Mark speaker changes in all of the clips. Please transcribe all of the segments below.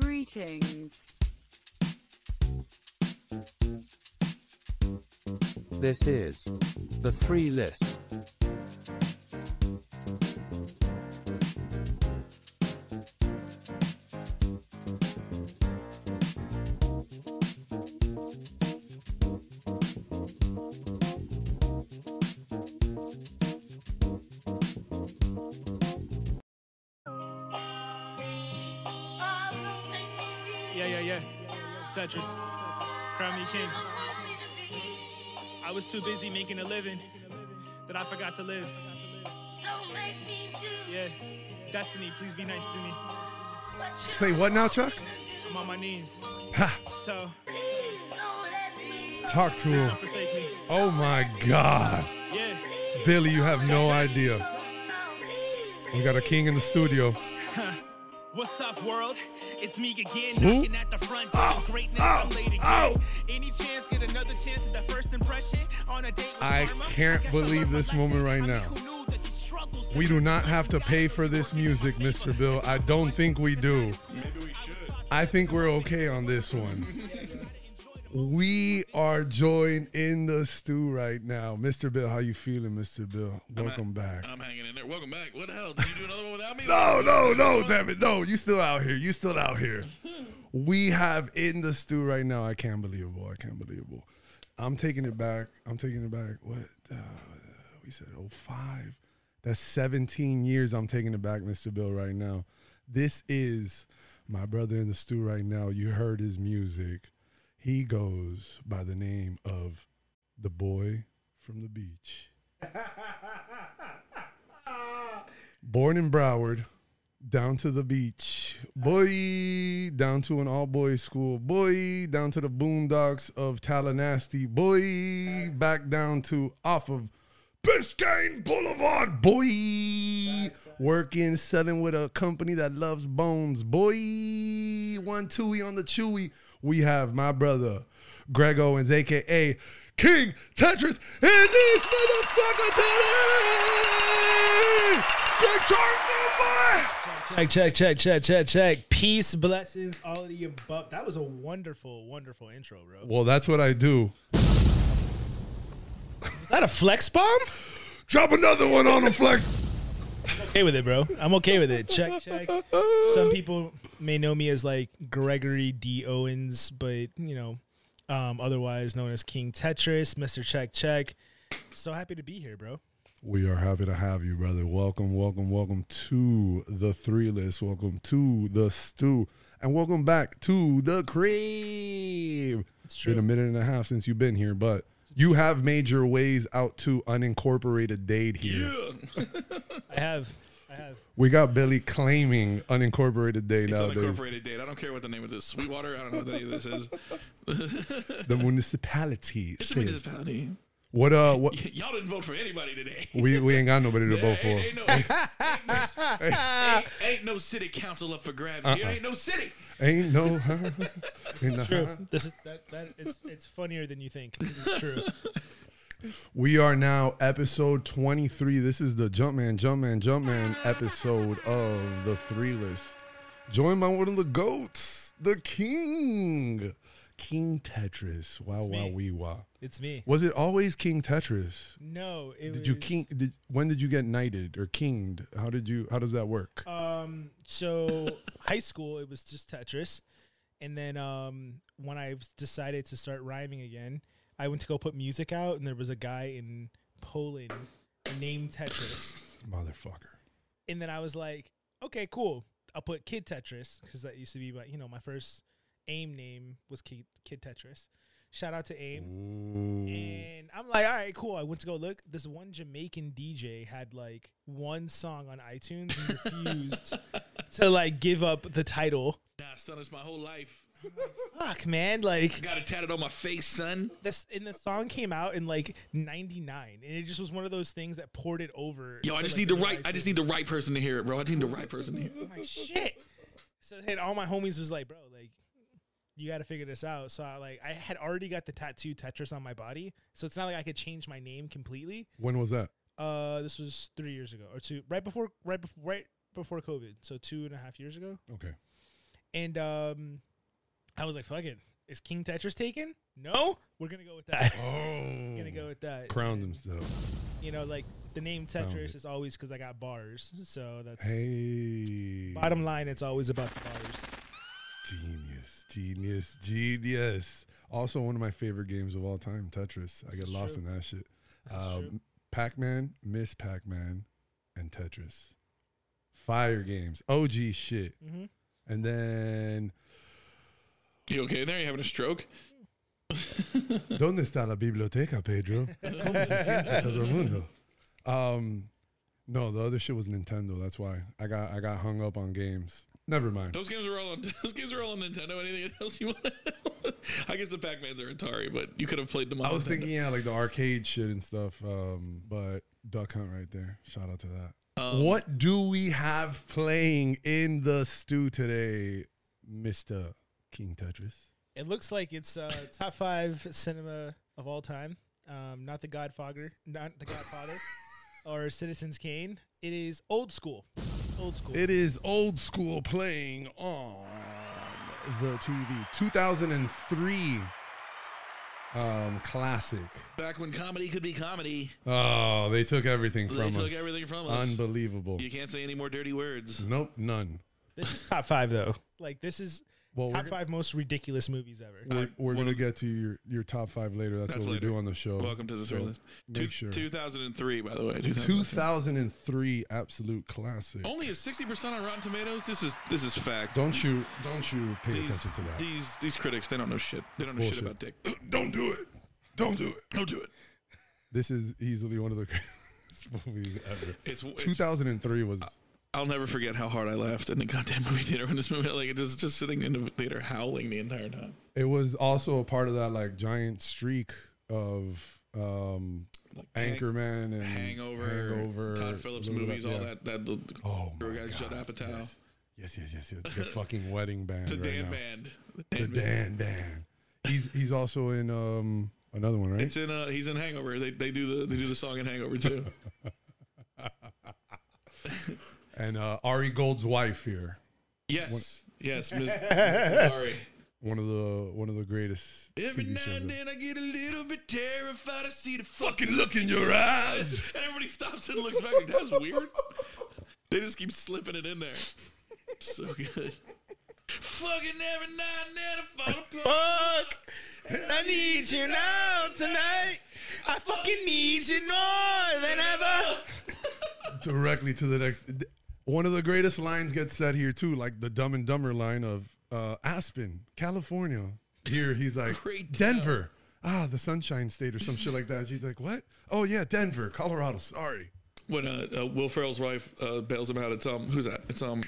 Speaker 1: Greetings.
Speaker 2: This is the free list.
Speaker 3: Yeah, yeah, yeah. Tetris. Crown me king. I was too busy making a living that I forgot to live. Yeah. Destiny, please be nice to me.
Speaker 4: Say what now, Chuck?
Speaker 3: I'm on my knees.
Speaker 4: Ha,
Speaker 3: So,
Speaker 4: talk to
Speaker 3: please
Speaker 4: him.
Speaker 3: don't forsake me.
Speaker 4: Oh my God.
Speaker 3: Yeah.
Speaker 4: Billy, you have no idea. We got a king in the studio.
Speaker 3: What's up, world? It's me again,
Speaker 4: Who?
Speaker 3: knocking at the front door.
Speaker 4: Oh,
Speaker 3: Greatness,
Speaker 4: oh,
Speaker 3: I'm late again.
Speaker 4: oh.
Speaker 3: Any chance, get another chance at the first impression on a date with
Speaker 4: I
Speaker 3: karma?
Speaker 4: can't
Speaker 3: guess I
Speaker 4: believe
Speaker 3: learned my
Speaker 4: this
Speaker 3: lesson.
Speaker 4: moment right
Speaker 3: I mean,
Speaker 4: now.
Speaker 3: who knew that these struggles
Speaker 4: We do not have to pay for this music, Mr. Bill. I don't think we do. I think we're okay on this one. We are joined in the stew right now. Mr. Bill, how you feeling, Mr. Bill? Welcome back.
Speaker 5: I'm hanging in there. Welcome back. What the hell? Did you do another one without me?
Speaker 4: No, no, no, damn it. No, you still out here. You still out here. We have in the stew right now. I can't believable. I can't believable. I'm taking it back. I'm taking it back. What uh, we said, oh five. That's 17 years. I'm taking it back, Mr. Bill, right now. This is my brother in the stew right now. You heard his music. He goes by the name of the boy from the beach. Born in Broward, down to the beach. Boy, down to an all boys school. Boy, down to the boondocks of Tallahassee. Boy, back down to off of Biscayne Boulevard. Boy, working, selling with a company that loves bones. Boy, one twoie on the chewy. We have my brother, Greg Owens, aka King Tetris, in this motherfucker today. Big turn, boy.
Speaker 6: Check, check, check, check, check, check. Peace, blessings, all of the above. That was a wonderful, wonderful intro, bro.
Speaker 4: Well, that's what I do.
Speaker 6: Is that a flex bomb?
Speaker 4: Drop another one on him, Flex.
Speaker 6: Okay with it, bro. I'm okay with it. Check, check. Some people may know me as like Gregory D. Owens, but you know, um, otherwise known as King Tetris, Mr. Check, check. So happy to be here, bro.
Speaker 4: We are happy to have you, brother. Welcome, welcome, welcome to the three list. Welcome to the stew. And welcome back to the crib.
Speaker 6: It's
Speaker 4: Been a
Speaker 6: true.
Speaker 4: minute and a half since you've been here, but you have made your ways out to unincorporated Dade here.
Speaker 5: Yeah.
Speaker 6: I have, I have.
Speaker 4: We got Billy claiming unincorporated Dade
Speaker 5: It's
Speaker 4: nowadays.
Speaker 5: unincorporated date. I don't care what the name of this. Sweetwater. I don't know what any of this is.
Speaker 4: The municipality.
Speaker 5: It's a
Speaker 4: says-
Speaker 5: municipality.
Speaker 4: What uh? What
Speaker 5: Y- y'all didn't vote for anybody today.
Speaker 4: we we ain't got nobody to vote for.
Speaker 5: ain't, ain't, no, ain't, no- ain't- ain't no city council up for grabs
Speaker 4: Uh-uh.
Speaker 5: here. Ain't no city.
Speaker 4: Ain't no. Ain't no-
Speaker 6: It's true. This is that that it's it's funnier than you think. It's true.
Speaker 4: We are now episode 23. This is the Jumpman, Jumpman, Jumpman episode of the Three List. Joined by one of the goats, the King, King Tetris. Wow,
Speaker 6: It's
Speaker 4: wow,
Speaker 6: me.
Speaker 4: wee, wow.
Speaker 6: It's me.
Speaker 4: Was it always King Tetris?
Speaker 6: No, it
Speaker 4: Did you
Speaker 6: was-
Speaker 4: king? Did, when did you get knighted or kinged? How did you? How does that work?
Speaker 6: Um, so high school, it was just Tetris, and then um, when I s- decided to start rhyming again, I went to go put music out, and there was a guy in Poland named Tetris,
Speaker 4: Motherfucker.
Speaker 6: and then I was like, okay, cool, I'll put Kid Tetris because that used to be my, you know, my first AIM name was Kid, Kid Tetris. Shout out to AIM. And I'm like, all right, cool. I went to go look. This one Jamaican DJ had like one song on iTunes and refused to like give up the title.
Speaker 5: Nah, son, it's my whole life.
Speaker 6: Fuck, man. Like
Speaker 5: Got it tatted on my face, son.
Speaker 6: this, and the song came out in like '99, and it just was one of those things that poured it over.
Speaker 5: Yo, I
Speaker 6: to,
Speaker 5: just
Speaker 6: like,
Speaker 5: need the
Speaker 6: new
Speaker 5: right. I just need the
Speaker 6: iTunes.
Speaker 5: right person to hear it, bro. I just need the right person to hear. it.
Speaker 6: I'm like shit. So then all my homies was like, bro, like you got to figure this out. So I like I had already got the tattoo Tetris on my body, so it's not like I could change my name completely.
Speaker 4: When was that?
Speaker 6: Uh, this was three years ago or two, right before, right before, right before COVID. So two and a half years ago,
Speaker 4: Okay.
Speaker 6: And um, I was like, fuck it. Is King Tetris taken? No, we're gonna go with that.
Speaker 4: Oh,
Speaker 6: gonna go with that.
Speaker 4: crowned himself.
Speaker 6: You know, like the name
Speaker 4: Found
Speaker 6: Tetris
Speaker 4: it.
Speaker 6: is always because I got bars. So that's
Speaker 4: Hey,
Speaker 6: bottom line. It's always about the bars.
Speaker 4: genius, genius, genius. Also, one of my favorite games of all time, Tetris. I
Speaker 6: This
Speaker 4: get
Speaker 6: is
Speaker 4: lost
Speaker 6: true.
Speaker 4: in that shit.
Speaker 6: This is true.
Speaker 4: Um, Pac Man, Miss Pac Man, and Tetris. Fire games, OG shit.
Speaker 6: Mhm.
Speaker 4: And then
Speaker 5: You okay there? You having a stroke?
Speaker 4: ¿Dónde está la biblioteca, Pedro? ¿Cómo se siente todo el mundo? Um, no, the other shit was Nintendo. That's why I got I got hung up on games. Never mind.
Speaker 5: Those games are all on. Those games are all on Nintendo. Anything else you want? I guess the Pac-Mans are Atari, but you could have played them. On
Speaker 4: I was
Speaker 5: Nintendo.
Speaker 4: thinking, yeah, like the arcade shit and stuff. Um, but Duck Hunt right there. Shout out to that.
Speaker 5: Um,
Speaker 4: what do we have playing in the stew today, Mister King Tetris?
Speaker 6: It looks like it's uh, top five cinema of all time. Um, not the Godfather, not the Godfather, or Citizens Kane. It is old school. Old school.
Speaker 4: It is old school playing on the TV. 2003 um, classic.
Speaker 5: back when comedy could be comedy.
Speaker 4: Oh, they took everything
Speaker 5: They
Speaker 4: from us.
Speaker 5: took everything from us.
Speaker 4: Unbelievable.
Speaker 5: You can't say any more dirty words.
Speaker 4: Nope, none.
Speaker 6: this is top five though. Like this is
Speaker 4: Well,
Speaker 6: top
Speaker 4: we're-
Speaker 6: five most ridiculous movies ever.
Speaker 4: We're, we're
Speaker 5: one
Speaker 4: going to
Speaker 5: of-
Speaker 4: get to your, your top five later. That's,
Speaker 5: That's
Speaker 4: what we do
Speaker 5: later.
Speaker 4: on the show.
Speaker 5: Welcome to the
Speaker 4: So
Speaker 5: third list.
Speaker 4: Make
Speaker 5: Two,
Speaker 4: sure.
Speaker 5: 2003, by the way. 2003.
Speaker 4: 2003 absolute classic.
Speaker 5: Only a 60 percent on Rotten Tomatoes. This is this is fact.
Speaker 4: Don't you don't you pay
Speaker 5: these,
Speaker 4: attention to that.
Speaker 5: these these critics, they don't know shit. They don't know shit
Speaker 4: bullshit.
Speaker 5: about dick. don't do it.
Speaker 4: Don't do it.
Speaker 5: Don't do it.
Speaker 4: This is easily one of the greatest movies ever.
Speaker 5: It's, Uh, it's
Speaker 4: 2003 was
Speaker 5: I'll never forget how hard I laughed in the goddamn movie theater when this movie like it just just sitting in the theater howling the entire time.
Speaker 4: it was also a part of that like giant streak of um
Speaker 5: Like
Speaker 4: Anchorman and
Speaker 5: Hang- Hangover,
Speaker 4: Hangover,
Speaker 5: Todd Phillips
Speaker 4: Little-
Speaker 5: movies, all
Speaker 4: yeah.
Speaker 5: that that little-
Speaker 4: Oh my
Speaker 5: Guys,
Speaker 4: God.
Speaker 5: Judd Apatow.
Speaker 4: Yes. yes, yes, yes, yes. The fucking wedding band.
Speaker 5: the
Speaker 4: right
Speaker 5: Dan
Speaker 4: now.
Speaker 5: band.
Speaker 4: The Dan Dan. He's he's also in um another one, right?
Speaker 5: It's in uh he's in Hangover. They, they do the they do the song in Hangover too.
Speaker 4: and uh, Ari Gold's wife here.
Speaker 5: Yes. Yes, Miss Mrs. Ari.
Speaker 4: One of the one of the greatest.
Speaker 5: Every
Speaker 4: TV
Speaker 5: now
Speaker 4: shows.
Speaker 5: and then I get a little bit terrified. I see the fucking look in your eyes. And everybody stops and looks back like that was weird. They just keep slipping it in there. So good. Fucking every now and then I fall apart.
Speaker 6: Fuck! I need you now tonight. I fucking need you more than ever.
Speaker 4: directly to the next. One of the greatest lines gets said here too, like the Dumb and Dumber line of uh, Aspen, California. Here he's like
Speaker 5: Great town.
Speaker 4: Denver, ah, the Sunshine State or some shit like that. She's like, what? Oh yeah, Denver, Colorado. Sorry.
Speaker 5: When uh, uh, Will Ferrell's wife uh, bails him out, it's um who's that? It's um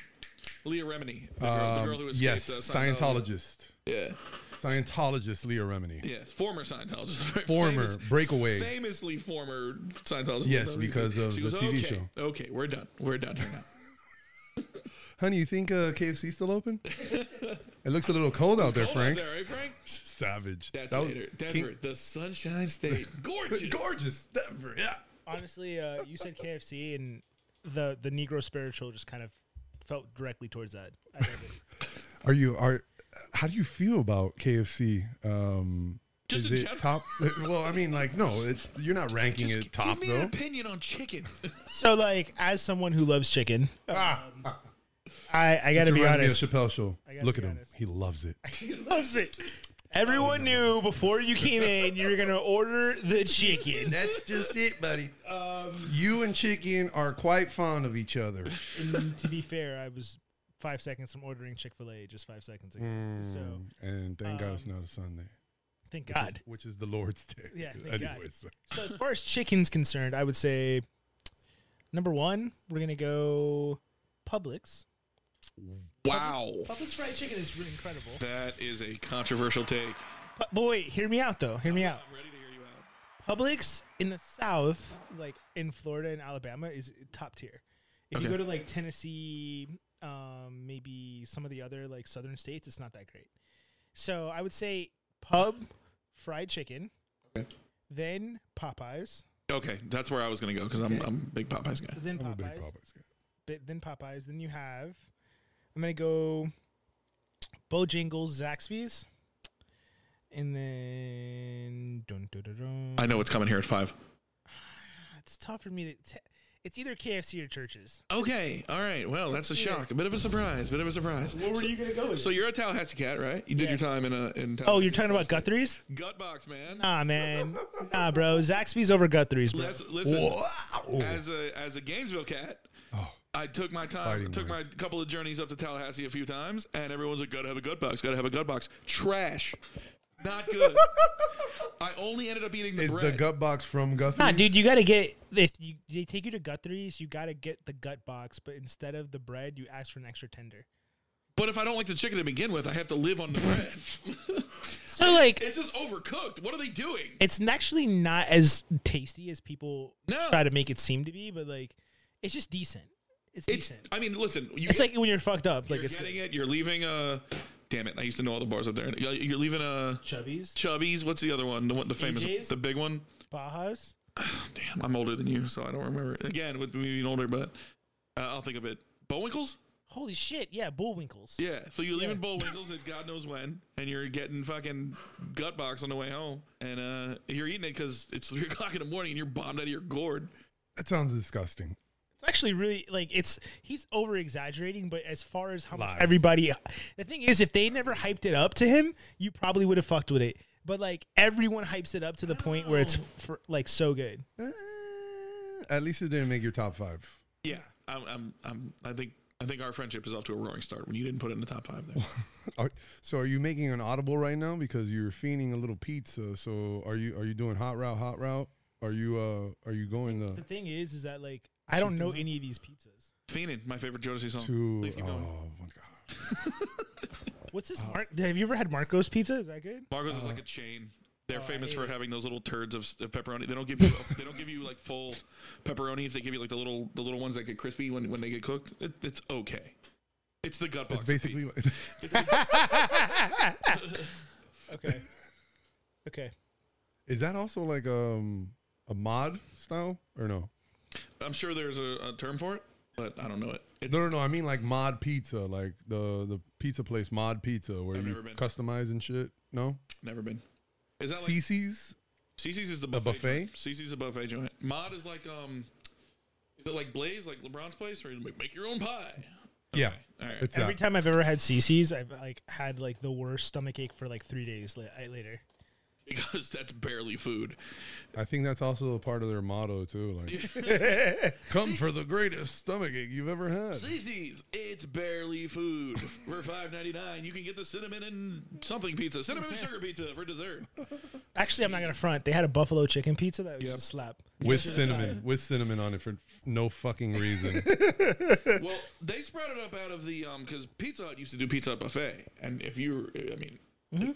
Speaker 5: Leah Remini, the girl, the girl who
Speaker 4: Um,
Speaker 5: escaped
Speaker 4: yes,
Speaker 5: uh,
Speaker 4: Scientologist,
Speaker 5: Yeah,
Speaker 4: Scientologist Leah Remini.
Speaker 5: yes, former Scientologist, Very
Speaker 4: Former
Speaker 5: famous-
Speaker 4: breakaway.
Speaker 5: famously former Scientologist.
Speaker 4: Yes, because of
Speaker 5: She
Speaker 4: the
Speaker 5: goes,
Speaker 4: TV
Speaker 5: okay,
Speaker 4: show."
Speaker 5: Okay, we're done. We're done here now.
Speaker 4: Honey, you think uh, KFC still open? it looks a little cold out there,
Speaker 5: Cold out
Speaker 4: Frank.
Speaker 5: there, right, Frank?
Speaker 4: Savage.
Speaker 5: That's
Speaker 4: That was-
Speaker 5: later.
Speaker 4: King-
Speaker 5: Denver, the Sunshine State. Gorgeous.
Speaker 4: gorgeous Denver. Yeah.
Speaker 6: Honestly, uh, you said KFC, and the the Negro spiritual just kind of felt directly towards that. I love it.
Speaker 4: Are you are? How do you feel about KFC? Um,
Speaker 5: Just
Speaker 4: is
Speaker 5: in
Speaker 4: it
Speaker 5: general?
Speaker 4: top? Well, I mean, like, no, it's you're not ranking
Speaker 5: Just
Speaker 4: it top
Speaker 5: give me an
Speaker 4: though.
Speaker 5: opinion on chicken.
Speaker 6: So, like, as someone who loves chicken, um, I, I gotta
Speaker 4: This Ah.
Speaker 6: be
Speaker 4: reminded me of
Speaker 6: honest.
Speaker 4: Chappelle show.
Speaker 6: gotta
Speaker 4: Look
Speaker 6: be
Speaker 4: at him.
Speaker 6: honest.
Speaker 4: He loves it.
Speaker 6: He loves it. Everyone knew before you came in you were gonna order the chicken.
Speaker 4: That's just it, buddy.
Speaker 5: Um,
Speaker 4: you and chicken are quite fond of each other.
Speaker 6: And to be fair, I was five seconds from ordering Chick Fil A just five seconds ago. So
Speaker 4: and thank God it's not a Sunday,
Speaker 6: thank Um, God.
Speaker 4: Mm. which is the Lord's day.
Speaker 6: Yeah, thank God.
Speaker 4: Anyways,
Speaker 6: So as far as chicken's concerned, I would say number one, we're gonna go Publix.
Speaker 5: wow.
Speaker 6: Publix fried chicken is really incredible.
Speaker 5: That is a controversial take.
Speaker 6: But, but wait, hear me out though. Hear me out.
Speaker 5: I'm ready to hear you out.
Speaker 6: Publix in the South, like in Florida and Alabama, is top tier. If you
Speaker 5: Okay.
Speaker 6: go to like Tennessee, um, maybe some of the other like southern states, it's not that great. So I would say pub, fried chicken,
Speaker 5: Okay.
Speaker 6: then Popeyes,
Speaker 5: Okay, that's where I was gonna go because I'm, I'm a big Popeyes guy.
Speaker 6: then
Speaker 4: I'm a big
Speaker 6: Popeyes,
Speaker 4: Popeyes guy.
Speaker 6: but then Popeyes. Then you have. I'm gonna go. Bojangles, Zaxby's, and then dun, dun, dun, dun.
Speaker 5: I know what's coming here at five.
Speaker 6: it's tough for me to. T- it's either KFC or churches.
Speaker 5: Okay, all right. Well, that's a shock. A bit of a surprise. Bit of a surprise. Where were so, you gonna go? With so you're a Tallahassee cat, right? You did your time in a in.
Speaker 6: Oh, you're talking about Guthrie's?
Speaker 5: gut box, man.
Speaker 6: Nah, man, nah, bro. Zaxby's over Guthrie's, bro.
Speaker 5: Let's- listen, as a as a Gainesville cat, I took my time,
Speaker 4: Fighting
Speaker 5: took
Speaker 4: words.
Speaker 5: my couple of journeys up to Tallahassee a few times, and everyone's like, "Gotta have a gut box, gotta have a gut box." Trash, not good. I only ended up eating the
Speaker 4: Is the
Speaker 5: bread.
Speaker 4: gut box from Guthrie?
Speaker 6: Nah, dude, you gotta get this. You, they take you to Guthrie's. You gotta get the gut box, but instead of the bread, you ask for an extra tender.
Speaker 5: but if I don't like the chicken to begin with, I have to live on the bread.
Speaker 6: So like,
Speaker 5: it's just overcooked. What are they doing?
Speaker 6: it's actually not as tasty as people
Speaker 5: No.
Speaker 6: try to make it seem to be, but like, it's just decent. It's,
Speaker 5: It's.
Speaker 6: decent.
Speaker 5: I mean, listen. You
Speaker 6: It's like when you're fucked up.
Speaker 5: you're
Speaker 6: Like it's
Speaker 5: getting
Speaker 6: good.
Speaker 5: it. You're leaving a. Damn it! I used to know all the bars up there. You're you're leaving a
Speaker 6: Chubby's,
Speaker 5: Chubby's. What's the other one? The one, the famous,
Speaker 6: AJ's?
Speaker 5: the big one.
Speaker 6: Baja's.
Speaker 5: Damn, I'm older than you, so I don't remember. Again, with me being older, but uh, I'll think of it. Bullwinkles?
Speaker 6: Holy shit! Yeah, Bullwinkles.
Speaker 5: Yeah. So you're leaving Bullwinkles at God knows when, and you're getting fucking gut box on the way home, and uh, you're eating it because it's three o'clock in the morning, and you're bombed out of your gourd.
Speaker 4: that sounds disgusting.
Speaker 6: It's actually really like it's he's over exaggerating, but as far as how
Speaker 4: Lies.
Speaker 6: much everybody, the thing is, if they never hyped it up to him, you probably would have fucked with it. But like everyone hypes it up to the point where it's
Speaker 5: Oh.
Speaker 6: for, like so good.
Speaker 4: Eh, At least it didn't make your top five.
Speaker 5: Yeah. I'm, I'm, I'm, I think, I think our friendship is off to a roaring start when you didn't put it in the top five. There.
Speaker 4: Are, so are you making an audible right now because you're fiending a little pizza? So are you are you doing hot route? Hot route? Are you uh are you going
Speaker 6: The
Speaker 4: to
Speaker 6: thing is, is that like I don't know any of these pizzas.
Speaker 5: Feenin, my favorite Jodeci song.
Speaker 4: to?
Speaker 5: Please keep
Speaker 4: Oh
Speaker 5: going.
Speaker 4: my god!
Speaker 6: What's
Speaker 5: Oh.
Speaker 6: this? Mar- have you ever had Marco's pizza? Is that good?
Speaker 5: Margot's is like a chain. They're famous
Speaker 6: hate
Speaker 5: for having those little turds of, of pepperoni. They don't give you they don't give you like full pepperonis. They give you like the little the little ones that get crispy when, when they get cooked. It, it's okay. It's the gut box.
Speaker 4: It's
Speaker 5: of
Speaker 4: basically
Speaker 5: pizza.
Speaker 4: what-
Speaker 6: Okay. okay.
Speaker 4: is that also like um a mod style or no?
Speaker 5: I'm sure there's a, a term for it, but I don't know it. It's
Speaker 4: No, no, no. I mean like mod pizza, like the the pizza place mod pizza where
Speaker 5: I've
Speaker 4: you
Speaker 5: never been.
Speaker 4: customize and shit. No,
Speaker 5: never been. Is that like
Speaker 4: CC's.
Speaker 5: Cece's is the buffet?
Speaker 4: buffet?
Speaker 5: joint. Cece's a buffet joint. Mod is like um, is it like Blaze like LeBron's place or you make make your own pie?
Speaker 4: Yeah,
Speaker 5: All right.
Speaker 4: it's
Speaker 6: Every
Speaker 4: that.
Speaker 6: time I've ever had CC's, I've like had like the worst stomach ache for like three days la- later.
Speaker 5: because that's barely food.
Speaker 4: I think that's also a part of their motto too. Like, come for the greatest stomach ache you've ever had.
Speaker 5: Cece's, it's barely food. For five ninety nine, you can get the cinnamon and something pizza, cinnamon and sugar pizza for dessert.
Speaker 6: Actually, I'm not gonna front. They had a buffalo chicken pizza that was just a slap.
Speaker 4: with cinnamon, with cinnamon on it for no fucking reason.
Speaker 5: Well, they sprouted up out of the um because Pizza Hut used to do Pizza Hut buffet, and if you, I mean,
Speaker 6: Mm-hmm.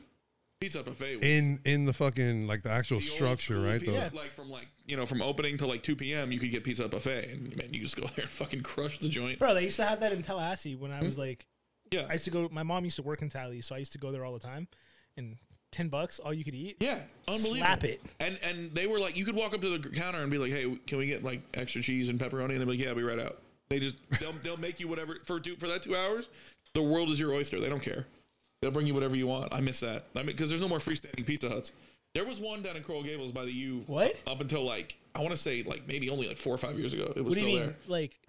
Speaker 5: Pizza Hut buffet was
Speaker 4: in in the fucking like the actual
Speaker 5: the old
Speaker 4: structure,
Speaker 5: school
Speaker 4: right?
Speaker 5: Pizza,
Speaker 4: The-
Speaker 5: Hut, Like from like you know from opening to like two p.m. you could get Pizza Hut buffet, and man, you just go there and fucking crush the joint.
Speaker 6: Bro, they used to have that in Tallahassee when I was like,
Speaker 5: Mm-hmm. Yeah,
Speaker 6: I used to go. My mom used to work in Tallahassee, so I used to go there all the time. And ten bucks, all you could eat.
Speaker 5: yeah, unbelievable.
Speaker 6: Slap it.
Speaker 5: And and they were like, you could walk up to the counter and be like, hey, can we get like extra cheese and pepperoni? And they'll be like, yeah, I'll be right out. They just they'll, they'll make you whatever for two for that two hours. The world is your oyster. They don't care. They'll bring you whatever you want. I miss that. I mean, because there's no more freestanding Pizza Huts. There was one down in Coral Gables by the U.
Speaker 6: What?
Speaker 5: Up until like I want to say like maybe only like four or five years ago. It was
Speaker 6: What do
Speaker 5: still
Speaker 6: you mean?
Speaker 5: there. Uh,
Speaker 6: Like,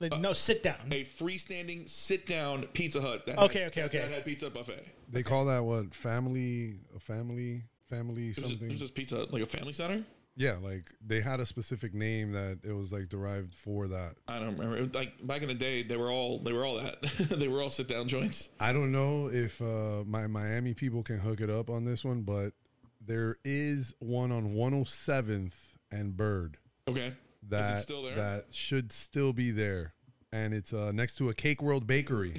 Speaker 6: like no, sit down.
Speaker 5: A freestanding sit down Pizza Hut. That
Speaker 6: Okay,
Speaker 5: had-
Speaker 6: okay,
Speaker 5: that-
Speaker 6: okay.
Speaker 5: That had pizza buffet.
Speaker 4: they call that what family, a family, family
Speaker 5: It was, just, it
Speaker 4: something.
Speaker 5: was just Pizza Hut, like a family center.
Speaker 4: yeah, like they had a specific name that it was like derived for that.
Speaker 5: I don't remember. It was, Like back in the day, they were all they were all that. they were all sit down joints.
Speaker 4: I don't know if uh, my Miami people can hook it up on this one, but there is one on 107th and Bird
Speaker 5: Okay.
Speaker 4: that
Speaker 5: still there?
Speaker 4: that should still be there, and it's uh, next to a Cake World Bakery,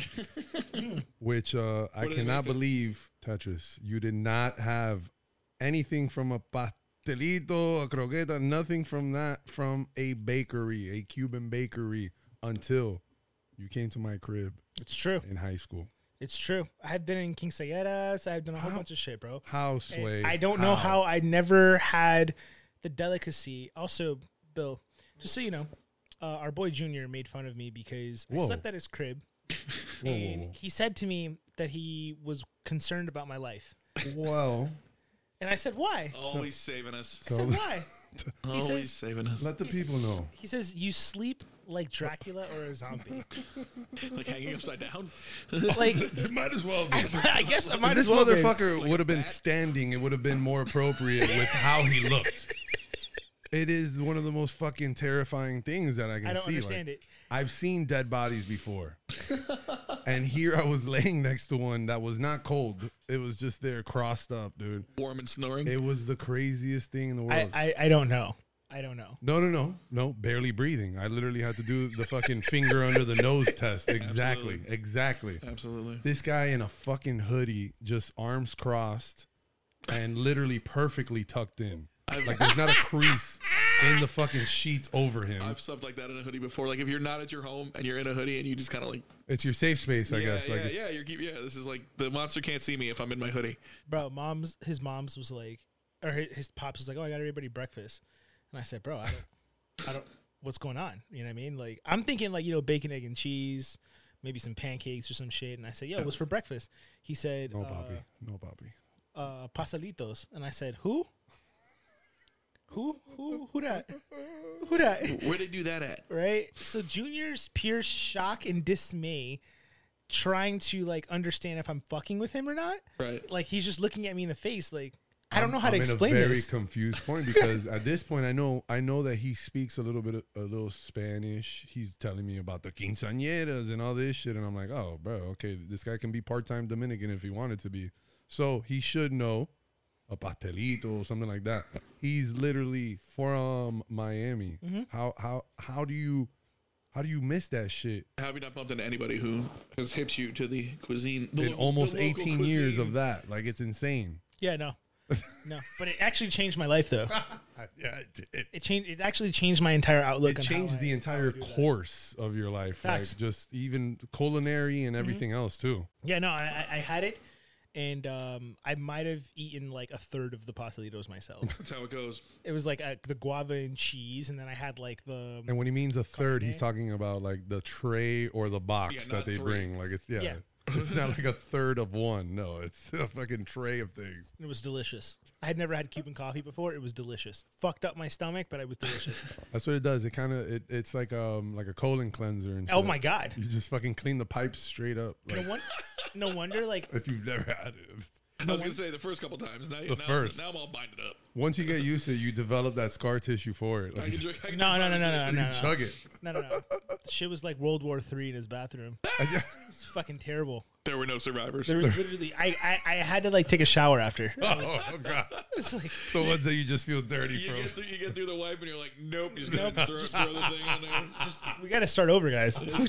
Speaker 4: which uh, I
Speaker 5: do they
Speaker 4: cannot
Speaker 5: make
Speaker 4: believe Tetris. You did not have anything from a pastelito, a croqueta, nothing from that from a bakery, a Cuban bakery, until you came to my crib
Speaker 6: It's true.
Speaker 4: in high school.
Speaker 6: It's true. I've been in Quinceañeras. I've done a whole bunch of shit, bro.
Speaker 4: How
Speaker 6: And
Speaker 4: sway?
Speaker 6: I don't know how I never had the delicacy. Also, Bill, just so you know, uh, our boy Junior made fun of me because I
Speaker 4: Whoa.
Speaker 6: slept at his crib.
Speaker 4: Whoa, whoa,
Speaker 6: and
Speaker 4: whoa.
Speaker 6: he said to me, that he was concerned about my life.
Speaker 4: Well,
Speaker 6: And I said, why?
Speaker 5: Always saving us.
Speaker 6: I said,
Speaker 4: So-
Speaker 6: why?
Speaker 5: Always
Speaker 6: says-
Speaker 5: saving us.
Speaker 4: let the people know.
Speaker 6: He says, you sleep like Dracula or a zombie.
Speaker 5: like hanging upside down.
Speaker 6: like,
Speaker 4: It might as well be.
Speaker 6: I guess I might
Speaker 4: this
Speaker 6: as well. be.
Speaker 4: motherfucker would have been standing. It would have been more appropriate with how he looked. It is one of the most fucking terrifying things that I can
Speaker 6: I don't
Speaker 4: see.
Speaker 6: understand
Speaker 4: like,
Speaker 6: it.
Speaker 4: I've seen dead bodies before, and here I was laying next to one that was not cold. It was just there, crossed up, dude.
Speaker 5: Warm and snoring.
Speaker 4: It was the craziest thing in the
Speaker 6: I,
Speaker 4: world.
Speaker 6: I, I don't know. I don't know.
Speaker 4: no, no, no, no. Barely breathing. I literally had to do the fucking finger under the nose test. Exactly,
Speaker 5: Absolutely.
Speaker 4: exactly.
Speaker 5: Absolutely.
Speaker 4: this guy in a fucking hoodie, just arms crossed and literally perfectly tucked in. Like there's not a crease in the fucking sheets over him.
Speaker 5: I've slept like that in a hoodie before. Like if you're not at your home and you're in a hoodie and you just kind of like,
Speaker 4: it's your safe space, I
Speaker 5: yeah,
Speaker 4: guess.
Speaker 5: yeah,
Speaker 4: Like it's,
Speaker 5: yeah, you're keep, yeah. This is like the monster can't see me if I'm in my hoodie.
Speaker 6: Bro, mom's, his mom's was like, or his, his pops was like, oh, I got everybody breakfast. And I said, bro, I don't, I don't, what's going on? You know what I mean? Like, I'm thinking like, you know, bacon, egg, and cheese, maybe some pancakes or some shit. And I said, yo, what's for breakfast? He said,
Speaker 4: no
Speaker 6: uh,
Speaker 4: Bobby, no Bobby.
Speaker 6: uh, pasalitos, and I said, "Who? Who? Who? Who that? Who that?"
Speaker 5: Where they do that at?
Speaker 6: Right. So Junior's pure shock and dismay, trying to like understand if I'm fucking with him or not.
Speaker 5: Right.
Speaker 6: Like he's just looking at me in the face, like I don't know how
Speaker 4: I'm
Speaker 6: to
Speaker 4: in
Speaker 6: explain
Speaker 4: a very
Speaker 6: this.
Speaker 4: confused point because at this point I know I know that he speaks a little bit of, a little Spanish. He's telling me about the quinceañeras and all this shit, and I'm like, oh, bro, okay, this guy can be part time Dominican if he wanted to be. So he should know a pastelito or something like that. He's literally from Miami.
Speaker 6: Mm-hmm.
Speaker 4: How how how do you how do you miss that shit
Speaker 5: Have you not bumped into anybody who has hips you to the cuisine? The
Speaker 4: in
Speaker 5: lo-
Speaker 4: almost
Speaker 5: the local
Speaker 4: 18 years
Speaker 5: cuisine?
Speaker 4: of that? Like it's insane.
Speaker 6: yeah, no, no. But it actually changed my life, though.
Speaker 4: Yeah, it did.
Speaker 6: It changed. It actually changed my entire outlook.
Speaker 4: it
Speaker 6: on how
Speaker 4: changed the
Speaker 6: I-
Speaker 4: entire course of your life
Speaker 6: Facts. Mm-hmm.
Speaker 4: like just even culinary and everything else too
Speaker 6: Yeah, no, I, I I had it, and um, I might have eaten like a third of the pasalitos myself.
Speaker 5: That's how it goes.
Speaker 6: it was like uh the guava and cheese, and then I had like the
Speaker 4: and when he means a third he's talking about like the tray or the box
Speaker 5: Yeah,
Speaker 4: that
Speaker 5: not
Speaker 4: they
Speaker 5: three.
Speaker 4: bring like it's yeah,
Speaker 6: Yeah.
Speaker 4: it's not like a third of one no it's a fucking tray of things
Speaker 6: it was delicious. I had never had Cuban coffee before. It was delicious. Fucked up my stomach, but it was delicious.
Speaker 4: that's what it does it kind of it, it's like um like a colon cleanser and
Speaker 6: oh
Speaker 4: shit.
Speaker 6: my god!
Speaker 4: you just fucking clean the pipes straight up
Speaker 6: No,
Speaker 4: like,
Speaker 6: won- no wonder, like
Speaker 4: if you've never had it
Speaker 5: I was gonna say the first couple times. Now, now,
Speaker 4: first.
Speaker 5: now I'm all binded up.
Speaker 4: once you get used to it you develop that scar tissue for it
Speaker 5: I
Speaker 4: like
Speaker 5: can drink, I can
Speaker 6: No,
Speaker 5: drink
Speaker 6: no,
Speaker 5: five
Speaker 6: no,
Speaker 5: or
Speaker 6: no,
Speaker 5: six.
Speaker 6: no,
Speaker 4: you
Speaker 6: no.
Speaker 4: chug it
Speaker 6: no, no, no. Shit was like World War Three in his bathroom. It's fucking terrible.
Speaker 5: There were no survivors.
Speaker 6: There was literally, I, I, I had to like take a shower after. It
Speaker 4: oh, oh god
Speaker 6: was like,
Speaker 4: the ones that you just feel dirty
Speaker 5: you
Speaker 4: from
Speaker 5: get, through, you get through the wipe and you're like, nope, you just gotta throw, throw the thing on there. Just,
Speaker 6: we got to start over, guys.
Speaker 5: I, need to,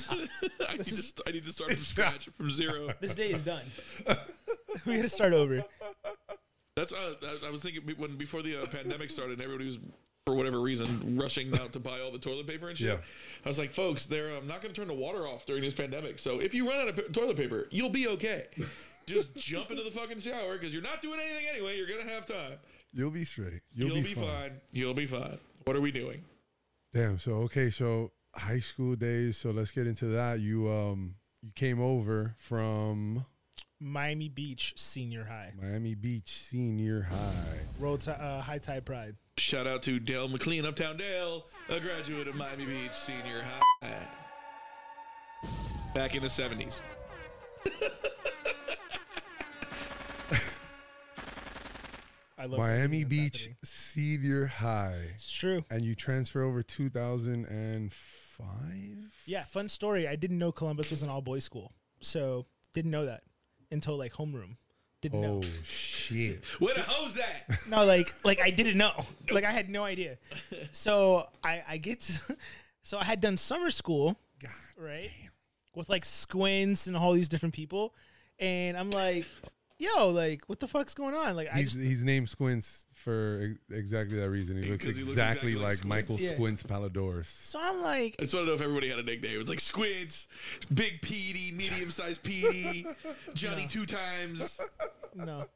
Speaker 5: st- I need to start from scratch, from zero.
Speaker 6: This day is done. we got to start over.
Speaker 5: That's uh, I, I was thinking be- when before the uh, pandemic started, everybody was for whatever reason rushing out to buy all the toilet paper and shit.
Speaker 4: Yeah.
Speaker 5: I was like, folks, they're um, not going to turn the water off during this pandemic. So if you run out of p- toilet paper, you'll be okay. Just jump into the fucking shower because you're not doing anything anyway. You're gonna have time.
Speaker 4: You'll be straight. You'll,
Speaker 5: You'll,
Speaker 4: be,
Speaker 5: be,
Speaker 4: fine.
Speaker 5: fine. You'll be fine. What are we doing?
Speaker 4: Damn. So okay. So high school days. So let's get into that. You um you came over from
Speaker 6: Miami Beach Senior High,
Speaker 4: Miami Beach Senior High.
Speaker 6: Road ti- uh, High Tide Pride.
Speaker 5: Shout out to Dale McLean, Uptown Dale, a graduate of Miami Beach Senior High. Back in the '70s.
Speaker 6: I love
Speaker 4: Miami
Speaker 6: everything that's
Speaker 4: Beach
Speaker 6: happening.
Speaker 4: Senior High,
Speaker 6: It's true.
Speaker 4: and you transfer over 2005.
Speaker 6: Yeah, fun story. I didn't know Columbus was an all boys school, so didn't know that until like homeroom. Didn't
Speaker 4: Oh
Speaker 6: know.
Speaker 4: shit.
Speaker 5: Where the hoes at?
Speaker 6: No, like like I didn't know. Like I had no idea. So I I get to, so I had done summer school, right, with like squints and all these different people, and I'm like, yo, like what the fuck's going on? Like I
Speaker 4: He's,
Speaker 6: just
Speaker 4: he's named Squints for ex- exactly that reason. He looks
Speaker 5: Because he
Speaker 4: exactly,
Speaker 5: looks exactly like
Speaker 4: like, Michael
Speaker 6: Squints. Yeah.
Speaker 4: Squints Palidors.
Speaker 6: so I'm like
Speaker 5: I just want to know if everybody had a nickname. It was like Squids, Big Petey, Medium Sized Petey, Johnny Two Times.
Speaker 6: no,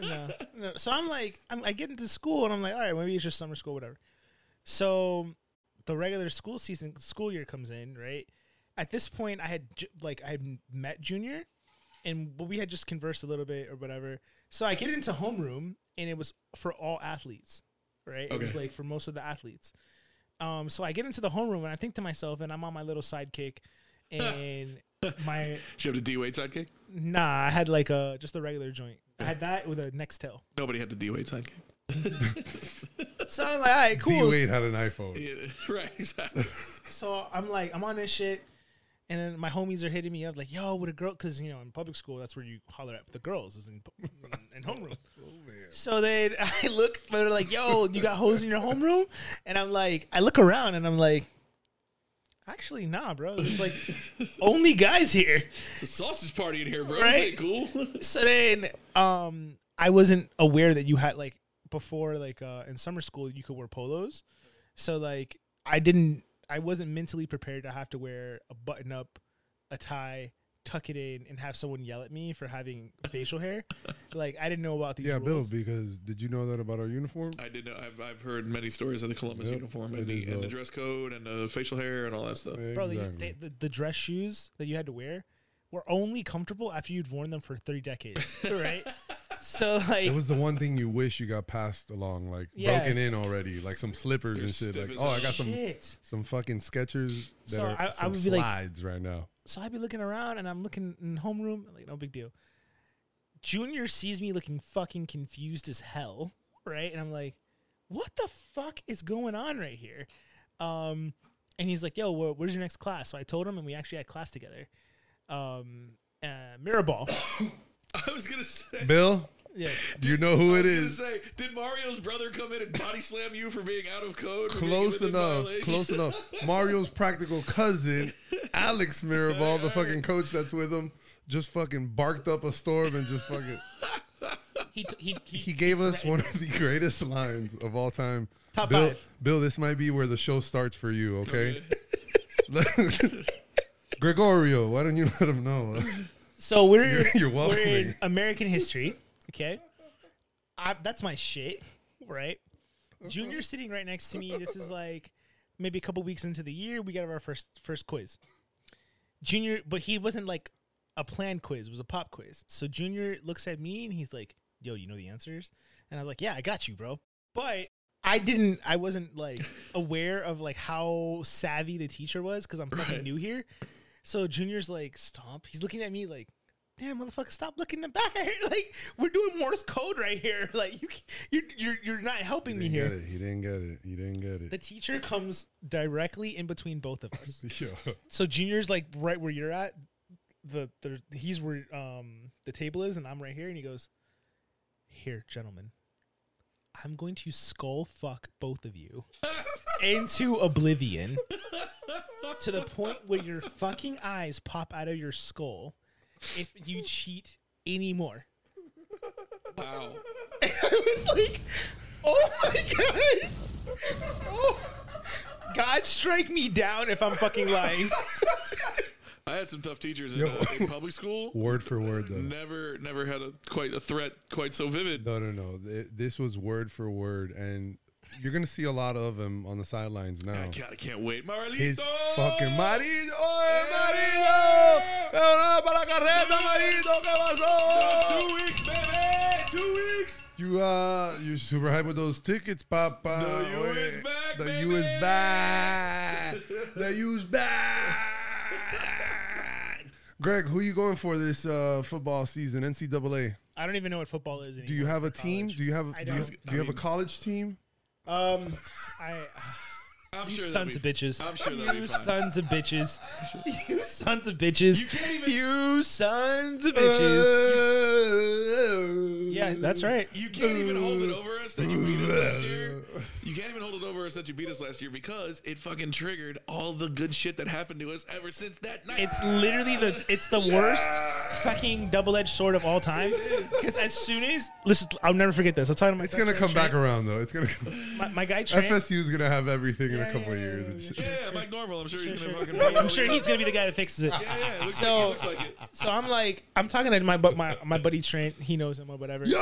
Speaker 6: no, no. So I'm like, I'm, I get into school and I'm like, all right, maybe it's just summer school, whatever. So the regular school season, school year comes in, right? At this point, I had ju- like I had met junior, and but we had just conversed a little bit or whatever. So I get into homeroom, and it was for all athletes, right? It was
Speaker 5: Okay.
Speaker 6: like for most of the athletes. Um, so I get into the homeroom, and I think to myself, and I'm on my little sidekick, and my
Speaker 5: She have the D Wade sidekick.
Speaker 6: nah, I had like a just a regular joint. I had that with a Nextel.
Speaker 5: Nobody had the D Wade sidekick.
Speaker 6: So I'm like, all right,
Speaker 4: D
Speaker 6: cool.
Speaker 4: Wade had an iPhone.
Speaker 5: Yeah, right, exactly.
Speaker 6: So I'm like, I'm on this shit. And then my homies are hitting me up like, yo, with a girl, because you know in public school that's where you holler at the girls is in in homeroom. So then I look, but they're like, yo, you got hoes in your homeroom? And I'm like, I look around and I'm like, actually, nah, bro. There's like only guys here.
Speaker 5: It's a sausage party in here, bro.
Speaker 6: Right?
Speaker 5: Right? cool?
Speaker 6: So then um, I wasn't aware that you had like before like uh, in summer school you could wear polos. So like I didn't, I wasn't mentally prepared to have to wear a button up, a tie, tuck it in, and have someone yell at me for having facial hair. Like I didn't know about these.
Speaker 4: Yeah, Bill,
Speaker 6: rules.
Speaker 4: because did you know that about our uniform?
Speaker 5: I did know. I've, I've heard many stories of the Columbus
Speaker 4: Yep,
Speaker 5: uniform
Speaker 4: it
Speaker 5: and the,
Speaker 4: is,
Speaker 5: and the
Speaker 4: uh,
Speaker 5: dress code and the facial hair and all that stuff.
Speaker 6: Bro, the-
Speaker 4: Exactly.
Speaker 6: the, the, the dress shoes that you had to wear were only comfortable after you'd worn them for three decades, right? So like,
Speaker 4: It was the one thing you wish you got passed along, like
Speaker 6: Yeah.
Speaker 4: broken in already, like some slippers
Speaker 5: They're
Speaker 4: and shit.
Speaker 5: stiff
Speaker 4: Like,
Speaker 5: as
Speaker 4: oh, I got some
Speaker 6: shit.
Speaker 4: some fucking Skechers that
Speaker 6: So
Speaker 4: are
Speaker 6: I- I
Speaker 4: some
Speaker 6: would be like-
Speaker 4: slides right now.
Speaker 6: So I'd be looking around and I'm looking in homeroom, like no big deal. Junior sees me looking fucking confused as hell, right? And I'm like, what the fuck is going on right here? Um, and he's like, yo, wh- where's your next class? So I told him, and we actually had class together. Um, uh, Mirrorball,
Speaker 5: I was gonna say.
Speaker 4: Bill,
Speaker 6: yeah.
Speaker 4: do you know who
Speaker 5: I
Speaker 4: it
Speaker 5: was gonna
Speaker 4: is?
Speaker 5: say, did Mario's brother come in and body slam you for being out of code? for being
Speaker 4: Close
Speaker 5: within
Speaker 4: enough.
Speaker 5: violation?
Speaker 4: Close enough. Mario's practical cousin, Alex Mirabal, the fucking coach that's with him, just fucking barked up a storm and just fucking.
Speaker 6: He, t- he, he
Speaker 4: He gave us one of the greatest lines of all time.
Speaker 6: Top
Speaker 4: Bill,
Speaker 6: five.
Speaker 4: Bill, this might be where the show starts for you, okay? Gregorio, why don't you let him know?
Speaker 6: So we're
Speaker 4: You're- you're
Speaker 6: we're in
Speaker 4: welcoming.
Speaker 6: American history. Okay, I, that's my shit, right? Junior sitting right next to me. This is like maybe a couple weeks into the year. We got our first first quiz. Junior, but he wasn't like a planned quiz. It was a pop quiz. So Junior looks at me and he's like, "Yo, you know the answers?" And I was like, "Yeah, I got you, bro." But I didn't. I wasn't like aware of like how savvy the teacher was because I'm fucking
Speaker 5: Right.
Speaker 6: new here. So Junior's like, "Stomp." He's looking at me like. Damn, motherfucker! Stop looking in the back. I hear like we're doing Morse code right here. Like you, you, you're, you're not
Speaker 4: He
Speaker 6: helping me
Speaker 4: didn't get
Speaker 6: here.
Speaker 4: it. He didn't get it. He didn't get it.
Speaker 6: The teacher comes directly in between both of us.
Speaker 4: Yo.
Speaker 6: So junior's like right where you're at. The, the he's where um the table is, and I'm right here. And he goes, "Here, gentlemen, I'm going to skull fuck both of you into oblivion to the point where your fucking eyes pop out of your skull if you cheat anymore."
Speaker 5: Wow.
Speaker 6: I was like, oh my god. Oh. God strike me down if I'm fucking lying.
Speaker 5: I had some tough teachers in,
Speaker 4: Yo.
Speaker 5: uh, in public school.
Speaker 4: Word for word, though.
Speaker 5: Never, never had a quite a threat quite so vivid.
Speaker 4: No, no, no. Th- This was word for word, and you're gonna see a lot of him on the sidelines now.
Speaker 5: God, I can't wait. Marilito!
Speaker 4: His fucking marido, oye, marido, Ahora para la carreta, marido, ¿qué pasó?
Speaker 5: Two weeks, baby! Two weeks!
Speaker 4: You uh, you super hype with those tickets, Papa.
Speaker 5: The U is
Speaker 4: Oye,
Speaker 5: back,
Speaker 4: The
Speaker 5: baby.
Speaker 4: U is back. The U is back. Greg, who you going for this uh, football season? NCAA.
Speaker 6: I don't even know what football is anymore.
Speaker 4: Do you have a team?
Speaker 6: College.
Speaker 4: Do you have?
Speaker 6: I
Speaker 4: Do you,
Speaker 6: don't.
Speaker 4: do you have a college team?
Speaker 6: Um, I
Speaker 5: I'm
Speaker 6: you
Speaker 5: sure
Speaker 6: sons of
Speaker 5: that'll be-
Speaker 6: bitches.
Speaker 5: I'm sure that'll
Speaker 6: you
Speaker 5: be fine.
Speaker 6: sons of bitches. You sons of bitches.
Speaker 5: You can't even-
Speaker 6: You sons of bitches. yeah, that's right.
Speaker 5: You can't even hold it over us that you beat us last year. You can't even hold it over us that you beat us last year because it fucking triggered all the good shit that happened to us ever since that night.
Speaker 6: It's literally the it's the worst fucking double edged sword of all time. Because as soon as listen, I'll never forget this. I'll talk to my
Speaker 4: It's gonna come back around though. It's gonna.
Speaker 6: My, my guy Trent.
Speaker 4: FSU is gonna have everything in a
Speaker 6: Yeah,
Speaker 4: couple of
Speaker 6: yeah,
Speaker 4: years and
Speaker 6: yeah,
Speaker 4: shit.
Speaker 5: yeah, Mike Norville. I'm sure he's gonna
Speaker 6: sure.
Speaker 5: fucking.
Speaker 6: I'm sure he's gonna be the guy that fixes it.
Speaker 5: Yeah, yeah, it looks
Speaker 6: So-
Speaker 5: like, it looks like it.
Speaker 6: So I'm like, I'm talking to my bu- my my buddy Trent. He knows him or whatever.
Speaker 4: Yo,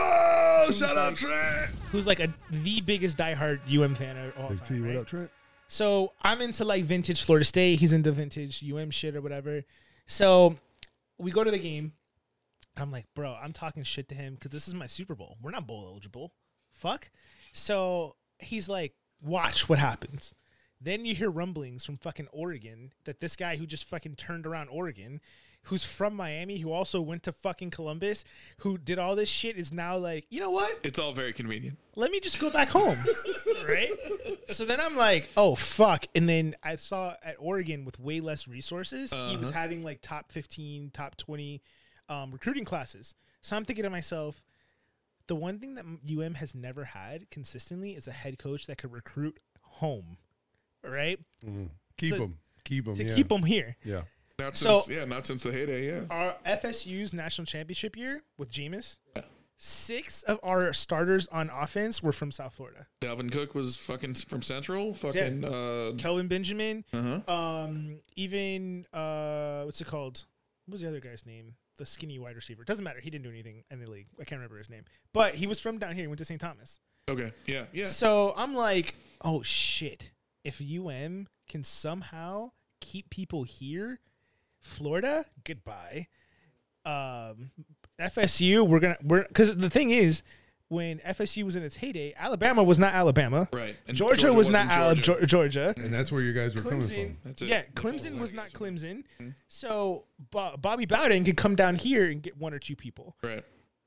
Speaker 4: shout out Trent.
Speaker 6: Who's like a the biggest diehard UM fan of all
Speaker 4: Big T,
Speaker 6: time.
Speaker 4: what
Speaker 6: right?
Speaker 4: up, Trent?
Speaker 6: So I'm into like vintage Florida State. He's into vintage UM shit or whatever. So we go to the game, And I'm like, bro, I'm talking shit to him because this is my Super Bowl. We're not bowl eligible. Fuck. So he's like, watch what happens. Then you hear rumblings from fucking Oregon that this guy who just fucking turned around Oregon, who's from Miami, who also went to fucking Columbus, who did all this shit, is now like, you know what?
Speaker 5: It's all very convenient.
Speaker 6: let me just go back home. right? So then I'm like, oh fuck. And then I saw at Oregon with way less resources, he was having like top 15, top 20 um, recruiting classes. So I'm thinking to myself, the one thing that UM has never had consistently is a head coach that could recruit home, right?
Speaker 4: Keep
Speaker 6: So-
Speaker 4: them. Keep them.
Speaker 6: To
Speaker 4: yeah.
Speaker 6: keep them here.
Speaker 4: Yeah.
Speaker 5: Not
Speaker 6: So-
Speaker 5: since yeah, not since the heyday. Yeah,
Speaker 6: Our FSU's national championship year with Jameis, six of our starters on offense were from South Florida.
Speaker 5: Dalvin Cook was fucking from Central. Fucking uh,
Speaker 6: Kelvin Benjamin,
Speaker 5: uh-huh.
Speaker 6: um even uh what's it called what was the other guy's name the skinny wide receiver doesn't matter he didn't do anything in the league i can't remember his name but he was from down here he went to st thomas
Speaker 5: okay, yeah, yeah.
Speaker 6: so i'm like oh shit if um can somehow keep people here florida goodbye um fsu we're gonna we're because the thing is when fsu was in its heyday alabama was not alabama
Speaker 5: Right. And
Speaker 6: georgia, was not
Speaker 5: wasn't
Speaker 6: Alab- Geor- georgia
Speaker 4: And that's where you guys were coming
Speaker 6: Clemson.
Speaker 4: from.
Speaker 5: That's it.
Speaker 6: Yeah, Clemson was not Clemson.
Speaker 5: Mm-hmm.
Speaker 6: So Bo- Bobby Bowden could come down here and get one or two people.
Speaker 5: Right.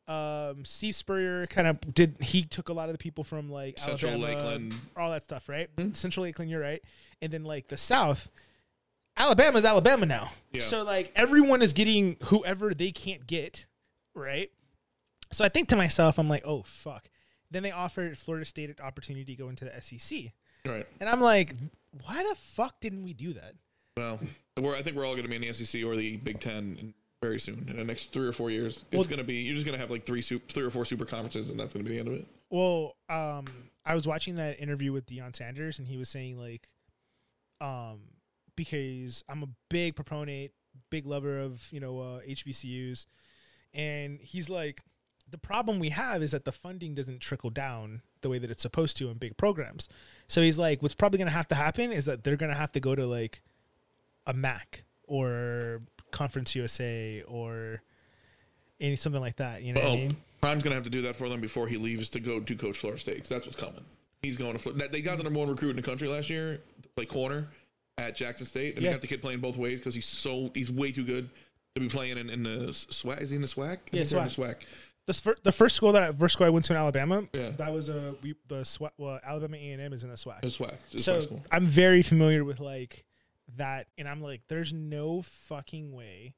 Speaker 6: Um, Steve Spurrier kind of did. He took a lot of the people from like
Speaker 5: Central
Speaker 6: Alabama,
Speaker 5: Lakeland. Mm-hmm.
Speaker 6: all that stuff, right? Central Lakeland, you're right. And then like the South, Alabama's Alabama now.
Speaker 5: Yeah.
Speaker 6: So like everyone is getting whoever they can't get, right? So I think to myself, I'm like, oh fuck. Then they offered Florida State an opportunity to go into the SEC,
Speaker 5: Right.
Speaker 6: and I'm like, why the fuck didn't we do that?
Speaker 5: Well, we're, I think we're all going to be in the SEC or the Big Ten in- very soon in the next three or four years.
Speaker 6: Well-
Speaker 5: it's going to be you're just going to have like three sup- three or four super conferences, and that's going to be the end of it.
Speaker 6: Well, um, I was watching that interview with Deion Sanders, and he was saying like, um, because I'm a big proponent, big lover of you know uh, HBCUs, and he's like, the problem we have is that the funding doesn't trickle down the way that it's supposed to in big programs. So he's like, what's probably gonna have to happen is that they're gonna have to go to like a MAC or Conference USA or any something like that. You know what I
Speaker 5: Oh,
Speaker 6: mean?
Speaker 5: Prime's going to have to do that for them before he leaves to go to coach Florida State. 'cause that's what's coming. He's going to Florida. They got the number one recruit in the country last year to play corner at Jackson State, and
Speaker 6: Yeah.
Speaker 5: they got the kid playing both ways because he's so he's way too good to be playing in, in the s- swag. Is he in the swag? I
Speaker 6: Yeah,
Speaker 5: think they're in the swag.
Speaker 6: the, fir- the first school that I, first school I went to in Alabama,
Speaker 5: Yeah.
Speaker 6: that was a we the SWAT. Well, Alabama A and M is in the SWAT,
Speaker 5: The swag. It's a
Speaker 6: so
Speaker 5: swag school.
Speaker 6: I'm very familiar with like that, and I'm like, there's no fucking way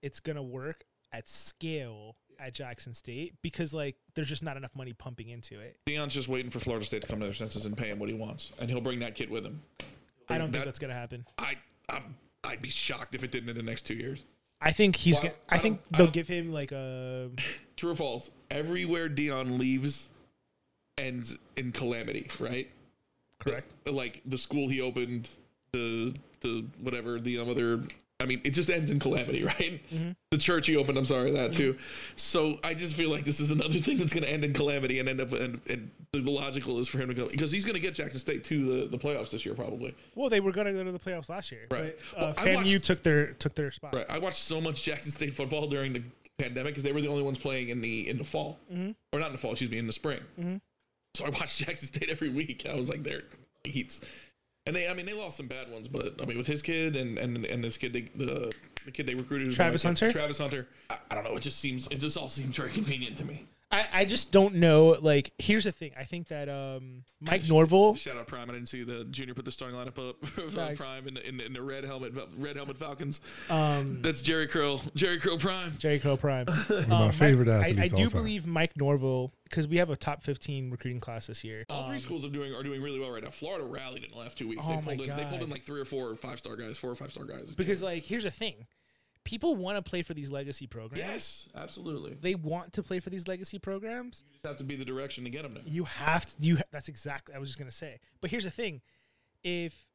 Speaker 6: it's gonna work at scale at Jackson State because like there's just not enough money pumping into it.
Speaker 5: Dion's just waiting for Florida State to come to their senses and pay him what he wants, and he'll bring that kid with him.
Speaker 6: I don't think
Speaker 5: that-
Speaker 6: that's gonna happen.
Speaker 5: I I'm, I'd be shocked if it didn't in the next two years.
Speaker 6: I think he's
Speaker 5: Well,
Speaker 6: gonna. I,
Speaker 5: I
Speaker 6: think
Speaker 5: don't- I
Speaker 6: they'll
Speaker 5: don't-
Speaker 6: give him like a.
Speaker 5: True or false? Everywhere Dion leaves ends in calamity, right?
Speaker 6: Correct.
Speaker 5: Like the school he opened, the the whatever the um, other. I mean, it just ends in calamity, right? The church he opened. I'm sorry, that too. So I just feel like this is another thing that's going to end in calamity and end up. And, and the logical is for him to go because he's going to get Jackson State to the, the playoffs this year, probably.
Speaker 6: Well, they were gonna go to the playoffs last year,
Speaker 5: Right.
Speaker 6: but
Speaker 5: Well,
Speaker 6: uh,
Speaker 5: I
Speaker 6: FAMU
Speaker 5: watched-
Speaker 6: took their took their spot.
Speaker 5: Right. I watched so much Jackson State football during the pandemic because they were the only ones playing in the in the fall,
Speaker 6: Mm-hmm.
Speaker 5: or not in the fall. Excuse me, in the spring. So I watched Jackson State every week. I was like, they're heats, and they. I mean, they lost some bad ones, but I mean, with his kid and and and this kid, they, the the kid they recruited, who's
Speaker 6: Travis
Speaker 5: my kid,
Speaker 6: Hunter?
Speaker 5: Travis Hunter. I, I don't know. It just seems. It just all seems very convenient to me.
Speaker 6: I, I just don't know. Like, here's the thing. I think that um, Mike Norville.
Speaker 5: Shout out Prime. I didn't see the junior put the starting lineup up for
Speaker 6: Facts.
Speaker 5: Prime in the, in, the, in the red helmet, red helmet Falcons.
Speaker 6: Um,
Speaker 5: That's Jerry Curl. Jerry Curl Prime.
Speaker 6: Jerry Crow Prime. um,
Speaker 4: One of my favorite
Speaker 6: I, I
Speaker 4: athletes. all
Speaker 6: do
Speaker 4: time.
Speaker 6: believe Mike Norville because we have a top 15 recruiting class this year. Um,
Speaker 5: All three schools are doing are doing really well right now. Florida rallied in the last two weeks.
Speaker 6: Oh
Speaker 5: they
Speaker 6: my
Speaker 5: pulled in they
Speaker 6: God.
Speaker 5: pulled in like three or four five star guys, four or five star guys.
Speaker 6: Because, like, here's the thing people want to play for these legacy programs.
Speaker 5: yes, absolutely.
Speaker 6: They want to play for these legacy programs.
Speaker 5: You just have to be the direction to get them there.
Speaker 6: You have to, you, that's exactly, I was just going to say. But here's the thing if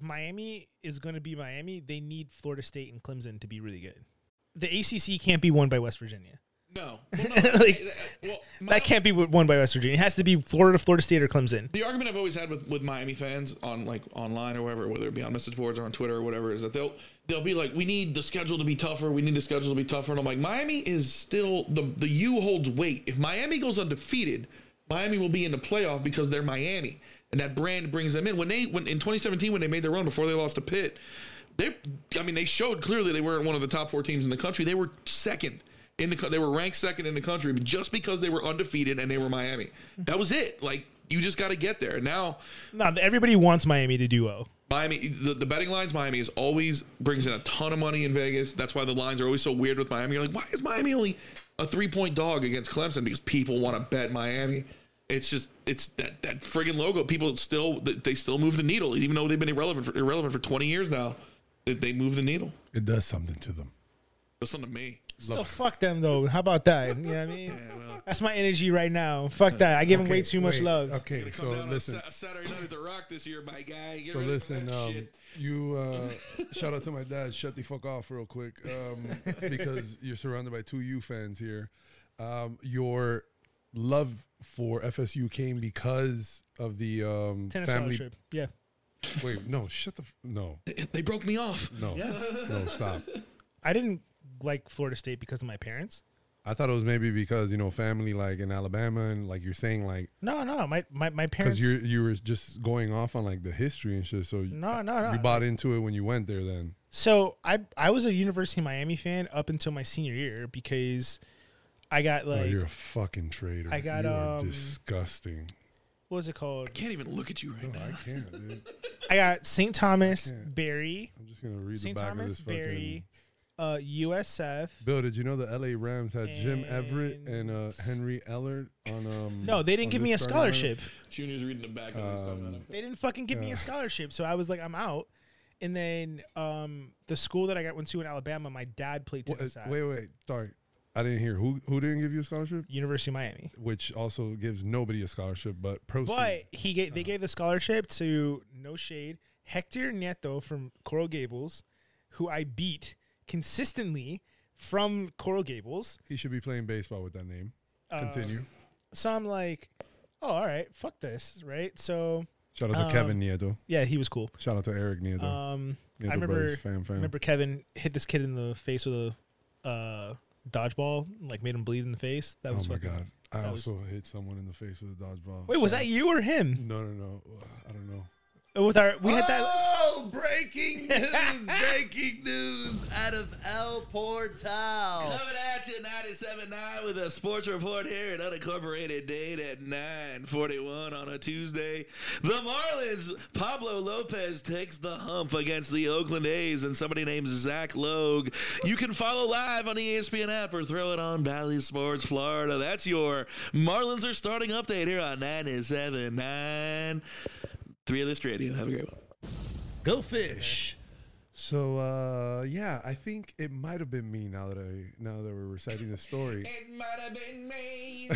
Speaker 6: Miami is going to be Miami, they need Florida State and Clemson to be really good. The ACC can't be won by West Virginia.
Speaker 5: No. Well, no.
Speaker 6: Like,
Speaker 5: well, my-
Speaker 6: That can't be won by West Virginia. It has to be Florida, Florida State, or Clemson.
Speaker 5: the argument I've always had with, with Miami fans on like online or whatever, whether it be on message boards or on Twitter or whatever, is that they'll they'll be like, we need the schedule to be tougher, we need the schedule to be tougher, and I'm like, Miami is still the the U holds weight. If Miami goes undefeated, Miami will be in the playoff because they're Miami, and that brand brings them in. When they when in 2017 when they made their run before they lost to Pitt, they I mean they showed clearly they weren't one of the top four teams in the country. They were second in the co- they were ranked second in the country just because they were undefeated and they were Miami. That was it. Like you just got to get there. Now
Speaker 6: No, everybody wants Miami to do well.
Speaker 5: Miami, the, the betting lines Miami is always brings in a ton of money in Vegas. That's why the lines are always so weird with Miami. You're like, why is Miami only a three point dog against Clemson? Because people want to bet Miami. It's just it's that that friggin' logo. People still they still move the needle, even though they've been irrelevant for, irrelevant for 20 years now. They, they move the needle.
Speaker 4: It does something to them.
Speaker 5: That's not to me.
Speaker 6: Still, fuck them though. How about that? You know what I mean? That's my energy right now. Fuck that. I give them way
Speaker 4: Okay,
Speaker 6: too much
Speaker 4: wait,
Speaker 6: love.
Speaker 4: Okay, so listen.
Speaker 5: Saturday night at the Rock this year, my guy.
Speaker 4: So listen, um, you uh, shout out to my dad. Shut the fuck off real quick, um, because you're surrounded by two U fans here. Um, your love for FSU came because of the um,
Speaker 6: Tennis
Speaker 4: family.
Speaker 6: scholarship. Yeah.
Speaker 4: Wait, no, shut the f- no,
Speaker 5: they broke me off.
Speaker 4: no, no, stop.
Speaker 6: I didn't like Florida State because of my parents.
Speaker 4: I thought it was maybe because you know family like in Alabama and like you're saying like
Speaker 6: No, no. My my, my
Speaker 4: because
Speaker 6: parents.
Speaker 4: you you were just going off on like the history and shit. So you-
Speaker 6: No, no, no.
Speaker 4: you bought into it when you went there. Then
Speaker 6: So I I was a University of Miami fan up until my senior year because I got
Speaker 4: oh,
Speaker 6: like
Speaker 4: you're a fucking traitor.
Speaker 6: I got,
Speaker 4: you are
Speaker 6: um,
Speaker 4: disgusting.
Speaker 6: what was it called?
Speaker 5: Can't even look at you right now.
Speaker 4: I can't, dude.
Speaker 6: I got St. Thomas, Barry,
Speaker 4: I'm just gonna read
Speaker 6: St.
Speaker 4: the back
Speaker 6: Thomas,
Speaker 4: of this fucking.
Speaker 6: Barry, uh, USF.
Speaker 4: Bill, did you know the L.A. Rams had Jim Everett and uh,
Speaker 6: And-
Speaker 4: Henry Ellard on? Um,
Speaker 6: No, they
Speaker 4: on
Speaker 6: didn't give
Speaker 4: this
Speaker 6: me a
Speaker 4: starting lineup?
Speaker 6: scholarship.
Speaker 5: Junior's reading the back of his
Speaker 4: Um,
Speaker 6: They didn't fucking give me
Speaker 4: Yeah.
Speaker 6: a scholarship. So I was like, I'm out. And then um, the school that I got went to in Alabama, my dad played
Speaker 4: Wha- uh,
Speaker 6: tennis at.
Speaker 4: Wait, wait, sorry, I didn't hear who who didn't give you a scholarship,
Speaker 6: University of Miami.
Speaker 4: which also gives nobody a scholarship, but proceed.
Speaker 6: But he gave,
Speaker 4: Uh-huh.
Speaker 6: they gave the scholarship to no shade Hector Nieto from Coral Gables, who I beat consistently from Coral Gables.
Speaker 4: he should be playing baseball with that name.
Speaker 6: Uh,
Speaker 4: Continue.
Speaker 6: So I'm like, oh, all right, fuck this, right? So
Speaker 4: Shout
Speaker 6: um,
Speaker 4: out to Kevin Nieto.
Speaker 6: yeah, he was cool.
Speaker 4: Shout out to Eric Nieto.
Speaker 6: Um,
Speaker 4: Nieto
Speaker 6: I remember
Speaker 4: brothers, fam, fam.
Speaker 6: remember Kevin hit this kid in the face with a uh, dodgeball, and, like made him bleed in the face. That
Speaker 4: oh
Speaker 6: was
Speaker 4: my
Speaker 6: fucking-
Speaker 4: god, I
Speaker 6: that was-
Speaker 4: also hit someone in the face with a dodgeball.
Speaker 6: Wait, was
Speaker 4: Shout-
Speaker 6: that you or him?
Speaker 4: No, no, no. I don't know.
Speaker 6: With our we had that.
Speaker 1: Oh, breaking news! breaking news out of El Portal.
Speaker 5: Coming at you 97.9 with a sports report here at Unincorporated Date at 9.41 on a Tuesday. The Marlins, Pablo Lopez takes the hump against the Oakland A's and somebody named Zach Logue. You can follow live on E the ESPN app or throw it on Valley Sports Florida. That's your Marlins are starting update here on 97.9. Three List Radio. Have a great one.
Speaker 1: Go fish.
Speaker 4: So uh, yeah, I think it might have been me now that I now that we're reciting the story.
Speaker 5: It might have been me.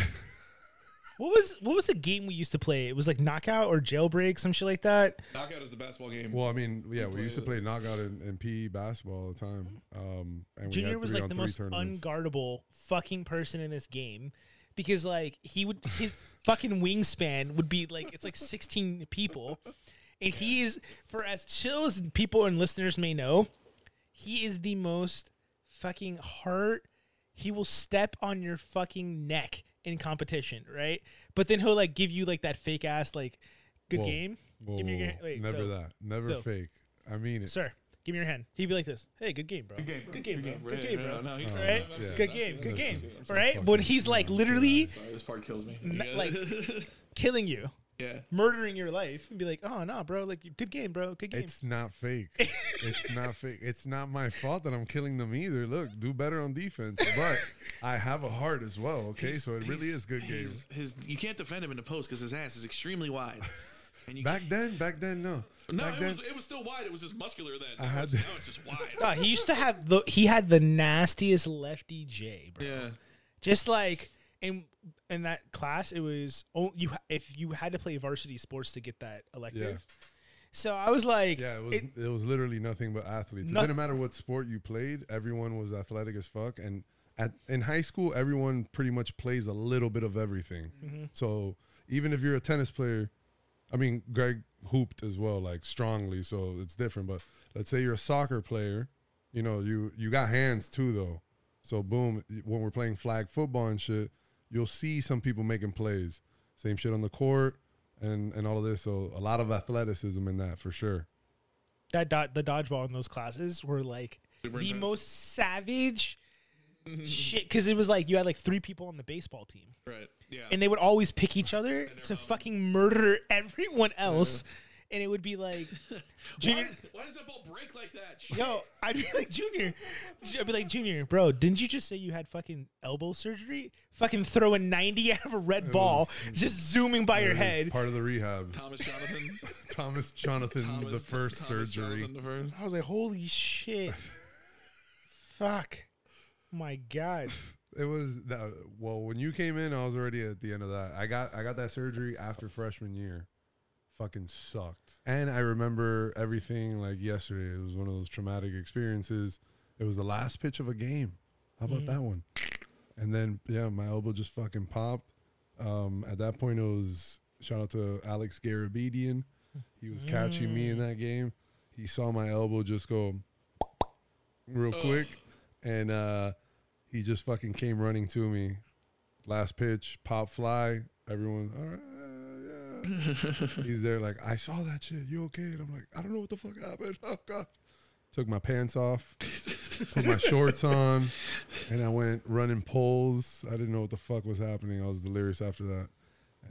Speaker 6: What was what was the game we used to play? It was like knockout or jailbreak, some shit like that.
Speaker 5: Knockout is the basketball game.
Speaker 4: Well, I mean, yeah, we used to play knockout in, in PE E basketball all the time. Um, and we
Speaker 6: Junior
Speaker 4: had
Speaker 6: was
Speaker 4: three
Speaker 6: like
Speaker 4: on
Speaker 6: the
Speaker 4: three
Speaker 6: most
Speaker 4: tournaments.
Speaker 6: unguardable fucking person in this game because like he would his fucking wingspan would be like it's like 16 people and he is for as chill as people and listeners may know, he is the most fucking hard he will step on your fucking neck in competition, right? But then he'll like give you like that fake ass like good
Speaker 4: Whoa.
Speaker 6: game.
Speaker 4: Whoa,
Speaker 6: give me
Speaker 4: whoa,
Speaker 6: your
Speaker 4: whoa.
Speaker 6: game. Wait,
Speaker 4: never
Speaker 6: go.
Speaker 4: that, never
Speaker 6: Go.
Speaker 4: fake. I mean it.
Speaker 6: sir, give me your hand. He'd be like this. Hey, good game, bro. Good game, good game, bro. Good game, bro.
Speaker 5: No, he's
Speaker 6: Right?
Speaker 4: I've seen
Speaker 6: Good
Speaker 4: it,
Speaker 6: game, good
Speaker 4: I've
Speaker 6: game.
Speaker 4: seen it, I've seen it.
Speaker 6: Right?
Speaker 4: Fuck
Speaker 6: When
Speaker 4: it.
Speaker 6: he's like literally
Speaker 5: Sorry, this part kills me.
Speaker 6: Ma-
Speaker 5: You
Speaker 6: like-
Speaker 5: guys-
Speaker 6: killing you,
Speaker 5: yeah.
Speaker 6: murdering your life, and be like, oh, no, bro, like, good game, bro. Good game.
Speaker 4: It's not fake. it's not fake. It's not my fault that I'm killing them either. Look, do better on defense. But I have a heart as well. Okay, so it really
Speaker 5: He's-
Speaker 4: is good game.
Speaker 5: he's- His you can't defend him in the post because his ass is extremely wide. And you
Speaker 4: Back then, back then, no.
Speaker 5: no,
Speaker 4: back
Speaker 5: it
Speaker 4: then,
Speaker 5: was it was still wide. It was just muscular then.
Speaker 4: had
Speaker 5: now, it's,
Speaker 4: to-
Speaker 5: now it's just wide.
Speaker 6: Nah, he used to have the, he had the nastiest lefty J, bro.
Speaker 5: yeah.
Speaker 6: Just like, in, in that class, it was, only, you ha- if you had to play varsity sports to get that elective. So I was like,
Speaker 4: Yeah, it was,
Speaker 6: it-
Speaker 4: it, was literally nothing but athletes. it
Speaker 6: Noth-
Speaker 4: didn't matter what sport you played, everyone was athletic as fuck. And at in high school, everyone pretty much plays a little bit of everything.
Speaker 6: Mm-hmm.
Speaker 4: So even if you're a tennis player, I mean, Greg hooped as well, like strongly, so it's different. But let's say you're a soccer player, you know, you you got hands too, though. So boom, when we're playing flag football and shit, you'll see some people making plays, same shit on the court, and and all of this. So a lot of athleticism in that for sure.
Speaker 6: that do- the dodgeball in those classes were like
Speaker 5: Super
Speaker 6: the
Speaker 5: intense.
Speaker 6: most savage shit because it was like you had like three people on the baseball team
Speaker 5: Right. Yeah.
Speaker 6: and they would always pick each other to
Speaker 5: own.
Speaker 6: fucking murder everyone else and it would be like junior
Speaker 5: why, why does that ball break like that?
Speaker 6: yo i'd be like junior i'd be like junior bro didn't you just say you had fucking elbow surgery fucking throw a 90 out of a red ball just zooming by your
Speaker 4: It is
Speaker 6: head
Speaker 4: Part of the rehab.
Speaker 5: Thomas Jonathan.
Speaker 4: Thomas Jonathan,
Speaker 5: Thomas,
Speaker 4: the first
Speaker 5: Thomas
Speaker 4: surgery.
Speaker 5: Jonathan the first.
Speaker 6: i was like holy shit fuck my god
Speaker 4: It was that. Well, when you came in, I was already at the end of that. I got I got that surgery after freshman year. Fucking sucked. And I remember everything like yesterday. It was one of those traumatic experiences. It was the last pitch of a game. How about that one? And then yeah, my elbow just fucking popped. Um, at that point, it was shout out to Alex Garabedian. He was catching me in that game. He saw my elbow just go real quick, and uh, he just fucking came running to me. Last pitch, pop fly. Everyone, all right, yeah. He's there like, I saw that shit. You okay? And I'm like, I don't know what the fuck happened. Oh god. Took my pants off, put my shorts on, and I went running poles. I didn't know what the fuck was happening. I was delirious after that.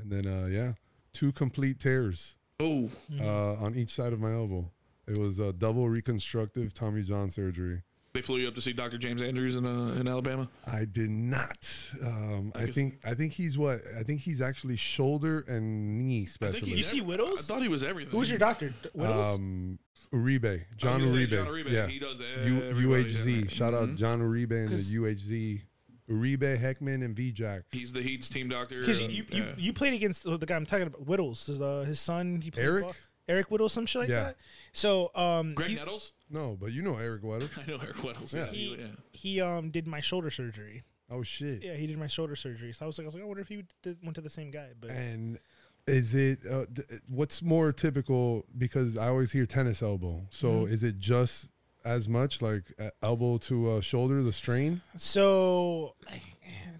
Speaker 4: And then, uh, yeah, two complete tears
Speaker 5: Oh,
Speaker 4: uh, on each side of my elbow. It was a double reconstructive Tommy John surgery.
Speaker 5: they flew you up to see Dr. James Andrews in uh, in Alabama.
Speaker 4: I did not. Um, I,
Speaker 5: guess-
Speaker 4: think I think he's what I think he's actually shoulder and knee specialist.
Speaker 5: he's
Speaker 6: You see
Speaker 5: ev-
Speaker 6: Whittles?
Speaker 5: I thought he was everything.
Speaker 6: Who's your doctor? D- Widows?
Speaker 4: um, Uribe, John
Speaker 5: gonna say
Speaker 4: Uribe,
Speaker 5: John Uribe.
Speaker 4: yeah,
Speaker 5: He does
Speaker 4: U-
Speaker 5: everybody,
Speaker 4: UHZ.
Speaker 5: yeah.
Speaker 4: Shout out John Uribe and the
Speaker 6: 'Cause-
Speaker 4: UHZ, Uribe Heckman and VJack.
Speaker 5: He's the Heat's team doctor.
Speaker 6: Because
Speaker 5: and-
Speaker 6: you, you,
Speaker 5: yeah.
Speaker 6: you played against the guy I'm talking about, Whittles, his, uh, his son. He played
Speaker 4: Eric?
Speaker 6: ball- Eric Whittles, some shit like
Speaker 4: Yeah.
Speaker 6: that. So um,
Speaker 5: Greg
Speaker 6: he,
Speaker 5: Nettles.
Speaker 4: No, but you know Eric Weddle.
Speaker 5: I know Eric Weddles.
Speaker 4: Yeah.
Speaker 5: Yeah.
Speaker 6: he,
Speaker 5: yeah.
Speaker 6: he um did my shoulder surgery.
Speaker 4: Oh shit!
Speaker 6: Yeah, he did my shoulder surgery. So I was like, I was like, I wonder if he did, went to the same guy. But
Speaker 4: And is it uh, th- what's more typical? Because I always hear tennis elbow. So
Speaker 5: Mm-hmm.
Speaker 4: is it just as much like uh, elbow to uh, shoulder the strain?
Speaker 6: so eh,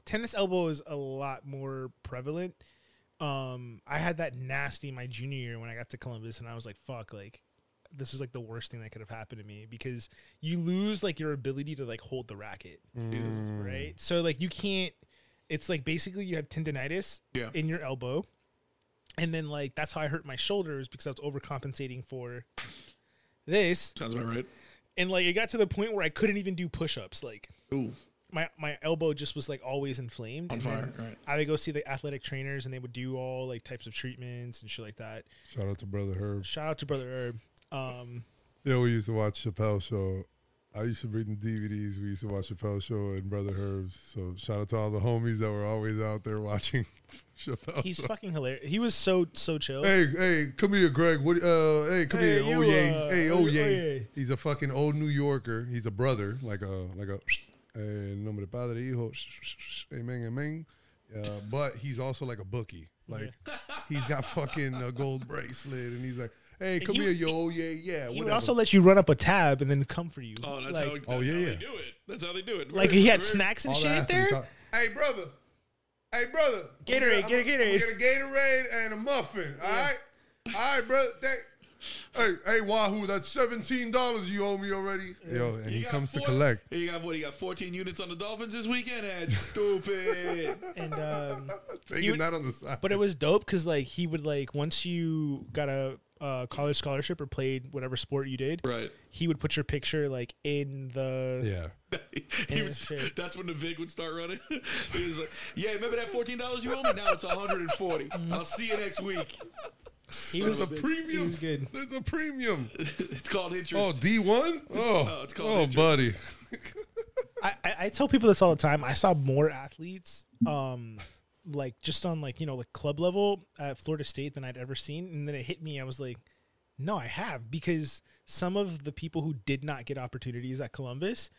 Speaker 6: tennis elbow is a lot more prevalent. Um, I had that nasty my junior year when I got to Columbus, and I was like, fuck, like this is like the worst thing that could have happened to me because you lose like your ability to like hold the racket.
Speaker 5: Jesus.
Speaker 6: right? So like you can't. It's like basically you have tendonitis
Speaker 5: Yeah.
Speaker 6: in your elbow, and then like that's how I hurt my shoulders because I was overcompensating for this,
Speaker 5: Sounds about right.
Speaker 6: and like it got to the point where I couldn't even do push-ups. Like
Speaker 5: Ooh,
Speaker 6: my my elbow just was like always inflamed.
Speaker 5: on
Speaker 6: and
Speaker 5: fire.
Speaker 6: then
Speaker 5: Right.
Speaker 6: I would go see the athletic trainers, and they would do all like types of treatments and shit like that.
Speaker 4: Shout out to brother Herb.
Speaker 6: Shout out to brother Herb. Um,
Speaker 4: Yeah, we used to watch Chappelle Show. I used to bring the DVDs. We used to watch Chappelle Show and Brother Herbs. So shout out to all the homies that were always out there watching Chappelle.
Speaker 6: he's
Speaker 4: Show.
Speaker 6: fucking hilarious. He was so so chill.
Speaker 4: Hey, hey, come here, Greg. What? Uh, hey, come
Speaker 6: Hey,
Speaker 4: here. Oh
Speaker 6: you,
Speaker 4: yeah.
Speaker 6: uh,
Speaker 4: hey,
Speaker 6: oh,
Speaker 4: oh
Speaker 6: yeah,
Speaker 4: yeah.
Speaker 6: oh, yeah.
Speaker 4: He's a fucking old New Yorker. He's a brother, like a like a. Hey, en nombre de padre, hijo. Amen, amen. Uh, but he's also like a bookie. Like he's got fucking a gold bracelet, and he's like, "Hey, come
Speaker 6: he-
Speaker 4: here, yo, oh yeah, yeah."
Speaker 6: He would
Speaker 4: whatever.
Speaker 6: also let you run up a tab and then come for you.
Speaker 5: Oh, that's
Speaker 6: like,
Speaker 5: how. That's
Speaker 4: Oh, yeah,
Speaker 5: how
Speaker 4: yeah.
Speaker 5: They do it. That's how they do it.
Speaker 6: like
Speaker 5: Very-
Speaker 6: he had
Speaker 5: very-
Speaker 6: snacks and
Speaker 4: All
Speaker 6: shit
Speaker 4: the
Speaker 6: there.
Speaker 4: athletes are- Hey, brother. Hey, brother. I'm
Speaker 6: Gatorade,
Speaker 4: gonna-
Speaker 6: get a
Speaker 4: I'm
Speaker 6: Gatorade.
Speaker 4: gonna get a Gatorade and a muffin. All right. All right, brother. Thank- hey, hey, Wahoo, that's seventeen dollars you owe me already. Yo, and
Speaker 5: You
Speaker 4: he
Speaker 5: got
Speaker 4: comes to
Speaker 5: four-
Speaker 4: collect.
Speaker 5: You got what? You got 14 units on the Dolphins this weekend. That's stupid.
Speaker 6: and um,
Speaker 4: Taking
Speaker 6: You-
Speaker 4: that on the side.
Speaker 6: but it was dope because like he would like once you got a uh, college scholarship or played whatever sport you did,
Speaker 5: right.
Speaker 6: he would put your picture like in the
Speaker 4: yeah.
Speaker 5: He
Speaker 6: Yeah,
Speaker 5: was,
Speaker 6: sure.
Speaker 5: that's when the Vic would start running. he was like, "Yeah, remember that fourteen dollars you owe me? Now it's one hundred and forty.
Speaker 6: Mm.
Speaker 5: I'll see you next week.
Speaker 6: he was
Speaker 4: There's a premium.
Speaker 6: he was good.
Speaker 4: There's a premium.
Speaker 5: it's called interest.
Speaker 4: Oh, D one. Oh,
Speaker 5: oh, it's called
Speaker 4: oh,
Speaker 5: interest.
Speaker 4: buddy.
Speaker 6: I, I I tell people this all the time. I saw more athletes um like just on like you know like club level at Florida State than I'd ever seen, and then it hit me. I was like, no, I have because some of the people who did not get opportunities at Columbus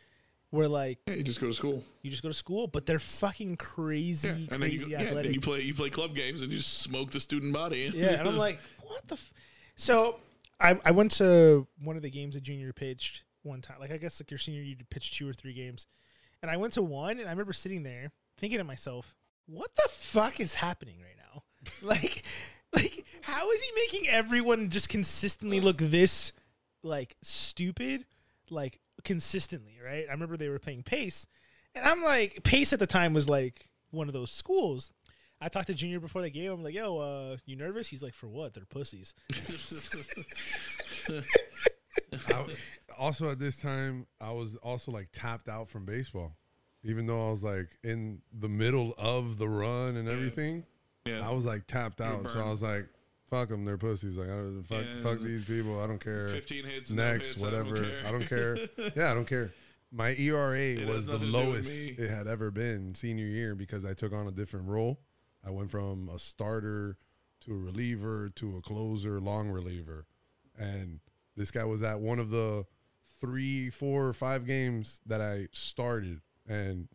Speaker 6: where like
Speaker 5: Yeah, you just go to school.
Speaker 6: you just go to school, but they're fucking crazy,
Speaker 5: Yeah, and then you,
Speaker 6: crazy
Speaker 5: yeah,
Speaker 6: athletic.
Speaker 5: and you play you play club games and you just smoke the student body.
Speaker 6: Yeah, and I'm like, what the? F-? So I I went to one of the games that junior pitched one time. Like I guess like your senior you pitched two or three games, and I went to one, and I remember sitting there thinking to myself, what the fuck is happening right now? like, like how is he making everyone just consistently look this like stupid, like consistently? Right? I remember they were playing pace, and I'm like, Pace at the time was like one of those schools. I talked to Junior before the game. I'm like, yo, uh, you nervous? He's like, for what? They're pussies.
Speaker 4: I, also at this time, I was also like tapped out from baseball, even though I was like in the middle of the run and everything.
Speaker 5: Yeah.
Speaker 4: I was like tapped out, so I
Speaker 5: burned.
Speaker 4: was like, "Fuck them, they're pussies." Like, I don't, fuck,
Speaker 5: Yeah.
Speaker 4: fuck these people. I don't care.
Speaker 5: 15 hits, no
Speaker 4: next,
Speaker 5: hits, I don't
Speaker 4: whatever.
Speaker 5: care.
Speaker 4: I don't care. yeah, I don't care. My ERA
Speaker 5: has
Speaker 4: was the
Speaker 5: nothing to do with
Speaker 4: lowest
Speaker 5: me.
Speaker 4: it had ever been senior year because I took on a different role. I went from a starter to a reliever to a closer, long reliever, and this guy was at one of the three, four, or five games that I started and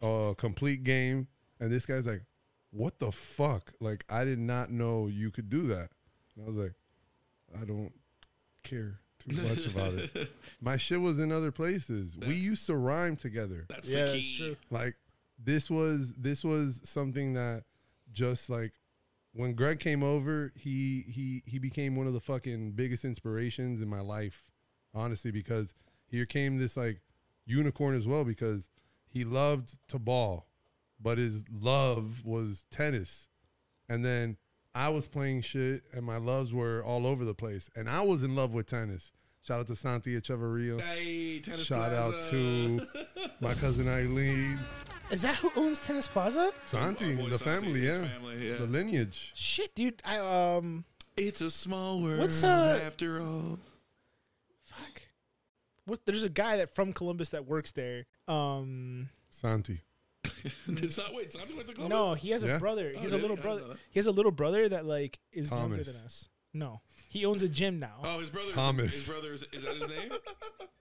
Speaker 4: a complete game, and this guy's like, "What the fuck? Like, I did not know you could do that." And I was like, "I don't care too much about it." My shit was in other places. we
Speaker 5: That's-
Speaker 4: used to rhyme together.
Speaker 5: That's
Speaker 6: Yeah,
Speaker 5: the
Speaker 6: that's
Speaker 5: key.
Speaker 6: true.
Speaker 4: Like this was this was something that just like when Greg came over, he he he became one of the fucking biggest inspirations in my life, honestly, because here came this like unicorn as well because he loved to ball, but his love was tennis. And then I was playing shit and my loves were all over the place. And I was in love with tennis. Shout out to Santi Echeverria.
Speaker 5: Hey, tennis
Speaker 4: Shout
Speaker 5: plaza.
Speaker 4: out to my cousin Eileen,
Speaker 6: Is that who owns Tennis Plaza?
Speaker 4: Santi,
Speaker 5: Boy,
Speaker 4: the
Speaker 5: Santi,
Speaker 4: family,
Speaker 5: his
Speaker 4: yeah.
Speaker 5: family, yeah.
Speaker 4: the lineage.
Speaker 6: Shit, dude. I um,
Speaker 5: It's a small world
Speaker 6: What's, uh,
Speaker 5: after all.
Speaker 6: fuck. What, there's a guy that from Columbus that works there. Um,
Speaker 4: Santi,
Speaker 5: it's not wait, Santi went to Columbus.
Speaker 6: no, he has a
Speaker 4: Yeah.
Speaker 6: brother.
Speaker 5: Oh,
Speaker 6: He has a
Speaker 5: did he?
Speaker 6: little
Speaker 5: I didn't know
Speaker 6: brother.
Speaker 5: that.
Speaker 6: He has a little brother that like is younger
Speaker 4: Thomas.
Speaker 6: than us. No, he owns a gym now.
Speaker 5: Oh, his brother.
Speaker 4: Thomas.
Speaker 5: Is, his brother is, is that his name?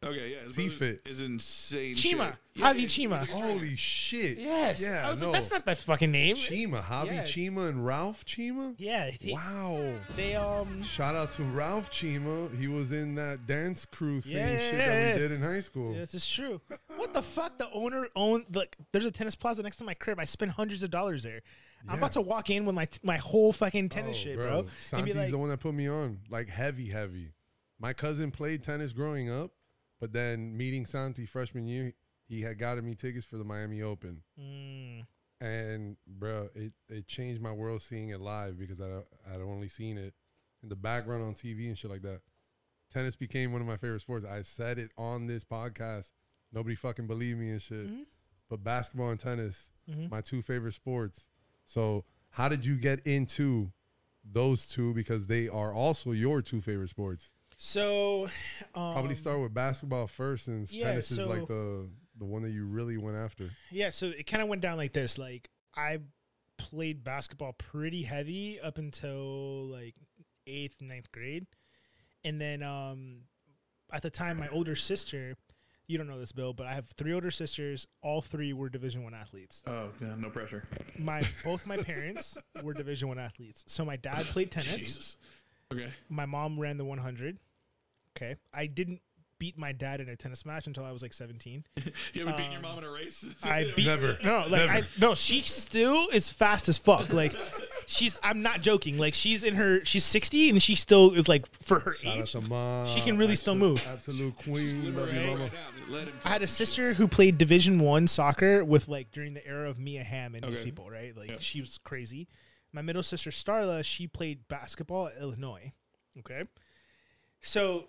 Speaker 5: Okay, yeah. His brother
Speaker 4: T-Fit.
Speaker 5: is insane.
Speaker 6: Chima.
Speaker 5: shit. Yeah,
Speaker 6: Javi
Speaker 5: he's- he's
Speaker 6: Chima.
Speaker 5: like a trainer.
Speaker 4: holy shit!
Speaker 6: yes.
Speaker 4: yeah,
Speaker 6: I was
Speaker 4: no.
Speaker 6: like, that's not that fucking name.
Speaker 4: Chima, Javi
Speaker 6: Yeah.
Speaker 4: Chima, and Ralph Chima.
Speaker 6: yeah. They,
Speaker 4: Wow!
Speaker 6: they um.
Speaker 4: Shout out to Ralph Chima. He was in that dance crew thing
Speaker 6: Yeah,
Speaker 4: shit
Speaker 6: yeah,
Speaker 4: that
Speaker 6: yeah.
Speaker 4: we did in high school.
Speaker 6: This is true. What the fuck? The owner owned like there's a tennis plaza next to my crib. I spend hundreds of dollars there. I'm about to walk in with my my whole fucking tennis
Speaker 4: Oh,
Speaker 6: shit, bro. And be
Speaker 4: Santi's
Speaker 6: like,
Speaker 4: the one that put me on, like heavy, heavy. My cousin played tennis growing up, but then meeting Santi freshman year, he had gotten me tickets for the Miami Open.
Speaker 6: mm,
Speaker 4: and bro, it it changed my world seeing it live because I I'd only seen it in the background on TV and shit like that. Tennis became one of my favorite sports. I said it on this podcast. Nobody fucking believed me and shit.
Speaker 6: Mm-hmm.
Speaker 4: But basketball and tennis, my two favorite sports. So how did you get into those two because they are also your two favorite sports?
Speaker 6: so um,
Speaker 4: Probably start with basketball first, since
Speaker 6: yeah,
Speaker 4: tennis is
Speaker 6: so-
Speaker 4: like the the one that you really went after.
Speaker 6: yeah. So it kind of went down like this. Like I played basketball pretty heavy up until like eighth, ninth grade, and then um, at the time, my older sister. You don't know this, Bill, but I have three older sisters. All three were Division One athletes.
Speaker 5: Oh, yeah, no pressure.
Speaker 6: my both my parents were division one athletes so my dad played tennis
Speaker 5: Jesus. Okay.
Speaker 6: my mom ran the 100 okay i didn't beat my dad in a tennis match until i was like 17
Speaker 5: You ever beat your mom in a race?
Speaker 6: Um, i beat
Speaker 4: Never.
Speaker 6: no like i no she still is fast as fuck like she's i'm not joking like she's in her she's 60 and she still is like for her
Speaker 4: Shout out
Speaker 6: age
Speaker 4: to Ma,
Speaker 6: She can really still
Speaker 4: absolute-
Speaker 6: move.
Speaker 4: Absolute
Speaker 5: Just
Speaker 4: queen. Love
Speaker 5: liberate
Speaker 4: you,
Speaker 5: her
Speaker 4: mama.
Speaker 5: right now. Let him
Speaker 6: I had a
Speaker 5: talk.
Speaker 6: sister who played Division One soccer with like during the era of Mia Hamm and these
Speaker 5: Okay.
Speaker 6: people, right? Like
Speaker 5: Yeah.
Speaker 6: she was crazy. My middle sister Starla, she played basketball at Illinois. Okay, so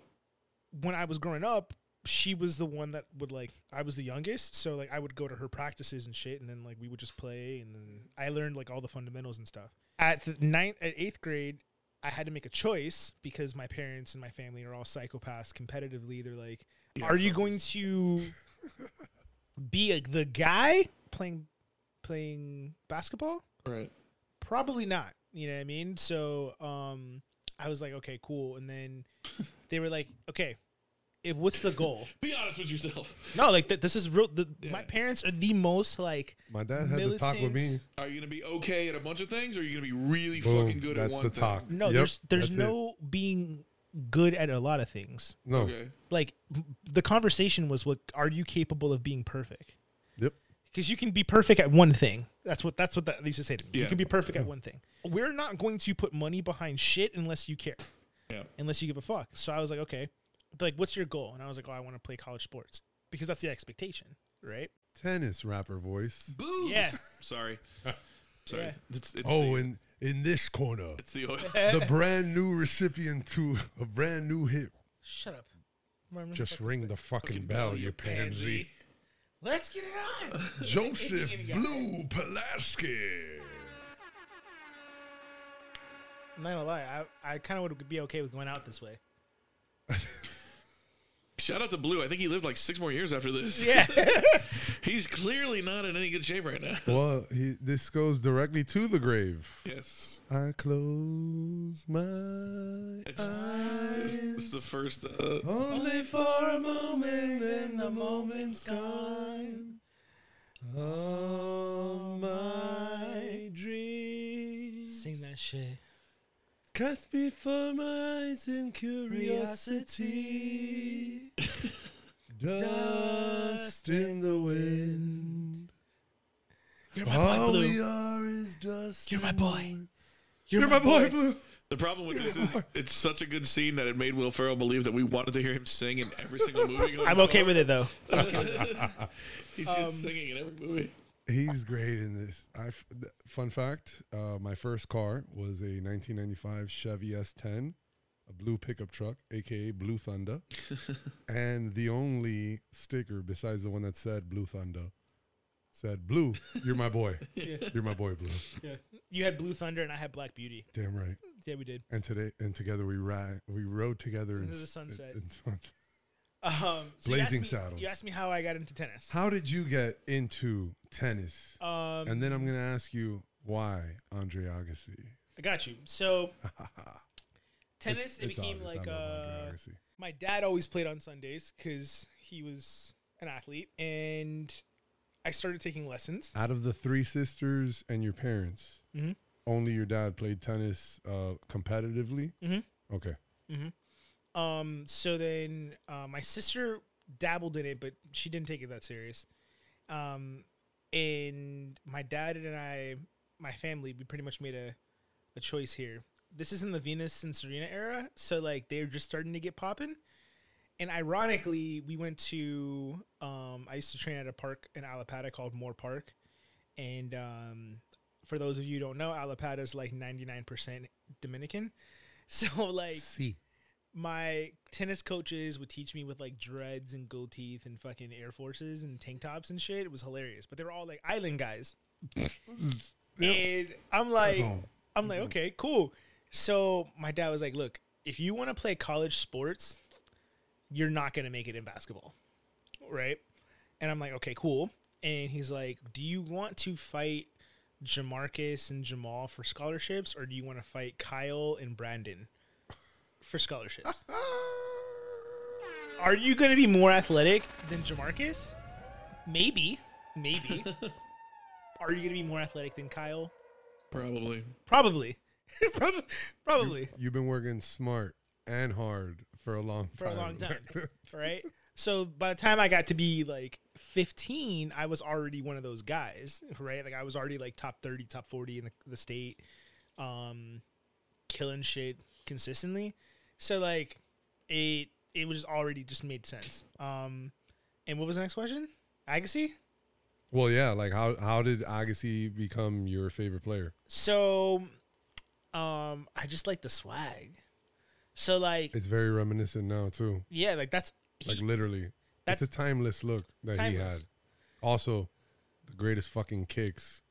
Speaker 6: when I was growing up, she was the one that would like I was the youngest, so like I would go to her practices and shit, and then like we would just play, and then I learned like all the fundamentals and stuff. At the ninth, at eighth grade, I had to make a choice because my parents and my family are all psychopaths. Competitively, they're like, "Are you going to be a, the guy playing playing basketball?
Speaker 5: Right.
Speaker 6: Probably not. You know what I mean? So um, I was like, okay, cool. And then they were like, okay, if what's the goal?
Speaker 5: Be honest with yourself.
Speaker 6: no, like th- this is real. The, My parents are the most like
Speaker 4: My dad had to talk with me.
Speaker 6: Militants.
Speaker 5: Are you gonna be okay at a bunch of things, or are you gonna be really
Speaker 4: Boom,
Speaker 5: fucking good
Speaker 4: that's
Speaker 5: at one
Speaker 4: the
Speaker 5: thing?
Speaker 4: talk.
Speaker 6: no.
Speaker 4: Yep,
Speaker 6: there's there's
Speaker 4: that's it.
Speaker 6: no being good at a lot of things.
Speaker 4: No.
Speaker 5: Okay.
Speaker 6: Like m- the conversation was, "What are you capable of being perfect?"
Speaker 4: Yep.
Speaker 6: Because you can be perfect at one thing. That's what that's what that they used to say to me. You
Speaker 5: Yeah.
Speaker 6: can be perfect at one thing. We're not going to put money behind shit unless you care.
Speaker 5: Yeah.
Speaker 6: Unless you give a fuck. So I was like, okay. They're like, what's your goal? And I was like, oh, I want to play college sports because that's the expectation, right?
Speaker 4: Tennis rapper voice.
Speaker 5: Boobs.
Speaker 6: Yeah.
Speaker 5: Sorry. Sorry.
Speaker 6: Yeah.
Speaker 5: It's, it's
Speaker 4: Oh,
Speaker 5: the,
Speaker 4: and in this corner,
Speaker 5: it's the oil.
Speaker 6: Eh.
Speaker 4: the brand new recipient to a brand new hit.
Speaker 6: Shut up. Remember-
Speaker 4: Just ring the fucking
Speaker 5: Oh,
Speaker 6: Oh,
Speaker 4: bell, you pansy.
Speaker 6: Let's get it on.
Speaker 4: Joseph Blue Pulaski.
Speaker 6: I'm not gonna lie, I, I kind of would be okay with going out this way.
Speaker 5: Shout out to Blue. I think he lived like six more years after this.
Speaker 6: Yeah.
Speaker 5: He's clearly not in any good shape right now.
Speaker 4: Well, he, this goes directly to the grave.
Speaker 5: Yes.
Speaker 4: I close my
Speaker 5: It's, it's, it's the first. Uh,
Speaker 4: Only for a moment, and the moment's gone. All my dreams
Speaker 6: Sing that shit.
Speaker 4: cast before my eyes in curiosity. dust in the wind.
Speaker 6: You're
Speaker 4: All we are is dust.
Speaker 6: You're my
Speaker 4: in the
Speaker 6: boy.
Speaker 4: wind.
Speaker 6: You're,
Speaker 4: You're my boy, Blue.
Speaker 5: the problem with this is it's such a good scene that it made Will Ferrell believe that we wanted to hear him sing in every single movie.
Speaker 6: I'm okay with um, it though.
Speaker 5: He's just singing in every movie.
Speaker 4: He's great in this. I f- th- fun fact: uh, my first car was a 1995 Chevy S10, a blue pickup truck, aka Blue Thunder, and the only sticker besides the one that said Blue Thunder said "Blue, you're my boy. You're my boy, Blue."
Speaker 6: You had Blue Thunder and I had Black Beauty.
Speaker 4: Damn right.
Speaker 6: Yeah, we did.
Speaker 4: And today, and together we ride, we rode together in
Speaker 6: Into the
Speaker 4: s-
Speaker 6: sunset.
Speaker 4: in sunset.
Speaker 6: Um, so you asked
Speaker 4: Blazing
Speaker 6: me-
Speaker 4: Saddles.
Speaker 6: You asked me how I got into tennis.
Speaker 4: How did you get into tennis?
Speaker 6: Um,
Speaker 4: and then I'm gonna ask you why Andre Agassi.
Speaker 6: I got you. So tennis,
Speaker 4: It's-
Speaker 6: it
Speaker 4: it's
Speaker 6: became
Speaker 4: obvious. I
Speaker 6: like
Speaker 4: love Andre
Speaker 6: uh,
Speaker 4: Agassi.
Speaker 6: my dad always played on Sundays because he was an athlete, and I started taking lessons.
Speaker 4: out of the three sisters and your parents,
Speaker 6: Mhm.
Speaker 4: only your dad played tennis uh, competitively.
Speaker 6: Mhm.
Speaker 4: Okay,
Speaker 6: Um, so then uh, my sister dabbled in it, but she didn't take it that serious. Um, and my dad and I, my family, we pretty much made a, a choice here. This is in the Venus and Serena era, so like they're just starting to get popping. And ironically, we went to um, I used to train at a park in Alapata called Moore Park, and um, for those of you who don't know, Alapata is like ninety nine percent Dominican. So like my tennis coaches would teach me with like dreads and gold teeth and fucking air forces and tank tops and shit. It was hilarious, but they were all like island guys, and I'm like,
Speaker 4: all.
Speaker 6: I'm like, okay, cool. So my dad was like, look, if you want to play college sports, you're not gonna make it in basketball, right? And I'm like, okay, cool. And he's like, do you want to fight Jamarcus and Jamal for scholarships, or do you want to fight Kyle and Brandon for scholarships? Are you going to be more athletic than Jamarcus? Maybe, maybe. Are you going to be more athletic than Kyle?
Speaker 5: Probably.
Speaker 6: Probably, Prob- probably
Speaker 4: you've been working smart and hard for a long
Speaker 6: for
Speaker 4: time.
Speaker 6: a long time, right? So by the time I got to be like 15, I was already one of those guys, right? Like I was already like top 30, top 40 in the, the state, um, killing shit consistently. So like it it was already just made sense. Um, and what was the next question? Agassi.
Speaker 4: well, yeah. Like how how did Agassi become your favorite player?
Speaker 6: So, um, I just like the swag. So like
Speaker 4: It's very reminiscent now too.
Speaker 6: yeah, like that's
Speaker 4: Like
Speaker 6: he-
Speaker 4: literally,
Speaker 6: that's-
Speaker 4: it's a timeless look that he
Speaker 6: Timeless.
Speaker 4: had. Also, the greatest fucking kicks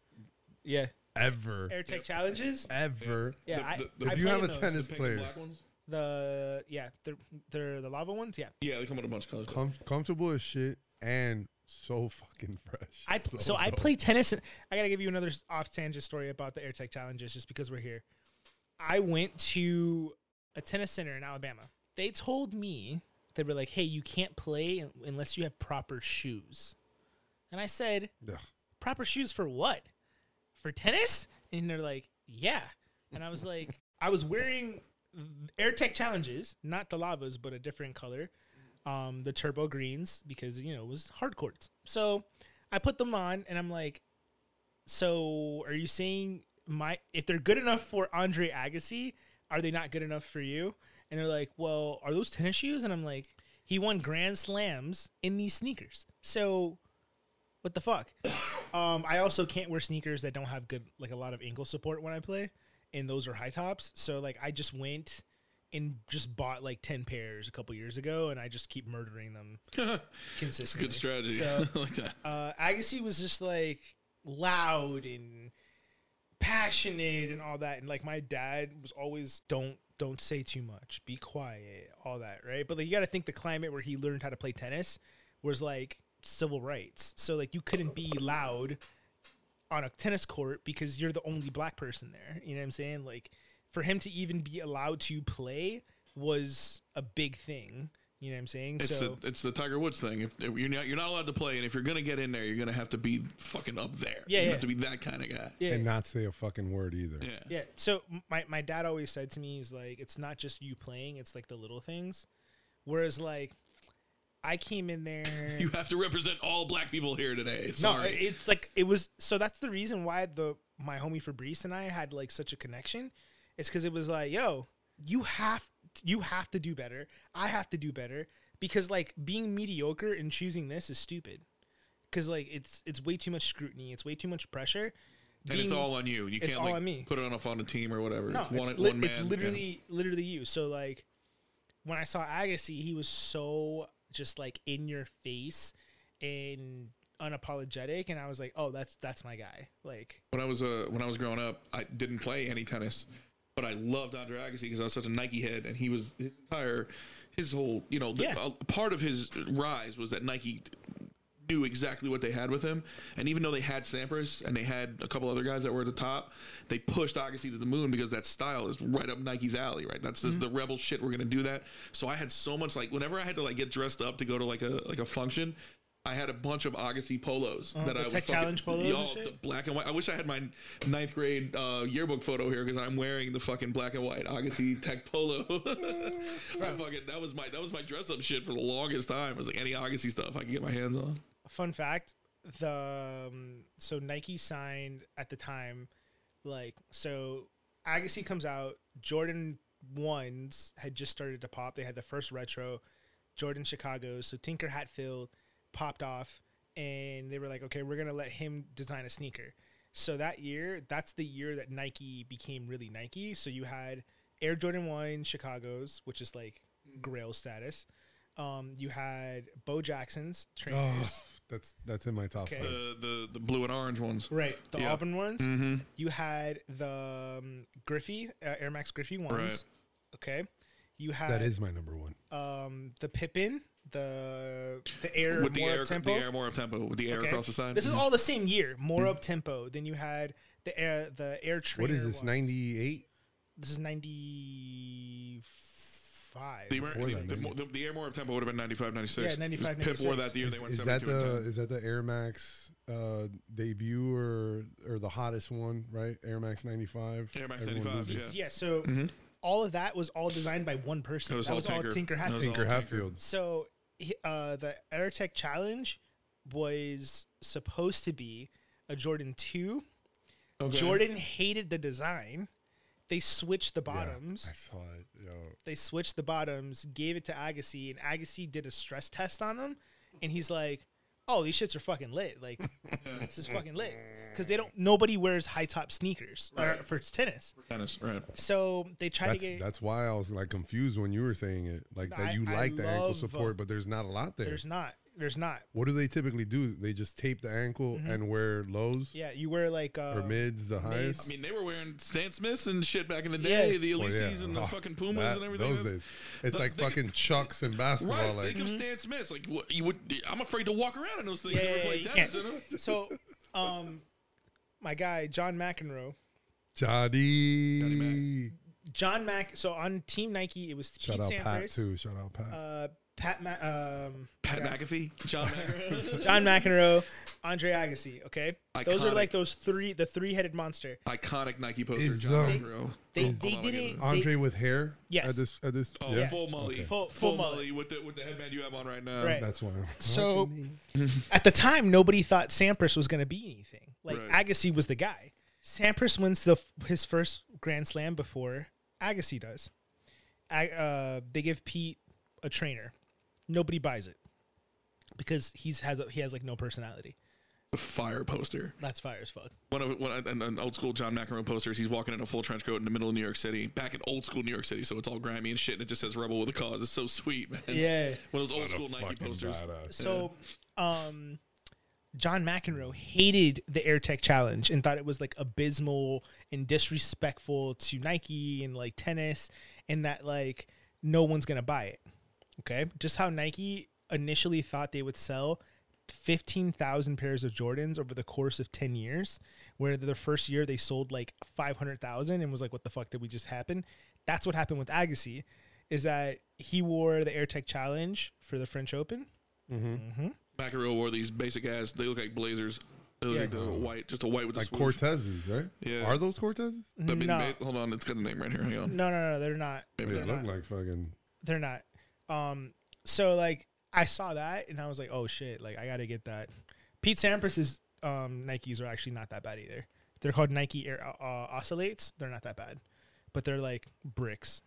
Speaker 6: yeah.
Speaker 4: ever,
Speaker 6: Air Tech challenges.
Speaker 4: ever.
Speaker 6: Yeah,
Speaker 5: The-
Speaker 6: I,
Speaker 5: the- the-
Speaker 6: I
Speaker 4: If you
Speaker 6: play
Speaker 4: have
Speaker 6: in
Speaker 4: a
Speaker 6: those.
Speaker 4: tennis
Speaker 5: The pink
Speaker 4: player,
Speaker 5: and black ones?
Speaker 6: the yeah, they're they're the lava ones. Yeah,
Speaker 5: Yeah, they come in a bunch of colors.
Speaker 4: com- comfortable as shit and so fucking fresh.
Speaker 6: I so, I
Speaker 4: dope.
Speaker 6: play tennis. And I gotta give you another s- off tangent story about the Air Tech challenges, just because we're here. I went to a tennis center in Alabama. They told me they were like, "Hey, you can't play un- unless you have proper shoes." And I said,
Speaker 4: Yeah.
Speaker 6: "Proper shoes for what? For tennis?" And they're like, "Yeah." And I was like, I was wearing AirTech Challenges, not the lavas, but a different color, um, the turbo greens because you know it was hard courts. So I put them on, and I'm like, so are you saying my if they're good enough for Andre Agassi, are they not good enough for you? And they're like, well, are those tennis shoes? And I'm like, he won Grand Slams in these sneakers. So what the fuck? um, I also can't wear sneakers that don't have good like a lot of ankle support when I play, and those are high tops. So like I just went and just bought like ten pairs a couple years ago, and I just keep murdering them
Speaker 5: It's a
Speaker 6: consistently.
Speaker 5: good strategy.
Speaker 6: So-
Speaker 5: I like that.
Speaker 6: uh, Agassi was just like loud and passionate and all that. And like my dad was always don't don't say too much, be quiet, all that, right? But like you got to think the climate where he learned how to play tennis was like civil rights. So like you couldn't be loud on a tennis court because you're the only black person there. You know what I'm saying? Like for him to even be allowed to play was a big thing. You know what I'm saying?
Speaker 5: It's
Speaker 6: so
Speaker 5: the it's the Tiger Woods thing. If if you're not you're not allowed to play, and if you're gonna get in there, you're gonna have to be fucking up there.
Speaker 6: Yeah,
Speaker 5: you
Speaker 6: yeah.
Speaker 5: have to be that kind of guy.
Speaker 6: yeah.
Speaker 4: And not say a fucking word either.
Speaker 5: Yeah,
Speaker 6: Yeah. So m- my, my dad always said to me, he's like, it's not just you playing, it's like the little things. Whereas like I came in there.
Speaker 5: You have to represent all black people here today.
Speaker 6: no,
Speaker 5: Sorry.
Speaker 6: it- it's like it was so that's the reason why the my homie Fabrice and I had like such a connection. It's because it was like, yo, you have you have to do better. I have to do better. Because like being mediocre and choosing this is stupid. Cause like it's it's way too much scrutiny, it's way too much pressure.
Speaker 5: and it's
Speaker 6: Being-
Speaker 5: all on you. You
Speaker 6: it's
Speaker 5: can't
Speaker 6: all
Speaker 5: like
Speaker 6: on me.
Speaker 5: put it on off on a team or whatever.
Speaker 6: No,
Speaker 5: it's one,
Speaker 6: it's, li-
Speaker 5: one man.
Speaker 6: it's
Speaker 5: yeah.
Speaker 6: literally literally you. So like when I saw Agassi, he was so just like in your face and unapologetic, and I was like, oh, that's that's my guy. Like
Speaker 5: When I was uh when I was growing up, I didn't play any tennis, but I loved Andre Agassi because I was such a Nike head, and he was his entire his whole you know the,
Speaker 6: Yeah.
Speaker 5: a part of his rise was that Nike knew exactly what they had with him, and even though they had Sampras and they had a couple other guys that were at the top, they pushed Agassi to the moon because that style is right up Nike's alley, right? That's just
Speaker 6: Mm-hmm.
Speaker 5: the rebel shit. We're gonna do that. So I had so much like whenever I had to like get dressed up to go to like a like a function. I had a bunch of Agassi polos that
Speaker 6: Oh, the
Speaker 5: I would
Speaker 6: Tech
Speaker 5: fucking-
Speaker 6: Challenge polos and
Speaker 5: Y'all,
Speaker 6: shit?
Speaker 5: the black and white. I wish I had my ninth grade uh, yearbook photo here because I'm wearing the fucking black and white Agassi Tech polo. I fucking that was my that was my dress up shit for the longest time. It was like any Agassi stuff I could get my hands on.
Speaker 6: fun fact, the um, so Nike signed at the time, like so Agassi comes out, Jordan ones had just started to pop. They had the first retro, Jordan Chicago. So Tinker Hatfield popped off, and they were like, okay, we're gonna let him design a sneaker. So that year, that's the year that Nike became really Nike. So you had Air Jordan One Chicago's, which is like Grail status. Um, you had Bo Jackson's trainers.
Speaker 4: Oh, that's that's in my top
Speaker 6: Okay.
Speaker 4: five.
Speaker 5: The the the blue and orange ones.
Speaker 6: Right, the
Speaker 5: Yeah. Mm-hmm.
Speaker 6: Auburn ones. You had the um, Griffey uh, Air Max Griffey ones.
Speaker 5: Right.
Speaker 6: Okay, you
Speaker 5: Uh,
Speaker 6: had
Speaker 4: That is my number one.
Speaker 6: um, the Pippin, the the Air
Speaker 5: With the
Speaker 6: more
Speaker 5: air,
Speaker 6: up-tempo.
Speaker 5: the air more up tempo, with the air
Speaker 6: Okay.
Speaker 5: across the side. Mm-hmm.
Speaker 6: This
Speaker 4: Mm.
Speaker 6: is all the same year. More up tempo. Then you had the air the air
Speaker 4: Mm-hmm.
Speaker 6: trainer.
Speaker 4: What is this?
Speaker 6: ones.
Speaker 4: Ninety eight.
Speaker 6: This is ninety five.
Speaker 5: The, Amer-
Speaker 4: Before that,
Speaker 5: the,
Speaker 4: maybe.
Speaker 5: the, the air more up tempo would have been 95, 96.
Speaker 6: Yeah, 95,
Speaker 5: Pip wore that
Speaker 6: 96.
Speaker 5: the year
Speaker 4: Is,
Speaker 5: they went
Speaker 4: is
Speaker 5: 72
Speaker 4: that
Speaker 5: and
Speaker 4: the
Speaker 5: 10.
Speaker 4: is that the Air Max uh, debut or or the hottest one? Right, Air Max ninety five.
Speaker 5: Air Max 95, yeah. Mm-hmm.
Speaker 6: Yeah. So all of that was all designed by one person.
Speaker 5: It was
Speaker 6: that
Speaker 5: all
Speaker 6: was all
Speaker 5: Tinker.
Speaker 6: Tinker
Speaker 5: That was
Speaker 6: Hatfield.
Speaker 5: all
Speaker 4: Tinker Hatfield.
Speaker 6: So he- uh, the AirTech Challenge was supposed to be a Jordan 2.
Speaker 5: Okay.
Speaker 6: Jordan hated the design. They switched the bottoms.
Speaker 4: I saw it. Yo.
Speaker 6: They switched the bottoms, gave it to Agassi, and Agassi did a stress test on them. And he's like, oh, these shits are fucking lit. Like, this is fucking lit. Because they don't, nobody wears high top sneakers or-
Speaker 5: Right.
Speaker 6: for tennis.
Speaker 5: Tennis, right.
Speaker 6: So they tried
Speaker 4: That's
Speaker 6: to get.
Speaker 4: that's why I was like confused when you were saying it, like
Speaker 6: I-
Speaker 4: that you
Speaker 6: I
Speaker 4: like the ankle
Speaker 6: love,
Speaker 4: support,
Speaker 6: uh,
Speaker 4: but there's not a lot there.
Speaker 6: there's not. There's not.
Speaker 4: What do they typically do? They just tape the ankle and wear lows
Speaker 6: Mm-hmm. Yeah, you wear like. Uh,
Speaker 4: or mids, the highest.
Speaker 5: I mean, they were wearing Stan Smiths and shit back in the
Speaker 6: Yeah.
Speaker 5: day, the
Speaker 4: Well,
Speaker 5: Elises
Speaker 4: yeah.
Speaker 5: and the
Speaker 4: Oh,
Speaker 5: fucking Pumas
Speaker 4: that-
Speaker 5: and everything.
Speaker 4: Those
Speaker 5: That's-
Speaker 4: days. It's
Speaker 5: Th-
Speaker 4: like
Speaker 5: think-
Speaker 4: fucking chucks and basketball.
Speaker 5: Right,
Speaker 4: Like,
Speaker 5: think of Stan Smiths. Like what, you would, I'm afraid to walk around in those things.
Speaker 6: Mm-hmm. Yeah,
Speaker 5: and
Speaker 6: yeah,
Speaker 5: play
Speaker 6: yeah, you
Speaker 5: tennis
Speaker 6: can't.
Speaker 5: in 'em.
Speaker 6: So, um, my guy John McEnroe,
Speaker 4: Johnny.
Speaker 5: Johnny
Speaker 6: John Mack. So on Team Nike, it was
Speaker 4: Shout
Speaker 6: Pete
Speaker 4: out Pat
Speaker 6: Sampras,
Speaker 4: too. Shout out Pat.
Speaker 6: uh, Pat, Ma- um,
Speaker 5: Pat McAfee, John McEnroe,
Speaker 6: John McEnroe, Andre Agassi. Okay, those are
Speaker 5: Iconic.
Speaker 6: like those three, the three-headed monster.
Speaker 5: iconic Nike poster,
Speaker 4: Is,
Speaker 5: John
Speaker 4: um,
Speaker 5: McEnroe.
Speaker 6: They
Speaker 5: Hold
Speaker 6: they
Speaker 5: on, I get
Speaker 6: didn't.
Speaker 5: it.
Speaker 6: they-
Speaker 4: Andre with hair.
Speaker 6: Yes.
Speaker 4: At this. At this.
Speaker 5: Oh,
Speaker 4: yeah.
Speaker 5: full Molly,
Speaker 6: Full- full
Speaker 5: Molly with the with the headband you have on right now.
Speaker 6: Right.
Speaker 4: That's why.
Speaker 6: So at the time, nobody thought Sampras was going to be anything. Like
Speaker 5: Right.
Speaker 6: Agassi was the guy. Sampras wins the his first Grand Slam before Agassi does. Ag- uh, they give Pete a trainer. Nobody buys it because he's has a, he has like no personality.
Speaker 5: A fire poster.
Speaker 6: That's fire as fuck.
Speaker 5: One of one an, an old school John McEnroe posters. He's walking in a full trench coat in the middle of New York City, back in old school New York City, so it's all grimy and shit, and it just says "Rebel with a Cause." It's so sweet, man.
Speaker 6: Yeah.
Speaker 5: One of those old school Nike
Speaker 4: Fucking
Speaker 5: posters.
Speaker 4: badass.
Speaker 6: So, um, John McEnroe hated the Air Tech Challenge and thought it was like abysmal and disrespectful to Nike and like tennis, and that like no one's gonna buy it. Okay, just how Nike initially thought they would sell. 15,000 pairs of Jordans over the course of 10 years, where the first year they sold like 500,000 and was like, what the fuck did we just happen? That's what happened with Agassi is that he wore the Air Tech Challenge for the French Open.
Speaker 5: McEnroe wore these basic ass. They look like blazers. They look
Speaker 6: Yeah.
Speaker 5: like the white, just a white with a
Speaker 4: like
Speaker 5: swoosh.
Speaker 4: Cortezes, right?
Speaker 5: Yeah.
Speaker 4: Are those Cortezes?
Speaker 5: I mean,
Speaker 6: No.
Speaker 5: ba- hold on, it's got a name right here. Hang on.
Speaker 6: No, no, no, they're not.
Speaker 5: Maybe
Speaker 4: They
Speaker 5: they're
Speaker 4: look
Speaker 5: not.
Speaker 4: like fucking.
Speaker 6: They're not. Um, so like I saw that and I was like, oh shit, like I gotta get that. Pete Sampras's um Nikes are actually not that bad either. They're called Nike Air uh, Oscillates. They're not that bad, but they're like bricks.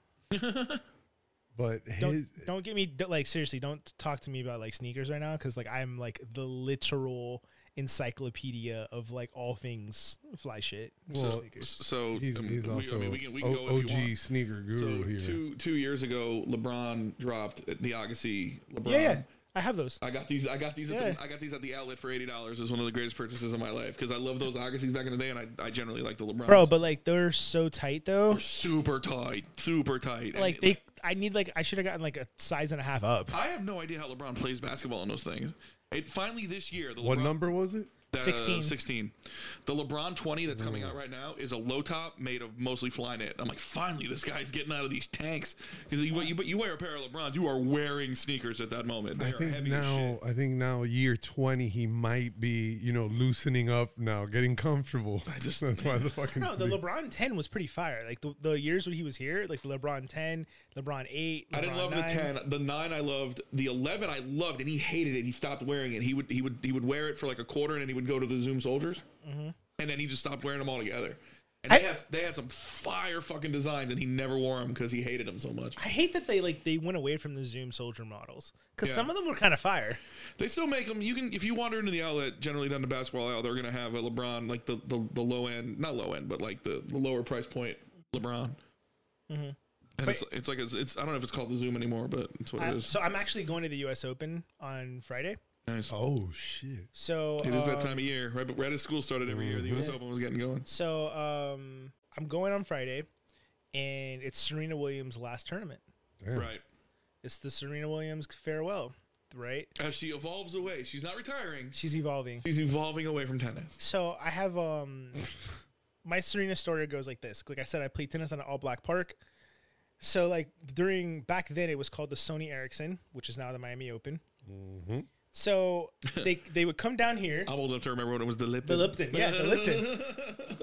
Speaker 4: But
Speaker 6: Don't
Speaker 4: his
Speaker 6: don't get me d- like seriously. Don't talk to me about like sneakers right now because like I'm like the literal encyclopedia of like all things fly shit.
Speaker 4: Well,
Speaker 5: So,
Speaker 6: sneakers.
Speaker 5: so
Speaker 4: he's,
Speaker 5: um,
Speaker 4: he's
Speaker 5: we- I
Speaker 4: also
Speaker 5: mean, we can- we can
Speaker 4: O-
Speaker 5: go if you want.
Speaker 4: OG sneaker guru
Speaker 5: So
Speaker 4: here.
Speaker 5: two two years ago, LeBron dropped uh, the Agassi. LeBron.
Speaker 6: Yeah,
Speaker 4: um,
Speaker 6: yeah, I have those.
Speaker 5: I got these. I got these. At
Speaker 6: Yeah.
Speaker 5: the, I got these at the outlet for eighty dollars. Is one of the greatest purchases of my life because I love those Agassi's back in the day, and I, I generally like the LeBron.
Speaker 6: Bro, but like they're so tight though.
Speaker 5: super tight, super tight.
Speaker 6: Like
Speaker 5: And-
Speaker 6: they, I need like I should have gotten like a size and a half up.
Speaker 5: I have no idea how LeBron plays basketball on those things. It finally this year the
Speaker 4: What
Speaker 5: LeBron,
Speaker 4: number was it?
Speaker 5: uh,
Speaker 6: 16.
Speaker 5: 16. The LeBron 20 that's
Speaker 4: Mm.
Speaker 5: coming out right now is a low top made of mostly Flyknit. I'm like, finally, this guy's getting out of these tanks. Because you, you, you wear a pair of LeBrons, you are wearing sneakers at that moment. They
Speaker 4: I
Speaker 5: are
Speaker 4: think
Speaker 5: heavy as shit.
Speaker 4: now. I think now, year twenty, he might be, you know, loosening up now, getting comfortable.
Speaker 5: just-
Speaker 4: That's why the fucking.
Speaker 6: No, the
Speaker 4: sneak-
Speaker 6: LeBron ten was pretty fire. Like the, the years when he was here, like the LeBron ten, LeBron eight.
Speaker 5: I didn't
Speaker 6: LeBron
Speaker 5: love
Speaker 6: 9.
Speaker 5: the ten, the nine I loved, the eleven I loved, and he hated it. He stopped wearing it. He would he would he would wear it for like a quarter, and then he would go to the Zoom Soldiers, and then he just stopped wearing them altogether. And
Speaker 6: Mm-hmm. I-
Speaker 5: they had they had some fire fucking designs, and he never wore them because he hated them so much.
Speaker 6: I hate that they like they went away from the Zoom soldier models because
Speaker 5: Yeah.
Speaker 6: some of them were kind of fire.
Speaker 5: They still make them. You can if you wander into the outlet, generally down the basketball aisle, they're gonna have a LeBron like the the, the low end, not low end, but like the, the lower price point LeBron.
Speaker 6: Mm-hmm.
Speaker 5: And it's it's like a, it's I don't know if it's called the Zoom anymore, but it's what
Speaker 6: I-
Speaker 5: it is.
Speaker 6: so I'm actually going to the U.S. Open on Friday.
Speaker 5: nice.
Speaker 4: Oh shit!
Speaker 6: So
Speaker 5: It is that
Speaker 6: um,
Speaker 5: time of year, right? But right as school started every year, the U.S.
Speaker 6: Mm-hmm.
Speaker 5: Open was getting going.
Speaker 6: So um, I'm going on Friday, and it's Serena Williams' last tournament.
Speaker 4: Damn.
Speaker 5: Right.
Speaker 6: It's the Serena Williams farewell, right?
Speaker 5: As Uh, she evolves away, she's not retiring.
Speaker 6: She's evolving.
Speaker 5: She's evolving away from tennis.
Speaker 6: So I have um my Serena story goes like this. Like I said, I played tennis on an all black park. So like during back then it was called the Sony Ericsson, which is now the Miami Open. So they they would come down here.
Speaker 5: I'm old enough to remember when it was the Lipton.
Speaker 6: The Lipton, yeah, the Lipton.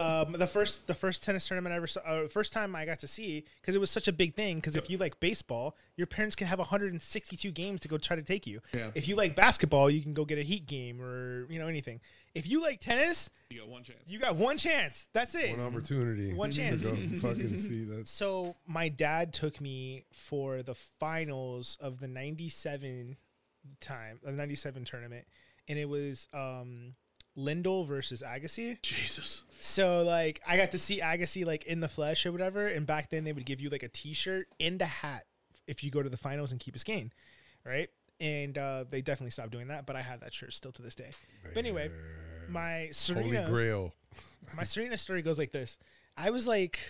Speaker 6: Um, the first, the first tennis tournament I ever saw, uh, first time I got to see, because it was such a big thing. Because if you like baseball, your parents can have 162 games to go try to take you.
Speaker 5: Yeah.
Speaker 6: If you like basketball, you can go get a heat game or you know anything. If you like tennis,
Speaker 5: You got one chance.
Speaker 6: you got one chance. That's it.
Speaker 4: One
Speaker 5: Mm-hmm.
Speaker 4: opportunity.
Speaker 6: One chance.
Speaker 4: To go fucking see that.
Speaker 6: So my dad took me for the finals of the '97 time, the '97 tournament, and it was um, Lindell versus Agassi.
Speaker 5: Jesus.
Speaker 6: So like I got to see Agassi like in the flesh or whatever, and back then they would give you like a T-shirt and a hat if you go to the finals and keep a skein, right? And uh, they definitely stopped doing that, but I have that shirt still to this day. But anyway, my
Speaker 4: Holy
Speaker 6: Serena
Speaker 4: Grail.
Speaker 6: my Serena story goes like this. I was like,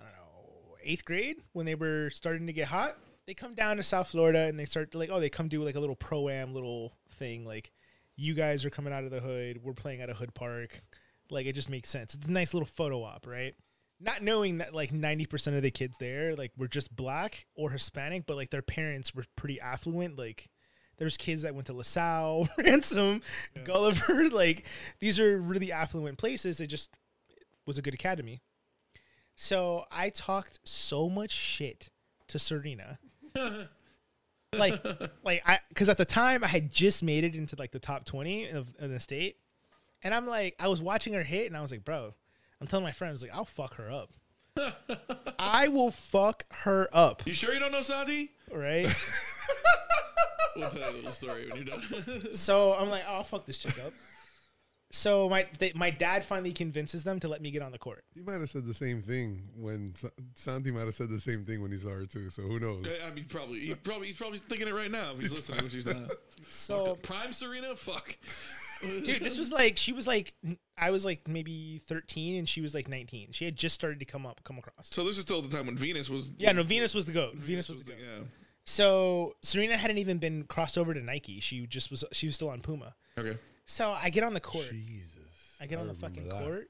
Speaker 6: I don't know, eighth grade when they were starting to get hot. They come down to South Florida and they start to like, oh, they come do like a little pro am little thing. Like, you guys are coming out of the hood. We're playing at a hood park. Like, it just makes sense. It's a nice little photo op, right? not knowing that like 90% of the kids there like were just black or hispanic but like their parents were pretty affluent like there's kids that went to LaSalle, Ransom, Gulliver. Like these are really affluent places. It just was a good academy. So I talked so much shit to Serena. like, like I, because at the time I had just made it into like the top 20 of, of the state. And I'm like, I was watching her hit and I was like, bro, I'm telling my friends, like, I'll fuck her up. I will fuck her up,
Speaker 5: You sure you don't know Santi?
Speaker 6: right?
Speaker 5: We'll tell you a little story when you're done.
Speaker 6: So I'm like, oh, I'll fuck this chick up. So my they, my dad finally convinces them to let me get on the court.
Speaker 4: He might have said the same thing when Sa- Santi might have said the same thing when he saw her too. So who knows?
Speaker 5: I mean, probably, he probably, he's probably thinking it right now if he's listening, which he's not.
Speaker 6: So
Speaker 5: Prime Serena, fuck.
Speaker 6: Oh. dude, this was like she was like I was like maybe 13 and she was like 19. She had just started to come up, come across.
Speaker 5: So this is still the time when Venus was.
Speaker 6: Yeah, no, Venus was the goat. Venus was the goat.
Speaker 5: yeah.
Speaker 6: So Serena hadn't even been crossed over to Nike. She just was she was still on Puma.
Speaker 5: Okay.
Speaker 6: So I get on the court.
Speaker 4: Jesus.
Speaker 6: I get
Speaker 2: I
Speaker 6: on the
Speaker 2: remember
Speaker 6: fucking
Speaker 2: that.
Speaker 6: court.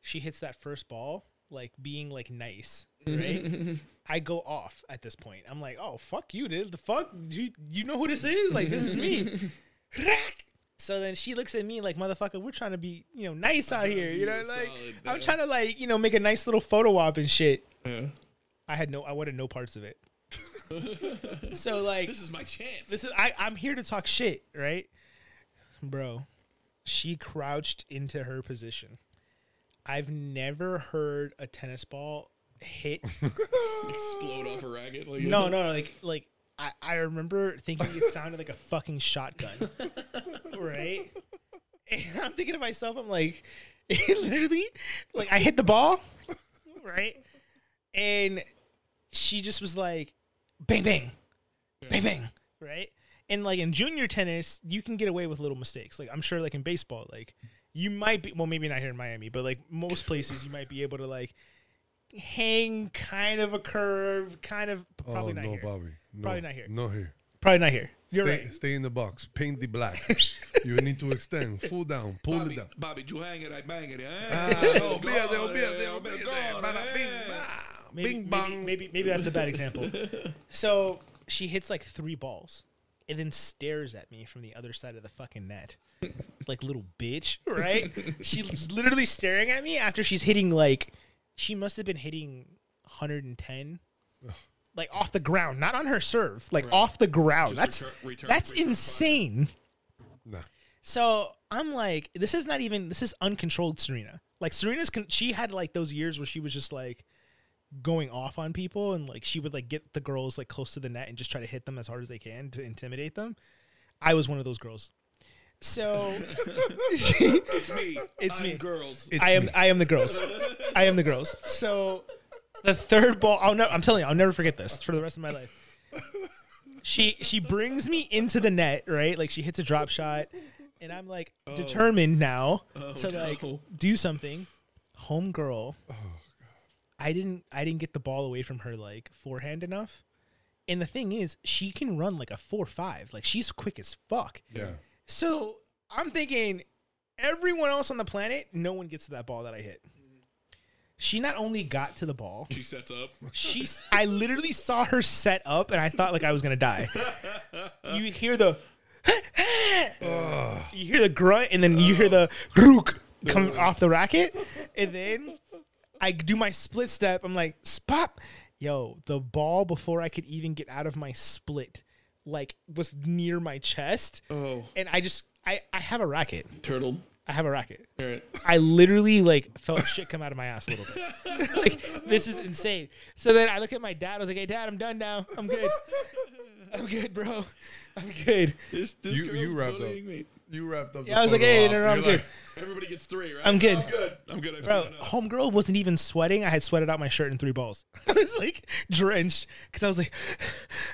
Speaker 6: She hits that first ball, like being like nice, right? I go off at this point. I'm like, oh fuck you, dude. The fuck you, you know who this is? Like this is me. Rack! so then she looks at me like, motherfucker, we're trying to be you know nice out
Speaker 5: trying to
Speaker 6: here.
Speaker 5: do
Speaker 6: You
Speaker 5: you a
Speaker 6: know, like
Speaker 5: solid,
Speaker 6: I'm
Speaker 5: yeah.
Speaker 6: trying to like you know make a nice little photo op and shit.
Speaker 5: Yeah.
Speaker 6: I had no, I wanted no parts of it. so like
Speaker 5: This is my chance.
Speaker 6: this is I, I'm here to talk shit, right? Bro, she crouched into her position. I've never heard a tennis ball hit.
Speaker 5: Explode off a racket. Like,
Speaker 6: No, no, no like like I, I remember thinking it sounded like a fucking shotgun. right? And I'm thinking to myself, I'm like, literally, like I hit the ball, right? And she just was like, bang, bang, bang, bang, right? And like in junior tennis, you can get away with little mistakes. Like I'm sure, like in baseball, like you might be, well, maybe not here in Miami, but like most places, you might be able to like hang kind of a curve, kind of probably
Speaker 4: oh,
Speaker 6: not
Speaker 4: no,
Speaker 6: here.
Speaker 4: Bobby. No,
Speaker 6: Probably not here.
Speaker 4: No here.
Speaker 6: Probably not here. You're
Speaker 4: stay,
Speaker 6: right.
Speaker 4: stay in the box. Paint the black. you need to extend. Full down. Pull
Speaker 5: Bobby,
Speaker 4: it down.
Speaker 5: Bobby, you hang it, I bang it. eh?
Speaker 4: Oh,
Speaker 5: Go
Speaker 4: be there,
Speaker 5: on,
Speaker 4: be
Speaker 5: eh,
Speaker 4: there,
Speaker 5: oh,
Speaker 4: be
Speaker 5: be
Speaker 4: there.
Speaker 5: gone,
Speaker 4: Bada
Speaker 5: eh.
Speaker 4: bing, bah.
Speaker 6: Maybe,
Speaker 4: Bing
Speaker 6: maybe-
Speaker 4: bang.
Speaker 6: Maybe maybe that's a bad example. so she hits like three balls and then stares at me from the other side of the fucking net. Like little bitch, right? she's literally staring at me after she's hitting like she must have been hitting 110 like off the ground, not on her serve, like off the ground.
Speaker 5: Just
Speaker 6: that's
Speaker 5: return- return-
Speaker 6: that's
Speaker 5: return fire.
Speaker 6: insane.
Speaker 4: Nah.
Speaker 6: So I'm like, this is not even this is uncontrolled Serena. Like Serena's, con- she had like those years where she was just like going off on people and like she would like get the girls like close to the net and just try to hit them as hard as they can to intimidate them. I was one of those girls. So
Speaker 5: It's me.
Speaker 6: It's
Speaker 5: I'm
Speaker 6: me.
Speaker 5: Girls.
Speaker 6: I am I am the girls. I am the girls. So the third ball, I'll never, I'm telling you, I'll never forget this for the rest of my life. She she brings me into the net, right? Like she hits a drop shot, and I'm like determined now to like
Speaker 5: no.
Speaker 6: do something. Homegirl, I didn't I didn't get the ball away from her like forehand enough. And the thing is, she can run like a four five. Like she's quick as fuck.
Speaker 4: Yeah.
Speaker 6: So I'm thinking everyone else on the planet, no one gets to that ball that I hit. She not only got to the ball,
Speaker 5: She sets up.
Speaker 6: she I literally saw her set up and I thought like I was gonna die. You hear the you hear the grunt and then you hear the rook come off the racket and then I do my split step. I'm like, spop. Yo, the ball before I could even get out of my split, like was near my chest
Speaker 5: Oh,
Speaker 6: and I just I I have a racket.
Speaker 5: turtle.
Speaker 6: I have a racket.
Speaker 5: All right.
Speaker 6: I literally like felt shit come out of my ass a little bit. like this is insane. So then I look at my dad. I was like, "Hey, dad, I'm done now. I'm good. I'm good, bro. I'm good."
Speaker 5: This, this
Speaker 4: You-
Speaker 5: girl's
Speaker 4: you wrapped up.
Speaker 5: bullying me.
Speaker 4: You wrapped up.
Speaker 6: Yeah, I was like, "Hey, no, no, I'm good,
Speaker 5: Everybody gets three, right?
Speaker 6: I'm good.
Speaker 5: I'm good. I'm good. I've
Speaker 6: bro."
Speaker 5: seen enough.
Speaker 6: Homegirl wasn't even sweating. I had sweated out my shirt in three balls. I was like drenched because I was like,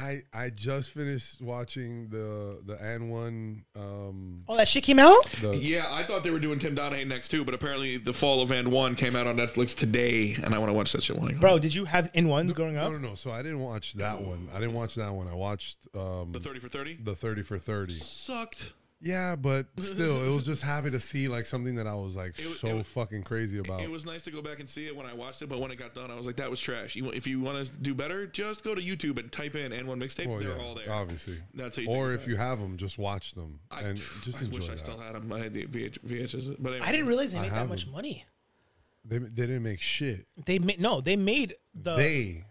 Speaker 4: I I just finished watching the the and one um
Speaker 6: "All that shit came out."
Speaker 4: the
Speaker 5: Yeah, I thought they were doing Tim Donahue next too, but apparently the Fall of And One came out on Netflix today, and I want to watch that shit. When I go.
Speaker 6: Bro, did you have in ones growing
Speaker 4: no
Speaker 6: up?
Speaker 4: no no so I didn't watch that one I didn't watch that one I watched um
Speaker 5: the thirty for thirty
Speaker 4: the thirty for thirty
Speaker 5: sucked.
Speaker 4: Yeah, but still, it was just happy to see like something that I was like
Speaker 5: It wa-
Speaker 4: so
Speaker 5: it wa-
Speaker 4: fucking crazy about.
Speaker 5: It was nice to go back and see it when I watched it, but when it got done, I was like, "That was trash." You, if you want to do better, just go to YouTube and type in "N1 mixtape."
Speaker 4: Well,
Speaker 5: They're
Speaker 4: Oh, yeah,
Speaker 5: all there.
Speaker 4: obviously.
Speaker 5: That's how you.
Speaker 4: or
Speaker 5: take it
Speaker 4: if you have them, just watch them
Speaker 5: back. I,
Speaker 4: and just
Speaker 5: I
Speaker 4: enjoy
Speaker 5: wish I
Speaker 4: that.
Speaker 5: still had them. I had the VH, VHS, but anyway,
Speaker 6: I didn't realize they
Speaker 4: I
Speaker 6: made that
Speaker 4: have
Speaker 6: much
Speaker 4: them.
Speaker 6: money.
Speaker 4: They, they didn't make shit.
Speaker 6: They made no, they made the
Speaker 4: they.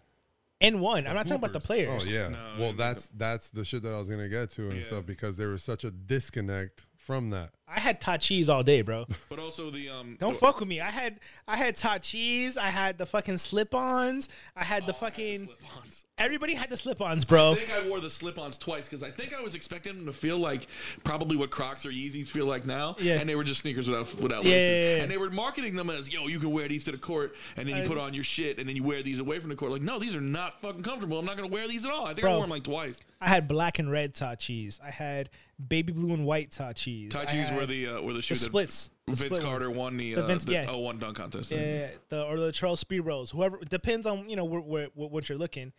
Speaker 6: N one. I'm not talking about the
Speaker 4: Hoopers.
Speaker 6: players.
Speaker 4: Oh yeah.
Speaker 5: No, they
Speaker 4: well,
Speaker 5: didn't.
Speaker 4: that's that's the shit that I was gonna get to and
Speaker 5: Yeah.
Speaker 4: stuff because there was such a disconnect from that.
Speaker 6: I had Tatis all day, bro.
Speaker 5: But also the um.
Speaker 6: Don't
Speaker 5: the-
Speaker 6: fuck with me. I had I had Tatis. I had the fucking slip-ons. I had the fucking
Speaker 5: slip-ons.
Speaker 6: everybody had the slip-ons, bro.
Speaker 5: I think I wore the slip-ons twice because I think I was expecting them to feel like probably what Crocs or Yeezys feel like now,
Speaker 6: Yeah.
Speaker 5: and they were just sneakers without without
Speaker 6: Yeah,
Speaker 5: laces.
Speaker 6: yeah, yeah.
Speaker 5: And they were marketing them as, "Yo, you can wear these to the court, and then you
Speaker 6: I-
Speaker 5: put on your shit, and then you wear these away from the court." Like, no, these are not fucking comfortable. I'm not gonna wear these at all. I think I
Speaker 6: Bro.
Speaker 5: wore them like twice.
Speaker 6: I had black and red Tatis. I had baby blue and white Tatis. I
Speaker 5: Tachis were
Speaker 6: had
Speaker 5: the uh, were the
Speaker 6: the
Speaker 5: shoe that
Speaker 6: splits. the
Speaker 5: Vince
Speaker 6: split ones.
Speaker 5: Carter won the,
Speaker 6: The
Speaker 5: uh,
Speaker 6: Vince-
Speaker 5: the
Speaker 6: yeah.
Speaker 5: 01 dunk contest.
Speaker 6: Yeah, yeah, yeah. the or the Charles Speed Rose. Whoever depends on you know where, where, wh- what you're looking,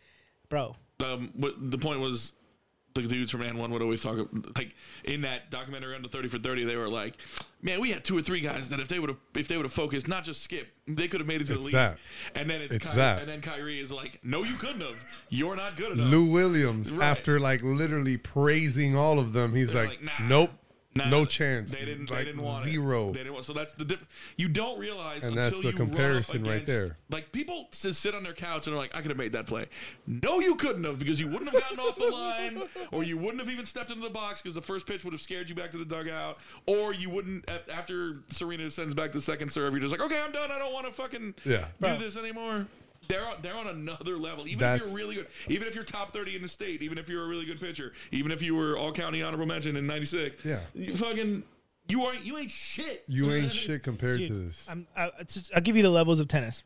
Speaker 6: bro.
Speaker 5: um, what, the point was the dudes from Man One would always talk like in that documentary under Thirty for Thirty. They were like, "Man, we had two or three guys that if they would have if they would have focused, not just skip, they could have made it to the
Speaker 4: It's
Speaker 5: league."
Speaker 4: that.
Speaker 5: And then it's,
Speaker 4: It's
Speaker 5: Kyrie,
Speaker 4: that.
Speaker 5: and then Kyrie is like, "No, you couldn't have. You're not good enough."
Speaker 4: Lou Williams,
Speaker 5: Right.
Speaker 4: after like literally praising all of them, he's
Speaker 5: They're
Speaker 4: like,
Speaker 5: like, "Nah,
Speaker 4: "Nope,
Speaker 5: Nah,
Speaker 4: no chance."
Speaker 5: They didn't.
Speaker 4: Like,
Speaker 5: they didn't want it.
Speaker 4: zero.
Speaker 5: They didn't want. So that's the difference. You don't realize
Speaker 4: And
Speaker 5: until
Speaker 4: that's the
Speaker 5: you run up
Speaker 4: comparison right
Speaker 5: against-
Speaker 4: there.
Speaker 5: Like people just sit on their couch and are like, "I could have made that play." No, you couldn't have because you wouldn't have gotten off the line, or you wouldn't have even stepped into the box because the first pitch would have scared you back to the dugout, or you wouldn't a- after Serena sends back the second serve. You're just like, "Okay, I'm done. I don't want to fucking
Speaker 4: Yeah.
Speaker 5: do
Speaker 6: Bro.
Speaker 5: this anymore." They're on, they're on another level. Even if
Speaker 4: That's-
Speaker 5: you're really good, even if you're top 30 in the state, even if you're a really good pitcher, even if you were all county honorable mention in 96,
Speaker 4: Yeah.
Speaker 5: you fucking, you aren't, you ain't shit.
Speaker 4: you ain't shit compared to
Speaker 6: Dude,
Speaker 4: this.
Speaker 6: I'm, I, I just, I'll give you the levels of tennis.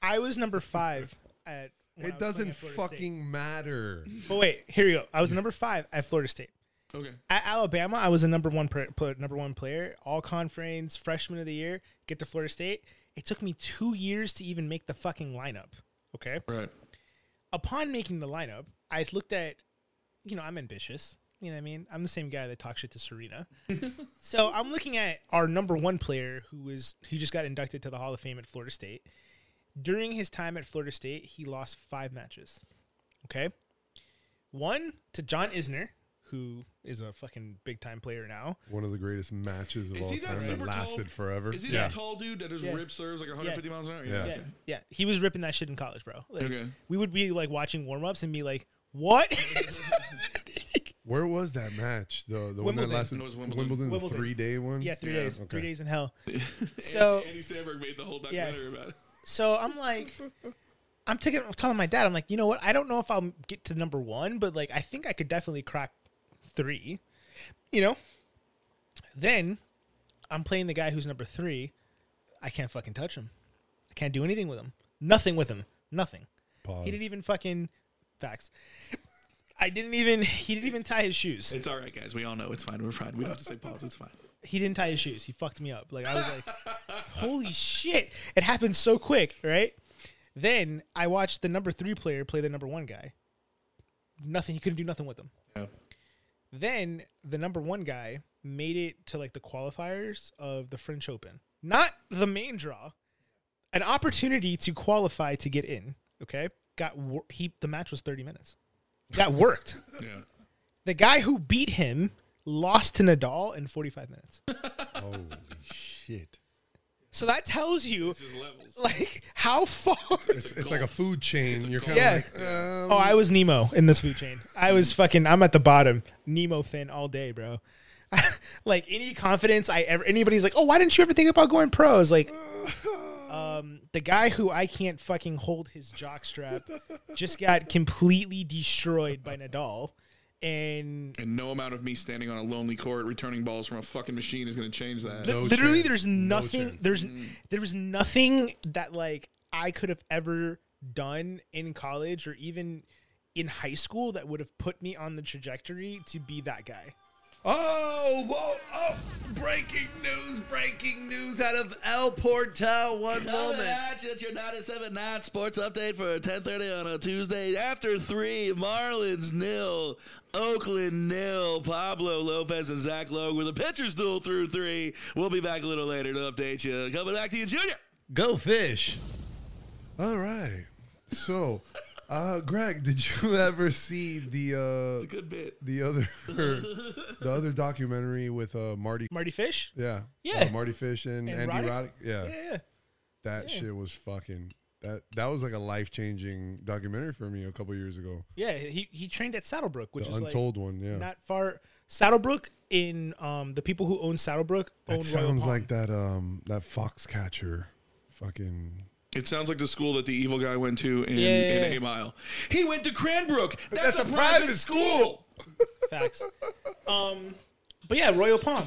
Speaker 6: I was number five at. when I
Speaker 4: it
Speaker 6: was playing
Speaker 4: doesn't
Speaker 6: at Florida State.
Speaker 4: fucking matter.
Speaker 6: But wait, here you go. I was number five at Florida State.
Speaker 5: Okay.
Speaker 6: At Alabama, I was a number one per, pl- number one player, all conference, freshman of the year. Get to Florida State. It took me two years to even make the fucking lineup. Okay.
Speaker 5: Right.
Speaker 6: upon making the lineup, I looked at, you know, I'm ambitious. You know what I mean? I'm the same guy that talks shit to Serena. so I'm looking at our number one player who was who just got inducted to the Hall of Fame at Florida State. During his time at Florida State, he lost five matches. Okay. One to John Isner, who is a fucking big time player now.
Speaker 4: One of the greatest matches of
Speaker 5: Is
Speaker 4: all
Speaker 5: he that
Speaker 4: time that
Speaker 5: super tall?
Speaker 4: lasted forever.
Speaker 5: Is he
Speaker 4: yeah.
Speaker 5: that tall dude that his
Speaker 6: Yeah.
Speaker 5: rib serves like 150 miles an hour?
Speaker 4: Yeah.
Speaker 6: Yeah,
Speaker 5: okay.
Speaker 6: yeah. He was ripping that shit in college, bro. Like,
Speaker 5: Okay.
Speaker 6: We would be like watching warm ups and be like, "What?" is happening?"
Speaker 4: Where was that match? The the one
Speaker 6: Wimbledon.
Speaker 4: that lasted
Speaker 5: It was Wimbledon.
Speaker 4: Wimbledon,
Speaker 6: Wimbledon.
Speaker 4: three day one.
Speaker 6: Yeah, three
Speaker 5: Yeah,
Speaker 6: days. Three
Speaker 4: okay.
Speaker 6: days in hell. So
Speaker 5: Andy Samberg made the whole documentary about it.
Speaker 6: so I'm like, I'm taking, I'm telling my dad, I'm like, you know what? I don't know if I'll get to number one, but like, I think I could definitely crack three. You know. Then I'm playing the guy who's number three. I can't fucking touch him. I can't do anything with him. Nothing with him. Nothing.
Speaker 4: Pause.
Speaker 6: He didn't even fucking facts. I didn't even. He didn't even tie his shoes.
Speaker 5: It's all right, guys. We all know it's fine. We're fine. We don't have to say pause. It's fine.
Speaker 6: he didn't tie his shoes. He fucked me up. Like I was like, holy shit! It happened so quick, right? Then I watched the number three player play the number one guy. Nothing. He couldn't do nothing with him.
Speaker 5: Yeah.
Speaker 6: Then the number one guy made it to like the qualifiers of the French Open, not the main draw. An opportunity to qualify to get in. Okay, got wor- he. The match was thirty minutes. Got worked.
Speaker 5: Yeah.
Speaker 6: the guy who beat him lost to Nadal in forty five minutes.
Speaker 4: Holy shit!
Speaker 6: So that tells you
Speaker 5: It's just levels.
Speaker 6: like how far.
Speaker 4: It's, it's like a
Speaker 5: golf.
Speaker 4: food chain. You're kind
Speaker 5: golf.
Speaker 4: of
Speaker 6: Yeah.
Speaker 4: like, um,
Speaker 6: Oh, I was Nemo in this food chain. I was fucking. I'm at the bottom, Nemo Finn all day, bro. like any confidence I ever anybody's like, oh, why didn't you ever think about going pro? Is like, um, the guy who I can't fucking hold his jockstrap just got completely destroyed by Nadal, and
Speaker 5: And no amount of me standing on a lonely court returning balls from a fucking machine is going to change that.
Speaker 6: Th-
Speaker 4: No
Speaker 6: literally
Speaker 4: chance.
Speaker 6: there's
Speaker 4: No
Speaker 6: nothing
Speaker 4: chance.
Speaker 6: there's there was nothing that like i could have ever done in college or even in high school that would have put me on the trajectory to be that guy
Speaker 1: Oh, whoa, oh, breaking news, breaking news out of El Portal. One
Speaker 5: Coming
Speaker 1: moment.
Speaker 5: at you, it's your 97.9 sports update for 10.30 on a Tuesday. After 3, Marlins nil, Oakland nil. Pablo Lopez and Zach Lowe with a pitcher's duel through 3. We'll be back a little later to update you. Coming back to you, Junior.
Speaker 1: Go fish.
Speaker 4: All right. So, uh, Greg, did you ever see the uh,
Speaker 5: Good bit.
Speaker 4: the other the other documentary with uh, Marty?
Speaker 6: Marty Fish?
Speaker 4: Yeah,
Speaker 6: Yeah.
Speaker 4: uh, Marty Fish and,
Speaker 6: And
Speaker 4: Andy
Speaker 6: Roddick?
Speaker 4: Roddick. Yeah,
Speaker 6: Yeah, yeah.
Speaker 4: that shit was fucking. That that was like a life changing documentary for me a couple years ago.
Speaker 6: Yeah, he, he trained at Saddlebrook, which
Speaker 4: The
Speaker 6: is
Speaker 4: Untold one. Yeah,
Speaker 6: like not far. Saddlebrook in um the people who own Saddlebrook own
Speaker 4: that
Speaker 6: Royal
Speaker 4: sounds
Speaker 6: Palm.
Speaker 4: like that um that fox catcher, fucking.
Speaker 5: It sounds like the school that the evil guy went to in,
Speaker 6: Yeah, yeah,
Speaker 5: in
Speaker 6: yeah.
Speaker 5: A Mile. He went to Cranbrook. That's,
Speaker 4: That's
Speaker 5: a,
Speaker 4: a
Speaker 5: private,
Speaker 4: private
Speaker 5: school.
Speaker 6: Facts. um, but yeah, Royal Palm.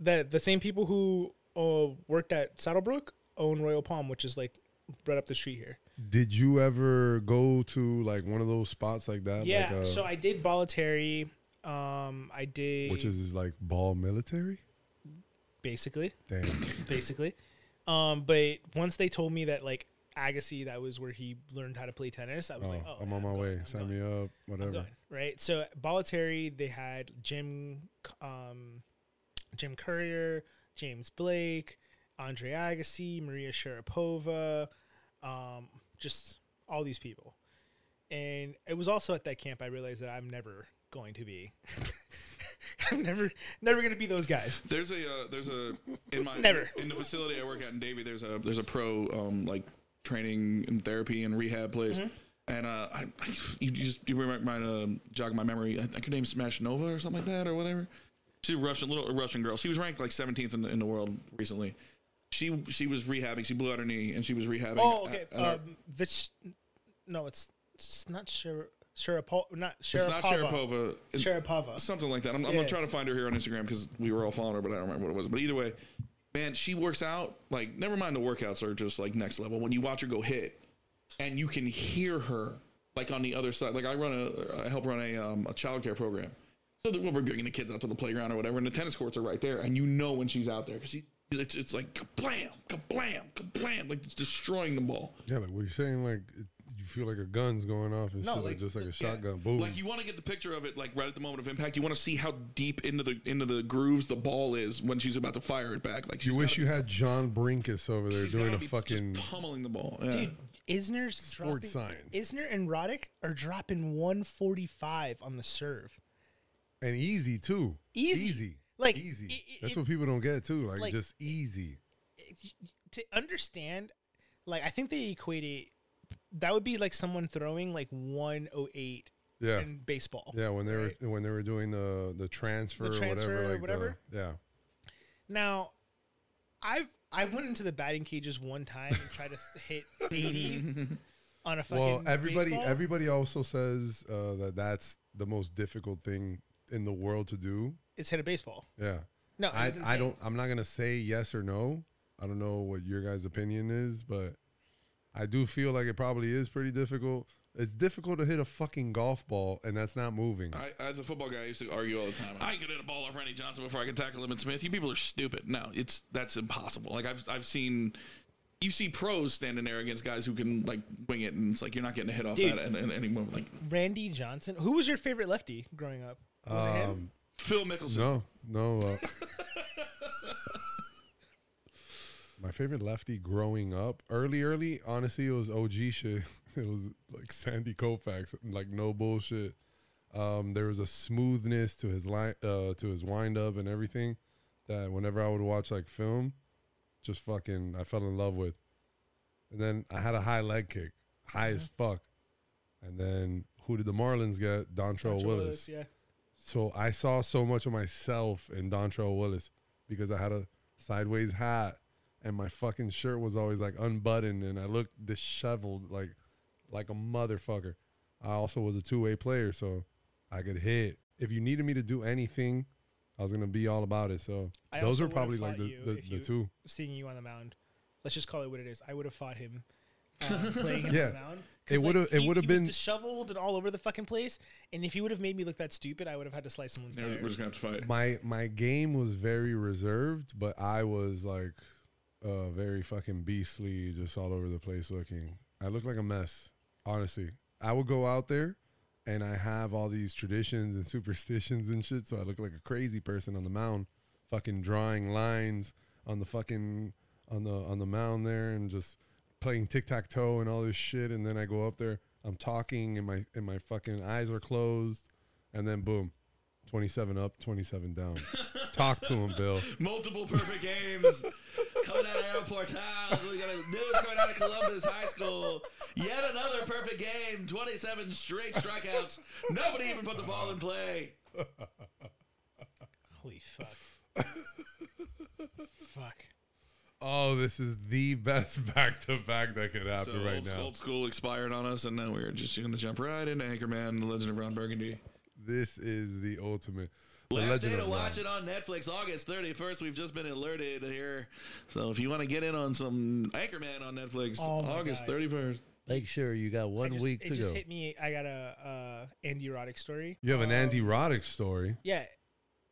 Speaker 6: The the same people who uh, worked at Saddlebrook own Royal Palm, which is like right up the street here.
Speaker 4: Did you ever go to like one of those spots like that?
Speaker 6: yeah.
Speaker 4: like, uh,
Speaker 6: so I did voluntary. Um, I did
Speaker 4: which is like ball military.
Speaker 6: basically
Speaker 4: Damn.
Speaker 6: basically. Um, but once they told me that like Agassi, that was where he learned how to play tennis. I was
Speaker 4: Oh,
Speaker 6: like, oh,
Speaker 4: I'm
Speaker 6: yeah,
Speaker 4: on my
Speaker 6: going,
Speaker 4: way.
Speaker 6: I'm
Speaker 4: Sign
Speaker 6: going.
Speaker 4: me up. Whatever.
Speaker 6: Good, right? So at Bollettieri, they had Jim, um, Jim Courier, James Blake, Andre Agassi, Maria Sharapova, um, just all these people. And it was also at that camp I realized that I'm never going to be. I'm never, never going to be those guys.
Speaker 5: There's a uh, there's a in my
Speaker 6: Never.
Speaker 5: in the facility I work at in Davie. There's a there's a pro um, like training and therapy and rehab place.
Speaker 6: Mm-hmm.
Speaker 5: And uh, I, I you just you remind my uh, jog my memory. I, I could name Smash Nova or something like that or whatever. She's a Russian little Russian girl. She was ranked like 17th in the, in the world recently. She she was rehabbing. She blew out her knee and she was rehabbing.
Speaker 6: Oh,
Speaker 5: at-
Speaker 6: okay.
Speaker 5: at our-
Speaker 6: um, Vich, no, it's it's not Shar Sharapova, not Sharapova.
Speaker 5: it's not Sharapova. It's-
Speaker 6: Sharapova.
Speaker 5: something like that. I'm, I'm
Speaker 6: Yeah.
Speaker 5: gonna try to find her here on Instagram because we were all following her, but I don't remember what it was. But either way, man, she works out. Like, never mind the workouts are just like next level. When you watch her go hit, and you can hear her like on the other side. Like I run a, I help run a um, a childcare program. So that when we're bringing the kids out to the playground or whatever, and the tennis courts are right there, and you know when she's out there because she. It's, it's like kablam, kablam, kablam, like it's destroying the ball.
Speaker 4: Yeah, like what you're saying, like it- you feel like a gun's going off and
Speaker 6: No,
Speaker 4: shit, like,
Speaker 6: like
Speaker 4: just like a
Speaker 5: Yeah.
Speaker 4: shotgun. Boom.
Speaker 5: Like you want to get the picture of it like right at the moment of impact. You want to see how deep into the into the grooves the ball is when she's about to fire it back. Like she's
Speaker 4: you wish
Speaker 5: gotta-
Speaker 4: you had John Brinkus over there
Speaker 5: she's
Speaker 4: doing
Speaker 5: gotta
Speaker 4: a
Speaker 5: be
Speaker 4: fucking.
Speaker 5: just pummeling the ball. Yeah.
Speaker 6: Dude, Isner's dropping,
Speaker 4: Sports science.
Speaker 6: Isner and Roddick are dropping 145 on the serve.
Speaker 4: And easy too.
Speaker 6: Easy.
Speaker 4: Easy.
Speaker 6: Like,
Speaker 4: easy.
Speaker 6: i- i-
Speaker 4: That's
Speaker 6: it-
Speaker 4: what people don't get too. Like,
Speaker 6: like-
Speaker 4: just easy.
Speaker 6: To understand, like I think they equate it. That would be like someone throwing like 108
Speaker 4: Yeah.
Speaker 6: in baseball.
Speaker 4: Yeah, when they were
Speaker 6: right.
Speaker 4: when they were doing the the transfer,
Speaker 6: The transfer or
Speaker 4: or whatever, like the-
Speaker 6: whatever.
Speaker 4: yeah,
Speaker 6: Now, I've I went into the batting cages one time and tried to hit 80 on a fucking.
Speaker 4: well, everybody
Speaker 6: baseball.
Speaker 4: everybody also says uh, that that's the most difficult thing in the world to do.
Speaker 6: it's hit a baseball.
Speaker 4: Yeah,
Speaker 6: No, it
Speaker 4: I,
Speaker 6: was
Speaker 4: I
Speaker 6: Oh, insane.
Speaker 4: don't I'm not gonna say yes or no. I don't know what your guys' opinion is, but I do feel like it probably is pretty difficult. It's difficult to hit a fucking golf ball and that's not moving.
Speaker 5: I, as a football guy, I used to argue all the time. I could hit a ball off Randy Johnson before I could tackle him and Smith. You people are stupid. No, it's that's impossible. Like I've I've seen, you see pros standing there against guys who can like wing it, and it's like you're not getting a hit off
Speaker 6: Dude.
Speaker 5: that at, at any moment. Like
Speaker 6: Randy Johnson. Who was your favorite lefty growing up? Was it
Speaker 4: Um,
Speaker 6: him?
Speaker 5: Phil Mickelson.
Speaker 4: No, no. Uh, my favorite lefty growing up, early, early, honestly, it was OG shit. It was like Sandy Koufax, like no bullshit. Um, there was a smoothness to his line, uh, to his wind up and everything that whenever I would watch like film, just fucking, I fell in love with. And then I had a high leg kick, high as fuck. And then who did the Marlins get? Dontrell,
Speaker 6: Joe
Speaker 4: Willis.
Speaker 6: Yeah.
Speaker 4: So I saw so much of myself in Dontrell Willis because I had a sideways hat and my fucking shirt was always like unbuttoned and I looked disheveled like like a motherfucker. I also was a two-way player, so I could hit. If you needed me to do anything, I was gonna be all about it. So
Speaker 6: I
Speaker 4: those
Speaker 6: also
Speaker 4: are
Speaker 6: would've
Speaker 4: probably like
Speaker 6: fought
Speaker 4: the,
Speaker 6: you
Speaker 4: the,
Speaker 6: if
Speaker 4: the
Speaker 6: you-
Speaker 4: two.
Speaker 6: seeing you on the mound. Let's just call it what it is. I would have fought him uh, playing him
Speaker 4: Yeah.
Speaker 6: on the mound.
Speaker 4: It
Speaker 6: 'Cause,
Speaker 4: woulda-
Speaker 6: like,
Speaker 4: it
Speaker 6: he-
Speaker 4: woulda
Speaker 6: he was
Speaker 4: been-
Speaker 6: disheveled and all over the fucking place. And if he would have made me look that stupid, I would have had to slice someone's
Speaker 5: We're
Speaker 6: hair.
Speaker 5: just gonna have to fight.
Speaker 4: My my game was very reserved, but I was like uh very fucking beastly, just all over the place looking. I looked like a mess, honestly. I would go out there and I have all these traditions and superstitions and shit, so I look like a crazy person on the mound, fucking drawing lines on the fucking on the on the mound there and just playing tic tac toe and all this shit and then I go up there, I'm talking and my and my fucking eyes are closed and then boom. 27 up, 27 down. Talk to him, Bill.
Speaker 5: Multiple perfect games. coming out of Airport Town. We got a dude coming out of Columbus High School. Yet another perfect game. 27 straight strikeouts. Nobody even put the ball in play.
Speaker 6: Holy fuck. fuck.
Speaker 4: Oh, this is the best back to back that could
Speaker 5: So
Speaker 4: happen right
Speaker 5: old,
Speaker 4: now.
Speaker 5: old school expired on us, and now we're just going to jump right into Anchorman, The Legend of Ron Burgundy.
Speaker 4: This is the ultimate. The
Speaker 5: Last
Speaker 4: Legend
Speaker 5: day to
Speaker 4: of
Speaker 5: watch
Speaker 4: Ron.
Speaker 5: it on Netflix, August 31st. We've just been alerted here. So if you want to get in on some Anchorman on Netflix,
Speaker 6: Oh my
Speaker 5: August
Speaker 6: God.
Speaker 5: 31st.
Speaker 1: Make sure you got
Speaker 6: I
Speaker 1: one
Speaker 6: just-
Speaker 1: week
Speaker 6: it
Speaker 1: to
Speaker 6: just
Speaker 1: go.
Speaker 6: hit me. I got a uh, Andy Roddick story.
Speaker 4: You have an
Speaker 6: Um,
Speaker 4: Andy Roddick story.
Speaker 6: Yeah,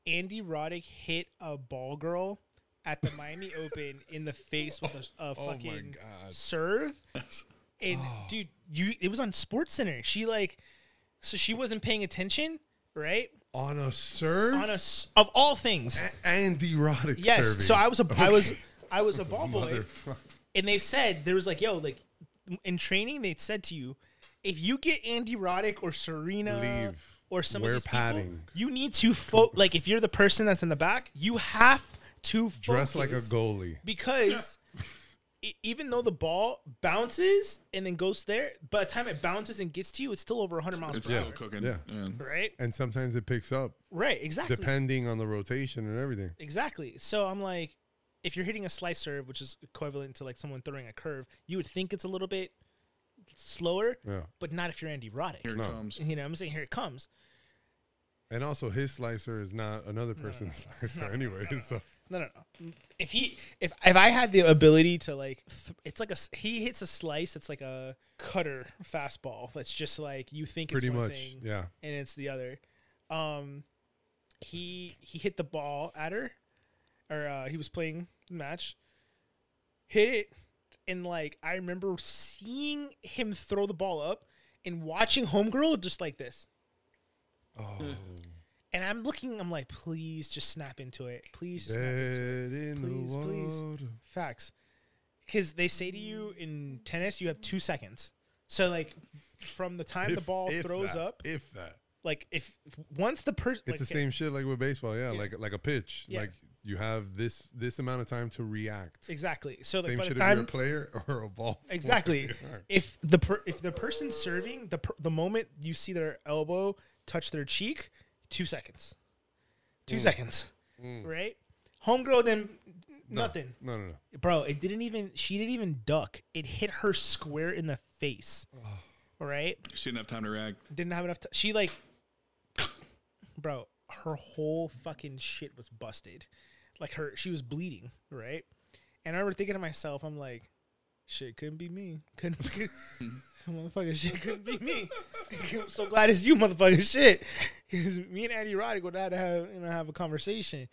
Speaker 6: Andy Roddick hit a ball girl at the Miami Open in the face with a, a
Speaker 4: Oh my
Speaker 6: fucking
Speaker 4: God.
Speaker 6: serve. And
Speaker 4: Oh.
Speaker 6: dude, you it was on Sports Center. She like, so she wasn't paying attention, right?
Speaker 4: On a serve?
Speaker 6: On a s- of all things,
Speaker 4: A- Andy Roddick
Speaker 6: yes.
Speaker 4: serving.
Speaker 6: So I was a I was I was a ball boy,
Speaker 4: Motherfucker.
Speaker 6: and they said there was like, yo, like in training they said to you, if you get Andy Roddick or Serena
Speaker 4: Leave.
Speaker 6: or some
Speaker 4: Wear
Speaker 6: of these
Speaker 4: padding.
Speaker 6: people, you need to fo- like if you're the person that's in the back, you have to focus
Speaker 4: Dressed like a goalie.
Speaker 6: because e- even though the ball bounces and then goes there, by the time it bounces and gets to you, it's still over 100 miles
Speaker 5: It's
Speaker 6: per
Speaker 5: still
Speaker 6: hour.
Speaker 5: cooking.
Speaker 4: Yeah.
Speaker 6: Right,
Speaker 4: And sometimes it picks up
Speaker 6: right, exactly,
Speaker 4: depending on the rotation and everything.
Speaker 6: exactly. So I'm like, if you're hitting a slice serve, which is equivalent to like someone throwing a curve, you would think it's a little bit slower,
Speaker 4: Yeah.
Speaker 6: but not if you're Andy Roddick.
Speaker 5: Here it
Speaker 4: No.
Speaker 5: comes.
Speaker 6: You know, what I'm saying here it comes.
Speaker 4: And also, his slicer is not another person's slicer, anyway. So
Speaker 6: No, no, no. If he, if if I had the ability to like, th- it's like a s- he hits a slice. It's like a cutter fastball. That's just like you think
Speaker 4: pretty
Speaker 6: it's one
Speaker 4: much.
Speaker 6: thing,
Speaker 4: Yeah.
Speaker 6: and it's the other. Um, he he hit the ball at her, or uh, he was playing the match, hit it, and like I remember seeing him throw the ball up and watching homegirl just like this.
Speaker 4: Oh.
Speaker 6: And I'm looking, I'm like, please just snap into it. Please just snap into it.
Speaker 4: Dead in
Speaker 6: Please,
Speaker 4: the
Speaker 6: please.
Speaker 4: water.
Speaker 6: Facts. Because they say to you in tennis, you have two seconds. So like, from the time the
Speaker 4: If-
Speaker 6: ball
Speaker 4: if
Speaker 6: throws
Speaker 4: that,
Speaker 6: up,
Speaker 4: If that.
Speaker 6: like if once the person,
Speaker 4: It's the same shit like with baseball, yeah.
Speaker 6: Yeah.
Speaker 4: Like like a pitch.
Speaker 6: Yeah.
Speaker 4: Like you have this this amount of time to react.
Speaker 6: exactly. So like
Speaker 4: Same
Speaker 6: by the
Speaker 4: shit if you're a
Speaker 6: time,
Speaker 4: player or a ball. player.
Speaker 6: exactly, if the per, if the person serving the per, the moment you see their elbow touch their cheek, two seconds,
Speaker 4: Mm.
Speaker 6: two seconds, right? Homegirl then
Speaker 4: No,
Speaker 6: nothing,
Speaker 4: No, no, no.
Speaker 6: bro. It didn't even she didn't even duck. It hit her square in the face. Right?
Speaker 5: She didn't have time to react.
Speaker 6: didn't have enough time. She like, bro, her whole fucking shit was busted. Like her, she was bleeding, right? And I remember thinking to myself, I'm like, shit couldn't be me. Couldn't, could, motherfucker, shit couldn't be me. I'm so glad it's you, motherfucker, shit. Because me and Andy Roddick would have to have you know have a conversation.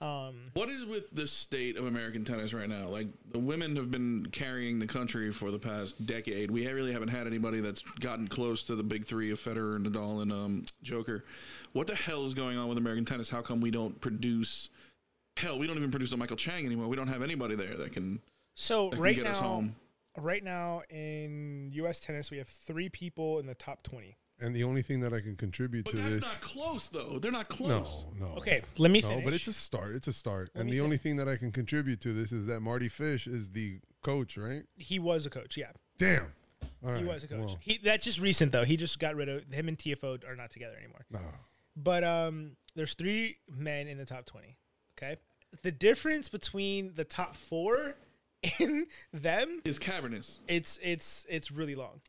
Speaker 6: Um,
Speaker 5: What is with the state of American tennis right now? Like the women have been carrying the country for the past decade. We really haven't had anybody that's gotten close to the big three of Federer, Nadal, and um, Joker. What the hell is going on with American tennis? How come we don't produce? Hell, we don't even produce a Michael Chang anymore. We don't have anybody there that can,
Speaker 6: so
Speaker 5: that can
Speaker 6: right
Speaker 5: get
Speaker 6: now,
Speaker 5: us home.
Speaker 6: right now in U.S. tennis, we have three people in the top twenty.
Speaker 4: And the only thing that I can contribute to
Speaker 5: But that's
Speaker 4: this
Speaker 5: not close, though. They're not
Speaker 4: No,
Speaker 5: close.
Speaker 4: no.
Speaker 6: Okay, let me
Speaker 4: No,
Speaker 6: finish.
Speaker 4: but it's a start. It's a start. and
Speaker 6: me
Speaker 4: the only thing that I can contribute to this is that Marty Fish is the coach, right?
Speaker 6: he was a coach, yeah.
Speaker 4: Damn. All
Speaker 6: He
Speaker 4: right,
Speaker 6: was a coach.
Speaker 4: well,
Speaker 6: He that's just recent though. He just got rid of him and TFO are not together anymore.
Speaker 4: nah.
Speaker 6: But um, there's three men in the top twenty. Okay, the difference between the top four and them,
Speaker 5: It's cavernous.
Speaker 6: it's it's it's really long.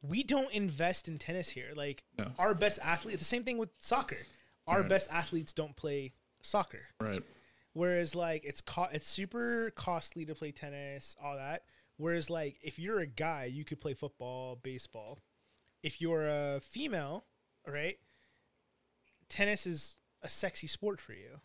Speaker 6: We don't invest in tennis here. Like
Speaker 5: No.
Speaker 6: our best athletes, it's the same thing with soccer. Our best athletes don't play soccer.
Speaker 5: Right.
Speaker 6: Whereas like it's co- it's super costly to play tennis, all that. Whereas, like, if you're a guy, you could play football, baseball. If you're a female, all right, tennis is a sexy sport for you.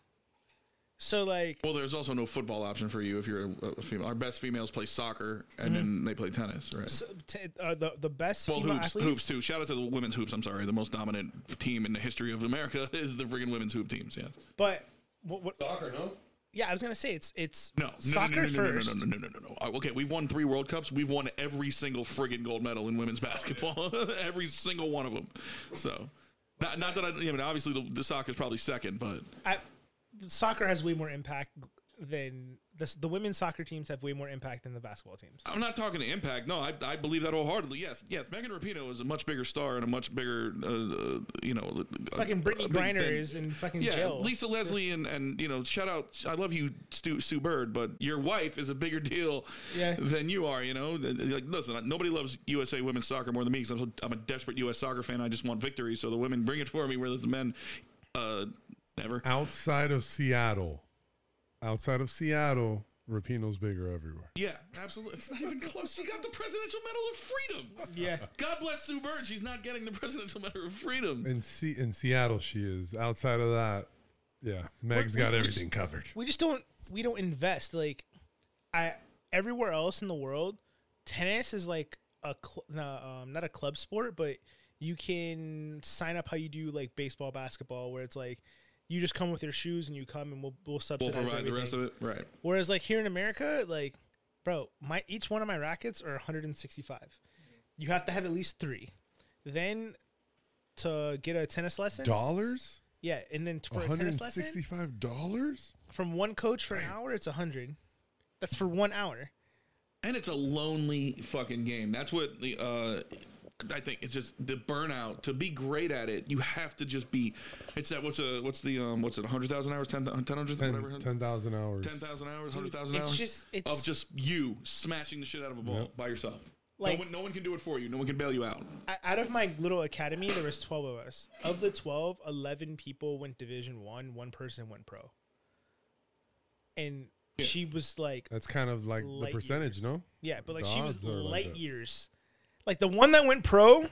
Speaker 6: So, like,
Speaker 5: Well, there's also no football option for you if you're a, a female. Our best females play soccer and
Speaker 6: Mm-hmm.
Speaker 5: then they play tennis, right?
Speaker 6: so, t- uh, the the best
Speaker 5: well,
Speaker 6: female
Speaker 5: hoops,
Speaker 6: athletes,
Speaker 5: hoops too. Shout out to the women's hoops. I'm sorry, the most dominant team in the history of America is the freaking women's hoop teams. Yeah.
Speaker 6: but what, what?
Speaker 5: Soccer, no.
Speaker 6: Yeah, I was gonna say it's it's
Speaker 5: No, no, no,
Speaker 6: soccer
Speaker 5: no, no, no,
Speaker 6: first.
Speaker 5: No, no, no, no, no, no. Uh, Okay, we've won three World Cups. We've won every single friggin' gold medal in women's basketball, every single one of them. So, not, not that I, I mean, obviously the, the soccer is probably second, but
Speaker 6: I, soccer has way more impact than the the women's soccer teams have way more impact than the basketball teams.
Speaker 5: I'm not talking to impact. No, I, I believe that wholeheartedly. Yes, yes. Megan Rapinoe is a much bigger star and a much bigger, uh, uh, you know, uh,
Speaker 6: Fucking Brittany
Speaker 5: uh, big
Speaker 6: Griner
Speaker 5: thing.
Speaker 6: is in fucking
Speaker 5: Yeah,
Speaker 6: jail.
Speaker 5: Lisa Leslie and and you know, shout out. I love you, Stu, Sue Bird, but your wife is a bigger deal
Speaker 6: Yeah.
Speaker 5: than you are. You know, like listen, nobody loves USA women's soccer more than me because I'm, so- I'm a desperate U.S. soccer fan. I just want victory, so the women bring it for me, whereas the men, uh, never.
Speaker 4: Outside of Seattle, outside of Seattle, Rapinoe's bigger everywhere.
Speaker 5: Yeah, absolutely. It's not even close. She got the Presidential Medal of Freedom.
Speaker 6: yeah,
Speaker 5: God bless Sue Bird. She's not getting the Presidential Medal of Freedom.
Speaker 4: In Se- in Seattle, she is. Outside of that, yeah, Meg's got everything covered.
Speaker 6: we just don't we don't invest like I everywhere else in the world. Tennis is like a cl- nah, um, not a club sport, but you can sign up how you do like baseball, basketball, where it's like you just come with your shoes and you come and we'll we'll
Speaker 5: We'll
Speaker 6: subsidize
Speaker 5: provide
Speaker 6: everything.
Speaker 5: the rest of it. Right.
Speaker 6: Whereas like here in America, like bro, my each one of my rackets are 165. You have to have at least three. Then to get a tennis lesson,
Speaker 4: Dollars?
Speaker 6: yeah, and then for a tennis lesson
Speaker 4: $165? dollars?
Speaker 6: from one coach for an hour, it's 100. That's for one hour.
Speaker 5: and it's a lonely fucking game. That's what the uh, I think it's just the burnout. To be great at it, you have to just be. It's that what's a what's the um what's it hundred thousand hours ten ten hundred whatever
Speaker 4: 10,000 hours.
Speaker 5: ten thousand hours hundred thousand
Speaker 6: it's
Speaker 5: hours
Speaker 6: just- it's-
Speaker 5: of just you smashing the shit out of a ball by yourself.
Speaker 6: Like-
Speaker 5: no one, no one can do it for you. No one can bail you out.
Speaker 6: I- out of my little academy, there was 12 of us. Of the 12, 11 people went Division 1, one person went pro. And she was like
Speaker 4: That's kind of like the
Speaker 6: Light
Speaker 4: percentage,
Speaker 6: years.
Speaker 4: no?
Speaker 6: Yeah, but like she was
Speaker 4: Dogs are like
Speaker 6: light
Speaker 4: that.
Speaker 6: years. Like the one that went pro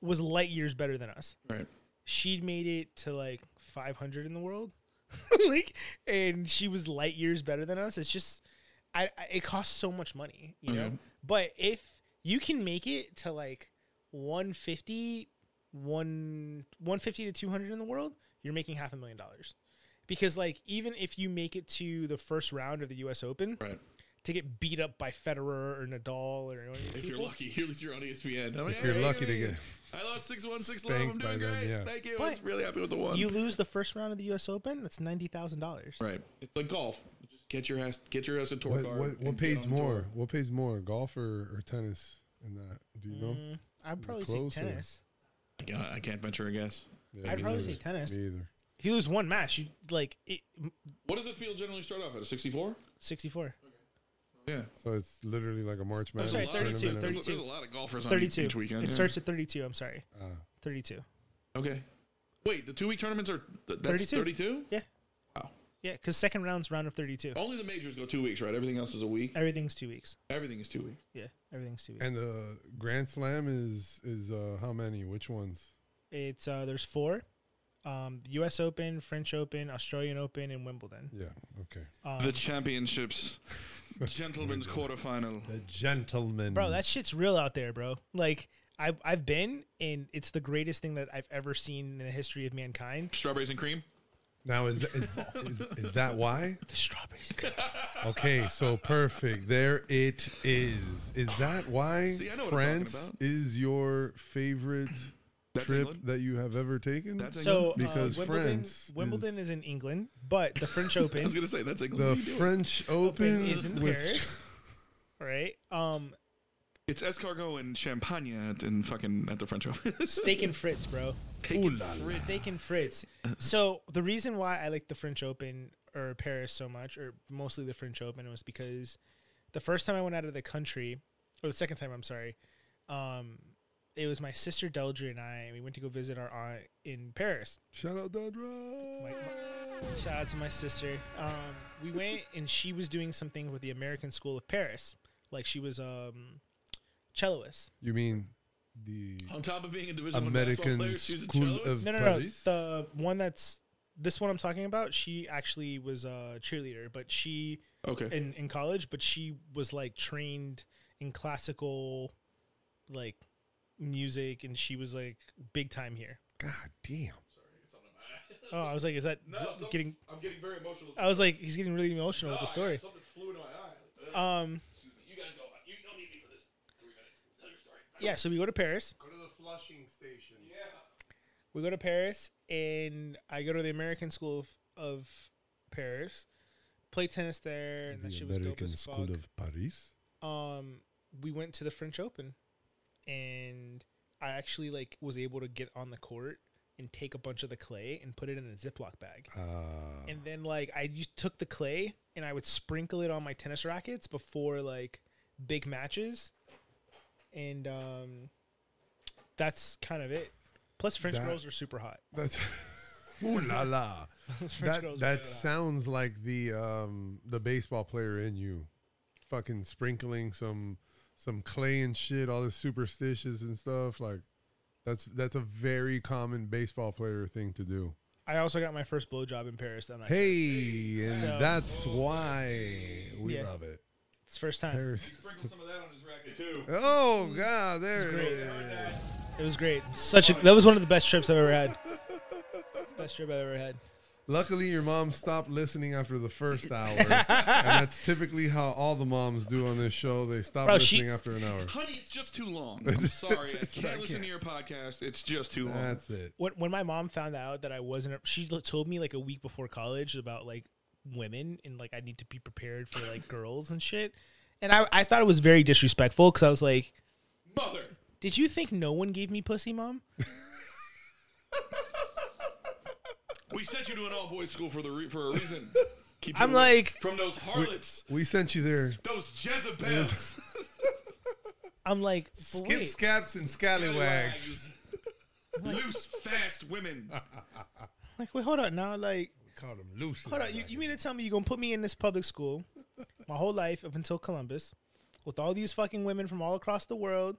Speaker 6: was light years better than us.
Speaker 5: Right.
Speaker 6: She'd made it to like 500 in the world, like, and she was light years better than us. It's just, I, I it costs so much money, you know.
Speaker 5: Mhm.
Speaker 6: But if you can make it to like 150, one 150 to 200 in the world, you're making half a million dollars. Because like even if you make it to the first round of the U.S. Open,
Speaker 5: Right.
Speaker 6: to get beat up by Federer or Nadal or any of these
Speaker 5: If you're
Speaker 6: people.
Speaker 5: lucky, here you're on E ESPN. I'm like,
Speaker 4: If you're
Speaker 5: "Hey,
Speaker 4: lucky to
Speaker 5: hey,
Speaker 4: get
Speaker 5: I lost six one six love. I'm
Speaker 4: spanked
Speaker 5: doing
Speaker 4: by them,
Speaker 5: great.
Speaker 4: yeah.
Speaker 5: Thank you. I was
Speaker 6: But
Speaker 5: really happy with the one.
Speaker 6: You lose the first round of the U.S. Open. That's ninety thousand dollars.
Speaker 5: right. It's like golf. Just get your ass get your ass a tour
Speaker 4: What,
Speaker 5: card.
Speaker 4: what, what
Speaker 5: and get
Speaker 4: pays
Speaker 5: on tour.
Speaker 4: more? What pays more, golf or, or tennis in that? Do you know?
Speaker 5: Mm.
Speaker 6: I'd probably
Speaker 4: closer.
Speaker 6: say tennis.
Speaker 5: I can't- I can't venture a guess.
Speaker 4: Yeah,
Speaker 6: I'd
Speaker 4: me
Speaker 6: probably
Speaker 4: neither.
Speaker 6: say tennis.
Speaker 4: Me either.
Speaker 6: If you lose one match, you like it,
Speaker 5: What does it feel generally start off at? A 64?
Speaker 6: sixty-four.
Speaker 5: Yeah.
Speaker 4: So it's literally like a March Madness.
Speaker 6: sorry,
Speaker 4: tournament
Speaker 6: 32,
Speaker 4: or-
Speaker 5: There's,
Speaker 6: 32.
Speaker 5: there's a lot of golfers on each,
Speaker 6: Thirty-two.
Speaker 5: each weekend.
Speaker 6: it
Speaker 5: yeah.
Speaker 6: starts at thirty-two. I'm sorry,
Speaker 4: Ah.
Speaker 6: thirty-two.
Speaker 5: okay. Wait, the two week tournaments are th- that's
Speaker 6: 32.
Speaker 5: 32?
Speaker 6: Yeah,
Speaker 5: Wow.
Speaker 6: yeah. Because second round's round of thirty-two.
Speaker 5: Only the majors go two weeks, right? Everything else is a week.
Speaker 6: Everything's two weeks.
Speaker 5: Everything is two weeks.
Speaker 6: Yeah, everything's two weeks.
Speaker 4: And the Grand Slam is is uh, how many? Which ones?
Speaker 6: it's uh, there's four. Um, U.S. Open, French Open, Australian Open, and Wimbledon.
Speaker 4: Yeah. Okay.
Speaker 5: the championships. Gentlemen's quarterfinal.
Speaker 4: The gentleman.
Speaker 6: bro that shit's real out there bro like I've, I've been and it's the greatest thing that i've ever seen in the history of mankind
Speaker 5: Strawberries and cream.
Speaker 4: now is is, is is that why?
Speaker 6: the strawberries and creams.
Speaker 4: Okay, so perfect. There it is. Is that why
Speaker 5: See, I know what I'm talking
Speaker 4: France
Speaker 5: about.
Speaker 4: is your favorite
Speaker 5: That's
Speaker 4: trip
Speaker 5: England.
Speaker 4: that you have ever taken?
Speaker 5: That's
Speaker 6: so uh,
Speaker 5: England.
Speaker 4: Because
Speaker 6: wimbledon,
Speaker 4: France
Speaker 6: wimbledon is, in england but the french open
Speaker 5: I was gonna say that's England. What
Speaker 4: the
Speaker 5: are you doing?
Speaker 4: French
Speaker 6: open
Speaker 4: Open
Speaker 6: is in
Speaker 4: with
Speaker 6: paris right um
Speaker 5: It's escargot and champagne at, and fucking at the French Open.
Speaker 6: steak and fritz bro
Speaker 5: Ooh, la, la.
Speaker 6: steak and fritz so the reason why i like the french open or paris so much or mostly the french open was because the first time i went out of the country or the second time i'm sorry um it was my sister Deldry and I. and We went to go visit our aunt in Paris.
Speaker 4: shout out Dodra.
Speaker 6: My- shout out to my sister. Um, we went and she was doing something with the American School of Paris, Like she was um celloist.
Speaker 4: You mean the
Speaker 5: On top of being a Division One basketball
Speaker 4: American
Speaker 5: player, she was a
Speaker 4: School
Speaker 5: cello.
Speaker 4: of
Speaker 6: No, no, no.
Speaker 4: Studies?
Speaker 6: The one that's this one I'm talking about, she actually was a cheerleader, but she
Speaker 4: uh,
Speaker 5: Okay,
Speaker 6: in in college, but she was like trained in classical like music and she was like big time here.
Speaker 4: God damn.
Speaker 6: Oh, I was like, is that is that getting
Speaker 5: I'm getting very emotional.
Speaker 6: I was like, he's getting really emotional with the story.
Speaker 5: Something flew into my eye.
Speaker 6: Um
Speaker 5: You guys go. You don't need me for this. Three minutes. Tell your story.
Speaker 6: yeah, so we go to Paris.
Speaker 1: Go to the flushing station.
Speaker 6: we go to Paris, and I go to the American School of, of Paris, play tennis there, and that
Speaker 4: the
Speaker 6: shit was dope
Speaker 4: American
Speaker 6: as
Speaker 4: School
Speaker 6: fuck.
Speaker 4: of Paris.
Speaker 6: um, we went to the French Open, and I actually like was able to get on the court and take a bunch of the clay and put it in a Ziploc bag,
Speaker 4: Uh,
Speaker 6: and then like I just took the clay and I would sprinkle it on my tennis rackets before like big matches, and um, that's kind of it. Plus, French
Speaker 4: That-
Speaker 6: girls are super hot.
Speaker 4: that's ooh la la.
Speaker 6: French
Speaker 4: that
Speaker 6: girls
Speaker 4: that
Speaker 6: are
Speaker 4: sounds like the um the baseball player in you, fucking sprinkling some some clay and shit, all the superstitious and stuff. Like that's that's a very common baseball player thing to do.
Speaker 6: I also got my first blowjob in Paris that night.
Speaker 4: Hey, and
Speaker 6: So-
Speaker 4: that's why we
Speaker 6: Yeah.
Speaker 4: love it.
Speaker 6: It's first time.
Speaker 4: There's,
Speaker 5: Sprinkle some of that on his racket too.
Speaker 4: oh god, there it
Speaker 6: great.
Speaker 4: is.
Speaker 6: It was great. Such a that was one of the best trips I've ever had. It's the best trip I've ever had.
Speaker 4: Luckily, your mom stopped listening after the first hour, and that's typically how all the moms do on this show. They stop
Speaker 6: Bro, she-
Speaker 4: listening after an hour.
Speaker 5: Honey, it's just too long. I'm sorry. I can't
Speaker 4: I
Speaker 5: listen
Speaker 4: can't.
Speaker 5: to your podcast. It's just too long.
Speaker 4: That's it.
Speaker 6: When when my mom found out that I wasn't, she l- told me like a week before college about like women and like I need to be prepared for like girls and shit. And I I thought it was very disrespectful because I was like,
Speaker 5: Mother.
Speaker 6: Did you think no one gave me pussy, mom?
Speaker 5: We sent you to an all boys school for the re- for a reason. Keep you
Speaker 6: I'm
Speaker 5: away
Speaker 6: like-
Speaker 5: from those harlots,
Speaker 4: We sent you there.
Speaker 5: those Jezebels,
Speaker 6: I'm like, but
Speaker 4: Skip
Speaker 6: wait.
Speaker 4: scaps and scallywags.
Speaker 5: Scallywags. loose, fast women.
Speaker 6: like wait, hold on now, like
Speaker 4: Call them loose.
Speaker 6: Hold on, you, you mean to tell me you're gonna put me in this public school my whole life up until Columbus with all these fucking women from all across the world,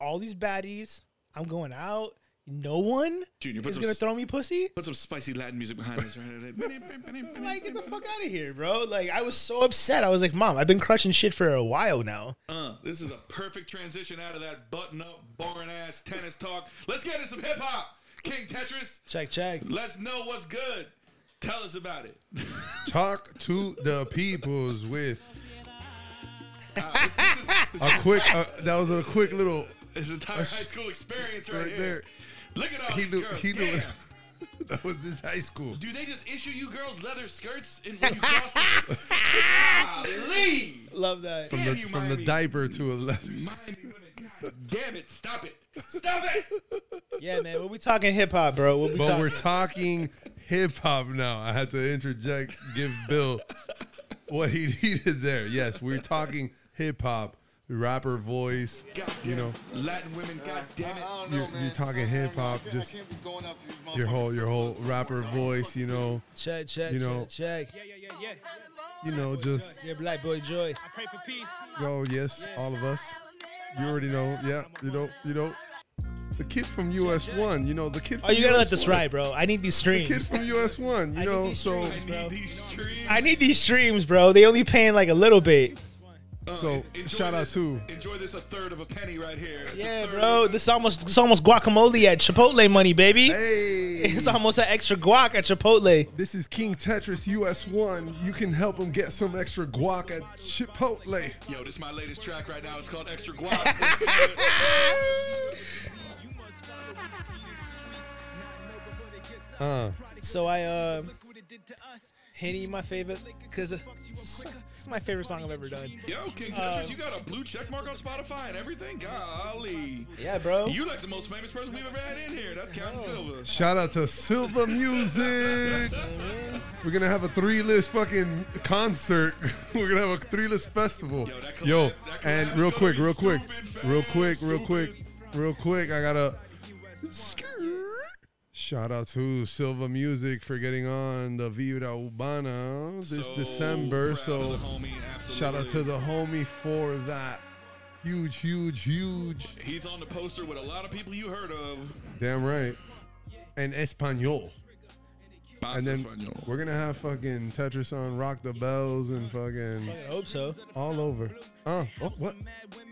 Speaker 6: all these baddies? I'm going out. No one
Speaker 5: Junior, put
Speaker 6: is
Speaker 5: some,
Speaker 6: gonna
Speaker 5: s-
Speaker 6: throw me pussy.
Speaker 5: put some spicy Latin music behind this. Right?
Speaker 6: Like, get the fuck out of here, bro. Like, I was so upset. I was like, Mom, I've been crushing shit for a while now.
Speaker 5: Uh, this is a perfect transition out of that button-up, boring-ass tennis talk. Let's get into some hip hop. King Tetris,
Speaker 6: Check, check.
Speaker 5: let's know what's good. Tell us about it.
Speaker 4: Talk to the peoples with
Speaker 5: Uh, this, this is, this
Speaker 4: a quick. Uh, that was a quick little
Speaker 5: is entire high school experience right,
Speaker 4: right
Speaker 5: here.
Speaker 4: there.
Speaker 5: Look at all
Speaker 4: He
Speaker 5: these
Speaker 4: knew.
Speaker 5: girls.
Speaker 4: He knew.
Speaker 5: Damn.
Speaker 4: That was his high school.
Speaker 5: Do they just issue you girls leather skirts and when you cross them? Golly!
Speaker 6: Love that.
Speaker 4: From
Speaker 5: Damn
Speaker 4: the,
Speaker 5: you,
Speaker 4: from the
Speaker 5: Miami.
Speaker 4: diaper to a leather.
Speaker 5: Miami women, God damn it! Stop it! Stop it!
Speaker 6: Yeah, man. What we talking hip hop, bro? What we
Speaker 4: But
Speaker 6: talking?
Speaker 4: we're talking hip hop now. I had to interject, give Bill what he needed there. Yes, we're talking hip hop, rapper voice.
Speaker 5: God damn
Speaker 4: You know,
Speaker 5: Latin women. God damn it!
Speaker 1: I don't know,
Speaker 4: You're-
Speaker 1: man.
Speaker 4: you're talking hip hop,
Speaker 1: I can't- I
Speaker 4: just
Speaker 1: can't be going after these
Speaker 4: your
Speaker 1: motherfuckers.
Speaker 4: whole your whole rapper voice. You know,
Speaker 6: check, check,
Speaker 4: you know-
Speaker 6: check,
Speaker 3: Yeah,
Speaker 6: check.
Speaker 3: yeah, yeah, yeah.
Speaker 4: you know, just
Speaker 6: Dear Black Boy Joy.
Speaker 3: I pray for peace.
Speaker 4: oh yes, all of us. You already know, yeah. You know, you know, the kid from US One. You know, the kid. From
Speaker 6: Oh, you gotta let this
Speaker 4: US1.
Speaker 6: ride, bro. I need these
Speaker 4: The kid
Speaker 6: streams.
Speaker 4: from US One.
Speaker 6: I
Speaker 4: You
Speaker 6: need
Speaker 4: know,
Speaker 6: these
Speaker 4: so
Speaker 6: streams.
Speaker 5: I
Speaker 6: Bro.
Speaker 5: need these streams.
Speaker 6: I need these streams, bro. They only paying like a little bit.
Speaker 5: Uh,
Speaker 4: so,
Speaker 5: enjoy
Speaker 4: shout out
Speaker 5: this-
Speaker 4: to-
Speaker 5: Enjoy this a third of a penny right here. It's a
Speaker 6: Yeah,
Speaker 5: third
Speaker 6: bro.
Speaker 5: of a-
Speaker 6: This almost this almost guacamole at Chipotle money, baby.
Speaker 4: hey.
Speaker 6: It's almost an extra guac at Chipotle.
Speaker 4: This is King Tetris US1. You can help him get some extra guac at Chipotle.
Speaker 5: Yo, this is my latest track right now. It's called Extra Guap.
Speaker 4: Uh,
Speaker 6: So I uh Henny my favorite cuz it's it's my favorite song I've ever done.
Speaker 5: Yo, King Tetris, you got a blue check mark on Spotify and everything? Golly.
Speaker 6: Yeah, bro.
Speaker 5: You like the most famous person we've ever had in here. That's Captain Silva.
Speaker 4: shout out to Silva Music. We're gonna have a three list fucking concert. We're gonna have a three list festival.
Speaker 5: Yo, that collab-
Speaker 4: Yo,
Speaker 5: that collab's
Speaker 4: and real
Speaker 5: gonna
Speaker 4: quick,
Speaker 5: be
Speaker 4: real quick,
Speaker 5: stupid,
Speaker 4: real
Speaker 5: fam,
Speaker 4: quick, real
Speaker 5: stupid.
Speaker 4: quick, real quick. I gotta. Skirt. Shout out to Silva Music for getting on the Vibra Urbana this
Speaker 5: So
Speaker 4: December.
Speaker 5: proud
Speaker 4: So
Speaker 5: of the homie,
Speaker 4: shout out to
Speaker 5: absolutely.
Speaker 4: the homie for that. Huge, huge, huge.
Speaker 5: He's on the poster with a lot of people you heard of.
Speaker 4: Damn right. And Espanol. And then we're gonna have fucking Tetris on Rock the Bells and fucking
Speaker 6: I hope so.
Speaker 4: all over. Uh, oh, what?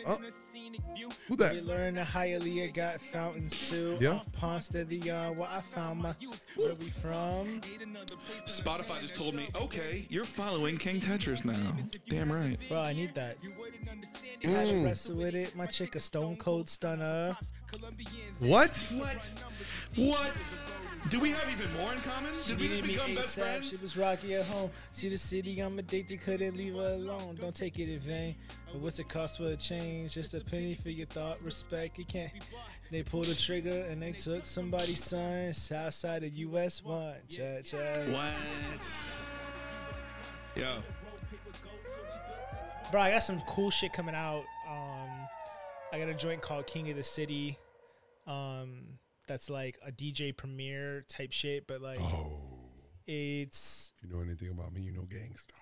Speaker 4: Oh. Who that?
Speaker 6: We learned that Hialeah got fountains too.
Speaker 4: Yeah.
Speaker 6: Off Ponce de Leon, where I found my. Where we from?
Speaker 5: Spotify just told me, okay, you're following King Tetris now. Damn right.
Speaker 6: Bro, I need that. I should wrestle with it. My chick a stone cold stunner.
Speaker 4: What?
Speaker 5: What? What? Do we have even more in common? Did we just
Speaker 6: Needed me
Speaker 5: become best
Speaker 6: ASAP. She
Speaker 5: friends?
Speaker 6: was rocky at home. See the city, I'm addicted, couldn't leave her alone. Don't take it in vain. But what's the cost for a change? Just a penny for your thought, respect. You can't. They pulled the trigger and they took somebody's son. South side of US one. Cha cha.
Speaker 5: What? Yo,
Speaker 6: Bro, I got some cool shit coming out. Um, I got a joint called King of the City. Um, that's like a DJ premiere type shit, but like
Speaker 4: Oh.
Speaker 6: it's
Speaker 4: If you know anything about me, you know gangster.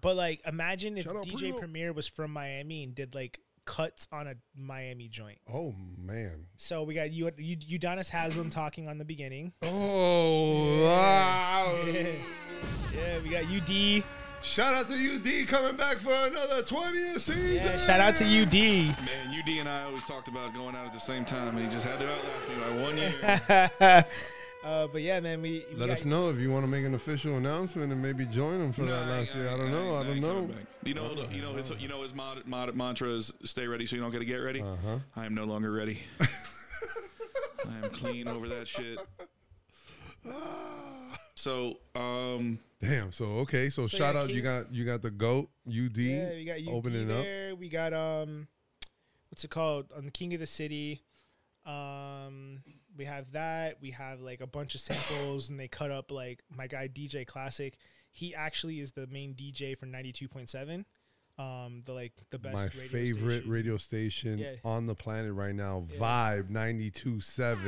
Speaker 6: But like, imagine if
Speaker 4: Shout out
Speaker 6: DJ
Speaker 4: Primo.
Speaker 6: Premier was from Miami and did like cuts on a Miami joint.
Speaker 4: Oh man.
Speaker 6: So we got you, you Udonis Haslam talking on the beginning.
Speaker 4: Oh wow.
Speaker 6: yeah, we got UD.
Speaker 4: Shout out to UD coming back for another 20th season.
Speaker 6: Yeah, shout out to UD.
Speaker 5: man, UD and I always talked about going out at the same time, and he just had to outlast me by one year.
Speaker 6: Uh, but yeah, man, we, we
Speaker 4: Let
Speaker 6: got-
Speaker 4: us know if you want to make an official announcement and maybe join them for that
Speaker 5: Nah,
Speaker 4: last
Speaker 5: I-
Speaker 4: year. I don't know. I don't
Speaker 5: ain't coming
Speaker 4: know.
Speaker 5: back. You know, look, you know, his, you know, his mod, mod, mantra is "Stay ready, so you don't get to get ready."
Speaker 4: Uh-huh.
Speaker 5: I am no longer ready. I am clean over that shit. So, um,
Speaker 4: Damn. So okay. So,
Speaker 6: So,
Speaker 4: shout
Speaker 6: yeah,
Speaker 4: out. You
Speaker 6: keep-
Speaker 4: got you got the goat UD
Speaker 6: Yeah, we got UD
Speaker 4: opening up.
Speaker 6: there. We got um, what's it called on the King of the City. Um, we have that. We have like a bunch of samples, and they cut up like my guy DJ Classic. He actually is the main DJ for ninety two point seven. Um, the like the best
Speaker 4: My
Speaker 6: radio
Speaker 4: favorite
Speaker 6: station.
Speaker 4: radio station
Speaker 6: Yeah.
Speaker 4: on the planet right now, Vibe 92.7.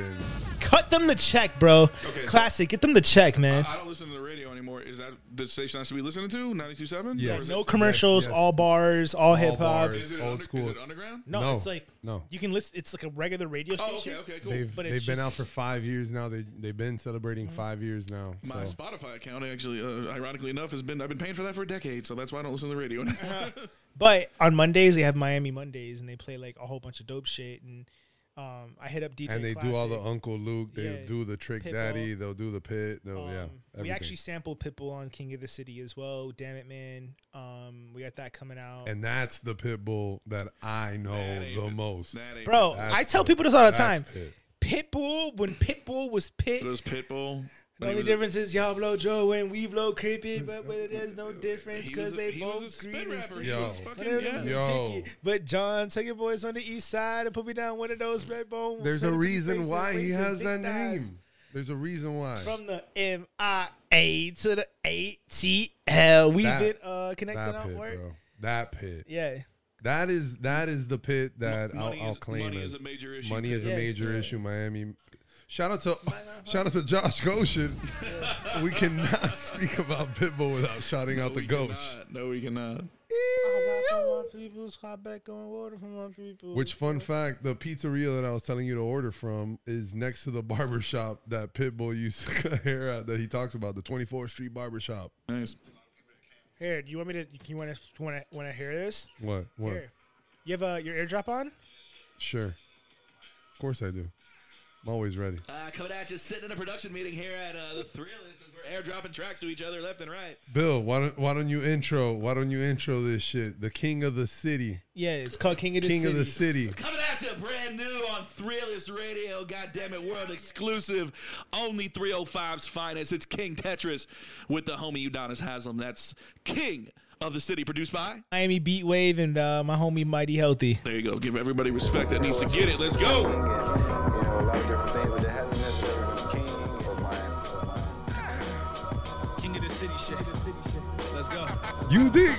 Speaker 6: Cut them the check, bro.
Speaker 5: Okay, so-
Speaker 6: Classic, get them the check, man.
Speaker 5: I don't listen to the radio anymore. Is that the station I should be listening to? 92.7?
Speaker 4: Yes.
Speaker 5: Or is it-
Speaker 6: no commercials,
Speaker 4: yes, yes.
Speaker 6: all bars, all hip hop.
Speaker 4: bars.
Speaker 5: Is it,
Speaker 4: Old
Speaker 5: under,
Speaker 4: school.
Speaker 5: is it underground?
Speaker 6: No,
Speaker 4: No,
Speaker 6: it's like
Speaker 4: no.
Speaker 6: you can listen. It's like a regular radio
Speaker 5: Oh,
Speaker 6: station.
Speaker 5: okay, okay, cool.
Speaker 4: They've,
Speaker 6: But
Speaker 4: they've been
Speaker 6: it's
Speaker 4: out
Speaker 6: just- Mm-hmm.
Speaker 4: for five years now. They they've been celebrating five years now.
Speaker 5: My
Speaker 4: So
Speaker 5: Spotify account, actually, uh, ironically enough, has been I've been paying for that for a decade, so that's why I don't listen to the radio anymore.
Speaker 6: But on Mondays they have Miami Mondays and they play like a whole bunch of dope shit and um, I hit up DJ
Speaker 4: and they
Speaker 6: Classic.
Speaker 4: do all the Uncle Luke. They
Speaker 6: Yeah.
Speaker 4: do the Trick
Speaker 6: Pitbull.
Speaker 4: Daddy. They'll do the Pit. They'll, yeah.
Speaker 6: Um, we
Speaker 4: everything.
Speaker 6: actually sample Pitbull on King of the City as well. Damn it, man! Um, we got that coming out,
Speaker 4: and that's the Pitbull that I know
Speaker 5: That ain't
Speaker 4: the
Speaker 5: it.
Speaker 4: most.
Speaker 5: that ain't
Speaker 6: bro.
Speaker 4: That's
Speaker 6: Oh, I tell
Speaker 4: Pit.
Speaker 6: people this all
Speaker 4: That's
Speaker 6: the time.
Speaker 4: Pit.
Speaker 6: Pitbull when Pitbull was pit.
Speaker 5: Those Pitbull.
Speaker 6: The only difference is y'all blow Joe and we blow creepy, but where there's no difference
Speaker 5: He
Speaker 6: because
Speaker 5: was a,
Speaker 6: they
Speaker 5: he was a
Speaker 6: both
Speaker 5: spit
Speaker 6: green and
Speaker 5: rapper.
Speaker 6: sticky.
Speaker 5: He
Speaker 4: Yo.
Speaker 5: was
Speaker 6: But
Speaker 5: fucking,
Speaker 6: they're
Speaker 5: yeah.
Speaker 6: gonna
Speaker 4: Yo.
Speaker 6: pick it. But John, take your boys on the east side and put me down one of those red bone.
Speaker 4: There's a
Speaker 6: red
Speaker 4: reason
Speaker 6: faces,
Speaker 4: why he
Speaker 6: faces,
Speaker 4: has
Speaker 6: big
Speaker 4: that
Speaker 6: thighs.
Speaker 4: name. There's a reason why.
Speaker 6: From the M I A to the A T L, we've
Speaker 4: That-
Speaker 6: been uh, connected
Speaker 4: that
Speaker 6: on
Speaker 4: pit,
Speaker 6: work.
Speaker 4: bro. That pit.
Speaker 6: Yeah,
Speaker 4: That is that is the pit that I'll,
Speaker 5: Money
Speaker 4: I'll
Speaker 5: is-
Speaker 4: claim.
Speaker 5: money
Speaker 4: as-
Speaker 5: is a major issue.
Speaker 4: Money is a
Speaker 6: Yeah,
Speaker 4: major
Speaker 6: yeah.
Speaker 4: issue. Miami. Shout out to shout out to Josh Goshen. we cannot speak about Pitbull without shouting out the
Speaker 5: we
Speaker 4: Ghost.
Speaker 5: cannot. No, we cannot.
Speaker 4: Which fun fact, the pizzeria that I was telling you to order from is next to the barber shop that Pitbull used to cut hair at that he talks about, the 24th Street barber shop.
Speaker 5: Nice.
Speaker 6: Here, do you want me to? You want to? Want to? Want to hear this?
Speaker 4: What? What?
Speaker 6: Here, you have uh, your AirDrop on?
Speaker 4: Sure. Of course I do. I'm always ready.
Speaker 5: Uh, coming at you, sitting in a production meeting here at uh, the Thrillist, as we're airdropping tracks to each other left and right.
Speaker 4: Bill, why don't why don't you intro? Why don't you intro this shit? The king of the city,
Speaker 6: Yeah, it's called King of the
Speaker 4: king
Speaker 6: City.
Speaker 4: of the city.
Speaker 5: Coming at you brand new on Thrillist Radio, goddamn it, world exclusive, only 305's finest. It's King Tetris with the homie Udonis Haslam. That's King of the City, produced by.
Speaker 6: Miami Beat Wave and uh, my homie Mighty Healthy.
Speaker 5: There you go. Give everybody respect that needs to get it. Let's go.
Speaker 7: think at, you know, a lot of different things, but it hasn't necessarily been king or mine. Or mine.
Speaker 3: King of the city shit. Let's go.
Speaker 4: You dig?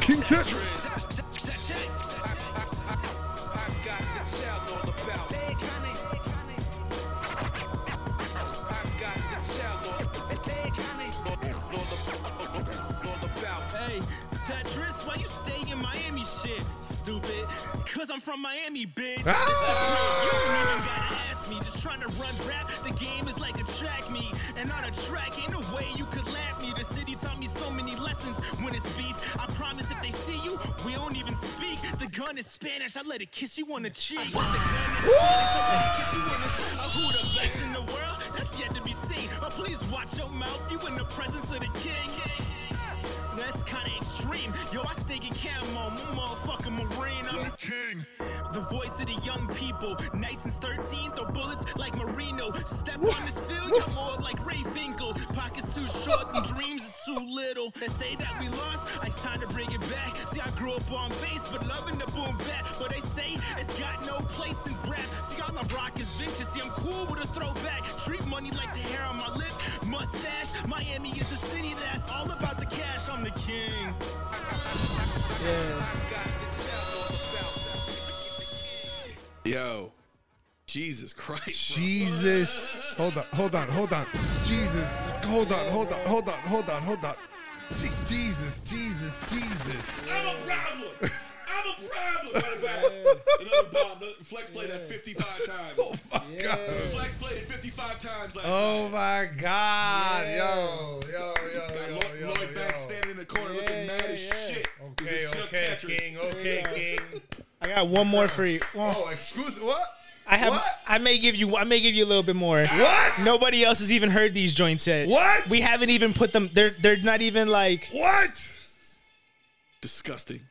Speaker 4: King Tetris.
Speaker 3: why you stay in Miami shit, stupid? Cause I'm from Miami, bitch.
Speaker 4: Ah!
Speaker 3: You don't even gotta ask me. Just trying to run rap. The game is like a track meet. And on a track, ain't no way you could lap me. The city taught me so many lessons when it's beef. I promise if they see you, we don't even speak. The gun is Spanish. I let it kiss you on the cheek. The gun is Spanish. I let it kiss you on the cheek. Who the best in the world? That's yet to be seen. But please watch your mouth. You in the presence of the king. That's kinda extreme. Yo, I stay in camo, I'm a motherfucking marine. I'm the king. The voice of the young people. Nice since 13, throw bullets like Marino. Step on this field, you're more like Ray Finkel. Pockets too short, and dreams is too little. They say that we lost, I time to bring it back. See, I grew up on bass, but loving the boom bap. But they say it's got no place in rap. See, all I rock is vintage. See, I'm cool with a throwback. Treat money like the hair on my lip. Mustache, Miami is a city that's all about the cash. I'm the king.
Speaker 5: Yo, Jesus Christ. bro.
Speaker 4: Jesus. Hold on, hold on, hold on. Jesus. Hold on, hold on, hold on, hold on, hold on. Je- Jesus, Jesus, Jesus.
Speaker 5: I'm a problem. I'm a problem. Right back. Another bomb. Another- Flex played that 55 times.
Speaker 4: Oh my god.
Speaker 5: Flex played it 55 times last
Speaker 4: Oh
Speaker 5: night.
Speaker 4: my god. Yo, yo,
Speaker 5: Got
Speaker 4: yo,
Speaker 5: Lloyd,
Speaker 4: yo, yo,
Speaker 5: Lloyd Banks
Speaker 4: yo.
Speaker 5: standing in the corner looking mad as shit. 'cause
Speaker 4: Okay,
Speaker 5: it's just
Speaker 4: okay,
Speaker 5: Tetris.
Speaker 4: King. Okay, King.
Speaker 6: I got one more for you.
Speaker 4: Oh, excuse what?
Speaker 6: I have.
Speaker 4: What?
Speaker 6: I may give you. I may give you a little bit more.
Speaker 4: What?
Speaker 6: Nobody else has even heard these joints yet.
Speaker 4: What?
Speaker 6: We haven't even put them. They're they're not even like.
Speaker 4: What?
Speaker 5: Disgusting.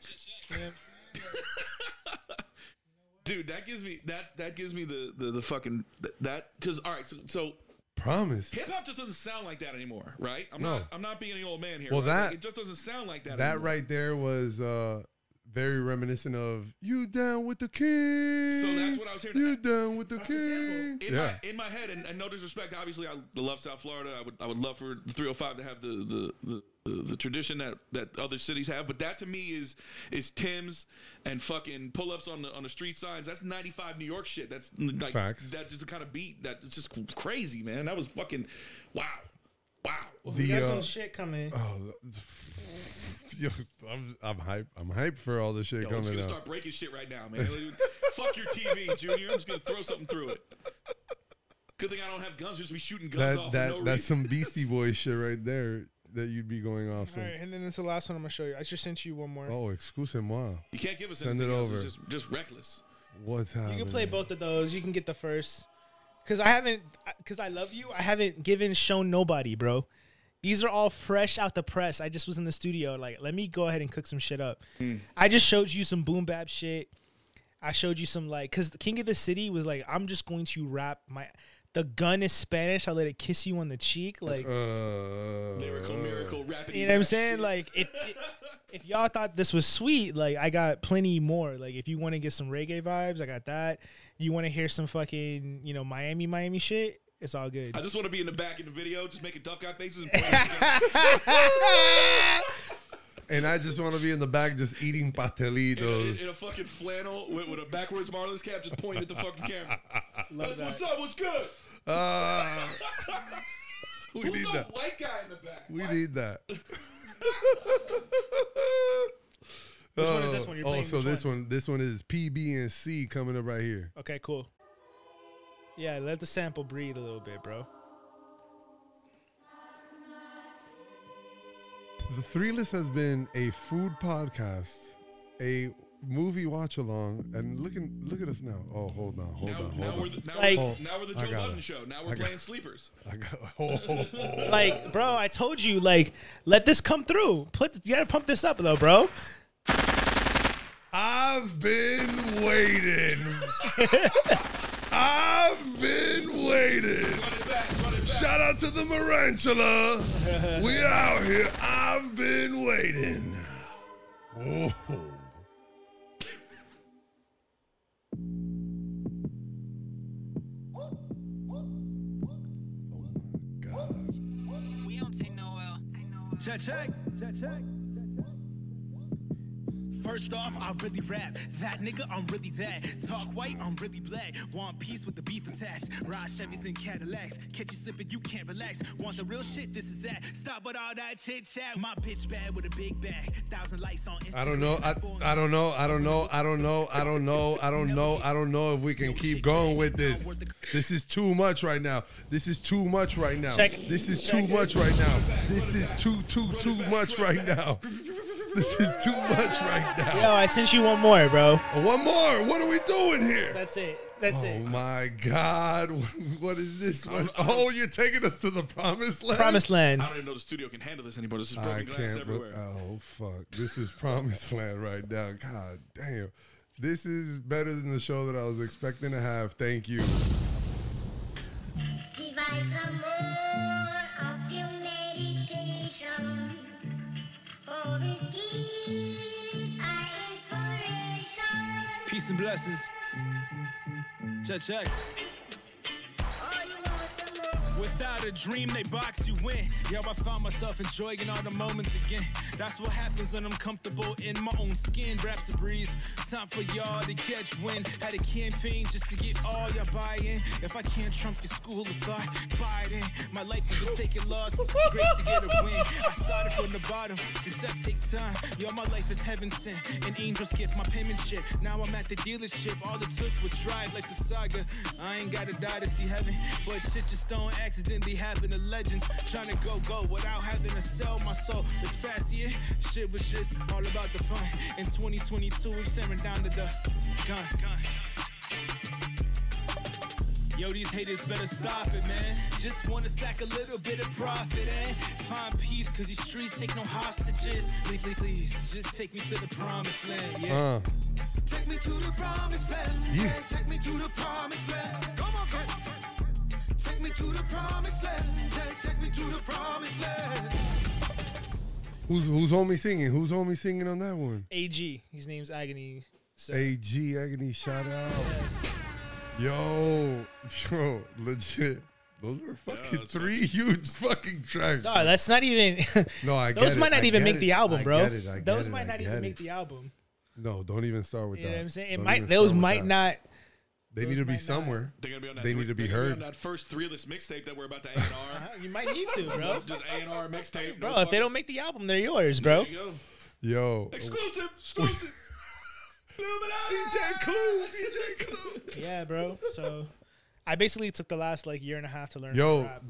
Speaker 5: Dude, that gives me that that gives me the the, the fucking that because all right, so, so
Speaker 4: Promise.
Speaker 5: hip hop just doesn't sound like that anymore, right? I'm
Speaker 4: No.
Speaker 5: not I'm not being an old man here.
Speaker 4: Well,
Speaker 5: right? Like,
Speaker 4: that-
Speaker 5: it just doesn't sound like that.
Speaker 4: That
Speaker 5: anymore.
Speaker 4: right there was uh very reminiscent of you down with the king.
Speaker 5: that's what I was hearing.
Speaker 4: You down with the king.
Speaker 5: in my in my head, and, and no disrespect, obviously I love South Florida. I would I would love for the 305 to have the the, the, the, the tradition that, that other cities have, but that to me is is Tim's and fucking pull ups on the on the street signs. That's 95 New York shit. That's like
Speaker 4: Facts.
Speaker 5: that's just the kind of beat that it's just crazy, man. That was fucking wow, wow.
Speaker 4: The, uh,
Speaker 6: shit coming.
Speaker 4: oh, yo, I'm, I'm hype. I'm hype for all this shit
Speaker 5: Yo, I'm just
Speaker 4: coming
Speaker 5: gonna
Speaker 4: out.
Speaker 5: start breaking shit right now, man. Like, Fuck your TV, Junior. I'm just gonna throw something through it. Good thing I don't have guns. Just be shooting guns
Speaker 4: that
Speaker 5: off
Speaker 4: that
Speaker 5: for no
Speaker 4: that's some
Speaker 5: reason.
Speaker 4: Beastie Boy shit right there that you'd be going off.
Speaker 6: All
Speaker 4: Some,
Speaker 6: right, and then it's the last one I'm gonna show you. I just sent you one more.
Speaker 4: Oh, excuse moi.
Speaker 5: You can't give us
Speaker 4: Send it
Speaker 5: anything else. It's
Speaker 4: over.
Speaker 5: just just reckless.
Speaker 4: What's happening?
Speaker 6: You can play both of those. You can get the first. Cause I haven't, cause I love you. I haven't given shown nobody, bro. These are all fresh out the press. I just was in the studio. Like, let me go ahead and cook some shit up. I just showed you some boom bap shit. I showed you some like, cause the King of the City was like, I'm just going to rap my. The gun is Spanish. I'll let it kiss you on the cheek. Like,
Speaker 4: Uh,
Speaker 5: Lyrical miracle rapping.
Speaker 6: you know what I'm saying? Like, if if y'all thought this was sweet, like I got plenty more. Like, if you want to get some reggae vibes, I got that. You want to hear some fucking, you know, Miami, Miami shit? It's all good.
Speaker 5: I just want to be in the back in the video, just making tough guy faces and pointing.
Speaker 4: and I just want to be in the back just eating
Speaker 5: in, a, in, a
Speaker 4: pastelitos.
Speaker 5: fucking flannel with, with a backwards Marlins cap, just pointing at the fucking camera.
Speaker 6: Love
Speaker 5: That's what's
Speaker 6: that.
Speaker 5: up. What's good?
Speaker 4: Ah,
Speaker 5: We
Speaker 4: need
Speaker 5: Who's the
Speaker 4: that.
Speaker 5: white guy in the back?
Speaker 4: we
Speaker 5: Why-
Speaker 4: need that.
Speaker 6: Which one is this one? You're
Speaker 4: oh,
Speaker 6: playing
Speaker 4: so
Speaker 6: which
Speaker 4: this one? this one is PB and C coming up right here.
Speaker 6: Okay, cool. Yeah, let the sample breathe a little bit, bro.
Speaker 4: The Three List has been a food podcast, a movie watch along, and look at look at us now. Oh, hold on, hold
Speaker 5: Now,
Speaker 4: on,
Speaker 5: now
Speaker 4: hold on.
Speaker 5: we're
Speaker 4: Oh,
Speaker 5: the, now,
Speaker 6: Like-
Speaker 5: we're, now we're the
Speaker 4: I
Speaker 5: Joe
Speaker 4: got
Speaker 5: Budden
Speaker 4: it.
Speaker 5: show. Now
Speaker 4: I
Speaker 5: we're
Speaker 4: got
Speaker 5: playing sleepers.
Speaker 4: I got, oh, oh, oh.
Speaker 6: Like, bro, I told you, like, let this come through. Put, you gotta pump this up, though, bro.
Speaker 4: I've been waiting. I've been waiting.
Speaker 5: Run it back. Run it back.
Speaker 4: Shout out to the Marantula. we out here. I've been waiting. Oh. God.
Speaker 8: We don't take no L.
Speaker 3: Check, check. First off, I really rap. That nigga, I'm really that. Talk white, I'm really black. Want peace with the beef attached. Ride Chevys and Cadillacs. Catch you slipping, you can't relax. Want the real shit? This is that. Stop with all that chit chat. My bitch bad with a big bag. Thousand likes on Instagram.
Speaker 4: I don't know. I, I don't know. I don't know. I don't know. I don't know. I don't know. I don't know if we can keep going with this. This is too much right now. This is too much right now.
Speaker 6: Check.
Speaker 4: This is too much right now. This is too too too much right now. This is too much right
Speaker 6: Yo,
Speaker 4: now.
Speaker 6: I sent you one more, bro.
Speaker 4: One more. What are we doing here?
Speaker 6: That's it. That's
Speaker 4: Oh
Speaker 6: it.
Speaker 4: my God! What is this one? Oh, you're taking us to the promised land.
Speaker 6: Promised land.
Speaker 5: I don't even know the studio can handle this anymore. This is
Speaker 4: I
Speaker 5: broken
Speaker 4: can't.
Speaker 5: glass
Speaker 4: Bro-
Speaker 5: everywhere.
Speaker 4: oh fuck! This is promised land right now. God damn! This is better than the show that I was expecting to have. Thank you.
Speaker 8: Divine some more of your meditation. For it gives our inspiration.
Speaker 3: Peace and blessings. Check, check.
Speaker 8: Oh, you want some more?
Speaker 3: Without a dream, they box you in. Yo, I found myself enjoying all the moments again. That's what happens when I'm comfortable in my own skin. Raps a breeze, time for y'all to catch wind. Had a campaign just to get all y'all buy-in. If I can't trump your school of thought, Biden, my life has been taking losses. It's great to get a win. I started from the bottom. Success takes time. Yo, my life is heaven sent. And angels gift my penmanship. Now I'm at the dealership. All it took was drive like a saga. I ain't gotta die to see heaven. But shit just don't accidentally happen to legends. Trying to go go without having to sell my soul. This past year, shit was just all about the fun. In 2022, we staring down to the gun. Yo, these haters better stop it, man. Just wanna stack a little bit of profit and find peace, cause these streets take no hostages. Please, please, please, just take me to the promised land, yeah.
Speaker 4: Uh,
Speaker 3: Take me to the promised land.
Speaker 4: Yeah.
Speaker 3: Take me to the promised land. Come on, girl. Take me to the promised land. Take, take me to the promised land.
Speaker 4: who's who's homie singing? Who's homie singing on that one?
Speaker 6: AG. His name's Agony. So
Speaker 4: AG Agony, shout out. Yo, yo, legit. Those were fucking
Speaker 5: that's
Speaker 4: three huge fucking tracks.
Speaker 6: Dog, that's not even.
Speaker 4: No, I get
Speaker 6: those
Speaker 4: it,
Speaker 6: might not
Speaker 4: I
Speaker 6: even
Speaker 4: get
Speaker 6: make
Speaker 4: it,
Speaker 6: the album,
Speaker 4: I
Speaker 6: bro.
Speaker 4: get it, I get
Speaker 6: those
Speaker 4: it, I
Speaker 6: might not even
Speaker 4: get
Speaker 6: make
Speaker 4: it.
Speaker 6: the album.
Speaker 4: No, don't even start with
Speaker 6: You know
Speaker 4: that.
Speaker 6: what I'm saying? It
Speaker 4: Don't
Speaker 6: might.
Speaker 4: even
Speaker 6: Those
Speaker 4: start with
Speaker 6: might
Speaker 4: that.
Speaker 6: not.
Speaker 4: They need
Speaker 6: those
Speaker 4: to be
Speaker 6: might not.
Speaker 4: somewhere.
Speaker 5: They're gonna be on that.
Speaker 4: They
Speaker 5: three-
Speaker 4: need to be
Speaker 5: they're gonna
Speaker 4: heard.
Speaker 5: on that first three list mixtape that we're about to A and
Speaker 6: You might need to,
Speaker 5: R.
Speaker 6: bro.
Speaker 5: Just A and R mixtape. no
Speaker 6: Bro, if they
Speaker 5: fuck-
Speaker 6: don't make the album, they're yours, bro.
Speaker 5: There you go.
Speaker 4: Yo,
Speaker 5: Exclusive. Exclusive.
Speaker 4: DJ Clue, DJ Clue.
Speaker 6: Yeah, bro. So, I basically took the last like year and a half to learn. how to
Speaker 4: Yo,
Speaker 6: rap.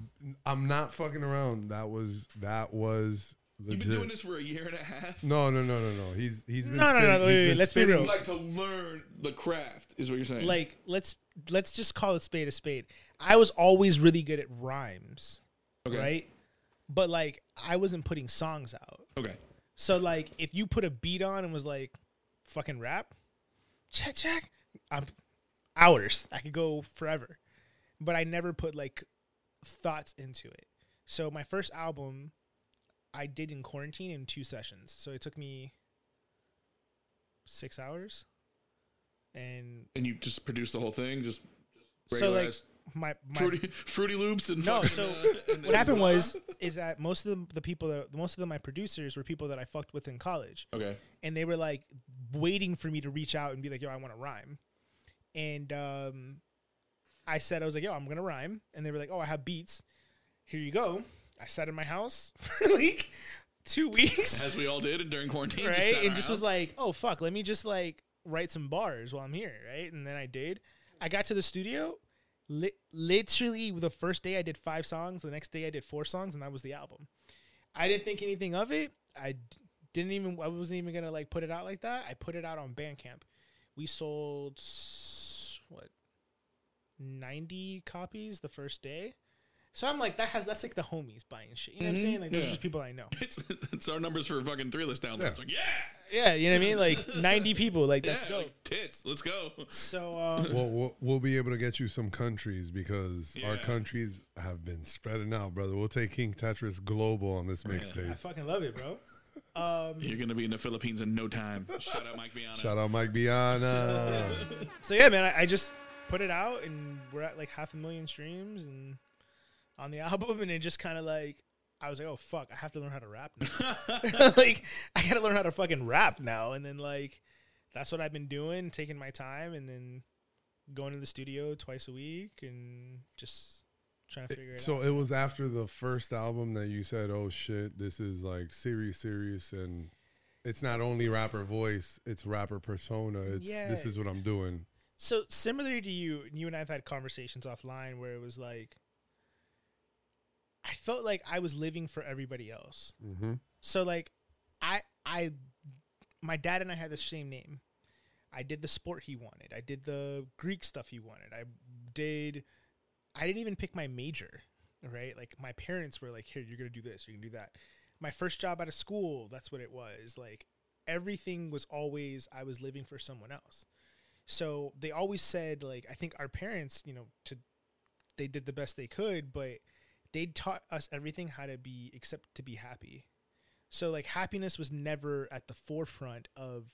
Speaker 4: I'm not fucking around. That was that was
Speaker 5: You've
Speaker 4: legit.
Speaker 5: been doing this for a year and a half.
Speaker 4: No, no, no, no, no. He's he's been
Speaker 6: No, no, no,
Speaker 4: spinning-
Speaker 6: wait,
Speaker 4: he's
Speaker 6: wait,
Speaker 4: been
Speaker 6: let's be
Speaker 4: spinning-
Speaker 6: real.
Speaker 5: Like to learn the craft is what you're saying.
Speaker 6: like let's let's just call it spade a spade. I was always really good at rhymes,
Speaker 5: Okay.
Speaker 6: right? But like I wasn't putting songs out.
Speaker 5: Okay.
Speaker 6: So like if you put a beat on and was like fucking rap, check check, I'm hours. I could go forever. But I never put like thoughts into it. So my first album I did in quarantine in two sessions. So it took me 6 hours and
Speaker 5: And you just produce the whole thing. Just
Speaker 6: so
Speaker 5: regular
Speaker 6: like
Speaker 5: ass
Speaker 6: my, my
Speaker 5: fruity, fruity loops and
Speaker 6: no
Speaker 5: fucking,
Speaker 6: so
Speaker 5: uh, and-
Speaker 6: what happened was is that most of the, the people that most of the, my producers were people that i fucked with in college
Speaker 5: Okay.
Speaker 6: and they were like waiting for me to reach out and be like yo i want to rhyme and um i said i was like yo i'm gonna rhyme and they were like oh i have beats here you go i sat in my house for like two weeks
Speaker 5: As we all did, and during quarantine, just
Speaker 6: right?
Speaker 5: sat in
Speaker 6: and
Speaker 5: our
Speaker 6: just was
Speaker 5: house.
Speaker 6: like, oh fuck, let me just like write some bars while I'm here, right? And then I did. I got to the studio. Li- literally, the first day I did five songs. The next day I did four songs, and that was the album. I didn't think anything of it. I d- didn't even. I wasn't even gonna like put it out like that. I put it out on Bandcamp. We sold s- what ninety copies the first day. So I'm like, that has that's like the homies buying shit. You know what I'm saying? Like those
Speaker 5: Mm-hmm.
Speaker 6: are
Speaker 5: Yeah.
Speaker 6: just people I know.
Speaker 5: it's, it's our numbers for fucking three list downloads. Like, yeah,
Speaker 6: Yeah, you know what I mean? Like 90 people. Like that's
Speaker 5: yeah,
Speaker 6: dope.
Speaker 5: like, tits. Let's go.
Speaker 6: So um,
Speaker 4: Well, we'll, we'll be able to get you some countries because our
Speaker 5: Yeah.
Speaker 4: countries have been spreading out, brother. We'll take King Tetris global on this
Speaker 6: I
Speaker 4: mixtape.
Speaker 6: fucking love it, bro. Um,
Speaker 5: You're gonna be in the Philippines in no time. Shout out Mike Biana.
Speaker 4: Shout out Mike Biana.
Speaker 6: So yeah, man, I, I just put it out, and we're at like half a million streams, and on the album, and it just kind of like I was like, oh fuck, I have to learn how to rap now. like, I gotta learn how to fucking rap now. And then like, that's what I've been doing, taking my time, and then going to the studio twice a week and just trying to figure it,
Speaker 4: So
Speaker 6: out.
Speaker 4: it was after the first album that you said, "Oh shit, this is like serious, serious," and it's not only rapper voice, it's rapper persona. It's this
Speaker 6: Yeah.
Speaker 4: is what I'm doing.
Speaker 6: So similar to you, you and I've had conversations offline where it was like, I felt like I was living for everybody else.
Speaker 4: Mm-hmm.
Speaker 6: So like, I I, my dad and I had the same name. I did the sport he wanted. I did the Greek stuff he wanted. I did. I didn't even pick my major, right? Like my parents were like, "Here, you're gonna do this. You're gonna do that." My first job out of school, that's what it was. Like everything was always I was living for someone else. So they always said like I think our parents, you know, to they did the best they could, but they taught us everything how to be except to be happy. So like happiness was never at the forefront of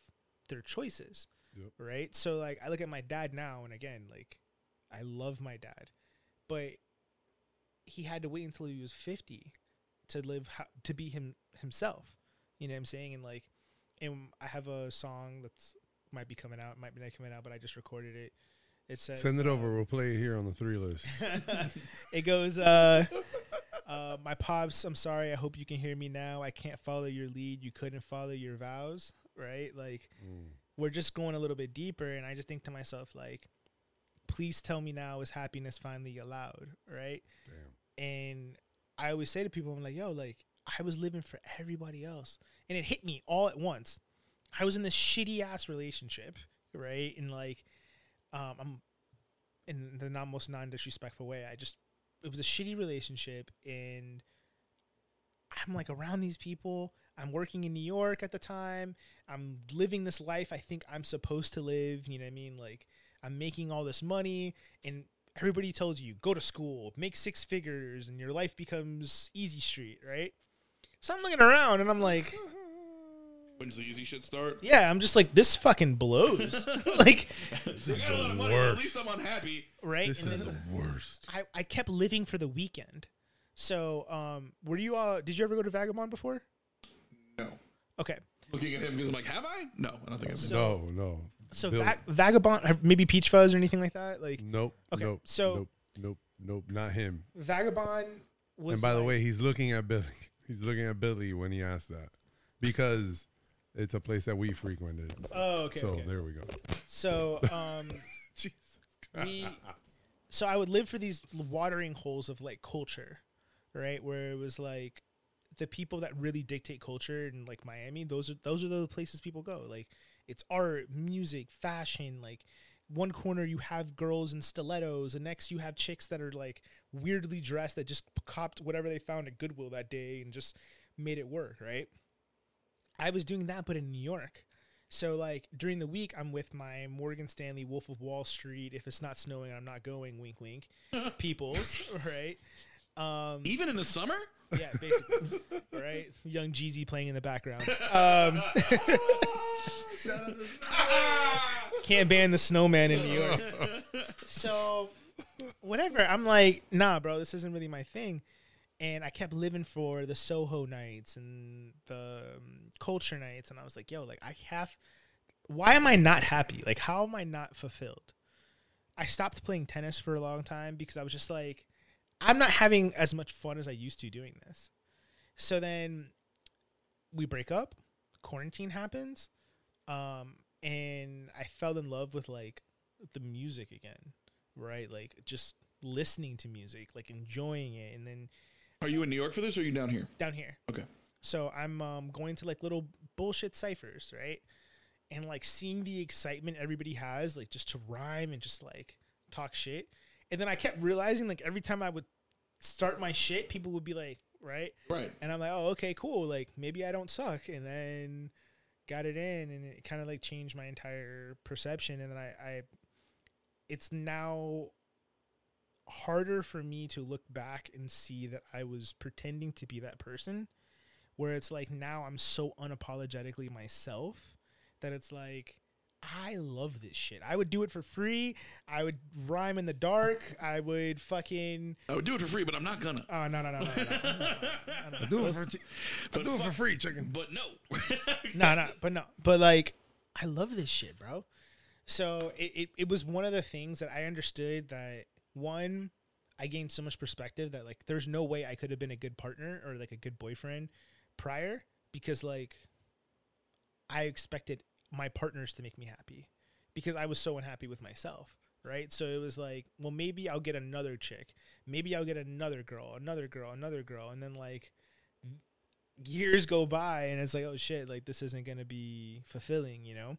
Speaker 6: their choices.
Speaker 4: Yep.
Speaker 6: Right? So like I look at my dad now and again like I love my dad, but he had to wait until he was 50 to live ho- to be him himself. You know what I'm saying? And like and I have a song that's might be coming out, might be not coming out, but I just recorded it. It says
Speaker 4: Send it
Speaker 6: uh,
Speaker 4: over. We'll play it here on the three list.
Speaker 6: it goes uh uh my pops i'm sorry i hope you can hear me now i can't follow your lead you couldn't follow your vows right like we're just going a little bit deeper and i just think to myself like please tell me now is happiness finally allowed right and i always say to people i'm like yo like i was living for everybody else and it hit me all at once i was in this shitty ass relationship right and like um i'm in the not most non-disrespectful way i just it was a shitty relationship and i'm like around these people i'm working in new york at the time i'm living this life i think i'm supposed to live you know what i mean like i'm making all this money and everybody tells you go to school make six figures and your life becomes easy street right so i'm looking around and i'm like
Speaker 5: When's the easy shit start?
Speaker 6: yeah i'm just like this fucking blows like
Speaker 5: I got a lot of money. but At least I'm unhappy.
Speaker 6: right
Speaker 4: This
Speaker 6: and
Speaker 4: is
Speaker 6: then
Speaker 4: the worst.
Speaker 6: I, I kept living for the weekend. So, um, were you all? Did you ever go to Vagabond before?
Speaker 5: No.
Speaker 6: Okay,
Speaker 5: Looking at him because I'm like, have I? No, I don't think I've. been.
Speaker 4: No, no.
Speaker 6: so
Speaker 4: Bill-
Speaker 6: Va- Vagabond, or maybe Peach Fuzz or anything like that. Like
Speaker 4: Nope.
Speaker 6: Okay,
Speaker 4: Nope.
Speaker 6: so-
Speaker 4: nope. Nope. Nope. Not him.
Speaker 6: Vagabond was.
Speaker 4: And by the
Speaker 6: like-
Speaker 4: way, he's looking at Billy. He's looking at Billy when he asked that because it's a place that we frequented.
Speaker 6: oh, okay,
Speaker 4: so
Speaker 6: okay.
Speaker 4: there we go.
Speaker 6: So, um,
Speaker 4: Jesus.
Speaker 6: we so I would live for these watering holes of like culture, right? Where it was like the people that really dictate culture and like Miami, those are those are the places people go. Like it's art, music, fashion, like one corner you have girls in stilettos, and next you have chicks that are like weirdly dressed that just copped whatever they found at Goodwill that day and just made it work, right? I was doing that but in New York. So like during the week, I'm with my Morgan Stanley Wolf of Wall Street. If it's not snowing, I'm not going. Wink, wink. Peoples, right? Um,
Speaker 5: Even in the summer?
Speaker 6: yeah, basically, right? Young Jeezy playing in the background. Um,
Speaker 5: Ah!
Speaker 6: Can't ban the snowman in New York. So, whatever. I'm like, nah, bro, this isn't really my thing. And I kept living for the Soho nights and the um, culture nights, and I was like, yo, like I have. Why am I not happy? Like, how am I not fulfilled? I stopped playing tennis for a long time because I was just like, I'm not having as much fun as I used to doing this. So then we break up, quarantine happens, um, and I fell in love with like the music again, right? Like just listening to music, like enjoying it, and then
Speaker 5: Are you in New York for this or are you down here?
Speaker 6: down here.
Speaker 5: Okay.
Speaker 6: So I'm um, going to like little bullshit ciphers, right? And like seeing the excitement everybody has, like just to rhyme and just like talk shit. And then I kept realizing, like every time I would start my shit, people would be like, right?
Speaker 5: Right.
Speaker 6: And I'm like, oh, okay, cool. Like maybe I don't suck. And then got it in, and it kind of like changed my entire perception. And then I, I, it's now harder for me to look back and see that I was pretending to be that person, where it's like now I'm so unapologetically myself that it's like I love this shit. I would do it for free. I would rhyme in the dark. I would fucking.
Speaker 5: I would do it for free, but I'm not gonna.
Speaker 6: Oh, no, no, no, no, no, no.
Speaker 4: I do it for, che- I
Speaker 5: But
Speaker 4: do it for
Speaker 5: fuck-
Speaker 4: free, chicken.
Speaker 5: But no.
Speaker 6: no, no, but no, but like, I love this shit, bro. So it, it, it was one of the things that I understood that one, I gained so much perspective that like, there's no way I could have been a good partner or like a good boyfriend prior because like, I expected my partners to make me happy because I was so unhappy with myself. Right. So it was like, well, maybe I'll get another chick. Maybe I'll get another girl, another girl, another girl. And then, like, years go by and it's like oh shit like this isn't gonna be fulfilling you know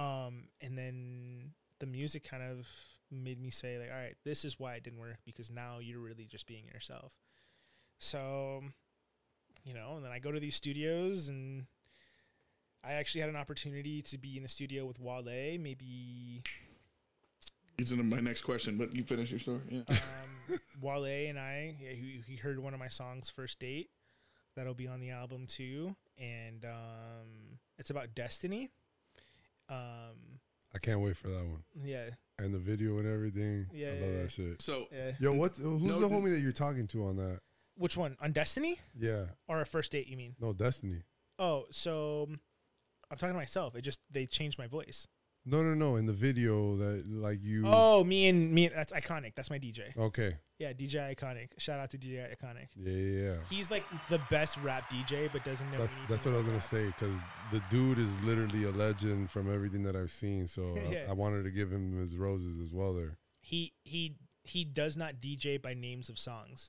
Speaker 6: um and then the music kind of made me say like all right this is why it didn't work because now you're really just being yourself so you know and then i go to these studios and i actually had an opportunity to be in the studio with wale maybe
Speaker 5: It's in my next question, but you finish your story. Yeah.
Speaker 6: um, Wale and I, yeah, he, he heard one of my songs, First Date. That'll be on the album too. And um, it's about destiny. Um,
Speaker 4: I can't wait for that one.
Speaker 6: yeah,
Speaker 4: And the video and everything.
Speaker 6: Yeah,
Speaker 4: I
Speaker 6: yeah,
Speaker 4: love
Speaker 6: yeah.
Speaker 4: that shit.
Speaker 5: So
Speaker 6: yeah.
Speaker 4: Yo, what's who's
Speaker 5: No,
Speaker 4: the
Speaker 5: th-
Speaker 4: homie that you're talking to on that?
Speaker 6: Which one? On Destiny
Speaker 4: Yeah.
Speaker 6: or a first date? You mean?
Speaker 4: No, Destiny.
Speaker 6: Oh, so um, I'm talking to myself. It just they changed my voice.
Speaker 4: No, no, no. In the video that like you
Speaker 6: Oh, me and me. and- That's iconic. That's my DJ.
Speaker 4: Okay.
Speaker 6: Yeah, DJ iconic. Shout out to DJ iconic.
Speaker 4: Yeah, yeah, yeah.
Speaker 6: He's like the best rap DJ, but doesn't know.
Speaker 4: That's
Speaker 6: anything
Speaker 4: that's what I was
Speaker 6: about
Speaker 4: gonna
Speaker 6: rap.
Speaker 4: say because the dude is literally a legend from everything that I've seen. So I,
Speaker 6: Yeah.
Speaker 4: I wanted to give him his roses as well. There,
Speaker 6: he he he does not DJ by names of songs.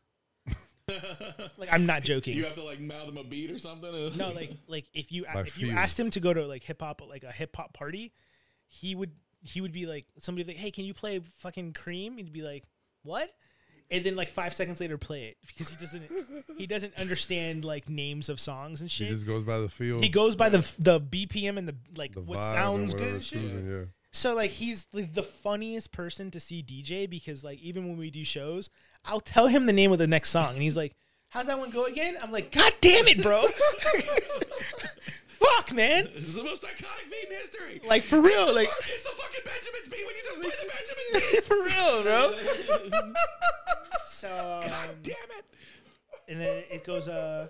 Speaker 6: like I'm not joking.
Speaker 5: you have to like mouth them a beat or something.
Speaker 6: no, like like if you
Speaker 4: By
Speaker 6: if you
Speaker 4: feel.
Speaker 6: asked him to go to like hip hop like a hip hop party, he would he would be like somebody would be like, "Hey, can you play fucking Cream?" He'd be like, "What?" And then like 5 seconds later play it because he doesn't he doesn't understand like names of songs and
Speaker 4: he
Speaker 6: shit.
Speaker 4: just goes by the field.
Speaker 6: He goes by the the BPM and the like
Speaker 4: the
Speaker 6: what
Speaker 4: vibe and
Speaker 6: sounds
Speaker 4: whatever
Speaker 6: good and
Speaker 4: it's
Speaker 6: shit.
Speaker 4: cruising, yeah.
Speaker 6: So like he's like, the funniest person to see DJ because like even when we do shows, I'll tell him the name of the next song and he's like, "How's that one go again?" I'm like, "God damn it, bro! Fuck, man!
Speaker 5: This is the most iconic beat in history.
Speaker 6: Like for real, like
Speaker 5: Fuck, it's the fucking Benjamin's beat when you just play the Benjamin's beat.
Speaker 6: for real, bro." so um,
Speaker 5: Damn it.
Speaker 6: and then it goes uh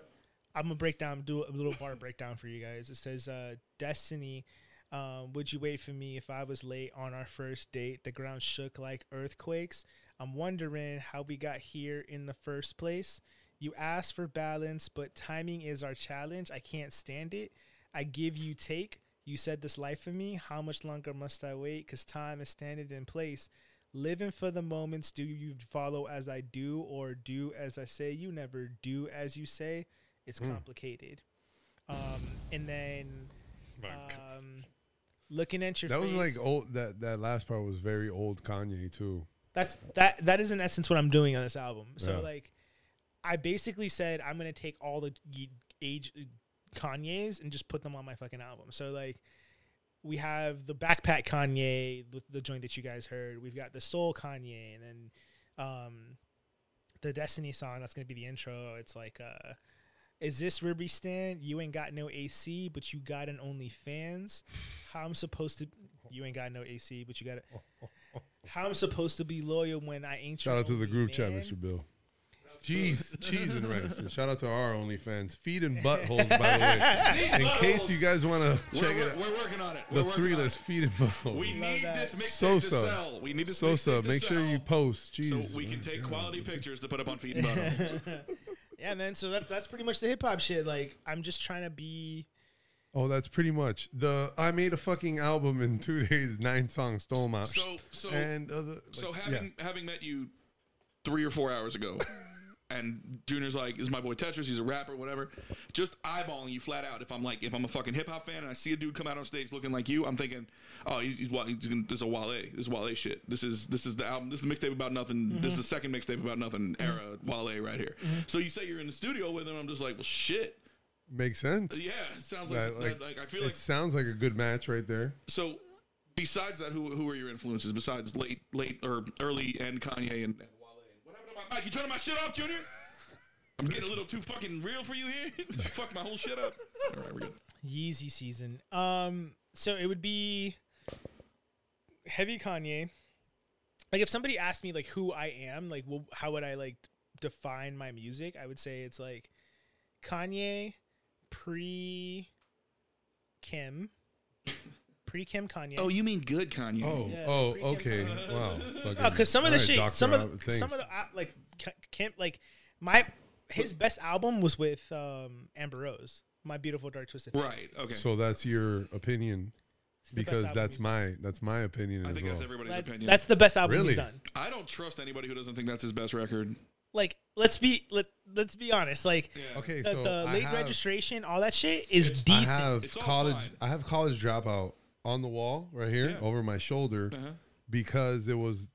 Speaker 6: i'm gonna break down do a little bar breakdown for you guys it says uh destiny um, would you wait for me if i was late on our first date the ground shook like earthquakes i'm wondering how we got here in the first place you asked for balance but timing is our challenge i can't stand it i give you take you said this life for me how much longer must i wait because time is standing in place Living for the moments, do you follow as I do or do as I say? You never do as you say. It's
Speaker 4: Hmm.
Speaker 6: complicated. Um, and then um, looking at your
Speaker 4: That was
Speaker 6: face,
Speaker 4: like old. That that last part was very old Kanye too.
Speaker 6: that's that that is in essence what I'm doing on this album. So
Speaker 4: Yeah.
Speaker 6: like, I basically said I'm gonna take all the ye- age uh, Kanye's and just put them on my fucking album. So like, we have the backpack Kanye, the, the joint that you guys heard. We've got the soul Kanye, and then um, the Destiny song that's gonna be the intro. It's like, uh, is this where we stand? You ain't got no AC, but you got an OnlyFans. How I'm supposed to? You ain't got no AC, but you got it. How I'm supposed to be loyal when I ain't?
Speaker 4: Shout
Speaker 6: your
Speaker 4: out to the
Speaker 6: only
Speaker 4: group chat,
Speaker 6: man?
Speaker 4: Mr. Bill. Cheese, cheese and rest, and shout out to our OnlyFans, feet and buttholes. By the way, in case you guys want to
Speaker 5: We're,
Speaker 4: check it
Speaker 5: we're,
Speaker 4: out,
Speaker 5: we're working on it.
Speaker 4: the
Speaker 5: We're
Speaker 4: three
Speaker 5: working on
Speaker 4: list
Speaker 5: it.
Speaker 4: feet and buttholes.
Speaker 5: We need
Speaker 6: that.
Speaker 5: this mixtape to
Speaker 4: Sosa.
Speaker 5: sell. We need this
Speaker 4: Sosa,
Speaker 5: mixtape to
Speaker 4: make sure
Speaker 5: sell
Speaker 4: you post. Jeez.
Speaker 5: So we can take quality pictures to put up on Feed and Bottom.
Speaker 6: Yeah, man. So that, that's pretty much the hip hop shit. Like, I'm just trying to be.
Speaker 4: Oh, that's pretty much the. I made a fucking album in two days, nine songs, stole my
Speaker 5: So, so,
Speaker 4: and other. Like,
Speaker 5: so
Speaker 4: yeah.
Speaker 5: having having met you three or four hours ago, and Junior's like, "Is my boy Tetris? He's a rapper, whatever." Just eyeballing you flat out. If I'm like, if I'm a fucking hip hop fan and I see a dude come out on stage looking like you, I'm thinking, "Oh, he's, he's, wa- he's gonna, this is a Wale. This is Wale shit. This is this is the album. This is the mixtape about nothing.
Speaker 4: Mm-hmm.
Speaker 5: This is the second mixtape about nothing era Wale right here." So you say you're in the studio with him. I'm just like, "Well, shit."
Speaker 4: makes sense.
Speaker 5: Yeah, it sounds like,
Speaker 4: Like,
Speaker 5: some-
Speaker 4: like,
Speaker 5: that- like I feel
Speaker 4: it
Speaker 5: like
Speaker 4: sounds like a good match right there.
Speaker 5: so besides that, who who are your influences besides late late or early and Kanye and, and Wale? What happened to my mic? You turning my shit off, Junior? I'm getting a little too fucking real for you here. Fuck my whole shit up. All right, we're good.
Speaker 6: Yeezy season. Um, so it would be heavy Kanye. Like if somebody asked me like who I am, like wh- how would I like define my music? I would say it's like Kanye pre Kim, pre Kim Kanye.
Speaker 5: Oh, you mean good Kanye?
Speaker 4: Oh,
Speaker 6: Yeah,
Speaker 4: oh,
Speaker 6: freaking-
Speaker 4: okay. Wow.
Speaker 6: Oh,
Speaker 4: Fucking-
Speaker 6: because some of the
Speaker 4: all right,
Speaker 6: shit,
Speaker 4: Dr.
Speaker 6: some of
Speaker 4: Albert,
Speaker 6: the, some
Speaker 4: thanks.
Speaker 6: of the uh, like K- Kim, like my his best album was with um Amber Rose, My Beautiful Dark Twisted. Fantasy.
Speaker 5: right. Okay.
Speaker 4: So that's your opinion
Speaker 6: It's the best
Speaker 4: because
Speaker 6: album
Speaker 4: that's
Speaker 6: he's-
Speaker 4: my that's my opinion
Speaker 5: I
Speaker 4: as
Speaker 5: think
Speaker 4: well.
Speaker 5: that's everybody's
Speaker 6: that-
Speaker 5: opinion.
Speaker 6: that's the best album
Speaker 4: Really?
Speaker 6: he's done.
Speaker 5: I don't trust anybody who doesn't think that's his best record.
Speaker 6: Like let's be let let's be honest, like
Speaker 4: okay,
Speaker 6: the,
Speaker 4: so
Speaker 6: the
Speaker 4: I
Speaker 6: late
Speaker 4: have,
Speaker 6: registration, all that shit is
Speaker 4: I
Speaker 6: decent.
Speaker 4: have
Speaker 5: It's all
Speaker 4: college.
Speaker 5: fine.
Speaker 4: I have college dropout on the wall right here
Speaker 5: Yeah.
Speaker 4: over my shoulder
Speaker 5: Uh-huh.
Speaker 4: because it was,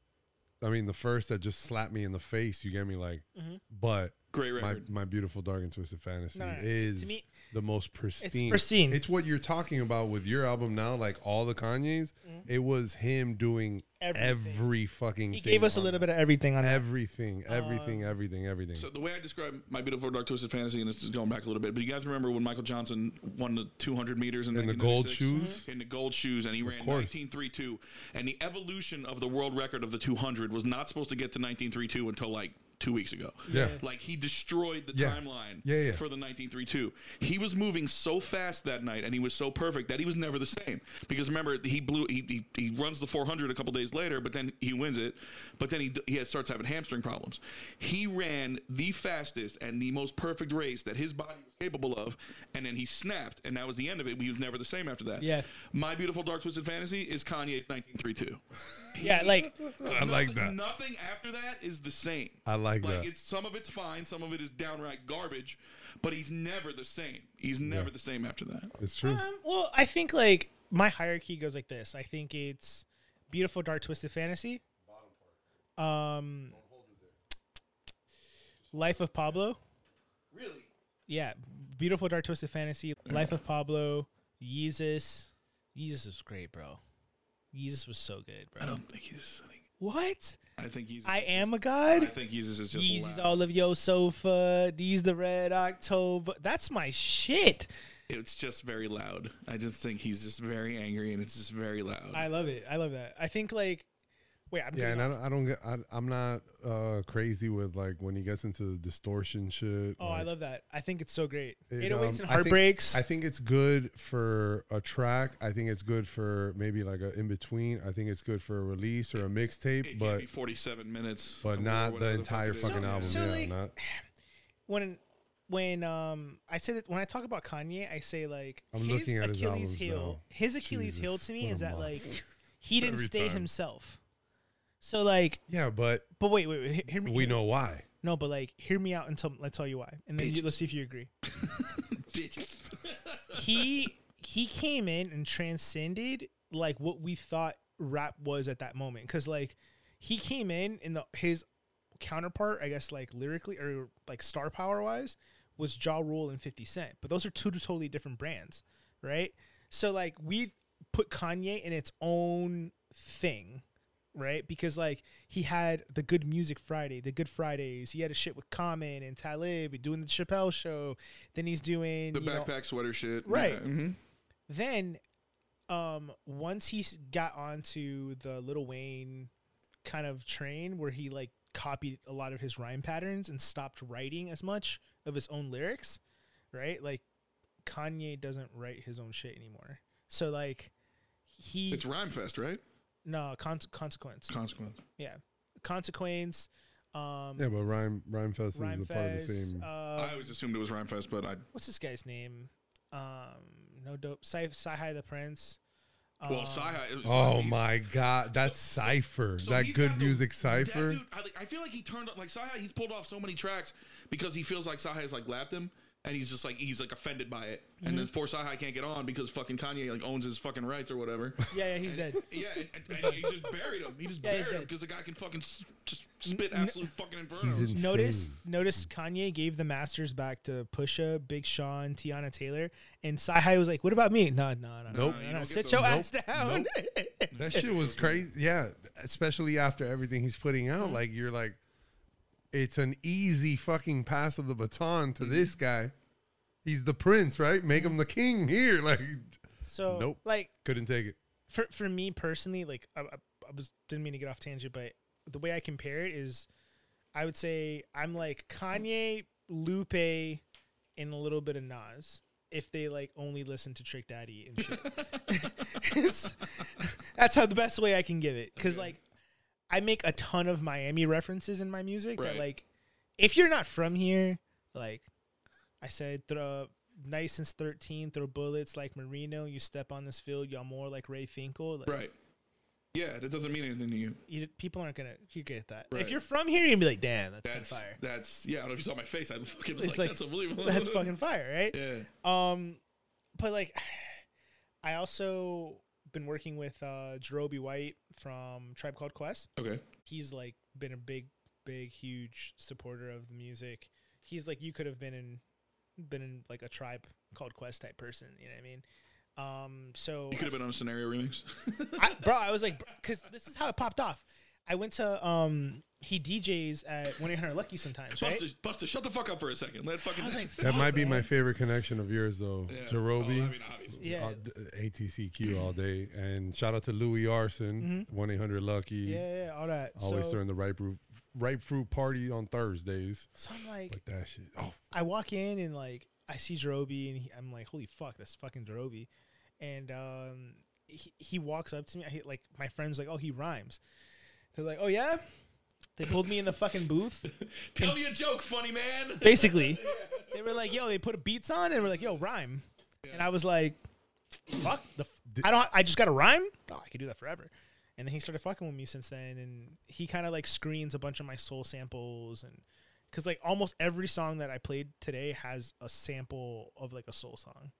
Speaker 4: I mean, the first that just slapped me in the face. You get me like, but
Speaker 5: Mm-hmm. Great
Speaker 4: my,
Speaker 5: record.
Speaker 4: my beautiful dark and twisted fantasy
Speaker 6: No, no, no. To- to
Speaker 4: is
Speaker 6: me-
Speaker 4: the most pristine.
Speaker 6: pristine.
Speaker 4: It's what you're talking about with your album now, like all the Kanye's. It was him doing
Speaker 6: Mm-hmm. Everything.
Speaker 4: every fucking.
Speaker 6: he
Speaker 4: thing
Speaker 6: gave us a
Speaker 4: on
Speaker 6: little
Speaker 4: that.
Speaker 6: bit of Um, everything on that.
Speaker 4: Everything, everything, everything, everything.
Speaker 5: So the way I describe my beautiful dark twisted fantasy, and this is going back a little bit, but you guys remember when Michael Johnson won the 200 meters in
Speaker 4: In the gold
Speaker 5: 1996?
Speaker 4: shoes?
Speaker 5: In the gold shoes, and he ran
Speaker 4: course.
Speaker 5: 1932, and the evolution of the world record of the 200 was not supposed to get to 1932 until like two weeks ago.
Speaker 4: Yeah.
Speaker 5: like he destroyed the
Speaker 4: Yeah.
Speaker 5: timeline.
Speaker 4: Yeah, yeah.
Speaker 5: for the 1932. He was moving so fast that night, and he was so perfect that he was never the same. Because remember, he blew. He he, he runs the 400 a couple days later, but then he wins it. But then he d- he starts having hamstring problems. He ran the fastest and the most perfect race that his body was capable of, and then he snapped, and that was the end of it. He was never the same after that.
Speaker 6: Yeah.
Speaker 5: My beautiful dark twisted fantasy is Kanye's 1932.
Speaker 6: yeah, like
Speaker 4: I like that.
Speaker 5: Nothing after that is the same.
Speaker 4: I like
Speaker 5: Like
Speaker 4: that.
Speaker 5: it's some of it's fine, some of it is downright garbage, but he's never the same. He's never the same after that.
Speaker 4: It's true.
Speaker 6: Um, well, I think like my hierarchy goes like this. I think it's beautiful, dark, twisted fantasy. Um, life of Pablo.
Speaker 5: Really?
Speaker 6: Yeah, beautiful, dark, twisted fantasy. Life of Pablo. Yeezus. Yeezus was great, bro. Yeezus was so good,
Speaker 5: I
Speaker 6: bro.
Speaker 5: don't think he's.
Speaker 6: What?
Speaker 5: I think he's.
Speaker 6: I
Speaker 5: is
Speaker 6: am a
Speaker 5: Just,
Speaker 6: god.
Speaker 5: I think he's is just.
Speaker 6: Yeezy's
Speaker 5: loud.
Speaker 6: all of your sofa. These the red October. That's my shit.
Speaker 5: It's just very loud. I just think he's just very angry and it's just very loud.
Speaker 6: I love it. I love that. I think like, wait, I'm
Speaker 4: Yeah,
Speaker 6: getting
Speaker 4: and I
Speaker 6: off-
Speaker 4: don't, I don't get, I, I'm not uh, crazy with like when he gets into the distortion shit.
Speaker 6: Oh, I
Speaker 4: like,
Speaker 6: love that. I think it's so great.
Speaker 4: it,
Speaker 6: 808s
Speaker 4: um,
Speaker 6: and
Speaker 4: I think-
Speaker 6: heartbreaks.
Speaker 4: I think, it's good for a track. I think it's good for maybe like a in between. I think it's good for a release or a
Speaker 5: it
Speaker 4: mixtape,
Speaker 5: can't
Speaker 4: but
Speaker 5: be 47 minutes.
Speaker 4: but
Speaker 5: or
Speaker 4: not the
Speaker 5: whatever fuck
Speaker 4: entire
Speaker 5: it is.
Speaker 4: fucking album.
Speaker 6: so,
Speaker 4: yeah,
Speaker 6: like-
Speaker 4: not.
Speaker 6: when when um I say that when I talk about Kanye, I say like
Speaker 4: I'm
Speaker 6: his
Speaker 4: looking at his
Speaker 6: Achilles
Speaker 4: albums
Speaker 6: heel.
Speaker 4: now.
Speaker 6: His Achilles heel
Speaker 4: Jesus,
Speaker 6: to me
Speaker 4: what
Speaker 6: is
Speaker 4: a
Speaker 6: that like
Speaker 4: monster.
Speaker 6: he didn't
Speaker 4: Every
Speaker 6: stay
Speaker 4: time.
Speaker 6: himself. So like,
Speaker 4: Yeah, but
Speaker 6: but wait, wait, wait. he- Hear me.
Speaker 4: we know why.
Speaker 6: No, but like, hear me out and tell. Let's tell you why, and then you, let's see if you agree.
Speaker 5: Bitches.
Speaker 6: he he came in and transcended like what we thought rap was at that moment because like he came in and the his counterpart i guess like lyrically or like star power wise was jaw rule and 50 cent but those are two totally different brands right so like we put kanye in its own thing right? Because like he had the Good Music Friday, the Good Fridays. He had a shit with Common and Talib, and doing the Chappelle show. Then he's doing
Speaker 5: The
Speaker 6: you know-
Speaker 5: backpack sweater shit.
Speaker 6: Right.
Speaker 5: Yeah, mhm.
Speaker 6: then, um, once he s- got onto the Little Wayne kind of train where he like copied a lot of his rhyme patterns and stopped writing as much of his own lyrics, right? Like Kanye doesn't write his own shit anymore. So like he
Speaker 5: It's Rhyme Fest, right?
Speaker 6: no con- consequence.
Speaker 5: Consequence.
Speaker 6: Yeah. Consequence. Um,
Speaker 4: Yeah, but Rhyme Rhyme Fest
Speaker 6: Rhyme
Speaker 4: is a part of the
Speaker 6: Fest,
Speaker 4: same.
Speaker 5: I
Speaker 6: Uh,
Speaker 5: always assumed it was Rhyme Fest, but I
Speaker 6: what's this guy's name? Um, no dope. Sci Hi the Prince.
Speaker 5: well,
Speaker 6: Um,
Speaker 5: Sci-Hi,
Speaker 4: oh
Speaker 5: Sci-Hi's-
Speaker 4: my God, that
Speaker 5: so-
Speaker 4: cipher,
Speaker 5: So
Speaker 4: that
Speaker 5: he's
Speaker 4: good
Speaker 5: got the-
Speaker 4: music
Speaker 5: that
Speaker 4: cipher.
Speaker 5: dude, I, like, I feel like he turned up like Saha. He's pulled off so many tracks because he feels like Saha has like lapped him, and he's just like he's like offended by it.
Speaker 6: Mm-hmm.
Speaker 5: And then poor Saha can't get on because fucking Kanye like owns his fucking rights or whatever.
Speaker 6: Yeah, yeah, he's dead.
Speaker 5: yeah, and, and- and he just buried him. He just
Speaker 6: Yeah, he's
Speaker 5: buried him
Speaker 6: dead.
Speaker 5: because the guy can fucking s- just spit absolute fucking inferno.
Speaker 4: He's in-
Speaker 6: Notice,
Speaker 4: Insane.
Speaker 6: notice Kanye gave the masters back to Pusha, Big Sean, Tiana Taylor, and Sci-Hi was like, "What about me? No, no, no,
Speaker 4: Nope.
Speaker 6: no,
Speaker 4: You
Speaker 6: no,
Speaker 5: don't
Speaker 6: no.
Speaker 5: get
Speaker 6: sit
Speaker 5: those.
Speaker 6: your
Speaker 5: Nope.
Speaker 6: ass down."
Speaker 4: That shit was crazy. Yeah, especially after everything he's putting
Speaker 5: Hmm.
Speaker 4: out, like you're like, it's an easy fucking pass of the baton to this
Speaker 5: Hmm.
Speaker 4: guy. He's the prince, right? Make him the king here. Like,
Speaker 6: so,
Speaker 4: Nope.
Speaker 6: like
Speaker 4: couldn't take it.
Speaker 6: for for me personally, like uh, uh, I was didn't mean to get off tangent, but the way I compare it is, I would say I'm like Kanye, Lupe, and a little bit of Nas. If they like only listen to Trick Daddy and shit, It's- that's how the best way I can give it. Because like, I make a ton of Miami references in my music.
Speaker 5: Right.
Speaker 6: That like, if you're not from here, like, I said throw nice since thirteen, throw bullets like Marino. You step on this field, y'all more like Ray Finkel. Like,
Speaker 5: Right. Yeah, that doesn't mean anything to you.
Speaker 6: you, people aren't gonna you get that.
Speaker 5: Right.
Speaker 6: If you're from here, you'd be like, damn, that's,
Speaker 5: That's
Speaker 6: fucking fire.
Speaker 5: that's yeah. I don't know if you saw my face. I fucking was like,
Speaker 6: It's like,
Speaker 5: that's unbelievable.
Speaker 6: That's fucking fire, right?
Speaker 5: yeah.
Speaker 6: Um, but like, I also been working with uh Jerobi White from Tribe Called Quest.
Speaker 5: Okay.
Speaker 6: He's like been a big, big, huge supporter of the music. He's like, you could have been in, been in like a Tribe Called Quest type person. You know what I mean? Um, so
Speaker 5: You could have been on a scenario remix.
Speaker 6: I, bro, I was like, because this is how it popped off. I went to um, he DJs at one eight hundred Lucky sometimes, right?
Speaker 5: Buster, Buster, shut the fuck up for a second. Let fucking.
Speaker 6: I was like,
Speaker 4: That
Speaker 6: "Fuck,
Speaker 4: might be my
Speaker 6: man."
Speaker 4: favorite connection of yours, though.
Speaker 5: Yeah.
Speaker 4: Jerobi,
Speaker 5: Oh, I mean, obviously.
Speaker 6: Yeah,
Speaker 4: uh, d- ATCQ all day. And shout out to Louis Arson, 1 800 Lucky.
Speaker 6: Mm-hmm. yeah, yeah, all that.
Speaker 4: Always
Speaker 6: so,
Speaker 4: throwing the ripe fruit, ripe fruit party on Thursdays.
Speaker 6: so I'm like,
Speaker 4: But that shit. Oh,
Speaker 6: I walk in and like I see Jerobi and he, I'm like, holy fuck, that's fucking Jerobi. And um, he, he walks up to me. I, like my friends like, oh, he rhymes. They're like, oh yeah. They pulled me in the fucking booth.
Speaker 5: Tell me a joke, funny man.
Speaker 6: Basically, they were like, yo, they put beats on and we're like, yo, rhyme. And I was like, fuck the. F- I don't. I just got to rhyme. Oh, I could do that forever. And then he started fucking with me since then, and he kind of like screens a bunch of my soul samples, and because like almost every song that I played today has a sample of like a soul song,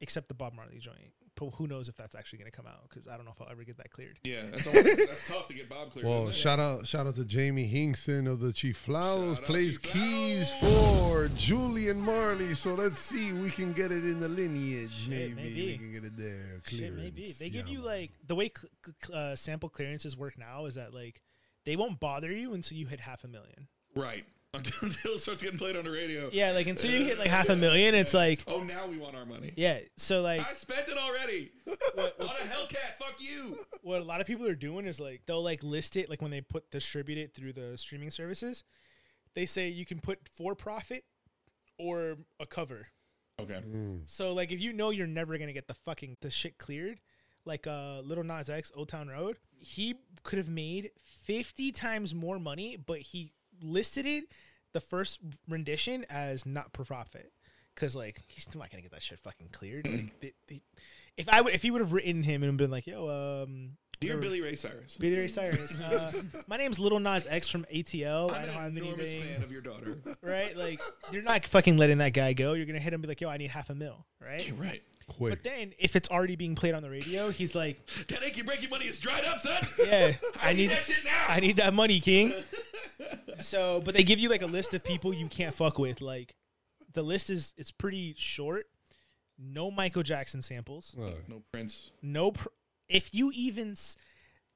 Speaker 6: except the Bob Marley joint. But who knows if that's actually gonna come out? Because I don't know if I'll ever get that cleared.
Speaker 5: Yeah, that's, always, that's tough to get Bob clear.
Speaker 4: well,
Speaker 5: isn't it?
Speaker 4: shout out shout out to Jamie Hinkson of the Chief Flowers.
Speaker 5: Shout out,
Speaker 4: Plays
Speaker 5: Chief
Speaker 4: keys for Julian Marley. So let's see. We can get it in the lineage. maybe.
Speaker 6: maybe.
Speaker 4: We can get it there.
Speaker 6: Shit, maybe
Speaker 4: Clearance.
Speaker 6: they give
Speaker 4: Yeah,
Speaker 6: you
Speaker 4: man.
Speaker 6: like the way cl- cl- cl- uh, sample clearances work now is that like they won't bother you until you hit half a million.
Speaker 5: Right. Until, until it starts getting played on the radio.
Speaker 6: Yeah, like until you hit like half a million, it's like
Speaker 5: Oh, now we want our money.
Speaker 6: yeah. So like
Speaker 5: I spent it already. what, on a Hellcat. Fuck you.
Speaker 6: what a lot of people are doing is like they'll like list it like when they put distribute it through the streaming services, they say you can put for profit or a cover.
Speaker 5: Okay.
Speaker 6: So like if you know you're never gonna get the fucking the shit cleared, like uh Little Nas X Old Town Road, he could have made fifty times more money, but he listed it the first rendition as not for profit. Cause like he's still not gonna get that shit fucking cleared.
Speaker 5: Mm.
Speaker 6: Like, the- the- if I would, if he would have written him and been like, "Yo, um,
Speaker 5: Dear
Speaker 6: whatever,
Speaker 5: Billy Ray Cyrus.
Speaker 6: Billy Ray Cyrus, uh, my name's Little Nas X from ATL. I
Speaker 5: I'm
Speaker 6: don't have
Speaker 5: an enormous
Speaker 6: anything,
Speaker 5: fan of your daughter.
Speaker 6: right? Like, you're not fucking letting that guy go. You're gonna hit him and be like, "Yo, I need half a mil, right?"
Speaker 5: You're right.
Speaker 4: quick.
Speaker 6: But then if it's already being played on the radio, he's like,
Speaker 5: That achy breaky money is dried up, son.
Speaker 6: "Yeah,
Speaker 5: I,
Speaker 6: I
Speaker 5: need,
Speaker 6: need,
Speaker 5: that shit now.
Speaker 6: I need that money, King." So, but they give you like a list of people you can't fuck with. Like, the list is it's pretty short. No Michael Jackson samples.
Speaker 4: Uh,
Speaker 5: no Prince.
Speaker 6: No, pr- if you even s-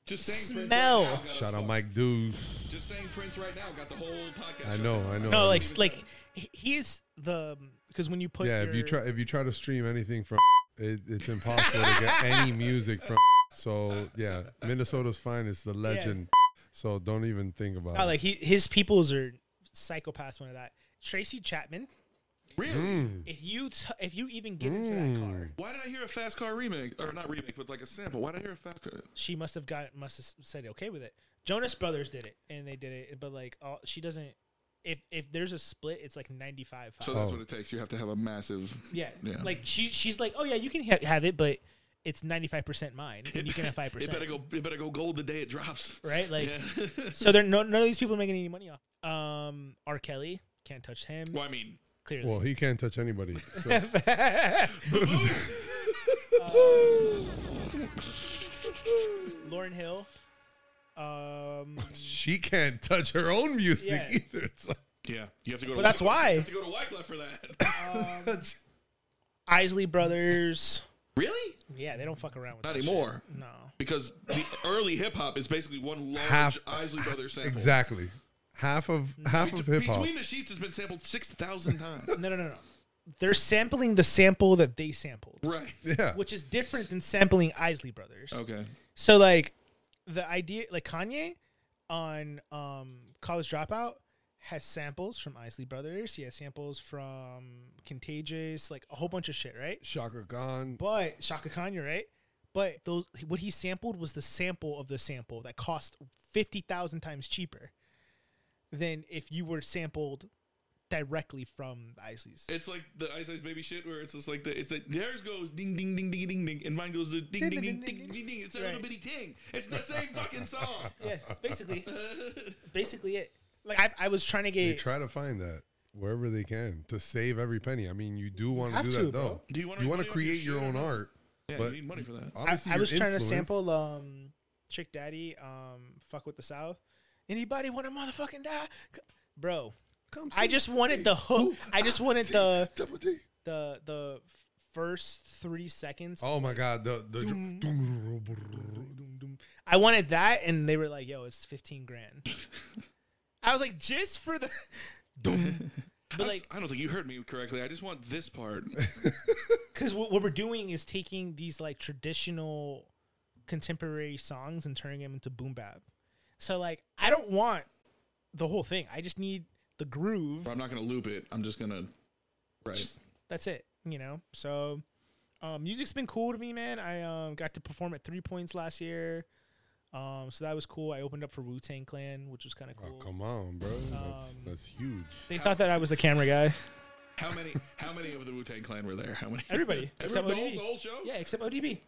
Speaker 5: Just saying
Speaker 6: Smell.
Speaker 5: Prince right now got us
Speaker 4: shout out
Speaker 5: fucked.
Speaker 4: Mike Deuce.
Speaker 5: Just saying Prince right now got the whole podcast.
Speaker 4: I
Speaker 5: shut
Speaker 4: know,
Speaker 5: down.
Speaker 4: I know.
Speaker 6: no
Speaker 4: I
Speaker 6: like
Speaker 5: know.
Speaker 6: like he- he's the because when you put
Speaker 4: yeah, if you
Speaker 6: your-
Speaker 4: try if you try to stream anything from it, it's impossible to get any music from. So yeah, Minnesota's finest, the legend. So don't even think about
Speaker 6: Oh,
Speaker 5: um,
Speaker 4: it.
Speaker 6: like he, his peoples are psychopaths. One of that Tracy Chapman.
Speaker 5: Really?
Speaker 6: If you t- if you even get into that car,
Speaker 5: Why did I hear a fast car remake? Or not remake, but like a sample. Why did I hear a fast car?
Speaker 6: she must have got must have said okay with it. Jonas Brothers did it, and they did it, but like all, she doesn't. If if there's a split, it's like ninety five.
Speaker 5: So that's what it takes. You have to have a massive.
Speaker 6: yeah.
Speaker 5: yeah.
Speaker 6: like she she's like, oh yeah, you can ha- have it, but it's ninety five percent mine, and you can have
Speaker 5: It
Speaker 6: five percent.
Speaker 5: better go. It better go gold the day it drops.
Speaker 6: right? Like,
Speaker 5: Yeah.
Speaker 6: so they're no, none of these people are making any money off. Um, R. Kelly can't touch him.
Speaker 5: well, I mean,
Speaker 6: Clearly,
Speaker 4: well, he can't touch anybody. So
Speaker 6: Lauren Hill. Um,
Speaker 4: she can't touch her own music
Speaker 6: Yeah.
Speaker 4: either. It's like,
Speaker 5: yeah, you have to go.
Speaker 6: but
Speaker 5: to
Speaker 6: that's
Speaker 5: Wyclef-
Speaker 6: why.
Speaker 5: You have to go to Wyclef for that.
Speaker 6: Isley Brothers.
Speaker 5: really?
Speaker 6: Yeah, they don't fuck around with
Speaker 5: Not
Speaker 6: that shit.
Speaker 5: anymore.
Speaker 6: No.
Speaker 5: Because the early hip hop is basically one large
Speaker 4: Half-
Speaker 5: Isley Brothers sample.
Speaker 4: exactly. Half of half of hip hop.
Speaker 5: Between the Sheets has been sampled six thousand times.
Speaker 6: No, no, no, no. They're sampling the sample that they sampled,
Speaker 5: right.
Speaker 4: Yeah.
Speaker 6: which is different than sampling Isley Brothers.
Speaker 5: Okay.
Speaker 6: So like the idea like Kanye on um College Dropout has samples from Isley Brothers. He has samples from Contagious, like a whole bunch of shit, right?
Speaker 4: Shaka Khan.
Speaker 6: But Shaka Khan, you're right. But those what he sampled was the sample of the sample that cost fifty thousand times cheaper than if you were sampled directly from the Isley's.
Speaker 5: It's like the Ice Ice Baby shit, where it's just like the it's like theirs goes ding ding ding ding ding ding, and mine goes ding ding ding ding ding ding. ding. It's a little
Speaker 6: Right.
Speaker 5: bitty ting. It's the same fucking song.
Speaker 6: Yeah, it's basically basically it. Like I, I was trying to
Speaker 4: They
Speaker 6: get
Speaker 4: try to find that wherever they can to save every penny. I mean, you do want to
Speaker 6: have
Speaker 4: do
Speaker 6: to,
Speaker 4: that
Speaker 6: bro.
Speaker 4: though.
Speaker 5: Do you wanna
Speaker 4: you want
Speaker 5: make
Speaker 4: to
Speaker 5: money off your
Speaker 4: create your
Speaker 5: shit or
Speaker 4: own
Speaker 5: not?
Speaker 4: art?
Speaker 5: Yeah,
Speaker 4: But-
Speaker 5: you need money for that.
Speaker 6: I,
Speaker 4: Obviously,
Speaker 6: I
Speaker 4: your
Speaker 6: was trying to
Speaker 4: influence-
Speaker 6: sample um Trick Daddy, um Fuck with the South. Anybody want to motherfucking die, C- bro?
Speaker 4: Come
Speaker 6: I
Speaker 4: see
Speaker 6: just wanted the hook. I just wanted the
Speaker 4: Double D.
Speaker 6: the the first three seconds.
Speaker 4: Oh my God! The the
Speaker 6: I wanted that, and they were like, "Yo, it's fifteen grand." I was like, "Just for the,"
Speaker 5: I,
Speaker 6: but
Speaker 5: was-
Speaker 6: like,
Speaker 5: I don't think you heard me correctly. I just want this part.
Speaker 6: because what, what we're doing is taking these like traditional contemporary songs and turning them into boom bap. So like I don't want the whole thing. I just need the groove.
Speaker 5: I'm not gonna loop it. I'm just gonna. Right.
Speaker 6: That's it, you know. So um, music's been cool to me, man. I um, got to perform at Three Points last year. Um, so that was cool. I opened up for Wu Tang Clan, which was kind of
Speaker 4: Oh,
Speaker 6: cool.
Speaker 4: come on, bro. That's
Speaker 6: Um,
Speaker 4: that's huge.
Speaker 6: they thought that I was the camera guy.
Speaker 5: How many? How many of the Wu Tang Clan were there? How many?
Speaker 6: Everybody,
Speaker 5: Every,
Speaker 6: except
Speaker 5: the, whole,
Speaker 6: ODB.
Speaker 5: the whole show.
Speaker 6: Yeah, except ODB.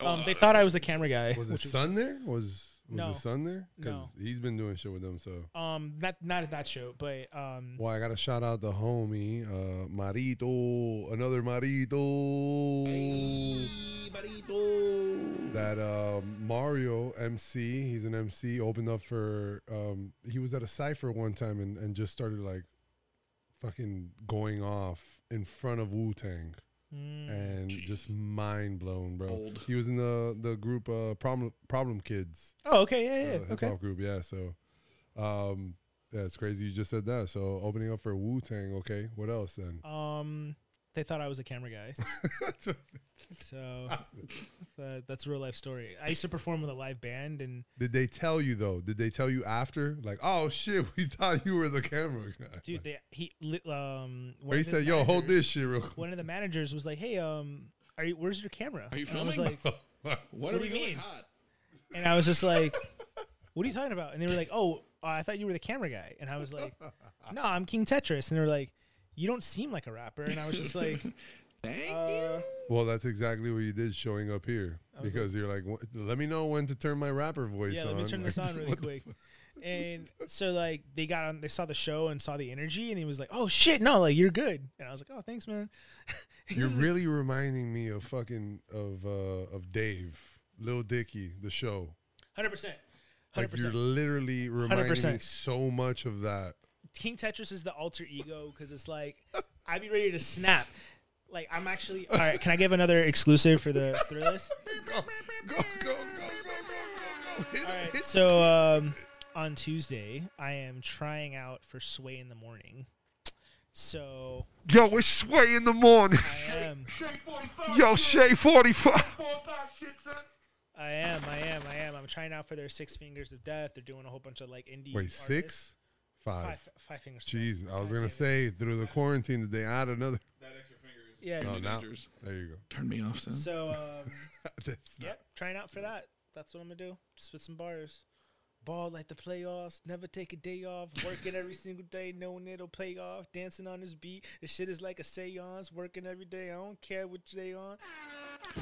Speaker 5: Oh,
Speaker 6: Um,
Speaker 5: uh,
Speaker 6: they thought I was the camera guy.
Speaker 4: Was
Speaker 6: which
Speaker 4: his son there? Was was
Speaker 6: No.
Speaker 4: his son there? Because
Speaker 6: No.
Speaker 4: he's been doing shit with them. So,
Speaker 6: um, not not at that show, but um,
Speaker 4: well, I gotta shout out the homie, uh, Marito, another Marito. That uh, Mario MC, he's an MC. Opened up for um, he was at a cipher one time and, and just started like fucking going off in front of Wu Tang. and just mind blown, bro.
Speaker 5: Old.
Speaker 4: He was in the the group uh, problem problem kids
Speaker 6: oh okay, yeah, yeah,
Speaker 4: uh, hip
Speaker 6: okay.
Speaker 4: hop group. Yeah, so um, yeah, it's crazy. You just said that. So opening up for Wu Tang. Okay, what else then?
Speaker 6: Um, they thought I was a camera guy. so uh, that's a real life story. I used to perform with a live band, and
Speaker 4: Did they tell you though? Did they tell you after? Like, oh shit, we thought you were the camera guy.
Speaker 6: dude, they he li- um.
Speaker 4: Or
Speaker 6: one
Speaker 4: he
Speaker 6: of his
Speaker 4: said, yo, hold this
Speaker 6: managers-
Speaker 4: shit real quick.
Speaker 6: One of the managers was like, "Hey, um, are you? Where's your camera?"
Speaker 5: Are you
Speaker 6: and I was
Speaker 5: filming?
Speaker 6: like,
Speaker 5: What,
Speaker 6: What
Speaker 5: are
Speaker 6: do
Speaker 5: we
Speaker 6: you
Speaker 5: doing?
Speaker 6: mean?
Speaker 5: Hot.
Speaker 6: and I was just like, "What are you talking about?" And they were like, "Oh, uh, I thought you were the camera guy," and I was like, "No, I'm King Tetris," and they were like. You don't seem like a rapper, and I was just like,
Speaker 5: Thank
Speaker 6: uh,
Speaker 4: Well, that's exactly what you did showing up here
Speaker 6: was
Speaker 4: because you're like, "Wh- let me know when to turn my rapper voice
Speaker 6: Yeah,
Speaker 4: on.
Speaker 6: let me turn
Speaker 4: Like,
Speaker 6: this on really
Speaker 4: what the
Speaker 6: quick. And so like they got on, they saw the show and saw the energy, and he was like, "Oh shit, no, like you're good." And I was like, "Oh, thanks, man."
Speaker 4: You're really reminding me of fucking of uh of Dave, Lil Dicky, the show.
Speaker 6: Hundred percent, hundred
Speaker 4: Like you're
Speaker 6: percent.
Speaker 4: literally reminding me
Speaker 6: 100%.
Speaker 4: so much of that.
Speaker 6: King Tetris is the alter ego because it's like I'd be ready to snap. Like I'm actually all right. Can I give another exclusive for the Thrillist?
Speaker 4: Go go go go go go go! Hit
Speaker 6: All
Speaker 4: him,
Speaker 6: right.
Speaker 4: hit
Speaker 6: So um, on Tuesday, I am trying out for Sway in the morning. So
Speaker 4: Yo, it's Sway in the morning.
Speaker 6: I am.
Speaker 4: Yo, Shay forty five.
Speaker 6: I am, I am, I am. I'm trying out for their Six Fingers of Death. They're doing a whole bunch of like indie.
Speaker 4: Wait,
Speaker 6: artists.
Speaker 4: six, five.
Speaker 6: Five, five fingers. of Death.
Speaker 4: Jeez, I was gonna
Speaker 6: God damn it.
Speaker 4: say through the quarantine that they add another.
Speaker 6: Yeah.
Speaker 4: Oh, now,
Speaker 5: Dangerous.
Speaker 4: there you go.
Speaker 5: Turn me off, son.
Speaker 6: So, um,
Speaker 4: That's
Speaker 6: yep, trying out for that. That's what I'm gonna do. Spit some bars. Ball like the playoffs. Never take a day off. Working every single day, knowing it'll pay off. Dancing on this beat. This shit is like a seance. Working every day. I don't care what day on.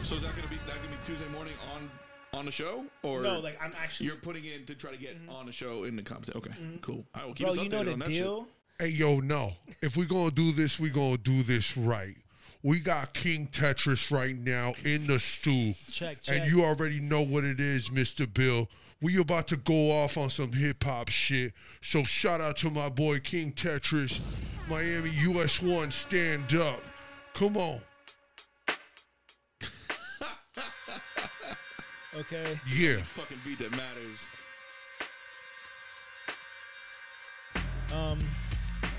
Speaker 5: So is that gonna be that gonna be Tuesday morning on on the show or
Speaker 6: No, like I'm actually.
Speaker 5: you're putting in to try to get on the show in the competition? Okay, cool. I will keep
Speaker 6: Mm-hmm. Bro,
Speaker 5: us updated
Speaker 6: you know the
Speaker 5: on that
Speaker 6: deal.
Speaker 9: Hey, yo, no. If we going to do this, we going to do this right. We got King Tetris right now in the stew.
Speaker 6: Check,
Speaker 9: And
Speaker 6: check.
Speaker 9: you already know what it is, Mr. Bill. We about to go off on some hip hop shit. So shout out to my boy King Tetris. Miami US 1 stand up. Come on.
Speaker 6: Okay.
Speaker 9: Yeah.
Speaker 5: shit. Fucking beat that matters.
Speaker 6: Um.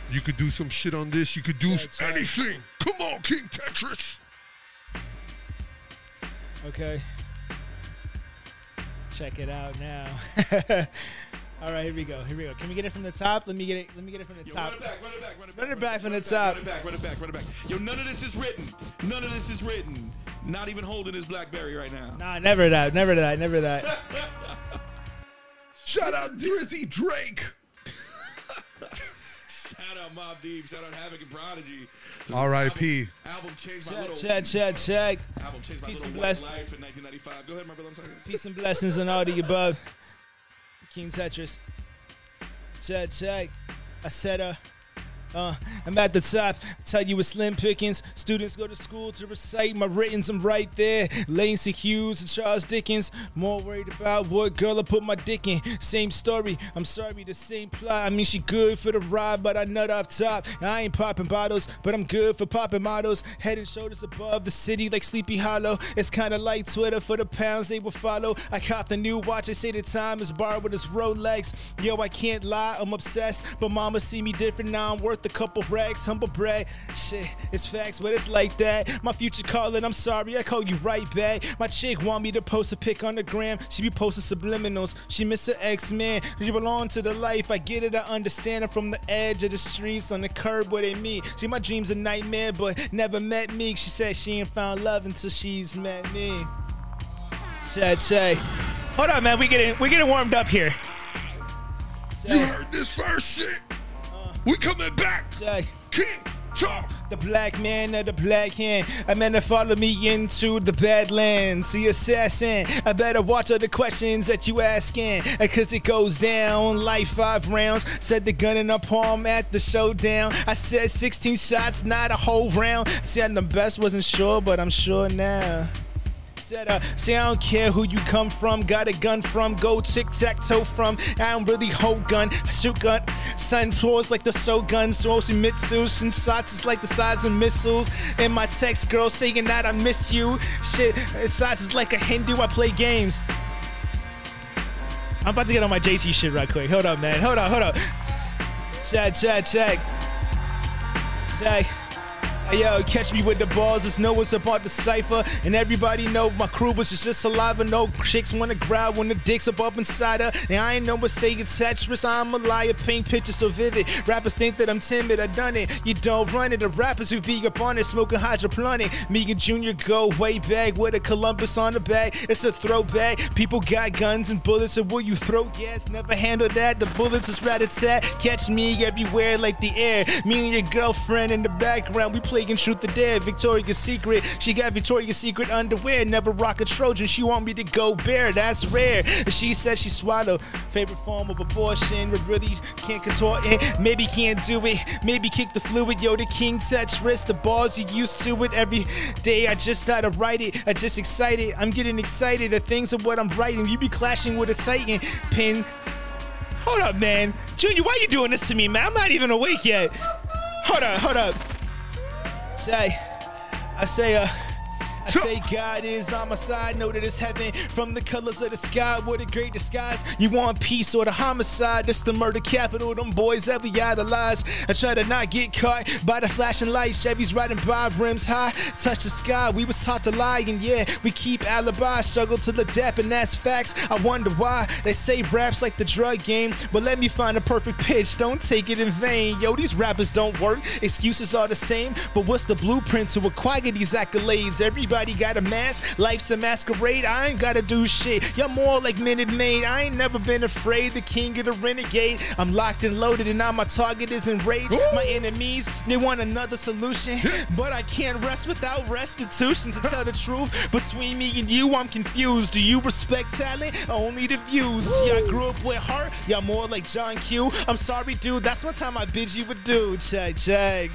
Speaker 9: You could do some shit on this. You could do
Speaker 6: That's right.
Speaker 9: anything. Come on, King Tetris.
Speaker 6: Okay. Check it out now. All right, here we go. Here we go. Can we get it from the top? Let me get it. Let me get it from the
Speaker 5: Yo,
Speaker 6: top.
Speaker 5: Run it back, run it back, run it back.
Speaker 6: Run it back from the
Speaker 5: back,
Speaker 6: top.
Speaker 5: Run it back, run it back, run it back. Yo, none of this is written. None of this is written. Not even holding his Blackberry right now.
Speaker 6: Nah, never that. Never that. Never that.
Speaker 4: Shout out Drizzy Drake.
Speaker 5: Shout out Mob Deep. Shout out Havoc and Prodigy.
Speaker 4: R.I.P.
Speaker 5: Album changed my
Speaker 6: Check,
Speaker 5: little
Speaker 6: check, check, check.
Speaker 5: album changed my
Speaker 6: Peace
Speaker 5: little
Speaker 6: and
Speaker 5: white
Speaker 6: bless-
Speaker 5: life in 1995. Go ahead, my brother. I'm sorry.
Speaker 6: Peace and blessings and all the above. King Tetris. Check, check. I said, uh, uh, I'm at the top. Tell you it's slim pickings. Students go to school to recite my writtens. I'm right there. Lacey Hughes and Charles Dickens. More worried about what girl I put my dick in. Same story. I'm sorry, the same plot. I mean, she good for the ride, but I nut off top. I ain't popping bottles, but I'm good for popping models. Head and shoulders above the city like Sleepy Hollow. It's kinda like Twitter for the pounds they will follow. I cop the new watch. They say the time is barred with his Rolex. Yo, I can't lie, I'm obsessed. But mama see me different now. I'm worth a couple racks, humble brag. Shit, it's facts, but it's like that. My future calling, I'm sorry, I call you right back. My chick want me to post a pic on the gram. She be posting subliminals. She miss her ex man. You belong to the life. I get it, I understand. I'm from the edge of the streets on the curb where they meet. See, my dream's a nightmare, but never met me. She said she ain't found love until she's met me. Chet, Chet. Hold on, man. We getting we getting warmed up here.
Speaker 9: You
Speaker 6: Chet,
Speaker 9: heard this first shit. We coming back.
Speaker 6: Chet.
Speaker 9: King talk.
Speaker 6: The black man of the black hand. A man that follow me into the badlands. The assassin. I better watch all the questions that you asking. uh, Cause it goes down like five rounds. Said the gun in her palm at the showdown. I said 16 shots, not a whole round. Said the best wasn't sure, but I'm sure now. Said, uh, say I don't care who you come from, got a gun from, go tic tac toe from. I don't really hold gun, I shoot gun. Sun floors like the Shogun, Swashi Mitsu, Shinsatsu is like the size of missiles. In my text, girl saying that I miss you. Shit, it's size is like a Hindu, I play games. I'm about to get on my JC shit right quick. Hold up, man. Hold up, hold up. Check, check, check. Check. Hey, Yo, catch me with the balls, just know what's about the cipher. And everybody know my crew was just, just saliva. No chicks wanna growl when the dick's up up inside her. And I ain't no one saying Tetris, I'm a liar, paint pictures so vivid. Rappers think that I'm timid, I done it. You don't run it, the rappers who be up on it, smoking hydroponic. Me and Junior go way back with a Columbus on the back. It's a throwback. People got guns and bullets, and will you throw gas? Never handle that. The bullets is rat tat. Catch me everywhere like the air. Me and your girlfriend in the background, we playing truth or dare. Victoria's Secret, she got Victoria's Secret underwear. Never rock a Trojan, she want me to go bare. That's rare. And She said she swallowed. Favorite form of abortion, but really can't contort it. Maybe can't do it. Maybe kick the fluid. Yo, the king touch wrist. The balls you used to it every day. I just gotta write it. I just excited. I'm getting excited. The things of what I'm writing. You be clashing with a titan pin. Hold up, man. Junior, why you doing this to me, man? I'm not even awake yet. Hold up, hold up. Say, I say, uh, I say God is on my side. Know that it's heaven from the colors of the sky. What a great disguise! You want peace or the homicide? That's the murder capital. Them boys that we idolize. I try to not get caught by the flashing lights. Chevy's riding by, rims high, touch the sky. We was taught to lie, and yeah, we keep alibis. Struggle to the death, and that's facts. I wonder why they say raps like the drug game, but let me find a perfect pitch. Don't take it in vain. Yo, these rappers don't work. Excuses are the same, but what's the blueprint to acquire these accolades? Everybody got a mask. Life's a masquerade. I ain't gotta do shit. Y'all more like Minute Maid. I ain't never been afraid. The king of the renegade. I'm locked and loaded, and now my target is enraged. My enemies, they want another solution, but I can't rest without restitution. To tell the truth, between me and you, I'm confused. Do you respect talent or only the views? Yeah, I grew up with heart. Y'all more like John Q. I'm sorry, dude. That's one time I bid you adieu. Check, check.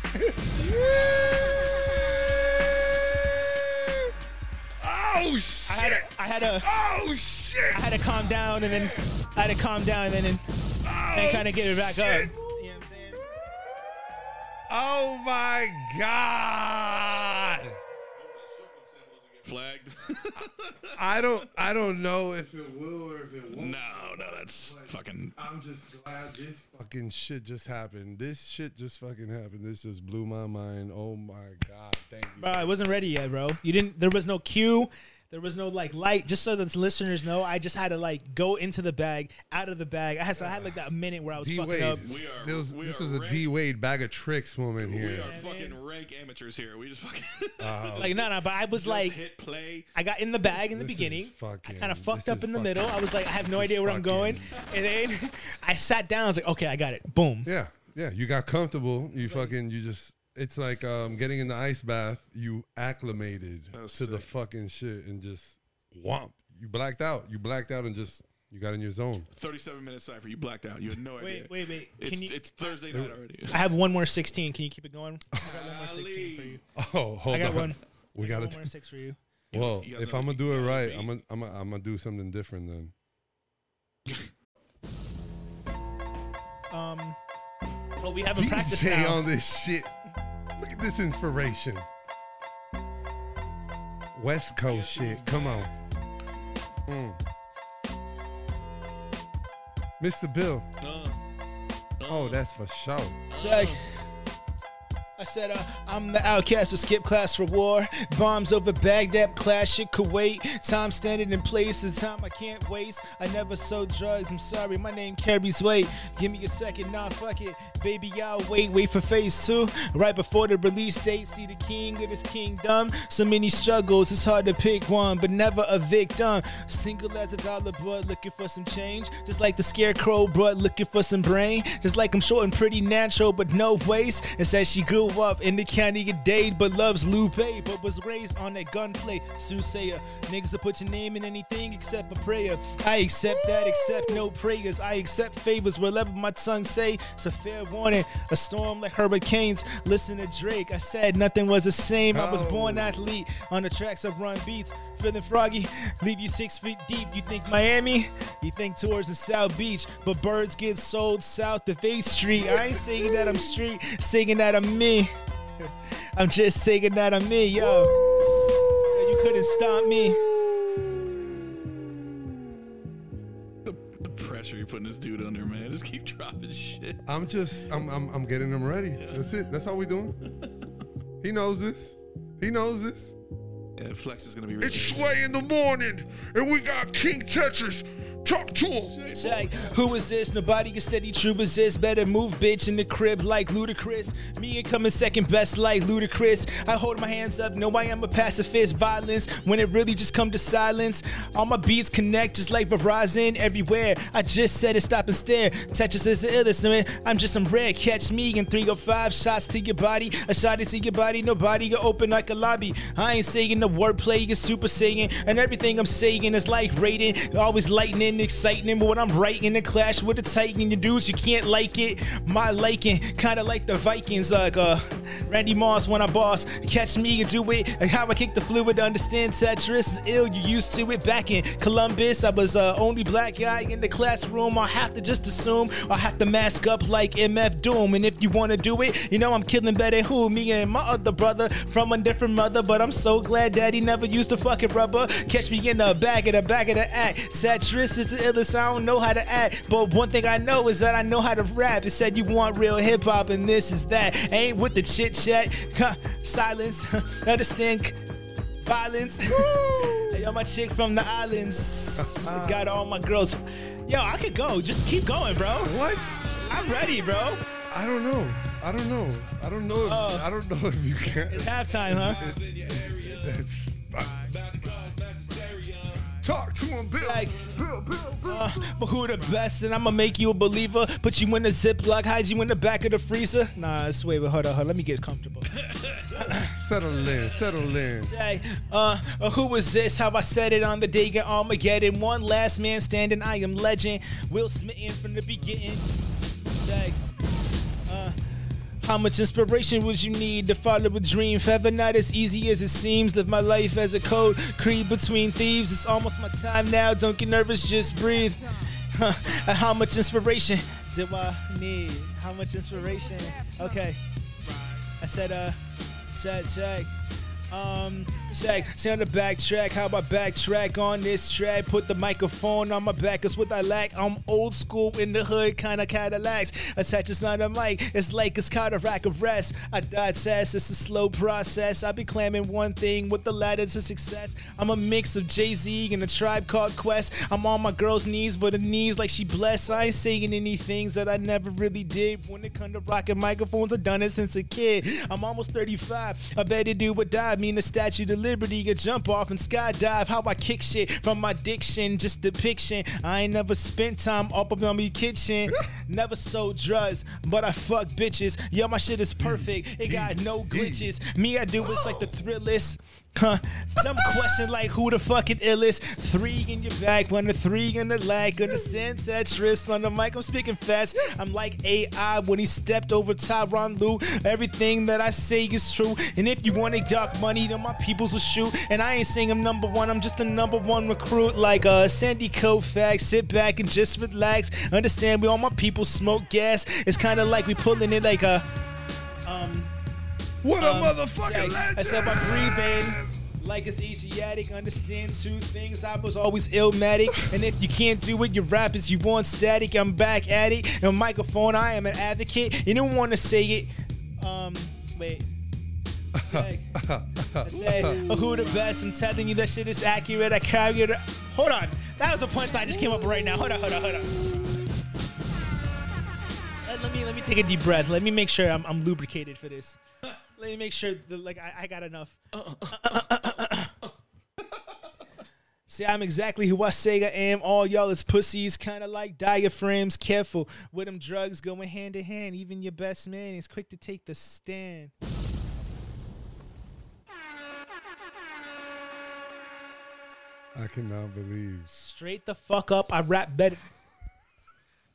Speaker 9: Oh
Speaker 6: I had
Speaker 9: shit.
Speaker 6: a, I had a,
Speaker 9: Oh shit.
Speaker 6: I had to calm down, and then I had to calm down, and then and,
Speaker 9: Oh,
Speaker 6: kind of get it back
Speaker 9: shit.
Speaker 6: up. You know what I'm saying?
Speaker 4: Oh my God.
Speaker 5: Flagged.
Speaker 4: I don't I don't know if it will or if it won't.
Speaker 5: no, no, that's fucking.
Speaker 4: I'm just glad this fucking shit just happened. This shit just fucking happened. This just blew my mind. Oh my god. Thank you.
Speaker 6: Bro, I wasn't ready yet, bro. You didn't. There was no cue. There was no like light. Just so the listeners know, I just had to like go into the bag, out of the bag. I had so I had like that minute where I was
Speaker 4: D
Speaker 6: fucking
Speaker 4: Wade.
Speaker 6: up.
Speaker 5: We are.
Speaker 4: This was,
Speaker 5: we
Speaker 4: this
Speaker 5: are
Speaker 4: was a
Speaker 5: rank-
Speaker 4: D Wade bag of tricks moment
Speaker 5: We
Speaker 4: here.
Speaker 5: are fucking rank amateurs here. We just fucking
Speaker 6: Like no, no, but I was
Speaker 5: just
Speaker 6: Uh, like,
Speaker 5: hit play.
Speaker 6: I got in the bag in the
Speaker 4: Oh. This is
Speaker 6: beginning.
Speaker 4: fucking-
Speaker 6: I kind of
Speaker 4: this
Speaker 6: fucked up
Speaker 4: is
Speaker 6: in the middle.
Speaker 4: fucking-
Speaker 6: I was like, I have no
Speaker 4: this is
Speaker 6: idea where I'm going. And then I sat down. I was like, okay, I got it. Boom.
Speaker 4: Yeah, yeah. You got comfortable. You fucking. You just. It's like um, getting in the ice bath. You acclimated to
Speaker 5: was
Speaker 4: the
Speaker 5: sick.
Speaker 4: fucking shit and just womp. You blacked out. You blacked out and just you got in your zone.
Speaker 5: Thirty-seven minutes cipher. You blacked out. You had no idea.
Speaker 6: Wait, wait, wait.
Speaker 5: It's,
Speaker 6: Can you?
Speaker 5: it's Thursday night already.
Speaker 6: I have one more 16. Can you keep it going? I got one more 16 for
Speaker 5: Ali.
Speaker 6: you.
Speaker 4: Oh, hold
Speaker 6: I got
Speaker 4: on.
Speaker 6: one.
Speaker 4: We got
Speaker 6: one more
Speaker 4: to.
Speaker 6: six for you.
Speaker 4: Well,
Speaker 5: you gotta
Speaker 4: if
Speaker 5: know
Speaker 4: I'm
Speaker 5: what
Speaker 4: gonna
Speaker 5: you
Speaker 4: do it
Speaker 5: gotta
Speaker 4: right,
Speaker 5: be.
Speaker 4: I'm gonna I'm gonna I'm gonna do something different then.
Speaker 6: Um, well, we haven't practiced
Speaker 4: DJ
Speaker 6: now.
Speaker 4: on this shit. Look at this inspiration. West Coast shit. Come on. Mm. Mr. Bill.
Speaker 5: Uh,
Speaker 4: Oh, that's for sure.
Speaker 6: Check. I said, uh, I'm the outcast who skip class for war. Bombs over Baghdad, clash in Kuwait. Time standing in place, the time I can't waste. I never sold drugs, I'm sorry, my name carries weight. Give me a second, nah, fuck it. Baby, I'll wait, wait for phase two. Right before the release date, see the king of this kingdom. So many struggles, it's hard to pick one, but never a victim. Single as a dollar, but looking for some change. Just like the scarecrow, but looking for some brain. Just like I'm short and pretty natural, but no waist. It says she grew up in the county of Dade, but loves Lupe, but was raised on that gunplay. Soothsayer, niggas will put your name in anything except a prayer. I accept that, accept no prayers. I accept favors wherever my tongue say. It's a fair warning, a storm like hurricanes. Listen to Drake. I said nothing was the same. I was born athlete on the tracks of run beats. Feeling froggy, leave you six feet deep. You think Miami? You think tours in South Beach, but birds get sold south of 8th Street. I ain't singing that I'm street, singing that I'm me. I'm just singing that I'm me, yo. Yeah, You couldn't stop me.
Speaker 5: the, the pressure you're putting this dude under, man. Just keep dropping shit.
Speaker 4: I'm just I'm I'm, I'm getting them ready. That's it. That's how we doing. he knows this. He knows this.
Speaker 5: Yeah, Flex is gonna be.
Speaker 9: It's Sway in the morning, and we got King Tetris. Talk to him.
Speaker 6: Check. Who is this? Nobody can steady true resist. Better move, bitch, in the crib like ludicrous. Me and coming second best like ludicrous. I hold my hands up. No, I am a pacifist. Violence when it really just come to silence. All my beats connect just like Verizon everywhere. I just said it, stop and stare. Tetris is the illest, man. I'm just some rare. Catch me in three or five shots to your body. A shot into your body. Nobody can open like a lobby. I ain't saying the wordplay is super singing. And everything I'm saying is like rating. Always lightning, exciting. But when I'm writing the clash with the titan, you dudes, you can't like it. My liking, kinda like the Vikings, like uh Randy Moss when I boss. Catch me and do it. Like how I kick the fluid, understand Tetris is ill, you used to it. Back in Columbus, I was uh only black guy in the classroom. I have to just assume I have to mask up like MF Doom. And if you wanna do it, you know I'm killing better who? Me and my other brother from a different mother. But I'm so glad daddy never used the fucking rubber. Catch me in the bag of the back of the act. Tetris is the illest, I don't know how to act. But one thing I know is that I know how to rap. It said you want real hip hop, and this is that. Ain't with the chit chat. Huh, Silence. Understand c- violence. Yo, my chick from the islands. Got all my girls. Yo, I could go. Just keep going, bro.
Speaker 4: What?
Speaker 6: I'm ready, bro.
Speaker 4: I don't know. I don't know. I don't know. If,
Speaker 6: Oh.
Speaker 4: I don't know if you can.
Speaker 6: It's halftime, huh?
Speaker 4: Talk to him, Bill.
Speaker 6: Like-
Speaker 4: Bill, Bill, Bill.
Speaker 6: Uh, but who the best? And I'ma make you a believer. Put you in a Ziploc, hide you in the back of the freezer. Nah, it's wait, wait, hold on, hold on. Let me get comfortable.
Speaker 4: Settle in. Settle in.
Speaker 6: Say, uh, uh, who is this? How I said it on the day of Armageddon. One last man standing, I am legend. Will Smitten from the beginning. Say, uh, how much inspiration would you need to follow a dream? Forever not as easy as it seems. Live my life as a code, creed between thieves. It's almost my time now. Don't get nervous, just breathe. Huh, uh, how much inspiration do I need? How much inspiration? Okay. I said, uh, check, check. Um, Zach, sound to backtrack. How about backtrack on this track? Put the microphone on my back, it's what I lack. I'm old school in the hood, kinda Cadillacs. Attach this on the mic, it's like it's caught a rack of rest. I digest, it's a slow process. I be clamming one thing with the ladder to success. I'm a mix of Jay Z and a tribe called Quest. I'm on my girl's knees, but her knees like she blessed. I ain't saying any things that I never really did. When it come to rocking microphones, I've done it since a kid. I'm almost 35. I better do or die. Mean the Statue of Liberty, a jump off and skydive. How I kick shit from my diction, just depiction. I ain't never spent time up on me kitchen. Never sold drugs, but I fuck bitches. Yo, my shit is perfect. It got no glitches. Me, I do it's like the thrillist. Huh. Some question like who the fucking illest? Three in your back, when the three in the lag, understand Tetris on the mic. I'm speaking fast. I'm like AI when he stepped over Tyron Lou. Everything that I say is true. And if you want to dark money, then my peoples will shoot. And I ain't saying I'm number one, I'm just the number one recruit. Like uh Sandy Koufax, sit back and just relax. Understand we all my people smoke gas. It's kinda like we pulling it like a um
Speaker 9: What
Speaker 4: Um,
Speaker 9: a
Speaker 6: Jack,
Speaker 9: motherfucking legend!
Speaker 6: Um, I said my breathing. Like it's Asiatic, understand two things. I was always illmatic, and if you can't do it, your rap is you want static. I'm back at it, and microphone. I am an advocate. You don't want to say it. Um, wait. Jack, I said, oh, who the best? I'm telling you that shit is accurate. I carry it. Hold on, that was a punchline. Just came up right now. Hold on, hold on, hold on. Let, let me let me take a deep breath. Let me make sure I'm, I'm lubricated for this. Let me make sure that like I, I got enough. See, I'm exactly who I say I am. All y'all is pussies, kind of like diaphragms. Careful with them drugs going hand to hand. Even your best man is quick to take the stand.
Speaker 4: I cannot believe.
Speaker 6: Straight the fuck up. I rap better.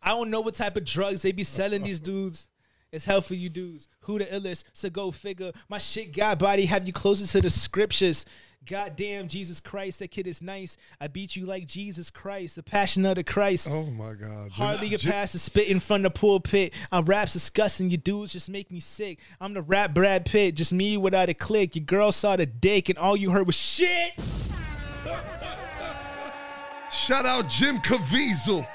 Speaker 6: I don't know what type of drugs they be selling these dudes. It's hell for you dudes. Who the illest? So go figure. My shit got body. Have you closer to the scriptures? Goddamn, Jesus Christ, that kid is nice. I beat you like Jesus Christ, the passion of the Christ.
Speaker 4: Oh my God.
Speaker 6: Hardly a
Speaker 4: J-
Speaker 6: pass to spit in front of the pulpit. I raps disgusting. You dudes just make me sick. I'm the rap Brad Pitt, just me without a click. Your girl saw the dick, and all you heard was shit.
Speaker 9: Shout out Jim Caviezel.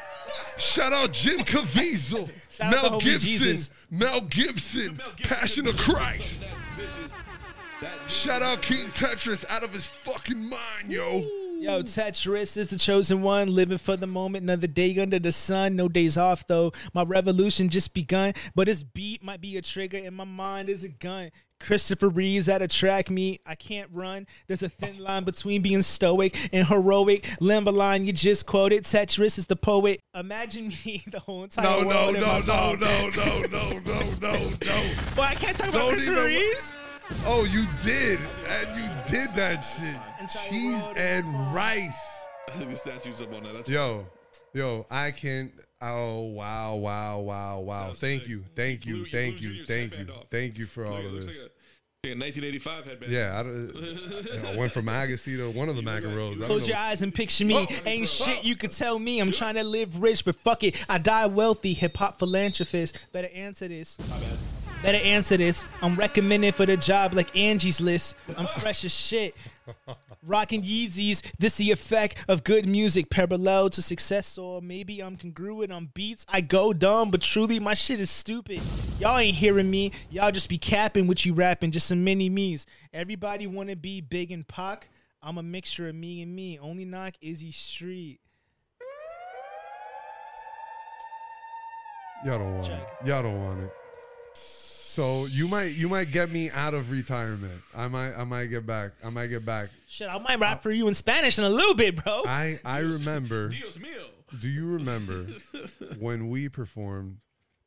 Speaker 9: Shout out Jim Caviezel.
Speaker 6: Shout out
Speaker 9: Mel,
Speaker 6: the homie
Speaker 9: Gibson,
Speaker 6: Jesus.
Speaker 9: Mel Gibson. Passion of Christ. Shout out King Tetris out of his fucking mind, yo.
Speaker 6: Yo, Tetris is the chosen one, living for the moment. Another day under the sun, no days off though. My revolution just begun, but this beat might be a trigger, and my mind is a gun. Christopher Reeves at a track meet. I can't run. There's a thin line between being stoic and heroic. Limbaline, you just quoted. Tetris is the poet. Imagine me the whole entire
Speaker 9: No, no,
Speaker 6: world. in my
Speaker 9: no, no,
Speaker 6: palm.
Speaker 9: no, no, no, no, no, no.
Speaker 6: Boy, I can't talk about
Speaker 9: Don't
Speaker 6: Christopher
Speaker 9: even-
Speaker 6: Reeves.
Speaker 9: Oh, you did. And you did that shit.
Speaker 6: Entire
Speaker 9: Cheese
Speaker 6: world in
Speaker 9: and rice.
Speaker 5: I think the statue's up on that. That's
Speaker 9: Yo, yo, I can. Oh wow, wow, wow, wow!
Speaker 5: was
Speaker 9: Thank
Speaker 5: sick.
Speaker 9: you, thank
Speaker 5: Blue-
Speaker 9: you,
Speaker 5: you
Speaker 9: thank
Speaker 5: blew
Speaker 9: you,
Speaker 5: Junior's
Speaker 9: thank you,
Speaker 5: headband off.
Speaker 9: thank you for
Speaker 5: Look,
Speaker 9: all
Speaker 5: it
Speaker 9: of
Speaker 5: looks
Speaker 9: this.
Speaker 5: Like a, like a 1985 headband.
Speaker 9: Yeah, I, don't- I went from Agassi to one of the macaroons. I don't
Speaker 6: Close
Speaker 9: know
Speaker 6: your eyes and picture me. Ain't shit you could tell me. I'm trying to live rich, but fuck it. I die wealthy. Hip hop philanthropist. Better answer this. Better answer this. I'm recommended for the job like Angie's List. I'm fresh as shit. Rocking Yeezys, this the effect of good music parallel to success, or maybe I'm congruent on beats. I go dumb, but truly my shit is stupid. Y'all ain't hearing me. Y'all just be capping what you rapping, just some mini me's. Everybody wanna be big and Pac. I'm a mixture of me and me. Only knock Izzy Street.
Speaker 4: Y'all don't want it. Y'all don't want it. So you might you might get me out of retirement. I might I might get back. I might get back.
Speaker 6: Shit, I might rap for you in Spanish in a little bit, bro.
Speaker 4: Uh, I I remember.
Speaker 5: Dios mío.
Speaker 4: Do you remember when we performed?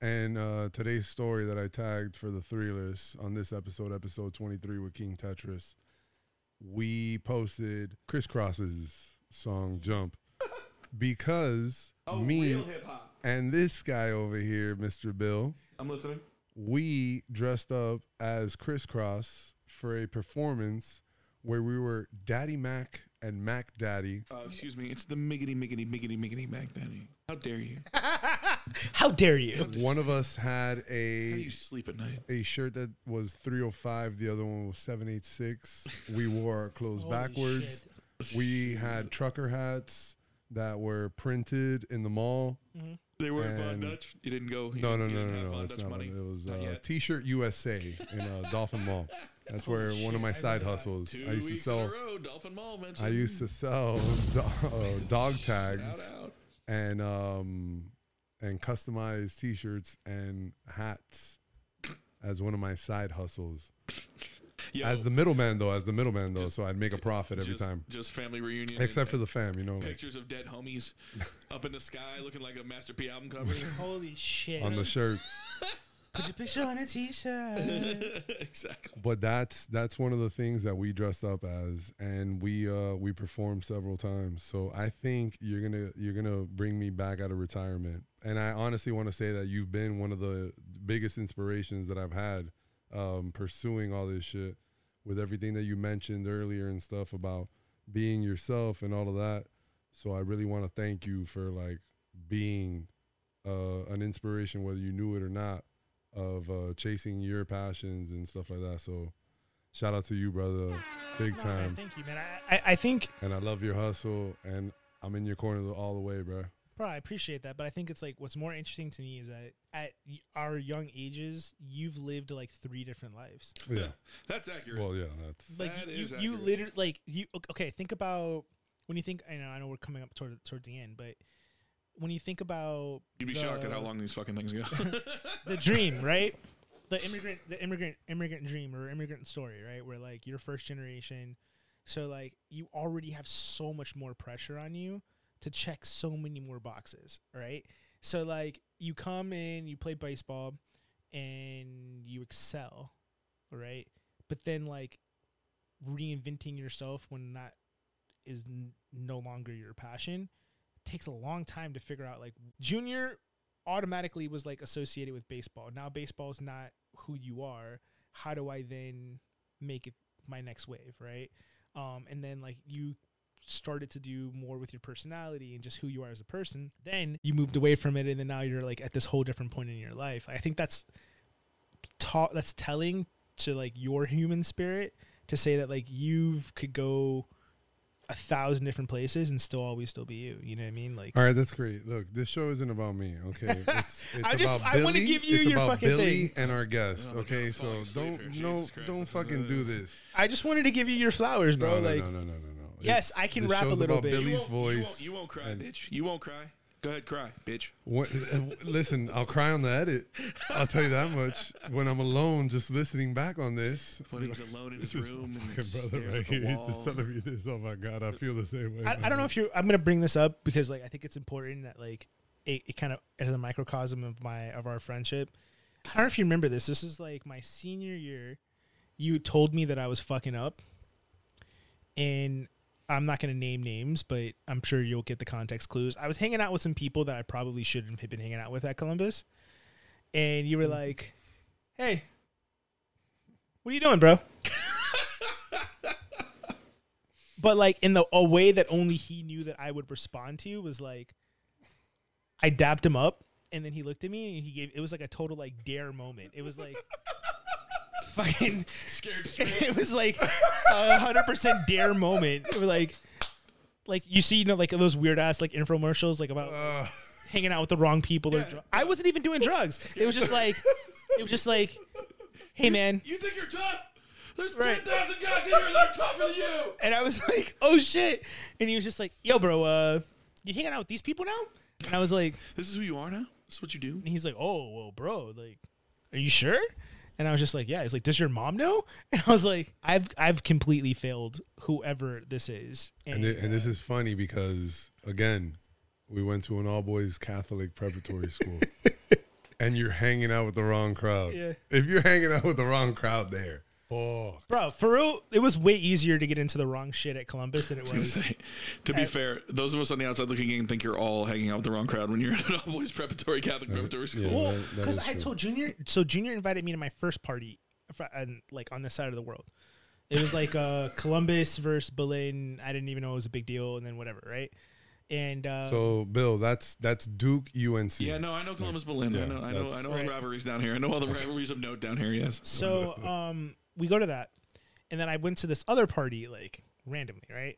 Speaker 4: And uh, today's story that I tagged for the three list on this episode, episode 23 with King Tetris, we posted Criss Cross's song Jump because me
Speaker 5: Hip hop.
Speaker 4: and this guy over here, Mr. Bill,
Speaker 5: I'm listening.
Speaker 4: we dressed up as crisscross for a performance where we were daddy mac and mac daddy
Speaker 5: Uh, excuse me. It's the miggity miggity miggity miggity Mac Daddy. How dare you?
Speaker 6: How dare you?
Speaker 4: One of us had
Speaker 5: How do
Speaker 4: a
Speaker 5: you sleep at night?
Speaker 4: a shirt that was 305, the other one was 786. We wore our clothes
Speaker 6: Holy
Speaker 4: backwards. We had trucker hats that were printed in the mall.
Speaker 5: They weren't Von
Speaker 4: And-
Speaker 5: Dutch. You didn't go. You
Speaker 4: No, no,
Speaker 5: didn't, you
Speaker 4: no,
Speaker 5: didn't
Speaker 4: no,
Speaker 5: have
Speaker 4: no.
Speaker 5: Von
Speaker 4: That's
Speaker 5: Dutch
Speaker 4: not
Speaker 5: money.
Speaker 4: money. It was
Speaker 5: Not
Speaker 4: uh,
Speaker 5: yet.
Speaker 4: T-shirt USA in uh, Dolphin Mall. That's where one of my side hustles.
Speaker 5: Two
Speaker 4: I used to
Speaker 5: weeks
Speaker 4: sell.
Speaker 5: in a row, Dolphin Mall mentioned.
Speaker 4: I used to sell do- uh, dog
Speaker 5: Shout
Speaker 4: tags
Speaker 5: out.
Speaker 4: and um and customized T-shirts and hats as one of my side hustles.
Speaker 5: Yo,
Speaker 4: As the middleman, though, as the middleman, though,
Speaker 5: Just-
Speaker 4: so I'd make a profit every
Speaker 5: just,
Speaker 4: time,
Speaker 5: Just family reunion.
Speaker 4: except for
Speaker 5: and-
Speaker 4: the fam, you know, like,
Speaker 5: pictures of dead homies up in the sky, looking like a Master P album cover.
Speaker 6: Holy shit.
Speaker 4: on the shirt.
Speaker 6: Put your picture on a t shirt.
Speaker 5: exactly.
Speaker 4: But that's that's one of the things that we dressed up as, and we uh we performed several times. So I think you're gonna you're gonna bring me back out of retirement, and I honestly want to say that you've been one of the biggest inspirations that I've had um, pursuing all this shit with everything that you mentioned earlier and stuff about being yourself and all of that. So I really want to thank you for like being uh, an inspiration, whether you knew it or not, of uh, chasing your passions and stuff like that. So shout out to you, brother, big time.
Speaker 6: Thank you, man. I, I, I think,
Speaker 4: And I love your hustle, and I'm in your corner the- all the way, bro.
Speaker 6: bro, I appreciate that, but I think it's like what's more interesting to me is that at y- our young ages, you've lived like three different lives.
Speaker 4: Yeah.
Speaker 5: That's accurate.
Speaker 4: Well, yeah, that's
Speaker 6: Like
Speaker 5: That
Speaker 6: you,
Speaker 5: is
Speaker 6: you, you
Speaker 5: accurate.
Speaker 6: literally like you. ok- Okay, think about when you think. I know, I know, we're coming up toward toward the end, but when you think about
Speaker 5: You'd be
Speaker 6: the-
Speaker 5: shocked at how long these fucking things go.
Speaker 6: the dream, right? The immigrant, the immigrant, immigrant dream or immigrant story, right? Where like you're first generation, so like you already have so much more pressure on you to check so many more boxes, right? So like you come in, you play baseball, and you excel, right? But then like reinventing yourself when that is n- no longer your passion takes a long time to figure out like junior automatically was like associated with baseball. Now baseball is not who you are. How do I then make it my next wave, right? Um, and then like you started to do more with your personality and just who you are as a person. Then you moved away from it, and then now you're like at this whole different point in your life. I think that's ta- that's telling to like your human spirit to say that like you could go a thousand different places and still always still be you. You know what I mean? Like
Speaker 4: All right, that's great. Look, this show isn't about me, okay? It's, it's
Speaker 6: I just-
Speaker 4: about
Speaker 6: I
Speaker 4: Billy.
Speaker 6: wanna give you
Speaker 4: it's
Speaker 6: your
Speaker 4: about
Speaker 6: fucking
Speaker 4: Billy
Speaker 6: thing.
Speaker 4: and our guest,
Speaker 5: Oh my God,
Speaker 4: okay?
Speaker 5: I'm
Speaker 4: so
Speaker 5: falling asleep
Speaker 4: don't
Speaker 5: here.
Speaker 4: no
Speaker 5: Jesus Christ,
Speaker 4: don't
Speaker 5: this is
Speaker 4: fucking do
Speaker 5: nuts.
Speaker 4: this.
Speaker 6: I just wanted to give you your flowers, bro.
Speaker 4: no, no,
Speaker 6: like
Speaker 4: no, no, no, no, no.
Speaker 6: Yes,
Speaker 4: It's-
Speaker 6: I can
Speaker 4: this
Speaker 6: rap a
Speaker 4: show's
Speaker 6: little
Speaker 4: about
Speaker 6: bit. You
Speaker 5: you,
Speaker 4: Billy's
Speaker 5: won't, you,
Speaker 4: voice.
Speaker 5: won't, you won't cry,
Speaker 4: and-
Speaker 5: bitch. You won't cry. Go ahead, cry, bitch.
Speaker 4: What, listen, I'll cry on the edit. I'll tell you that much. When I'm alone, just listening back on this,
Speaker 5: When he was alone in his room and
Speaker 4: fucking
Speaker 5: stares
Speaker 4: brother right
Speaker 5: at the
Speaker 4: here, he's just
Speaker 5: wall.
Speaker 4: telling me this. Oh my god, I feel the same way.
Speaker 6: I, I don't know if you. I'm gonna bring this up because like I think it's important that like it, it kind of as a microcosm of my of our friendship. I don't know if you remember this. This is like my senior year. You told me that I was fucking up, and I'm not gonna name names, but I'm sure you'll get the context clues. I was hanging out with some people that I probably shouldn't have been hanging out with at Columbus, and
Speaker 4: Hmm.
Speaker 6: you were like, "Hey, what are you doing, bro?" but like in the a way that only he knew that I would respond to was like I dapped him up and then he looked at me and he gave it was like a total like dare moment. It was like fucking
Speaker 5: Scared straight.
Speaker 6: it was like a hundred percent dare moment. It was like like you see, you know, like those weird ass like infomercials like about
Speaker 4: Uh,
Speaker 6: hanging out with the wrong people or dr- I wasn't even doing drugs. It was just like it was just like hey man
Speaker 5: You think you're tough? There's
Speaker 6: Right.
Speaker 5: 10,000 guys here that are tougher than you.
Speaker 6: and I was like, "Oh shit!" And he was just like, "Yo, bro, uh, you hanging out with these people now?" And I was like,
Speaker 5: This is who you are now? This is what you do?
Speaker 6: and he's like, "Oh, well, bro, like, are you sure?" And I was just like, "Yeah." He's like, "Does your mom know?" And I was like, "I've I've completely failed whoever this is."
Speaker 4: and, it, and this is funny because again, we went to an all boys Catholic preparatory school, and you're hanging out with the wrong crowd.
Speaker 6: Yeah.
Speaker 4: If you're hanging out with the wrong crowd, there. Oh,
Speaker 6: bro, for real, it was way easier to get into the wrong shit at Columbus than it
Speaker 5: gonna
Speaker 6: was.
Speaker 5: say, to be fair, those of us on the outside looking in think you're all hanging out with the wrong crowd when you're at an all boys preparatory Catholic preparatory school.
Speaker 4: Uh, yeah.
Speaker 6: Well,
Speaker 4: that- that
Speaker 6: because
Speaker 4: is
Speaker 6: I
Speaker 4: true.
Speaker 6: told Junior, so Junior invited me to my first party, fr- and like on this side of the world. It was like uh, Columbus versus Berlin. I didn't even know it was a big deal, and then whatever, right? and uh,
Speaker 4: So Bill, that's that's Duke UNC.
Speaker 5: Yeah, no, I know Columbus Berlin.
Speaker 4: Yeah,
Speaker 5: I know, I know, I
Speaker 4: that's-
Speaker 5: know all the
Speaker 6: Right.
Speaker 5: rivalries down here. I know all the rivalries of note down here. Yes.
Speaker 6: So um, we go to that, and then I went to this other party like randomly, right?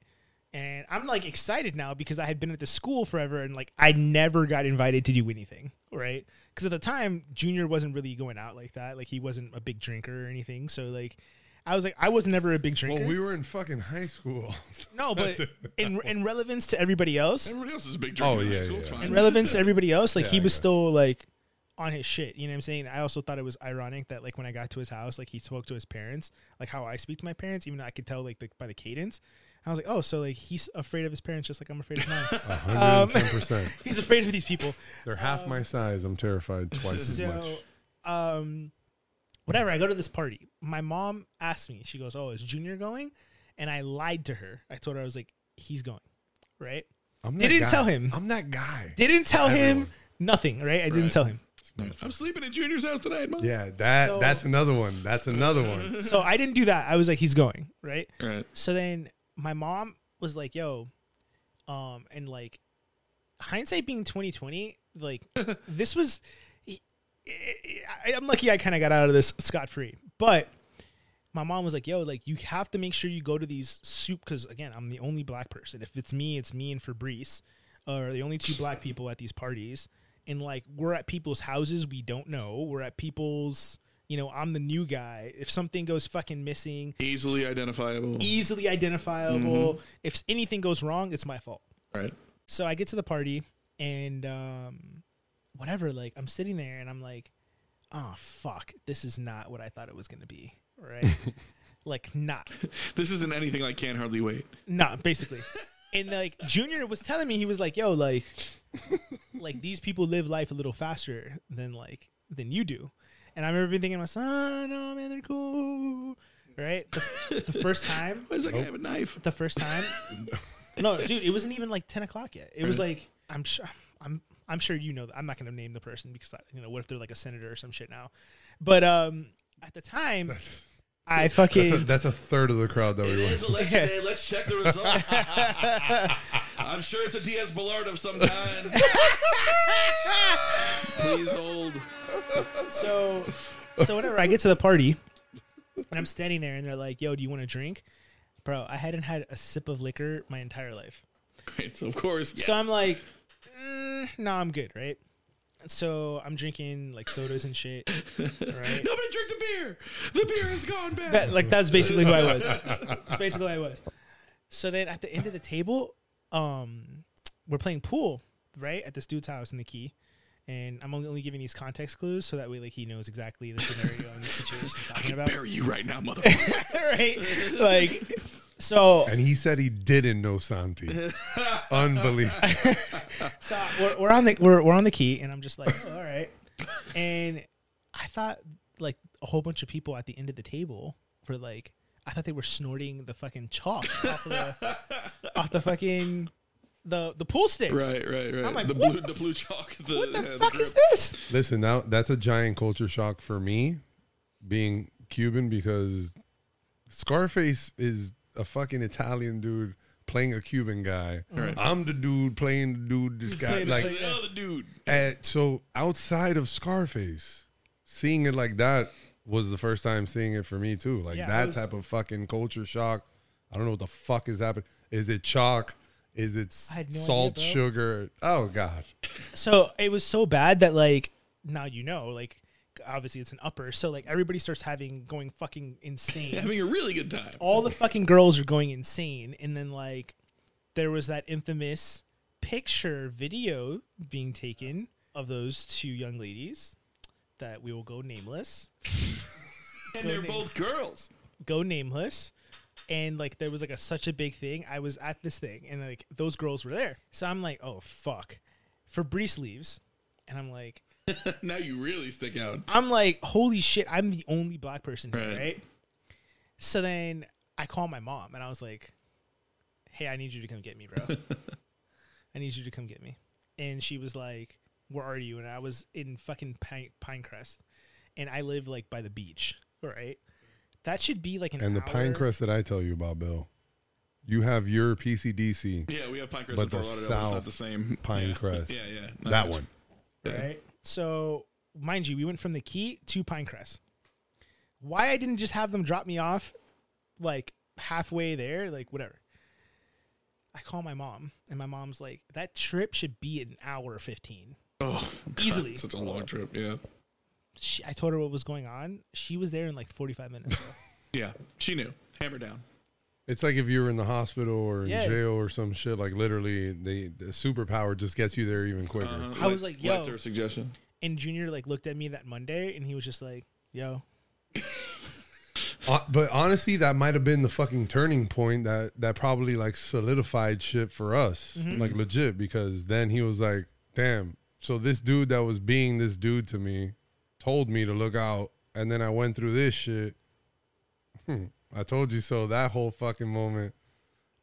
Speaker 6: And I'm like excited now because I had been at the school forever, and like I never got invited to do anything, right? Because at the time, Junior wasn't really going out like that. Like he wasn't a big drinker or anything. So like, I was like, I was never a big drinker.
Speaker 4: Well, we were in fucking high school.
Speaker 6: no, but in in relevance to everybody else,
Speaker 5: Everybody else is a big drinker.
Speaker 4: Oh,
Speaker 5: in high
Speaker 4: yeah,
Speaker 5: school. It's
Speaker 4: yeah.
Speaker 5: fine.
Speaker 6: in relevance to everybody else, like
Speaker 4: Yeah,
Speaker 6: he
Speaker 4: I
Speaker 6: was
Speaker 4: guess.
Speaker 6: still like on his shit. You know what I'm saying? I also thought it was ironic that like when I got to his house, like he spoke to his parents, like how I speak to my parents, even though I could tell like the, by the cadence. I was like, oh, so like he's afraid of his parents, just like I'm afraid of mine.
Speaker 4: 110%.
Speaker 6: he's afraid of these people.
Speaker 4: Um, They're half my size. I'm terrified twice as much.
Speaker 6: So, um, whatever. I go to this party. My mom asked me. She goes, "Oh, is Junior going?" And I lied to her. I told her I was like, "He's going," right?
Speaker 4: I'm
Speaker 6: They
Speaker 4: that
Speaker 6: didn't
Speaker 4: guy.
Speaker 6: tell him.
Speaker 4: I'm that guy.
Speaker 6: Didn't tell him
Speaker 4: Everyone.
Speaker 6: nothing, right? I didn't
Speaker 5: Right.
Speaker 6: tell him.
Speaker 5: I'm sleeping at Junior's house tonight, mom.
Speaker 4: Yeah, that
Speaker 6: So-
Speaker 4: that's another one. That's another one.
Speaker 6: So I didn't do that. I was like, he's going, right?
Speaker 5: All right.
Speaker 6: So then my mom was like, yo, um, and like hindsight being 2020, like this was, I, I'm lucky I kind of got out of this scot free, but my mom was like, yo, like you have to make sure you go to these soup. Cause again, I'm the only black person. If it's me, it's me and Fabrice are the only two black people at these parties. And like we're at people's houses we don't know. We're at people's, you know, I'm the new guy. If something goes fucking missing,
Speaker 5: Easily identifiable.
Speaker 6: easily identifiable. If anything goes wrong, it's my fault.
Speaker 5: All right.
Speaker 6: So I get to the party and um, whatever, like I'm sitting there and I'm like, oh fuck, this is not what I thought it was gonna be. Right. like not.
Speaker 5: This isn't anything like Can't Hardly Wait.
Speaker 6: Not basically. And like Junior was telling me, he was like, yo, like like these people live life a little faster than like than you do. And I remember thinking to myself, oh, no, man, they're cool. Right? The, the first time
Speaker 5: Why does that guy have a knife?
Speaker 6: the first time. no, dude, it wasn't even like ten o'clock yet. It was like I'm sure I'm I'm sure you know that I'm not gonna name the person because I, you know what if they're like a senator or some shit now, but um at the time I fucking
Speaker 4: That's a, that's a third of the crowd that we were.
Speaker 5: election day. Let's check the results. I'm sure it's a Diaz Ballard of some kind. Please hold.
Speaker 6: so so whenever I get to the party and I'm standing there and they're like, "Yo, do you want a drink?" Bro, I hadn't had a sip of liquor my entire life.
Speaker 5: Right, so of course.
Speaker 6: So
Speaker 5: yes.
Speaker 6: I'm like, mm, no, I'm good, right? So I'm drinking like sodas and shit, right?
Speaker 5: Nobody drink the beer. The beer is gone bad.
Speaker 6: that like that's basically who I was. That's basically who I was. So then at the end of the table, um, we're playing pool, right? At this dude's house in the key. And I'm only, only giving these context clues so that way like he knows exactly the scenario and the situation I'm talking about.
Speaker 5: Bury you right now, motherfucker.
Speaker 6: right? Like so
Speaker 4: And he said he didn't know Santi. Unbelievable.
Speaker 6: so we're, we're on the we're, we're on the key and i'm just like oh, all right and i thought like a whole bunch of people at the end of the table were like i thought they were snorting the fucking chalk off, the, off the fucking the the pool sticks
Speaker 5: right, right, right.
Speaker 6: I'm like,
Speaker 5: the
Speaker 6: what
Speaker 5: blue,
Speaker 6: the
Speaker 5: the blue chalk. The,
Speaker 6: what the
Speaker 5: yeah,
Speaker 6: fuck is
Speaker 5: group.
Speaker 6: this
Speaker 4: Listen, now that's a giant culture shock for me, being Cuban because Scarface is a fucking Italian dude playing a Cuban guy. I'm the dude playing the dude. This guy,
Speaker 6: playing the-
Speaker 4: like,
Speaker 5: The other dude.
Speaker 4: And so outside of Scarface, seeing it like that was the first time seeing it for me too. Like
Speaker 6: Yeah, it
Speaker 4: that
Speaker 6: was-
Speaker 4: type of fucking culture shock. I don't know what the fuck is happening. Is it chalk? Is it s-
Speaker 6: I had no
Speaker 4: salt,
Speaker 6: idea, bro.
Speaker 4: sugar? Oh god.
Speaker 6: so it was so bad that like now you know like obviously it's an upper so like everybody starts having going fucking insane
Speaker 5: Having a really good time.
Speaker 6: all the fucking girls are going insane and then like there was that infamous picture video being taken of those two young ladies that we will go nameless
Speaker 5: And they're both girls.
Speaker 6: go nameless and like there was like a such a big thing i was at this thing and like those girls were there so i'm like oh fuck fabrice leaves and i'm like
Speaker 5: Now you really stick out.
Speaker 6: I'm like, holy shit, I'm the only black person here, right.
Speaker 5: Right.
Speaker 6: So then I call my mom and I was like, hey, I need you to come get me, bro. I need you to come get me. And she was like, where are you? And I was in fucking Pine- Pinecrest and I live like by the beach, right? That should be like an
Speaker 4: And the
Speaker 6: hour-
Speaker 4: pine crest that I tell you about, Bill. You have your PCDC
Speaker 5: Yeah, we have Pinecrest
Speaker 4: But
Speaker 5: in
Speaker 4: the
Speaker 5: Fort Lauderdale. It's
Speaker 4: South
Speaker 5: not the same.
Speaker 4: Pinecrest.
Speaker 5: Yeah, yeah. No,
Speaker 4: that
Speaker 5: it's-
Speaker 4: one.
Speaker 6: right? So, mind you, we went from the key to Pinecrest. Why I didn't just have them drop me off like halfway there, like whatever. I call my mom, and my mom's like, that trip should be an hour 15.
Speaker 5: Oh, God,
Speaker 6: Easily.
Speaker 5: Such a long trip. Yeah.
Speaker 6: She, I told her what was going on. She was there in like 45 minutes. bro.
Speaker 5: Yeah. She knew. Hammer down.
Speaker 4: It's like if you were in the hospital or in
Speaker 6: Yeah.
Speaker 4: jail or some shit. Like literally, the, the superpower just gets you there even quicker.
Speaker 5: Uh,
Speaker 6: I was
Speaker 5: Lex-
Speaker 6: like, yo.
Speaker 5: Lex, her suggestion.
Speaker 6: and Junior like looked at me that Monday, and he was just like, yo,
Speaker 4: Uh, but honestly, that might have been the fucking turning point that that probably like solidified shit for us, like legit. Because then he was like, "Damn!" So this dude that was being this dude to me told me to look out, and then I went through this shit. Hmm, I told you so. That whole fucking moment,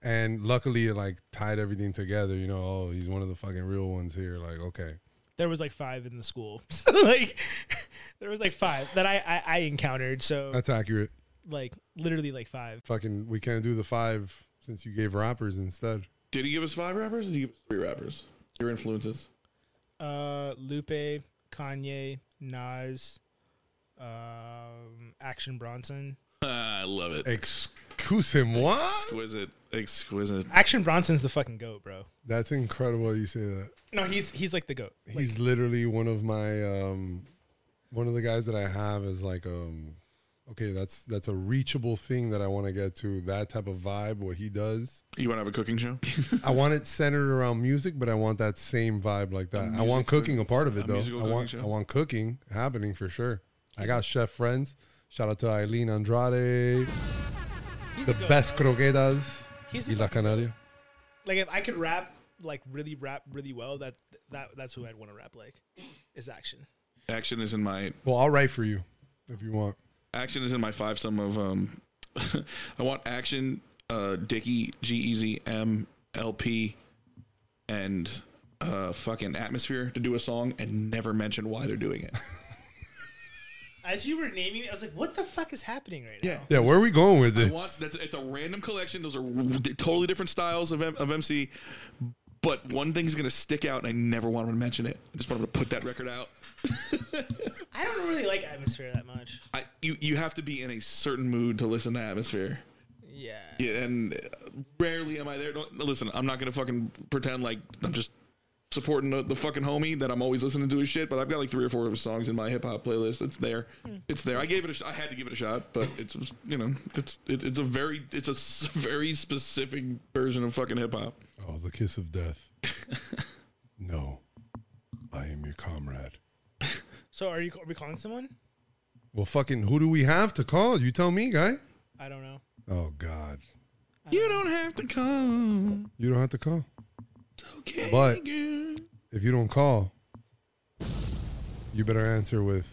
Speaker 4: and luckily it like tied everything together. You know, oh, he's one of the fucking real ones here. Like, okay,
Speaker 6: there was like five in the school. So, like, there was like five that I, I, I encountered. So,
Speaker 4: that's accurate.
Speaker 6: like, literally like five.
Speaker 4: Fucking, we can't do the five since you gave rappers instead.
Speaker 5: Did he give us five rappers or did he give us three rappers? Your influences?
Speaker 6: Uh, Lupe, Kanye, Nas, um, Action Bronson.
Speaker 5: Ah, I love it.
Speaker 4: Excuse-moi.
Speaker 5: Exquisite. Exquisite.
Speaker 6: Action Bronson's the fucking goat, bro.
Speaker 4: That's incredible you say that.
Speaker 6: No, he's he's like the goat. Like,
Speaker 4: He's literally one of my um one of the guys that I have is like um okay, that's that's a reachable thing that I want to get to. That type of vibe what he does.
Speaker 5: You want to have a cooking show?
Speaker 4: I want it centered around music, but I want that same vibe like that. I want
Speaker 5: music-
Speaker 4: cooking a part of it
Speaker 5: a
Speaker 4: though.
Speaker 5: musical
Speaker 4: I want
Speaker 5: cooking
Speaker 4: I
Speaker 5: show?
Speaker 4: want cooking happening for sure. I got chef friends. Shout out to Eileen Andrade,
Speaker 6: he's
Speaker 4: the
Speaker 6: a goat,
Speaker 4: best
Speaker 6: bro.
Speaker 4: croquetas.
Speaker 6: He's
Speaker 4: Y
Speaker 6: the
Speaker 4: la
Speaker 6: fucking-
Speaker 4: Canaria.
Speaker 6: like if I could rap like really rap really well, that that that's who I'd want to rap like. Is Action.
Speaker 5: Action is in my
Speaker 4: Well, I'll write for you if you want.
Speaker 5: action is in my five sum of um I want action, uh Dicky, G Easy, M, L P, and uh fucking atmosphere to do a song and never mention why they're doing it.
Speaker 6: As you were naming it, I was like, "What the fuck is happening right now?"
Speaker 4: Yeah, where are we going with
Speaker 5: I
Speaker 4: this?
Speaker 5: want that's it's a random collection. Those are totally different styles of M- of MC, but one thing's gonna stick out, and I never want them to mention it. I just want them to put that record out.
Speaker 6: I don't really like atmosphere that much.
Speaker 5: I you you have to be in a certain mood to listen to Atmosphere.
Speaker 6: Yeah.
Speaker 5: Yeah, and rarely am I there. Don't listen. I'm not gonna fucking pretend like I'm just supporting the, the fucking homie that I'm always listening to his shit. But I've got like three or four of his songs in my hip hop playlist. It's there.
Speaker 6: Hmm.
Speaker 5: It's there. I gave it. A sh- I had to give it a shot, but it's you know it's it, it's a very it's a s- very specific version of fucking hip hop.
Speaker 4: Oh, the kiss of death. no, I am your comrade.
Speaker 6: So are you are we calling someone?
Speaker 4: Well, fucking, who do we have to call? You tell me, guy.
Speaker 6: I don't know.
Speaker 4: Oh God,
Speaker 5: You don't have to come.
Speaker 4: you don't have to call.
Speaker 5: Okay.
Speaker 4: But-
Speaker 5: girl.
Speaker 4: If you don't call, you better answer with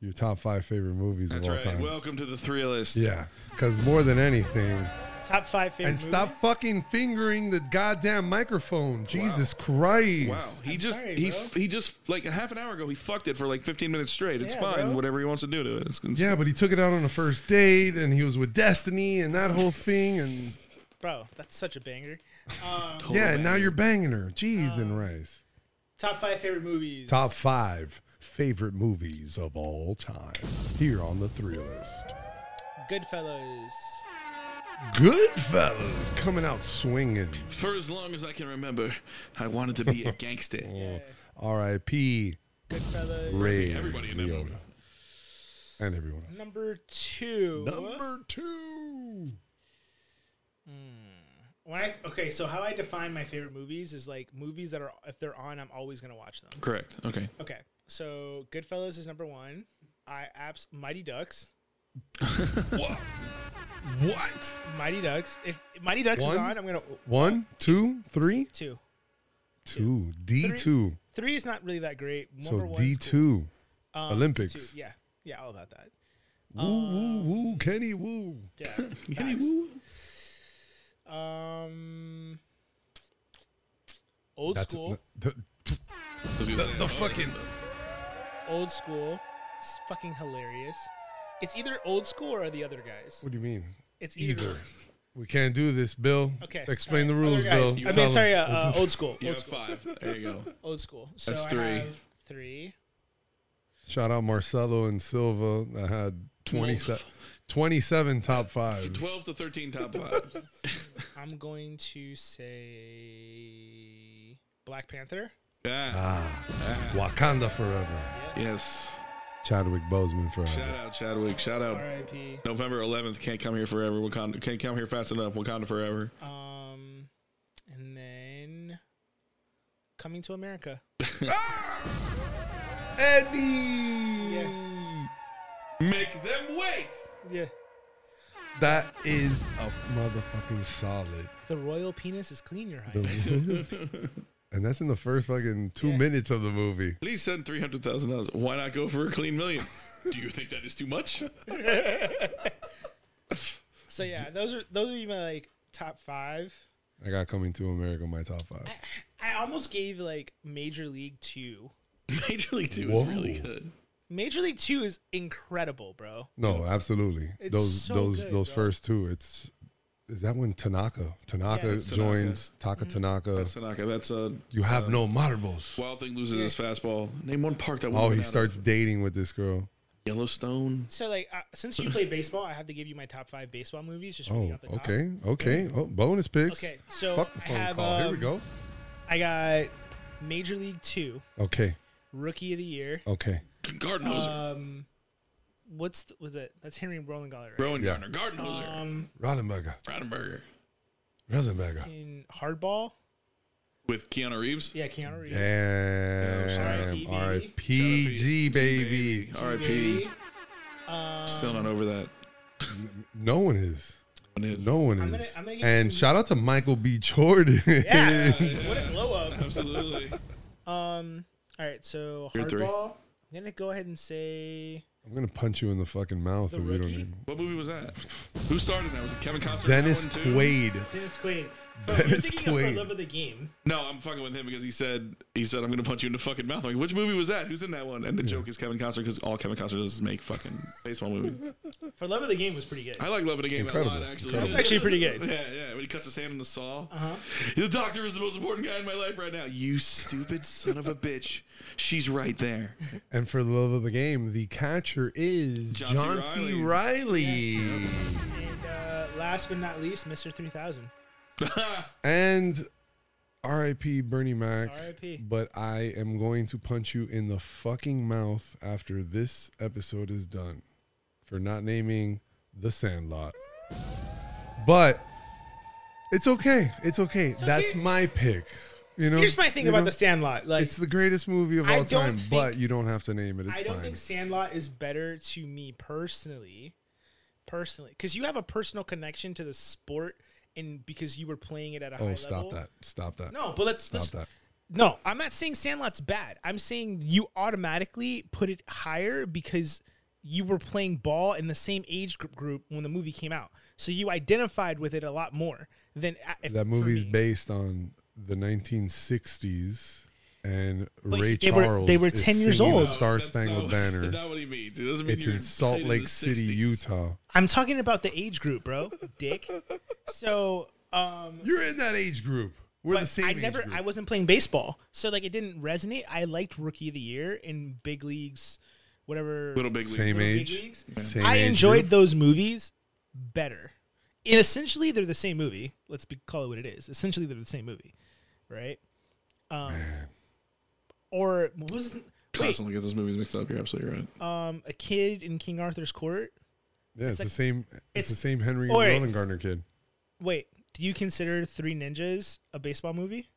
Speaker 4: your top five favorite movies
Speaker 5: That's
Speaker 4: of all
Speaker 5: right.
Speaker 4: time.
Speaker 5: Welcome to the three list.
Speaker 4: yeah, because more than anything,
Speaker 6: Top five favorite.
Speaker 4: and stop
Speaker 6: movies?
Speaker 4: fucking fingering the goddamn microphone. Jesus Christ!
Speaker 5: Wow, he just
Speaker 6: sorry,
Speaker 5: he
Speaker 6: bro.
Speaker 5: f he just like a half an hour ago he fucked it for like 15 minutes straight. It's
Speaker 6: Yeah,
Speaker 5: fine,
Speaker 6: bro.
Speaker 5: whatever he wants to do to it. It's, it's-
Speaker 4: Yeah, but he took it out on the first date, and he was with Destiny, and that whole thing, and
Speaker 6: bro. That's such a banger.
Speaker 4: yeah, and now you're banging her. Jeez
Speaker 6: Uh.
Speaker 4: and rice.
Speaker 6: Top five favorite movies.
Speaker 4: Top five favorite movies of all time here on the three list.
Speaker 6: Goodfellas.
Speaker 4: Goodfellas coming out swinging.
Speaker 5: For as long as I can remember, I wanted to be a gangster.
Speaker 4: R.I.P.
Speaker 6: Goodfellas.
Speaker 4: Ray
Speaker 5: everybody in that
Speaker 4: Liotta. and everyone else.
Speaker 6: Number two.
Speaker 4: Number two.
Speaker 6: When I s- okay, so how I define my favorite movies is like movies that are if they're on, I'm always gonna watch them.
Speaker 5: Correct. Okay.
Speaker 6: Okay, so Goodfellas is number one. I apps Mighty Ducks.
Speaker 4: What?
Speaker 6: Mighty Ducks. If Mighty Ducks
Speaker 4: One?
Speaker 6: is on, I'm gonna oh,
Speaker 4: One, two, three,
Speaker 6: two.
Speaker 4: two. D two.
Speaker 6: Three is not really that great. Number
Speaker 4: So
Speaker 6: one's
Speaker 4: D
Speaker 6: cool.
Speaker 4: two.
Speaker 6: Um,
Speaker 4: Olympics.
Speaker 6: two, Yeah, yeah, all about that.
Speaker 4: Woo woo woo. Kenny woo.
Speaker 6: Yeah. facts. um, old
Speaker 4: That's
Speaker 6: school.
Speaker 4: th- th-
Speaker 5: the,
Speaker 4: fucking
Speaker 6: old school. It's fucking hilarious. It's either old school or the other guys.
Speaker 4: What do you mean?
Speaker 6: It's either.
Speaker 4: Either. We can't do this, Bill.
Speaker 6: Okay.
Speaker 4: Explain the
Speaker 6: All right.
Speaker 4: rules,
Speaker 6: Other guys,
Speaker 4: Bill.
Speaker 6: I
Speaker 4: Tell
Speaker 6: mean,
Speaker 4: 'em.
Speaker 6: sorry, uh, uh, old school.
Speaker 5: You
Speaker 6: Old
Speaker 5: have
Speaker 6: school.
Speaker 5: five. There you go.
Speaker 6: Old school. So
Speaker 5: That's
Speaker 6: I
Speaker 5: three.
Speaker 6: have three.
Speaker 4: Shout out Marcelo and Silva. I had 27, 27 top fives.
Speaker 5: Twelve to thirteen top fives.
Speaker 6: I'm going to say Black Panther.
Speaker 5: Yeah.
Speaker 4: Ah, Wakanda forever.
Speaker 5: Yes.
Speaker 4: Chadwick Boseman
Speaker 5: Shout
Speaker 4: forever.
Speaker 5: out Chadwick. Shout out.
Speaker 6: R.I.P.
Speaker 5: November 11th. Can't come here forever. Wakanda can't come here fast enough. Wakanda forever.
Speaker 6: Um, and then Coming to America.
Speaker 4: Eddie!
Speaker 5: Make them wait.
Speaker 6: Yeah.
Speaker 4: That is a motherfucking solid.
Speaker 6: The royal penis is clean, your highness.
Speaker 4: and that's in the first fucking two
Speaker 6: Yeah.
Speaker 4: minutes of the movie.
Speaker 5: Please send three hundred thousand dollars. Why not go for a clean million? Do you think that is too much?
Speaker 6: So yeah, those are those are my like top five.
Speaker 4: I got coming to America my top five.
Speaker 6: I almost gave like Major League Two.
Speaker 5: Major League Two
Speaker 4: Whoa.
Speaker 5: is really good.
Speaker 6: Major League Two is incredible, bro.
Speaker 4: No, absolutely.
Speaker 6: It's
Speaker 4: those
Speaker 6: so
Speaker 4: those
Speaker 6: good,
Speaker 4: those
Speaker 6: bro.
Speaker 4: first two. It's is that when Tanaka Tanaka
Speaker 6: Yeah,
Speaker 5: it's
Speaker 4: joins Taka
Speaker 6: Mm-hmm.
Speaker 4: Tanaka.
Speaker 5: That's Tanaka. That's a
Speaker 4: you have no marbles.
Speaker 5: wild thing. Loses his fastball. Name one park that.
Speaker 4: Oh,
Speaker 5: woman
Speaker 4: he
Speaker 5: out of.
Speaker 4: starts dating with this girl.
Speaker 5: Yellowstone.
Speaker 6: So like, uh, since you play baseball, I have to give you my top five baseball movies. Just reading
Speaker 4: Oh,
Speaker 6: off the top.
Speaker 4: okay, okay. Oh, bonus picks.
Speaker 6: Okay, so
Speaker 4: fuck the
Speaker 6: I
Speaker 4: phone
Speaker 6: have,
Speaker 4: call. Here we
Speaker 6: um,
Speaker 4: go.
Speaker 6: I got Major League Two,
Speaker 4: Okay,
Speaker 6: Rookie of the Year.
Speaker 4: okay.
Speaker 5: Garden hoser.
Speaker 6: Um, what's the, was it? That's Henry Roland Gallagher. Right?
Speaker 5: Rowan
Speaker 4: yeah.
Speaker 5: Gardner. Garden hoser.
Speaker 6: Um,
Speaker 4: Rodenberger,
Speaker 5: Rattenberger.
Speaker 4: Rosenberger.
Speaker 6: in Hardball.
Speaker 5: With Keanu Reeves.
Speaker 6: Yeah, Keanu Reeves.
Speaker 4: Damn,
Speaker 6: Shout out to
Speaker 4: RPG E baby.
Speaker 5: R.I.P. Still not over that.
Speaker 4: No one is.
Speaker 5: One is.
Speaker 4: No one
Speaker 6: I'm gonna-
Speaker 4: is.
Speaker 6: I'm gonna give you
Speaker 4: And
Speaker 6: some-
Speaker 4: shout out to Michael B. Jordan.
Speaker 6: Yeah, uh, what a blow up.
Speaker 5: Absolutely.
Speaker 6: Um, all right, so
Speaker 5: Your three.
Speaker 6: Hardball. I'm gonna go ahead and say
Speaker 4: I'm gonna punch you in the fucking mouth
Speaker 6: The
Speaker 4: if you don't.
Speaker 6: Rookie?
Speaker 4: Need...
Speaker 5: What movie was that? Who started that? Was it Kevin Costner? in that
Speaker 4: Dennis
Speaker 5: one, too?
Speaker 4: Quaid.
Speaker 6: Dennis Quaid.
Speaker 4: Dennis
Speaker 6: Dennis Quaid.
Speaker 4: Quaid.
Speaker 6: love of the game.
Speaker 5: No, I'm fucking with him because he said he said I'm gonna punch you in the fucking mouth. I'm like, which movie was that? Who's in that one? And the joke is Kevin Costner because all Kevin Costner does is make fucking baseball movies.
Speaker 6: For love of the game was pretty good.
Speaker 5: I like loving the game a lot
Speaker 4: Incredible.
Speaker 5: actually.
Speaker 4: Incredible.
Speaker 6: That's actually pretty good. Uh-huh.
Speaker 5: Yeah, yeah. When he cuts his hand on the saw, the doctor is the most important guy in my life right now. You stupid son of a bitch. She's right there.
Speaker 4: And for the love of the game, the catcher is
Speaker 5: John C.
Speaker 4: John, C.
Speaker 5: Reilly.
Speaker 4: Riley.
Speaker 6: And uh, last but not least, Mr. 3000.
Speaker 4: And R.I.P. Bernie Mac.
Speaker 6: R.I.P..
Speaker 4: But I am going to punch you in the fucking mouth after this episode is done for not naming The Sandlot. But it's okay. It's okay. That's
Speaker 6: here-
Speaker 4: my pick. You know.
Speaker 6: Here's my thing
Speaker 4: You
Speaker 6: about
Speaker 4: know?
Speaker 6: the Sandlot. Like,
Speaker 4: It's the greatest movie of
Speaker 6: I
Speaker 4: all
Speaker 6: don't
Speaker 4: time,
Speaker 6: think-
Speaker 4: but you don't have to name it. It's
Speaker 6: I don't
Speaker 4: fine.
Speaker 6: think Sandlot is better to me personally, personally, because you have a personal connection to the sport, and because you were playing it at a high
Speaker 4: oh,
Speaker 6: level.
Speaker 4: stop that! Stop that!
Speaker 6: No, but let's,
Speaker 4: Stop
Speaker 6: let's
Speaker 4: that!
Speaker 6: no. I'm not saying Sandlot's bad. I'm saying you automatically put it higher because you were playing ball in the same age group, group when the movie came out, so you identified with it a lot more than if,
Speaker 4: That movie's
Speaker 6: big.
Speaker 4: based on the 1960s, and
Speaker 6: But
Speaker 4: Ray
Speaker 6: they were-
Speaker 4: Charles.
Speaker 6: they were
Speaker 4: is
Speaker 6: 10 years
Speaker 4: singing
Speaker 6: old.
Speaker 4: The
Speaker 6: No,
Speaker 4: Star
Speaker 5: That's
Speaker 4: Spangled
Speaker 5: not what-
Speaker 4: Banner.
Speaker 5: That's not what he means. It doesn't mean
Speaker 4: It's
Speaker 5: you
Speaker 4: in Salt
Speaker 5: played
Speaker 4: Lake
Speaker 5: the
Speaker 4: City,
Speaker 5: 60s.
Speaker 4: Utah.
Speaker 6: I'm talking about the age group, bro, dick. So, um,
Speaker 4: You're in that age group. We're
Speaker 6: but I never, I wasn't playing baseball, so like it didn't resonate. I liked Rookie of the Year in big leagues, whatever.
Speaker 5: Little Big League.
Speaker 4: Same
Speaker 6: Little Big
Speaker 4: age.
Speaker 6: Leagues.
Speaker 4: Same
Speaker 6: I
Speaker 4: age
Speaker 6: enjoyed
Speaker 4: group.
Speaker 6: those movies better. And essentially, they're the same movie. Let's be, call it what it is. Essentially, they're the same movie, right? Um, or what was it? Wait,
Speaker 5: Constantly get those movies mixed up. You're absolutely right.
Speaker 6: um, a kid in King Arthur's court.
Speaker 4: Yeah, it's,
Speaker 6: like-
Speaker 4: the same. It's, the
Speaker 6: it's-
Speaker 4: same Henry
Speaker 6: All right.
Speaker 4: Roland Gardner kid.
Speaker 6: Wait, do you consider Three Ninjas a baseball movie?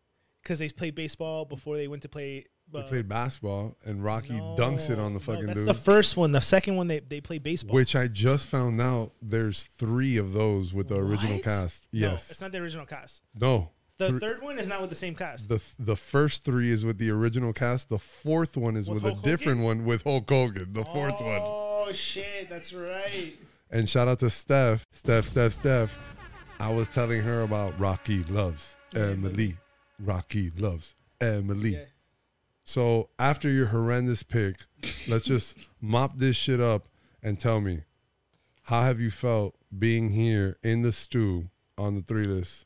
Speaker 6: Because they played baseball before they went to play. Uh,
Speaker 4: He played basketball, and Rocky dunks it on the fucking
Speaker 6: that's
Speaker 4: dude.
Speaker 6: the first one. The second one, they they play baseball.
Speaker 4: which I just found out. There's three of those with the original
Speaker 6: What?
Speaker 4: cast.
Speaker 6: No,
Speaker 4: Yes.
Speaker 6: it's not the original cast.
Speaker 4: No.
Speaker 6: The
Speaker 4: Three-
Speaker 6: third one is not with the same cast.
Speaker 4: the the first three is with the original cast. The fourth one is
Speaker 6: With
Speaker 4: with,
Speaker 6: Hulk
Speaker 4: a
Speaker 6: Hogan?
Speaker 4: different one with Hulk Hogan. The fourth one.
Speaker 6: Oh shit, that's right.
Speaker 4: And shout out to Steph, Steph, Steph, Steph. I was telling her about Rocky loves Emily. Rocky loves Emily.
Speaker 6: Yeah.
Speaker 4: So after your horrendous pick, let's just mop this shit up and tell me, how have you felt being here in the stew on the three list.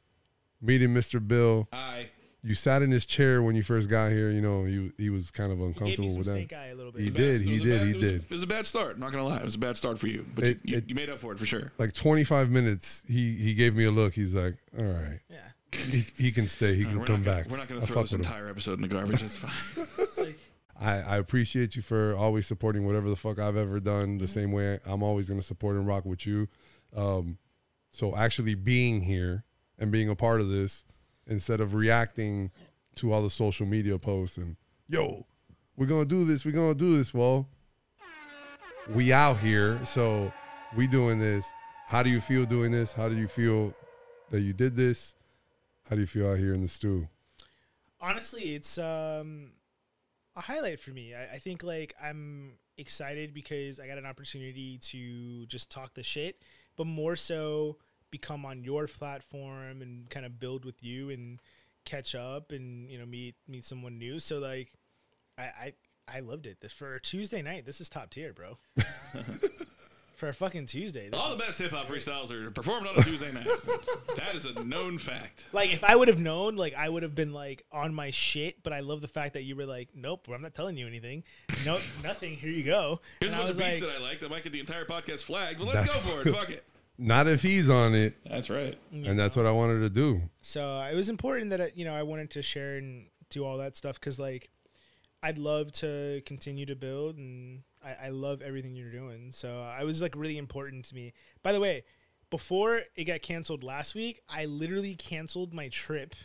Speaker 4: Meeting Mr. Bill.
Speaker 5: I
Speaker 4: You sat in his chair when you first got here. You know, you he was kind of
Speaker 6: Gave me
Speaker 4: uncomfortable
Speaker 6: some
Speaker 4: with
Speaker 6: stink
Speaker 4: that.
Speaker 6: eye a little
Speaker 4: He
Speaker 6: bit.
Speaker 4: did.
Speaker 5: it
Speaker 4: He
Speaker 5: was a
Speaker 4: did.
Speaker 5: bad-
Speaker 4: He
Speaker 5: it was a-
Speaker 4: did.
Speaker 5: It was a bad start. I'm not gonna lie, it was a bad start for you, but
Speaker 4: It-
Speaker 5: you, you,
Speaker 4: it-
Speaker 5: you made up for it for sure.
Speaker 4: Like 25 minutes, he he gave me a look. He's like, "All right,
Speaker 6: Yeah.
Speaker 4: he, he can stay. He can
Speaker 5: we're
Speaker 4: come
Speaker 5: not gonna,
Speaker 4: back."
Speaker 5: We're not gonna
Speaker 4: I
Speaker 5: throw
Speaker 4: fuck
Speaker 5: this
Speaker 4: with him.
Speaker 5: entire episode in the garbage. It's fine.
Speaker 6: It's like,
Speaker 4: I, I appreciate you for always supporting whatever the fuck I've ever done. The same way I'm always gonna support and rock with you. Um, so actually being here and being a part of this instead of reacting to all the social media posts and yo, we're gonna do this, we're gonna do this. Well, we out here, so we doing this. How do you feel doing this? How do you feel that you did this? How do you feel out here in the stew?
Speaker 6: honestly, it's um a highlight for me. I, I think like I'm excited because I got an opportunity to just talk the shit, but more so become on your platform and kind of build with you and catch up and you know meet meet someone new. So like I I, I loved it. This for a Tuesday night. This is top tier, bro. for a fucking Tuesday. This
Speaker 5: All
Speaker 6: is-
Speaker 5: the best hip hop freestyles are performed on a Tuesday night. that is a known fact.
Speaker 6: like if I would have known, like I would have been like on my shit. But I love the fact that you were like, nope, I'm not telling you anything. No, nothing. Here you go.
Speaker 5: Here's
Speaker 6: and
Speaker 5: a
Speaker 6: I
Speaker 5: bunch
Speaker 6: was
Speaker 5: of beats
Speaker 6: like,
Speaker 5: that I like that might get the entire podcast flagged, but let's
Speaker 4: That's-
Speaker 5: go for it. Fuck it.
Speaker 4: Not if he's on it,
Speaker 5: That's right.
Speaker 4: and that's what I wanted to do.
Speaker 6: so it was important that I, you know I wanted to share and do all that stuff because like I'd love to continue to build and I, I love everything you're doing. So I was like really important to me. By the way, before it got canceled last week, I literally canceled my trip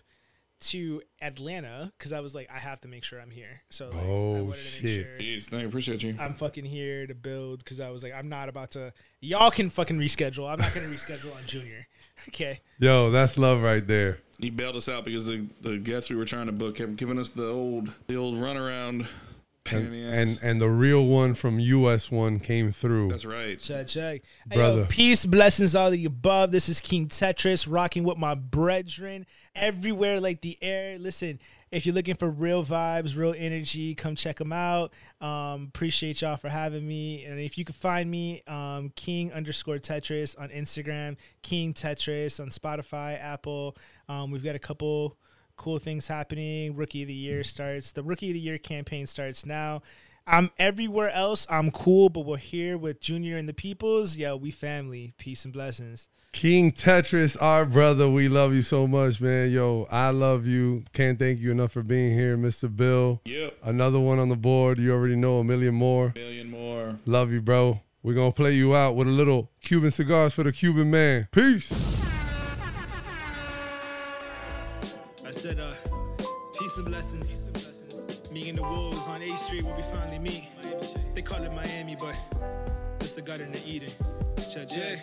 Speaker 6: to Atlanta because I was like, I have to make sure I'm here. So like, I
Speaker 4: Oh,
Speaker 6: wanted to make
Speaker 4: shit.
Speaker 6: sure
Speaker 5: Jeez, no, I appreciate you.
Speaker 6: I'm fucking here to build because I was like, I'm not about to. Y'all can fucking reschedule. I'm not gonna reschedule on Junior. Okay.
Speaker 4: Yo, that's love right there.
Speaker 5: He bailed us out because the, the guests we were trying to book kept giving us the old the old runaround
Speaker 4: And
Speaker 5: pain in the ass.
Speaker 4: and, and the real one from US one came through.
Speaker 5: That's right.
Speaker 6: Check, check. Hey,
Speaker 4: Brother.
Speaker 6: yo, peace, blessings, all of the above. This is King Tetris rocking with my brethren everywhere like the air. Listen, if you're looking for real vibes, real energy, come check them out. Um, appreciate y'all for having me. And if you can find me, um, King underscore Tetris on Instagram, King Tetris on Spotify, Apple. Um, we've got a couple cool things happening. Rookie of the Year starts. The Rookie of the Year campaign starts now. I'm everywhere else. I'm cool, but we're here with Junior and the Peoples. Yo, we family. Peace and blessings.
Speaker 4: King Tetris, our brother, we love you so much, man. Yo, I love you. Can't thank you enough for being here, Mr. Bill.
Speaker 5: Yep.
Speaker 4: Another one on the board. You already know a million more.
Speaker 5: Million more.
Speaker 4: Love you, bro. We're gonna play you out with a little Cuban cigars for the Cuban man. Peace.
Speaker 6: I said, uh, peace and blessings. Me and the wolves on A Street will be finally meet. They call it Miami, but it's the Garden of Eden.
Speaker 3: Yeah,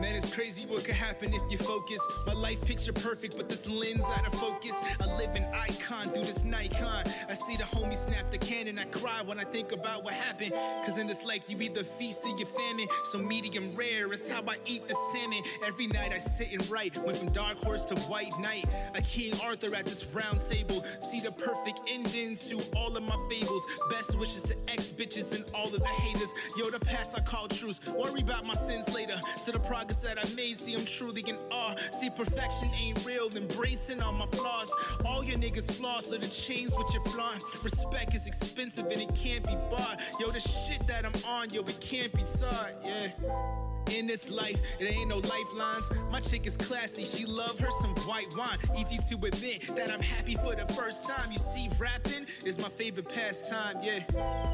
Speaker 3: man, it's crazy what could happen if you focus. My life picture perfect, but this lens out of focus. I live an icon through this Nikon. I see the homie snap the cannon. I cry when I think about what happened. Cause in this life, you either feast or you famine. So medium rare is how I eat the salmon. Every night I sit and write. Went from dark horse to white knight. A King Arthur at this round table. See the perfect ending to all of my fables. Best wishes to ex bitches and all of the haters. Yo, the past I call truce. Worry about my sins later. Still the progress that I made, see I'm truly in awe. See perfection ain't real, embracing all my flaws. All your niggas flaws, so the chains with your flaunt. Respect is expensive and it can't be bought. Yo, the shit that I'm on, yo, it can't be taught, yeah. In this life, it ain't no lifelines. My chick is classy, she love her some white wine. Easy to admit that I'm happy for the first time. You see, rapping is my favorite pastime, yeah.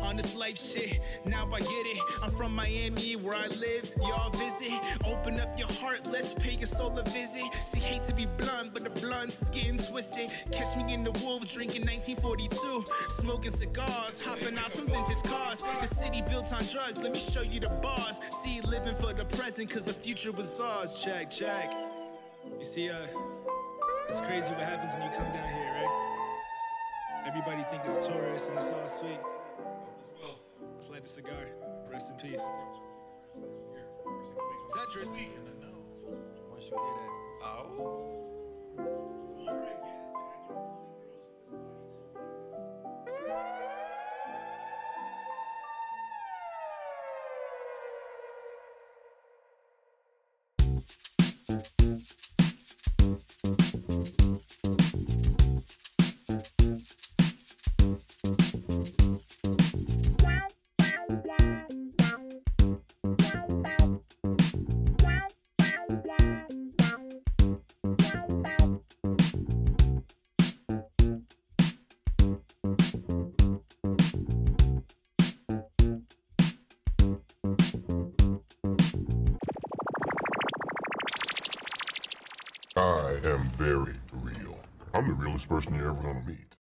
Speaker 3: On this life shit, now I get it. I'm from Miami, where I live, y'all visit. Open up your heart, let's pay your soul a visit. See, hate to be blunt, but the blunt skin twisted. Catch me in the wolves drinking 1942, smoking cigars, hopping out some vintage cars. The city built on drugs, let me show you the bars. See, living for the present, cause the future was ours. Check, check. You see, uh, it's crazy what happens when you come down here, right? Everybody think it's tourists and it's all sweet. Let's light a cigar. Rest in peace. Tetris.
Speaker 7: Once you hear that, oh. I am very real. I'm the realest person you're ever gonna meet.